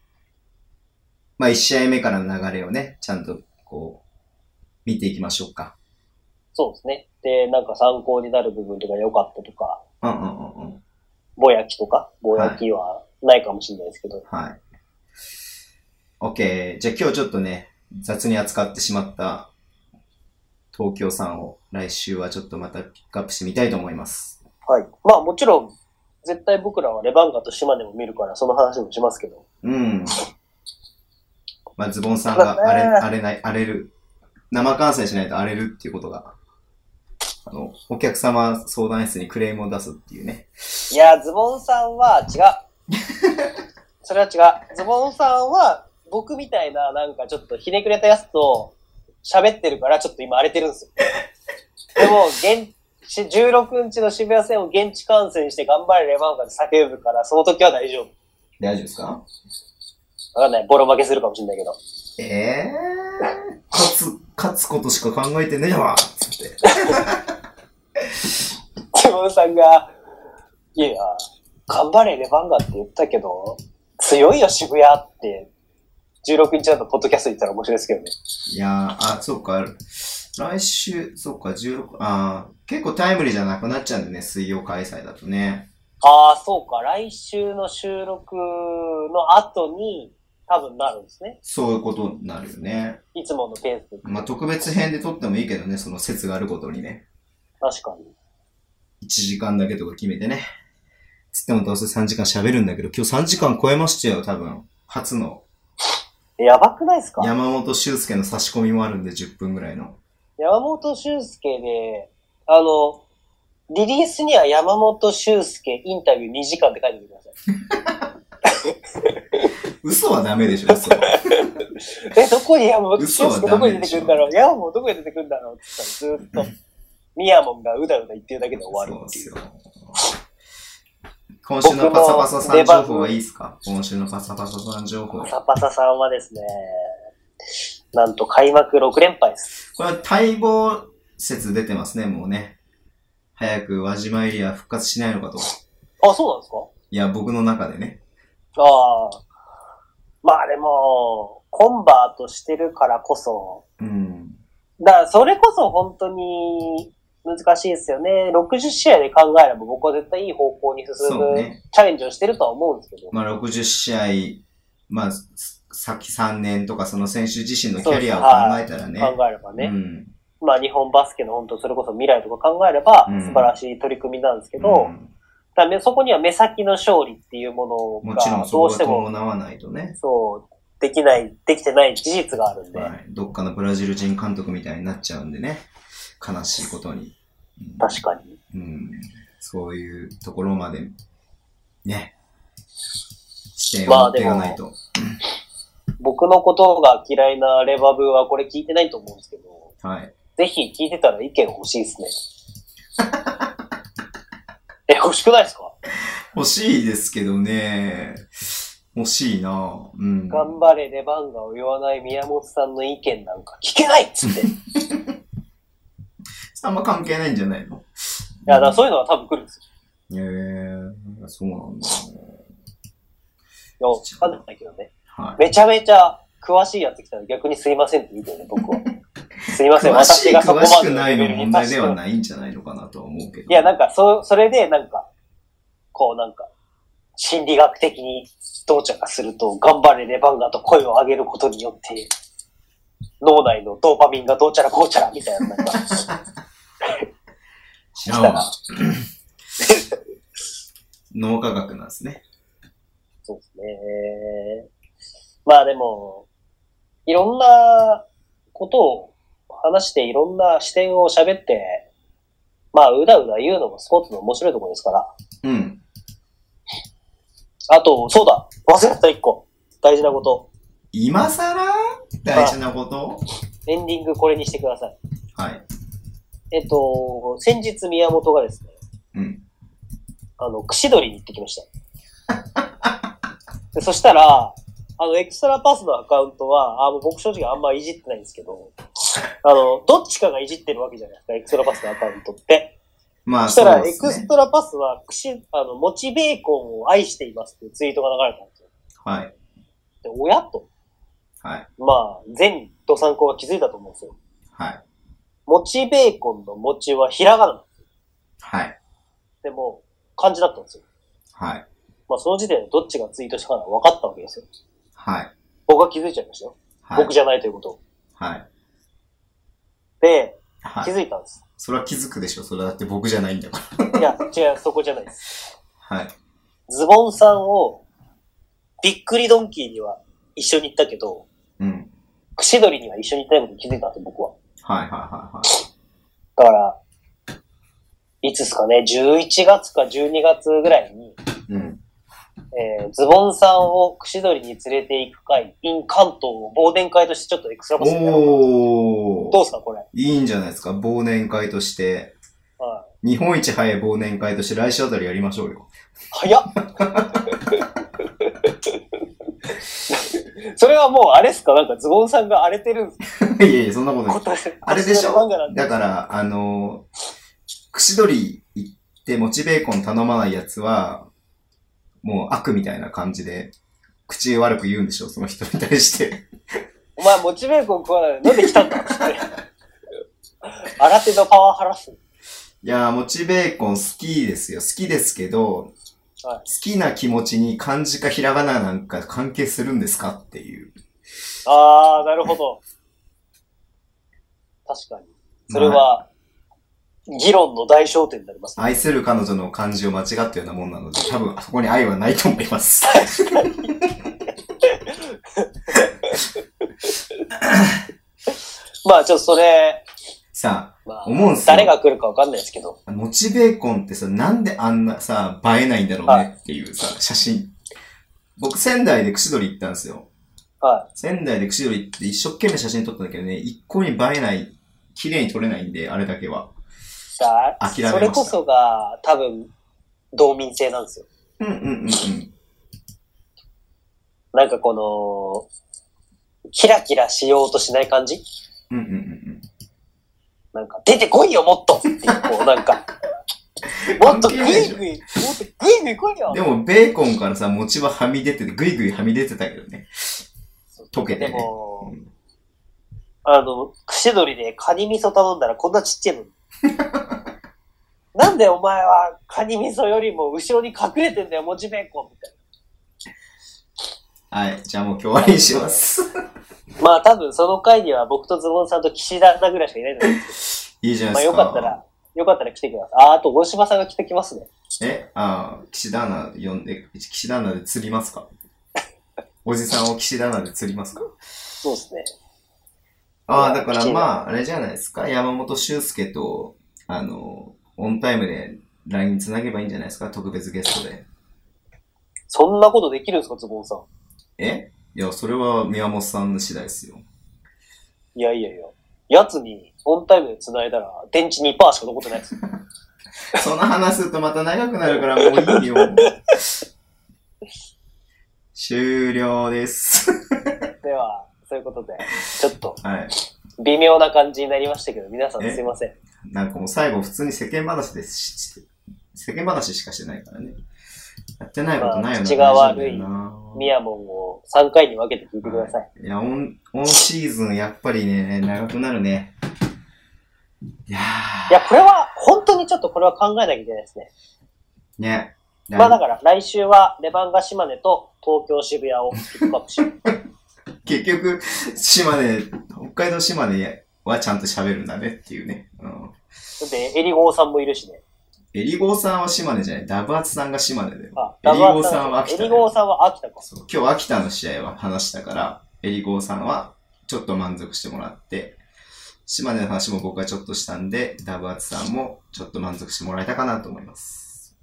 まあ、1試合目からの流れをね、ちゃんとこう、見ていきましょうか。
そうですね。で、なんか参考になる部分とか良かったとか、
うんうんうんうん。
ぼやきとか、ぼやきはないかもしれないですけど、
はい。OK。じゃあ今日ちょっとね、雑に扱ってしまった東京さんを来週はちょっとまたピックアップしてみたいと思います。
はい。まあもちろん、絶対僕らはレバンガと島根も見るから、その話もしますけど、
うん。まあズボンさんが荒れ、荒れない、荒れる。生観戦しないと荒れるっていうことが、あの、お客様相談室にクレームを出すっていうね。
いや、ズボンさんは違う。 それは違う。ズボンさんは、僕みたいな、なんかちょっとひねくれたやつと喋ってるから、ちょっと今荒れてるんですよ。でも、現地、16日の渋谷戦を現地観戦して頑張れレバンガで叫ぶから、その時は大丈夫。
大丈夫ですか
わかんない。ボロ負けするかもしれないけど。
ええー、勝つ、勝つことしか考えてねえわつって。
ズボンさんが、いや、頑張れレバンガって言ったけど、強いよ渋谷って、16日だとポッドキャスト言ったら面白いですけどね。
いやー、あ、そうか。来週、そうか、16、あー結構タイムリーじゃなくなっちゃうんだね、水曜開催だとね。
ああ、そうか。来週の収録の後に多分なるんですね。
そういうことになるよね。
いつものペースで。
まあ、特別編で撮ってもいいけどね、その説があることにね。
確かに。
1時間だけとか決めてね。つってもどうせ3時間喋るんだけど、今日3時間超えましたよ、多分。初の。
やばくないですか
山本修介の差し込みもあるんで、10分ぐらいの。
山本修介で、あの、リリースには山本修介インタビュー2時間って書いておいてくださ
嘘はダメでしょ、嘘は。
い。え、どこに山本修
嘘は
介
ダ
どこ
メ
に出
で
て
し
く
ょ
るんだろう山本どこに出てくるんだろうって 言ったらずっと、ミヤモンがうだうだ言ってるだけで終わる
そう
っ
で
てい
す
う。
よ。今週のパサパサさん情報はいいですか今週のパサパサさん情報。
パサパサさんはですね、なんと開幕6連敗です。
これは待望説出てますね、もうね。早く輪島エリア復活しないのかと。
あ、そうなんですか
いや、僕の中でね。
ああ。まあでも、コンバートしてるからこそ、
うん。
だからそれこそ本当に難しいですよね。60試合で考えれば僕は絶対いい方向に進
そう
む、
ね
チャレンジをしてるとは思うんですけど。
まあ、60試合、まあ、す先3年とか、その選手自身のキャリアを考えたらね。
考えればね。
うん。
まあ日本バスケの本当それこそ未来とか考えれば
うん
素晴らしい取り組みなんですけど、
うん
ただねそこには目先の勝利っていうもの
もちろ
が
んそ
ど
こ
うし
が
ても
伴わないとね。
そうできない、できてない事実があるんで、
はい。どっかのブラジル人監督みたいになっちゃうんでね。悲しいことに。うん
確かに。
うん。そういうところまで、ね。視点を
ま
持
あ
ってい
でも
かないと。
僕のことが嫌いなレバブはこれ聞いてないと思うんですけど、
はい。
ぜひ聞いてたら意見欲しい ですね。え、欲しくないですか
欲しいですけどね。欲しいなうん。
頑張れレバンガを言わない宮本さんの意見なんか聞けないっつって。い
あんま関係ないんじゃないの
や、だからそういうのは多分来るんです
へえー、そうなんだ。
よ。いや、わかんないけどね。
はい。
めちゃめちゃ詳しいやつ来たら逆にすいませんって言うけどね、僕は。すいません、
詳し
私
い、
がそこ
詳
ま
し
で
く
の
な
レ
い
ベ
の
ルに
問題
達し
で
て
はないんじゃないのかなとは思うけど。
いや、なんか、そ、それで、なんか、こう、なんか、心理学的にどうちゃかすると、頑張れレバンガと声を上げることによって、脳内のドーパミンがどうちゃらこうちゃらみたいな、なんか、
知らんわ。 脳科学なんですね。
そうですね。まあでも、いろんなことを話して、いろんな視点を喋って、まあ、うだうだ言うのもスポーツの面白いところですから。
うん。
あと、そうだ忘れてた一個大事なこと。
今更大事なこと
エンディングこれにしてください。
はい。
えっと、先日宮本がですね、
うん。
あの、串取りに行ってきました。でそしたら、あの、エクストラパスのアカウントは、あもう僕正直あんまいじってないんですけど、あの、どっちかがいじってるわけじゃないですか、エクストラパスのアカウントって。
まあ、
そした
そう
ら、
で
エ
す
クス
ね。
トラパスは、串、あの、もちベーコンを愛していますっていうツイートが流れたんですよ。
はい。
で、おやと。
はい。
まあ、全土産校が気づいたと思うんですよ。
はい。
もちベーコンのもちはひらがな。
はい。
でも、漢字だったんですよ。
はい。
まあ、その時点でどっちがツイートしたかは分かったわけですよ。
はい。
僕は気づいちゃいましたよ。
はい。
僕じゃないということを。
はい。
で、
は
気
い。
づいたんです。
それは気づくでしょ。それだって僕じゃないんだから。
いや、違う、そこじゃないです。
はい。
ズボンさんを、びっくりドンキーには一緒に行ったけど、
うん。
串取りには一緒に行ったことに気づいたんですよ、僕は。
はいはいはいはい。
だから、いつですかね、11月か12月ぐらいに、
うん。
えー、ズボンさんを串取りに連れて行く会、in 関東を忘年会としてちょっとエクストラパスにやろう
お
どう
ー。
すか、これ。
いいんじゃないですか。忘年会として。
はい
日本一早い忘年会として来週あたりやりましょうよ。
早っそれはもうあれっすかなんかズボンさんが荒れてるんです
いやいや、そんなことない。あれでし
漫
ょ
画なんで
だから、あのー、串取り行って、もちベーコン頼まないやつは、もう悪みたいな感じで、口悪く言うんでしょその人に対して。
お前モチベーコン食わないで飲んできたんだっ つって。新手のパワーハラス。
いやー、もちベーコン好きですよ。好きですけど、
は
好
い
きな気持ちに漢字かひらがななんか関係するんですかっていう。
あー、なるほど。確かに。それは、議論の大焦点になりますね。
愛する彼女の漢字を間違ったようなもんなので、多分あそこに愛はないと思い ます。
まあちょっとそれ、
さ
まあ、
思うんすよ
誰が来るかわかんないですけど。
あ、モチベーコンってさ、なんであんなさ、映えないんだろうねっていうさ、写真。僕、仙台で串取り行ったんですよ。
は
仙台で串取り行って一生懸命写真撮ったんだけどね、一向に映えない、綺麗に撮れないんで、あれだけは。
い。だ
諦めました
それこそが、多分、道民性なんですよ。
うんうんうんうん。
なんかこの、キラキラしようとしない感じ
うんうんうん
なんか、出てこいよ、もっとっていう、こう、なん か、もっとグイグイ、もっとグイグイ来い
うん。
よ
でも、ベーコンからさ、餅ははみ出てて、ぐいぐいはみ出てたけどね。溶けて
で
ね。
も
うん、
あの、串取りでカニ味噌頼んだらこんなちっち ゃいの。なんでお前はカニ味噌よりも後ろに隠れてんだよ、もちベーコンみたい
はい。じゃあもう今日は終わりにします。
な。まあ多分その回には僕とズボンさんと岸田アナぐらいしかいないので、
いいじゃな
まあ
いで
よ
すか。
かったら、よかったら来てください。あ、あと大島さんが来てきますね。
えああ、岸田アナ呼んで、岸田アナで釣りますかおじさんを岸田アナで釣りますか
そうですね。
ああ、
うん
だから
岸田
まあ、あれじゃないですか。山本修介と、あの、オンタイムで LINE つなげばいいんじゃないですか特別ゲストで。
そんなことできるんですか、ズボンさん。
えいや、それは宮本さんの次第ですよ。
いやいやいや。やつにオンタイムで繋いだら電池2%しか残ってないです。
そんな話するとまた長くなるからもうい いよ。終了です。
では、そういうことで、ちょっと
はい。
微妙な感じになりましたけど、皆さんすいません。
なんかもう最後普通に世間話ですし、世間話しかしてないからね。やってないことないよ
まあ
な。
口が悪い
大丈夫だよな
ミヤモンを3回に分けて聞いてください。
いや、オン、オンシーズンやっぱりね、長くなるね。いや
いや、これは、本当にちょっとこれは考えなきゃいけないですね。
ー、ね。
まあだから、来週はレバンガ島根と東京渋谷をピックアッ プしよう。
結局、島根、北海道島根はちゃんと喋るんだねっていうね。うん。
で、エリゴーさんもいるしね。
エリゴーさんは島根じゃない。ダブアツさんが島根だよ。
あ、
エリゴーさんは秋
エ
田だ
リ
よ
ゴーさんは秋田か。
そう今日秋田の試合は話したから、エリゴーさんはちょっと満足してもらって、島根の話も僕はちょっとしたんで、ダブアツさんもちょっと満足してもらえたかなと思います。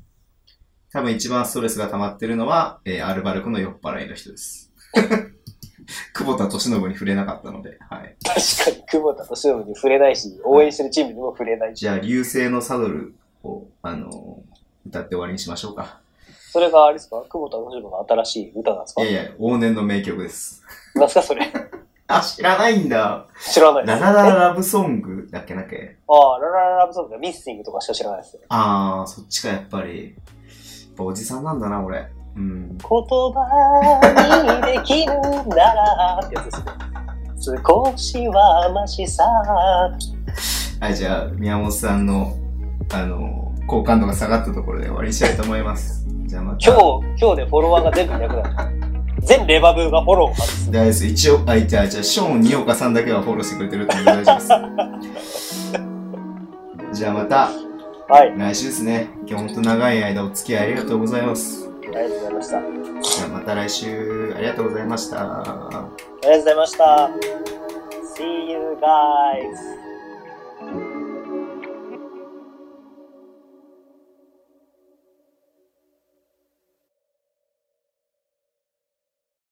多分一番ストレスが溜まってるのは、えーアルバルクの酔っ払いの人です。 久保田利伸に触れなかったので、はい。
確かに、久保田敏信に触れないし、応援してるチームにも触れないし。
じゃあ、流星のサドルを、あのー歌って終わりにしましょうか。
それがあれですか久保田敏信の新しい歌なんです
い
か
やいや、往年の名曲です。
なんすかそれ。
あ、知らないんだ。
知らないで
ラ
す。
ララ
え
ラブソングだっけなっけ
ああ、ララララブソングがミッシングとかしか知らないですね。
ああ、そっちか、やっぱり。やっぱおじさんなんだな、俺。うん。
言葉にできるならってやつですね。少しはマシさ。
はい、じゃあ、宮本さんの、あの、好感度が下がったところで終わりにしたいと思います。 じゃあまた。
今日、今日でフォロワーが全部いなくなる。全レバブーがフォローを外す。
大丈夫です。一応、あ、いじゃあ、じゃあ、ショーン・ニオカさんだけはフォローしてくれてるって大丈夫です。 じゃあまた、
はい。
来週ですね。今日ほんと長い間お付き合いありがとうございます。
ありがとうございました。あり
じゃあまた来週、ありがとうございました。
がとうございました。See you guys!